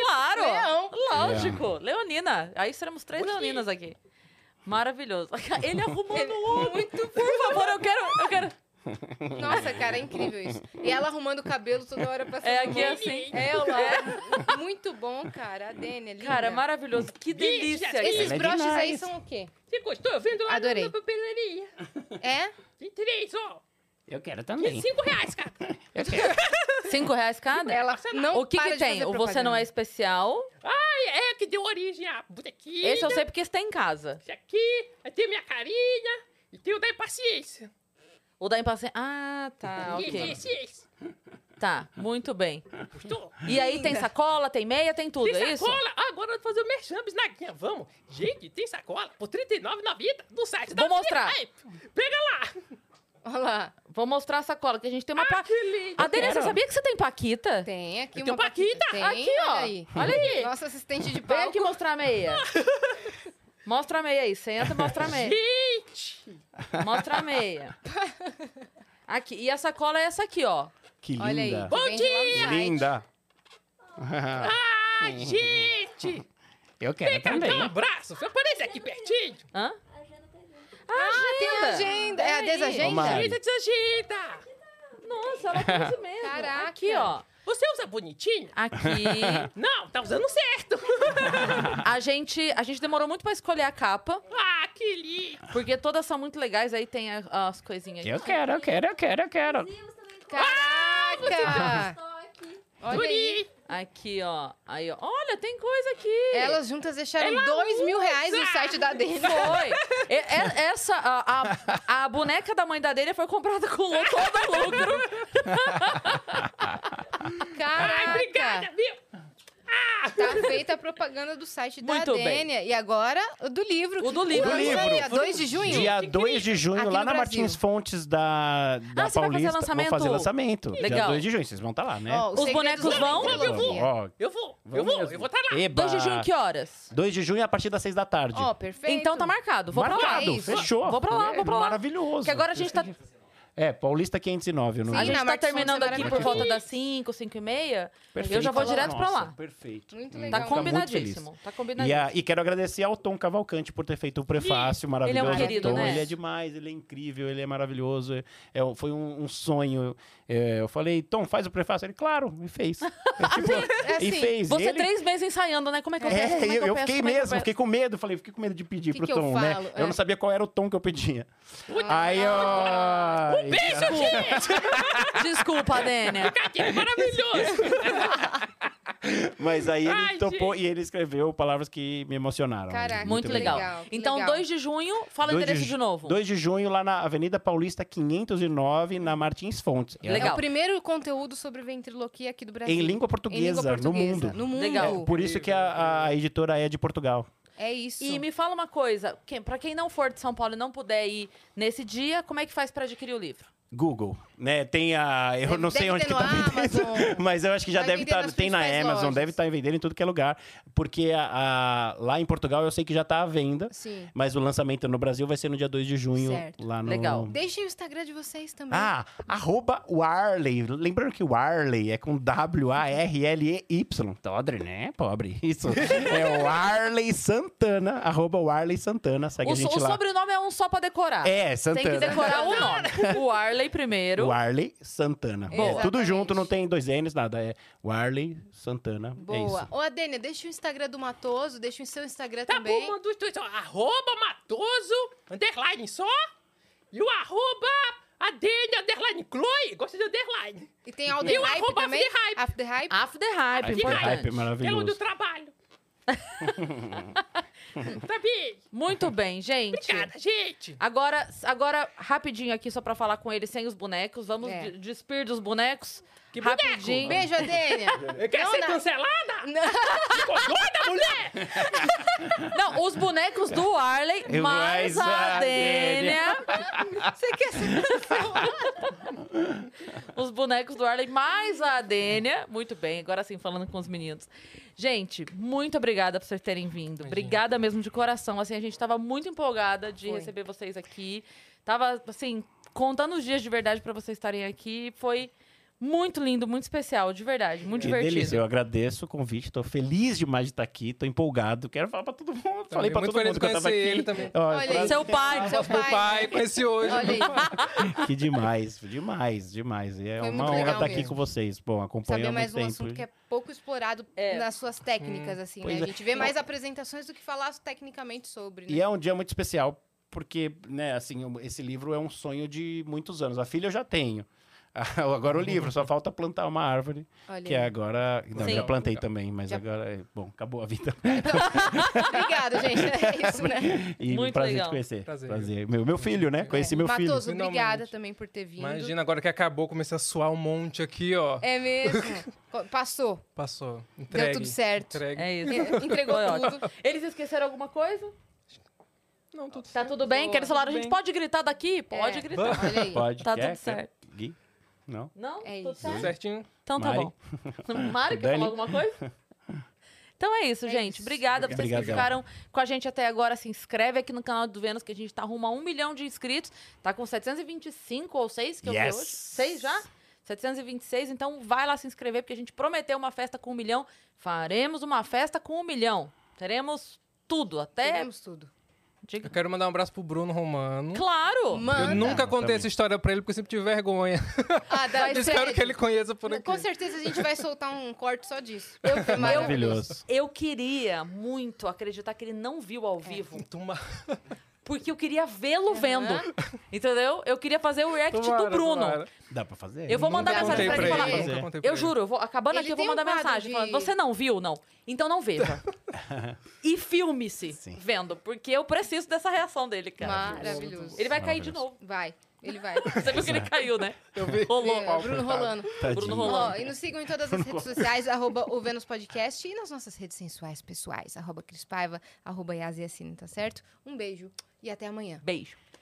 Speaker 1: claro!
Speaker 2: Leão.
Speaker 1: Lógico! Leonina! Aí seremos três leoninas aqui. Maravilhoso. Ele arrumando o ombro. Por favor, eu quero, eu quero.
Speaker 2: Nossa, cara, é incrível isso. E ela arrumando o cabelo toda hora pra
Speaker 1: É aqui
Speaker 2: mão.
Speaker 1: assim.
Speaker 2: É, eu lá. Muito bom, cara. A Dênia, linda.
Speaker 1: Cara, maravilhoso. Que delícia.
Speaker 7: Bicha,
Speaker 2: Esses
Speaker 6: Ela é
Speaker 2: broches aí
Speaker 6: demais.
Speaker 2: são o quê?
Speaker 7: Você gostou? Eu vendo lá
Speaker 2: Adorei.
Speaker 7: na papelaria.
Speaker 2: É?
Speaker 7: Tem três, ó.
Speaker 6: Eu quero
Speaker 7: Tem
Speaker 6: também.
Speaker 7: cinco reais, cara.
Speaker 6: Eu
Speaker 2: é?
Speaker 6: quero.
Speaker 1: Cinco reais cada?
Speaker 2: Ela não
Speaker 1: o que,
Speaker 2: para
Speaker 1: que
Speaker 2: de
Speaker 1: tem?
Speaker 2: fazer
Speaker 1: O Você Não É
Speaker 2: propaganda.
Speaker 1: Especial.
Speaker 7: Ai, é que deu origem à bonequinha.
Speaker 1: Esse é eu sei porque está em casa.
Speaker 7: Esse aqui. Aí tem minha carinha. E tem o da impaciência.
Speaker 1: O da impaciência. Ah, tá.
Speaker 7: E
Speaker 1: Ok.
Speaker 7: esse, esse.
Speaker 1: Tá, muito bem.
Speaker 7: Gostou?
Speaker 1: E aí tem sacola, tem meia, tem tudo, é
Speaker 7: tem
Speaker 1: isso?
Speaker 7: sacola. Ah, agora eu vou fazer o merchan, bisnaguinha. Vamos. Gente, tem sacola por R$39,90 no site da
Speaker 1: Vou mostrar.
Speaker 7: Hype. Pega lá.
Speaker 2: Olha lá.
Speaker 1: Vou mostrar a sacola, que a gente tem uma.
Speaker 7: Ah,
Speaker 1: Pa...
Speaker 7: que lindo.
Speaker 1: A Denise, você sabia que você tem Paquita?
Speaker 2: Tem aqui
Speaker 7: Tem
Speaker 2: uma
Speaker 7: um Paquita.
Speaker 2: Tem,
Speaker 1: Aqui,
Speaker 2: olha
Speaker 1: ó.
Speaker 2: aí.
Speaker 1: Olha aí.
Speaker 2: Nossa assistente de
Speaker 1: Vem
Speaker 2: palco.
Speaker 1: aqui mostrar a meia. Mostra a meia aí, senta e mostra a meia.
Speaker 7: Gente.
Speaker 1: Mostra a meia. Aqui. E a sacola é essa aqui, ó.
Speaker 3: Que linda.
Speaker 2: Olha aí.
Speaker 7: Bom
Speaker 2: Vem lá no site.
Speaker 3: Linda.
Speaker 7: Ah, gente.
Speaker 6: Eu quero
Speaker 7: Cara, dá um
Speaker 6: também.
Speaker 7: abraço. Você aparece aqui pertinho.
Speaker 1: Hã?
Speaker 2: Ah, Tem a agenda. É a
Speaker 1: Olha aí.
Speaker 2: desagenda?
Speaker 3: Uma-
Speaker 7: Desajeita, desajeita.
Speaker 1: Nossa, ela tem isso mesmo.
Speaker 2: Caraca.
Speaker 1: Aqui, ó.
Speaker 7: Você usa bonitinho?
Speaker 1: Aqui.
Speaker 7: Não, tá usando certo.
Speaker 1: A gente, a gente demorou muito pra escolher a capa,
Speaker 7: ah, que lindo.
Speaker 1: porque todas são muito legais. Aí tem a- as coisinhas.
Speaker 6: Eu quero, eu quero, eu quero, eu quero.
Speaker 1: Ah,
Speaker 2: Caraca!
Speaker 1: tá
Speaker 7: Ah,
Speaker 2: Olha aí.
Speaker 7: Bonito.
Speaker 1: Aqui, ó. Aí, ó. Olha, tem coisa aqui.
Speaker 2: Elas juntas deixaram dois mil reais no site da Dênia.
Speaker 1: Foi. E- e- essa, a, a, a boneca da mãe da dele foi comprada com lu- todo o lucro.
Speaker 2: Caraca!
Speaker 7: Ai, obrigada, viu?
Speaker 2: Tá feita a propaganda do site da
Speaker 1: Muito bem.
Speaker 2: Dênia. E agora, o do livro.
Speaker 1: O do livro.
Speaker 2: O
Speaker 1: Do
Speaker 2: lança
Speaker 3: livro.
Speaker 2: Aí, a 2 de junho.
Speaker 3: Dia 2 de junho,
Speaker 2: Aqui
Speaker 3: lá
Speaker 2: no
Speaker 3: na
Speaker 2: Brasil.
Speaker 3: Martins Fontes da, da
Speaker 1: Ah, você vai fazer
Speaker 3: Paulista.
Speaker 1: lançamento?
Speaker 3: Vou fazer lançamento. Dia
Speaker 1: Legal.
Speaker 3: 2 de junho, vocês vão estar lá, né?
Speaker 2: Ó, o
Speaker 1: Os
Speaker 2: Segredos
Speaker 1: bonecos
Speaker 2: da
Speaker 1: vão?
Speaker 2: Mixologia.
Speaker 3: Ó,
Speaker 7: Eu vou, eu
Speaker 3: Vamos
Speaker 7: vou,
Speaker 3: mesmo.
Speaker 7: eu vou estar lá.
Speaker 3: Eba.
Speaker 1: 2 de junho, que horas?
Speaker 3: 2 de junho a partir das 6 da tarde.
Speaker 2: Ó, perfeito.
Speaker 1: Então tá marcado. Vou pra lá.
Speaker 2: É
Speaker 3: Marcado,
Speaker 2: isso.
Speaker 3: fechou.
Speaker 1: Vou pra lá, vou pra lá.
Speaker 3: Maravilhoso.
Speaker 1: Que agora a gente tá,
Speaker 3: É, Paulista 509, o nome.
Speaker 1: a
Speaker 2: Sim,
Speaker 1: gente
Speaker 2: na
Speaker 1: tá
Speaker 2: Martins
Speaker 1: terminando
Speaker 2: Fontes é
Speaker 1: aqui por
Speaker 2: maravilhoso.
Speaker 1: volta das 5, 5 e meia.
Speaker 3: Perfeito.
Speaker 1: Eu já vou direto pra
Speaker 3: Nossa,
Speaker 1: lá.
Speaker 3: Perfeito.
Speaker 2: Muito
Speaker 1: Tá
Speaker 2: legal.
Speaker 3: Fica muito
Speaker 1: combinadíssimo. Tá
Speaker 3: E,
Speaker 1: combinadíssimo.
Speaker 3: a- e quero agradecer ao Tom Cavalcante por ter feito o prefácio maravilhoso.
Speaker 1: ele é um querido,
Speaker 3: Tom,
Speaker 1: né?
Speaker 3: Ele é demais, ele é incrível, ele é maravilhoso. É- é um- foi um, um sonho. É, eu falei, Tom, faz o prefácio. Ele, claro, me fez. É, tipo,
Speaker 2: É assim,
Speaker 3: e fez.
Speaker 1: Você
Speaker 3: ele...
Speaker 1: três meses ensaiando, né? Como é que eu peço? Como
Speaker 3: É,
Speaker 1: é que
Speaker 3: eu,
Speaker 1: eu,
Speaker 3: eu
Speaker 1: peço?
Speaker 3: fiquei
Speaker 1: Como é que eu
Speaker 3: mesmo,
Speaker 1: peço?
Speaker 3: fiquei com medo, falei, fiquei com medo de pedir
Speaker 2: Que
Speaker 3: pro
Speaker 2: que eu
Speaker 3: Tom, né?
Speaker 2: falo? É.
Speaker 3: Eu não sabia qual era o tom que eu pedia. Aí, ó. Um beijo!
Speaker 1: Desculpa, Dênia.
Speaker 7: Aqui, maravilhoso.
Speaker 3: Mas aí ele
Speaker 7: Ai,
Speaker 3: topou e ele escreveu palavras que me emocionaram.
Speaker 2: Caraca,
Speaker 1: Muito
Speaker 2: Que
Speaker 1: legal.
Speaker 2: legal, que
Speaker 1: Então,
Speaker 2: legal.
Speaker 1: 2 de junho, fala o
Speaker 3: 2
Speaker 1: endereço de,
Speaker 3: ju-
Speaker 1: novo.
Speaker 3: 2 de junho, lá na Avenida Paulista 509, na Martins Fontes.
Speaker 2: É
Speaker 1: Legal.
Speaker 2: o primeiro conteúdo sobre ventriloquia aqui do Brasil.
Speaker 3: Em língua portuguesa,
Speaker 2: Em língua
Speaker 3: no
Speaker 2: portuguesa,
Speaker 3: mundo.
Speaker 2: No mundo.
Speaker 1: Legal.
Speaker 3: Por isso que a, a editora é de Portugal.
Speaker 2: É isso.
Speaker 1: E me fala uma coisa, quem, pra quem não for de São Paulo e não puder ir nesse dia, como é que faz pra adquirir o livro?
Speaker 3: Google, né? Tem a... Eu
Speaker 2: Deve-
Speaker 3: não sei
Speaker 2: deve
Speaker 3: onde
Speaker 2: ter
Speaker 3: que
Speaker 2: no
Speaker 3: tá vendendo,
Speaker 2: Amazon.
Speaker 3: mas eu acho que já
Speaker 2: Vai
Speaker 3: deve
Speaker 2: vender
Speaker 3: estar...
Speaker 2: nas
Speaker 3: tem na
Speaker 2: principais
Speaker 3: Amazon,
Speaker 2: lojas.
Speaker 3: deve estar vendendo em tudo que é lugar. Porque a- a- lá em Portugal eu sei que já tá à venda,
Speaker 2: Sim.
Speaker 3: mas o lançamento no Brasil vai ser no dia 2 de junho,
Speaker 2: Certo.
Speaker 3: lá no...
Speaker 1: Legal.
Speaker 2: Deixem o Instagram de vocês também.
Speaker 3: Ah, arroba Warley. Lembrando que Warley é com W-A-R-L-E-Y. Podre, né? Pobre. Isso. É o Arley Santana. Arroba Warley Santana. Segue
Speaker 1: O,
Speaker 3: a
Speaker 1: so-
Speaker 3: gente
Speaker 1: o
Speaker 3: lá.
Speaker 1: sobrenome é um só pra decorar.
Speaker 3: É, Santana.
Speaker 1: Tem que decorar o nome. O Arley primeiro.
Speaker 3: Warley Santana.
Speaker 2: Boa.
Speaker 3: É, Tudo
Speaker 2: Exatamente.
Speaker 3: junto, não tem dois N's, nada. É Warley Santana. É
Speaker 2: Boa.
Speaker 3: isso.
Speaker 2: Ô, Adênia, deixa o Instagram do Matoso, deixa o seu Instagram
Speaker 7: Tá
Speaker 2: também.
Speaker 7: bom, manda os dois. ó, Arroba Matoso, underline só. E o arroba A Dani, underline, Chloe, gosta de underline.
Speaker 2: E tem All The
Speaker 7: E o
Speaker 2: Hype
Speaker 7: arroba
Speaker 2: também?
Speaker 7: After Hype.
Speaker 2: After Hype?
Speaker 1: After hype,
Speaker 7: After
Speaker 1: importante.
Speaker 7: hype,
Speaker 3: maravilhoso.
Speaker 7: Ela é do trabalho. tá bem.
Speaker 1: Muito bem, gente.
Speaker 7: Obrigada, gente.
Speaker 1: Agora, agora, rapidinho aqui, só pra falar com ele sem os bonecos. Vamos
Speaker 2: É.
Speaker 1: de- despir dos bonecos.
Speaker 7: Que boneco?
Speaker 1: rapidinho.
Speaker 2: Beijo, Adênia.
Speaker 7: Quer
Speaker 2: Não,
Speaker 7: ser
Speaker 2: não.
Speaker 7: cancelada? Ficou doida, mulher?
Speaker 1: Não, os bonecos do Arley,
Speaker 6: Eu
Speaker 1: mais
Speaker 6: mais
Speaker 1: a
Speaker 6: a
Speaker 1: Adênia.
Speaker 2: Você quer ser cancelado?
Speaker 1: Os bonecos do Arley, mais a Adênia. Muito bem, agora sim, falando com os meninos. Gente, muito obrigada por vocês terem vindo. Obrigada mesmo de coração. Assim, a gente tava muito empolgada de
Speaker 2: Foi.
Speaker 1: receber vocês aqui. Tava, assim, contando os dias de verdade pra vocês estarem aqui. Foi muito lindo, muito especial, de verdade. Muito
Speaker 3: Que
Speaker 1: divertido.
Speaker 3: delícia, eu agradeço o convite, tô feliz demais de estar aqui, tô empolgado, quero falar pra todo mundo. Falei pra
Speaker 4: Tá
Speaker 3: todo
Speaker 4: muito feliz
Speaker 3: mundo
Speaker 4: de
Speaker 3: que eu tava aqui.
Speaker 4: conhecer ele também.
Speaker 3: Ó,
Speaker 2: Olha
Speaker 3: pra-
Speaker 2: aí.
Speaker 1: Seu pai,
Speaker 2: Seu
Speaker 4: Meu pai,
Speaker 2: pai. né?
Speaker 4: conheci hoje.
Speaker 2: Olha aí.
Speaker 3: Que demais, demais, demais. E é
Speaker 2: Foi
Speaker 3: uma
Speaker 2: muito
Speaker 3: honra
Speaker 2: legal
Speaker 3: estar aqui
Speaker 2: mesmo.
Speaker 3: com vocês. Bom, acompanhando
Speaker 2: Saber
Speaker 3: há muito
Speaker 2: mais um
Speaker 3: tempo.
Speaker 2: assunto que é pouco explorado
Speaker 1: É.
Speaker 2: nas suas técnicas, assim,
Speaker 3: Pois
Speaker 2: né?
Speaker 3: é.
Speaker 2: A gente vê mais apresentações do que falar tecnicamente sobre, né?
Speaker 3: E é um dia muito especial, porque, né, assim, o- esse livro é um sonho de muitos anos. A filha eu já tenho. Ah, Agora o livro, só falta plantar uma árvore,
Speaker 2: Olha,
Speaker 3: que é agora. Não,
Speaker 1: Sim.
Speaker 3: já plantei também, mas
Speaker 2: Já-
Speaker 3: agora. é- Bom, acabou a vida.
Speaker 2: obrigado, gente. É isso, né?
Speaker 3: E
Speaker 1: Muito
Speaker 3: prazer
Speaker 1: legal.
Speaker 3: te conhecer.
Speaker 4: Prazer.
Speaker 3: Prazer. Meu, meu filho, né? Conheci meu filho.
Speaker 2: Matoso, obrigada
Speaker 4: Finalmente.
Speaker 2: também por ter vindo.
Speaker 4: Imagina agora que acabou, comecei a suar um monte aqui, ó.
Speaker 2: É mesmo. Co- Passou.
Speaker 4: Passou. Entregue.
Speaker 2: Deu tudo certo.
Speaker 4: Entregue.
Speaker 1: É isso.
Speaker 2: É, Entregou
Speaker 1: Foi ótimo.
Speaker 2: tudo.
Speaker 1: Eles esqueceram alguma coisa?
Speaker 4: Não, tudo
Speaker 1: Tá
Speaker 4: certo.
Speaker 1: tudo bem?
Speaker 4: Boa.
Speaker 1: Quer celular? A
Speaker 4: Tudo
Speaker 1: gente
Speaker 4: bem.
Speaker 1: pode gritar daqui? Pode
Speaker 2: É.
Speaker 1: gritar.
Speaker 2: Olha aí.
Speaker 3: Pode.
Speaker 1: Tá
Speaker 3: quer,
Speaker 1: tudo certo.
Speaker 3: Quer? Gui? Não?
Speaker 1: Não?
Speaker 2: É
Speaker 1: tudo
Speaker 2: isso.
Speaker 1: certo?
Speaker 4: Certinho.
Speaker 1: Então tá
Speaker 3: Mari.
Speaker 1: bom. Mário, quer
Speaker 3: Dani.
Speaker 1: falar alguma coisa? Então é isso,
Speaker 2: É
Speaker 1: gente.
Speaker 2: isso.
Speaker 1: Obrigada por vocês que
Speaker 3: Obrigadão.
Speaker 1: ficaram com a gente até agora. Se inscreve aqui no canal do Vênus, que a gente tá rumo a um milhão de inscritos. Tá com 725 ou 6 que eu vi
Speaker 3: Yes.
Speaker 1: hoje. 6 já? 726. Então vai lá se inscrever, porque a gente prometeu uma festa com um milhão. Faremos uma festa com um milhão. Teremos tudo, até...
Speaker 2: Teremos tudo.
Speaker 4: Eu quero mandar um abraço pro Bruno Romano.
Speaker 1: Claro!
Speaker 2: Manda.
Speaker 4: Eu nunca contei
Speaker 3: Também.
Speaker 4: essa história pra ele porque eu sempre tive vergonha.
Speaker 2: Ah, dá-
Speaker 4: Mas espero que ele conheça por aqui.
Speaker 2: Com certeza a gente vai soltar um corte só disso. Foi
Speaker 3: Maravilhoso.
Speaker 1: Eu queria muito acreditar que ele não viu ao vivo,
Speaker 4: Toma-
Speaker 1: porque eu queria vê-lo vendo. Entendeu? Eu queria fazer o
Speaker 2: É
Speaker 1: react
Speaker 2: tipo
Speaker 1: do
Speaker 4: tomara,
Speaker 1: Bruno.
Speaker 4: tomara.
Speaker 3: Dá pra fazer?
Speaker 1: Eu vou mandar
Speaker 4: Nunca
Speaker 2: mensagem
Speaker 4: contei
Speaker 2: pra ele falar.
Speaker 4: nunca contei pra
Speaker 1: Eu
Speaker 4: ele.
Speaker 1: juro, eu vou, acabando
Speaker 2: Ele
Speaker 1: aqui, eu vou
Speaker 2: tem um
Speaker 1: mandar
Speaker 2: quadro
Speaker 1: mensagem falando:
Speaker 2: de-
Speaker 1: você não viu, não. Então não veja. e filme-se
Speaker 3: Sim.
Speaker 1: vendo, porque eu preciso dessa reação dele, cara.
Speaker 2: Maravilhoso.
Speaker 1: Ele vai cair de
Speaker 3: Maravilhoso.
Speaker 1: novo.
Speaker 2: Vai, ele vai.
Speaker 1: Você viu que ele caiu, né?
Speaker 4: Eu vi.
Speaker 1: Rolou.
Speaker 2: É, Bruno rolando.
Speaker 1: Bruno
Speaker 3: Tadinho.
Speaker 1: Rolando.
Speaker 2: Ó, e nos sigam em todas as redes sociais, arroba o Vênus Podcast e nas nossas redes sensuais pessoais, arroba Crispaiva, arroba Yas e Assina, tá certo? Um beijo e até amanhã.
Speaker 1: Beijo.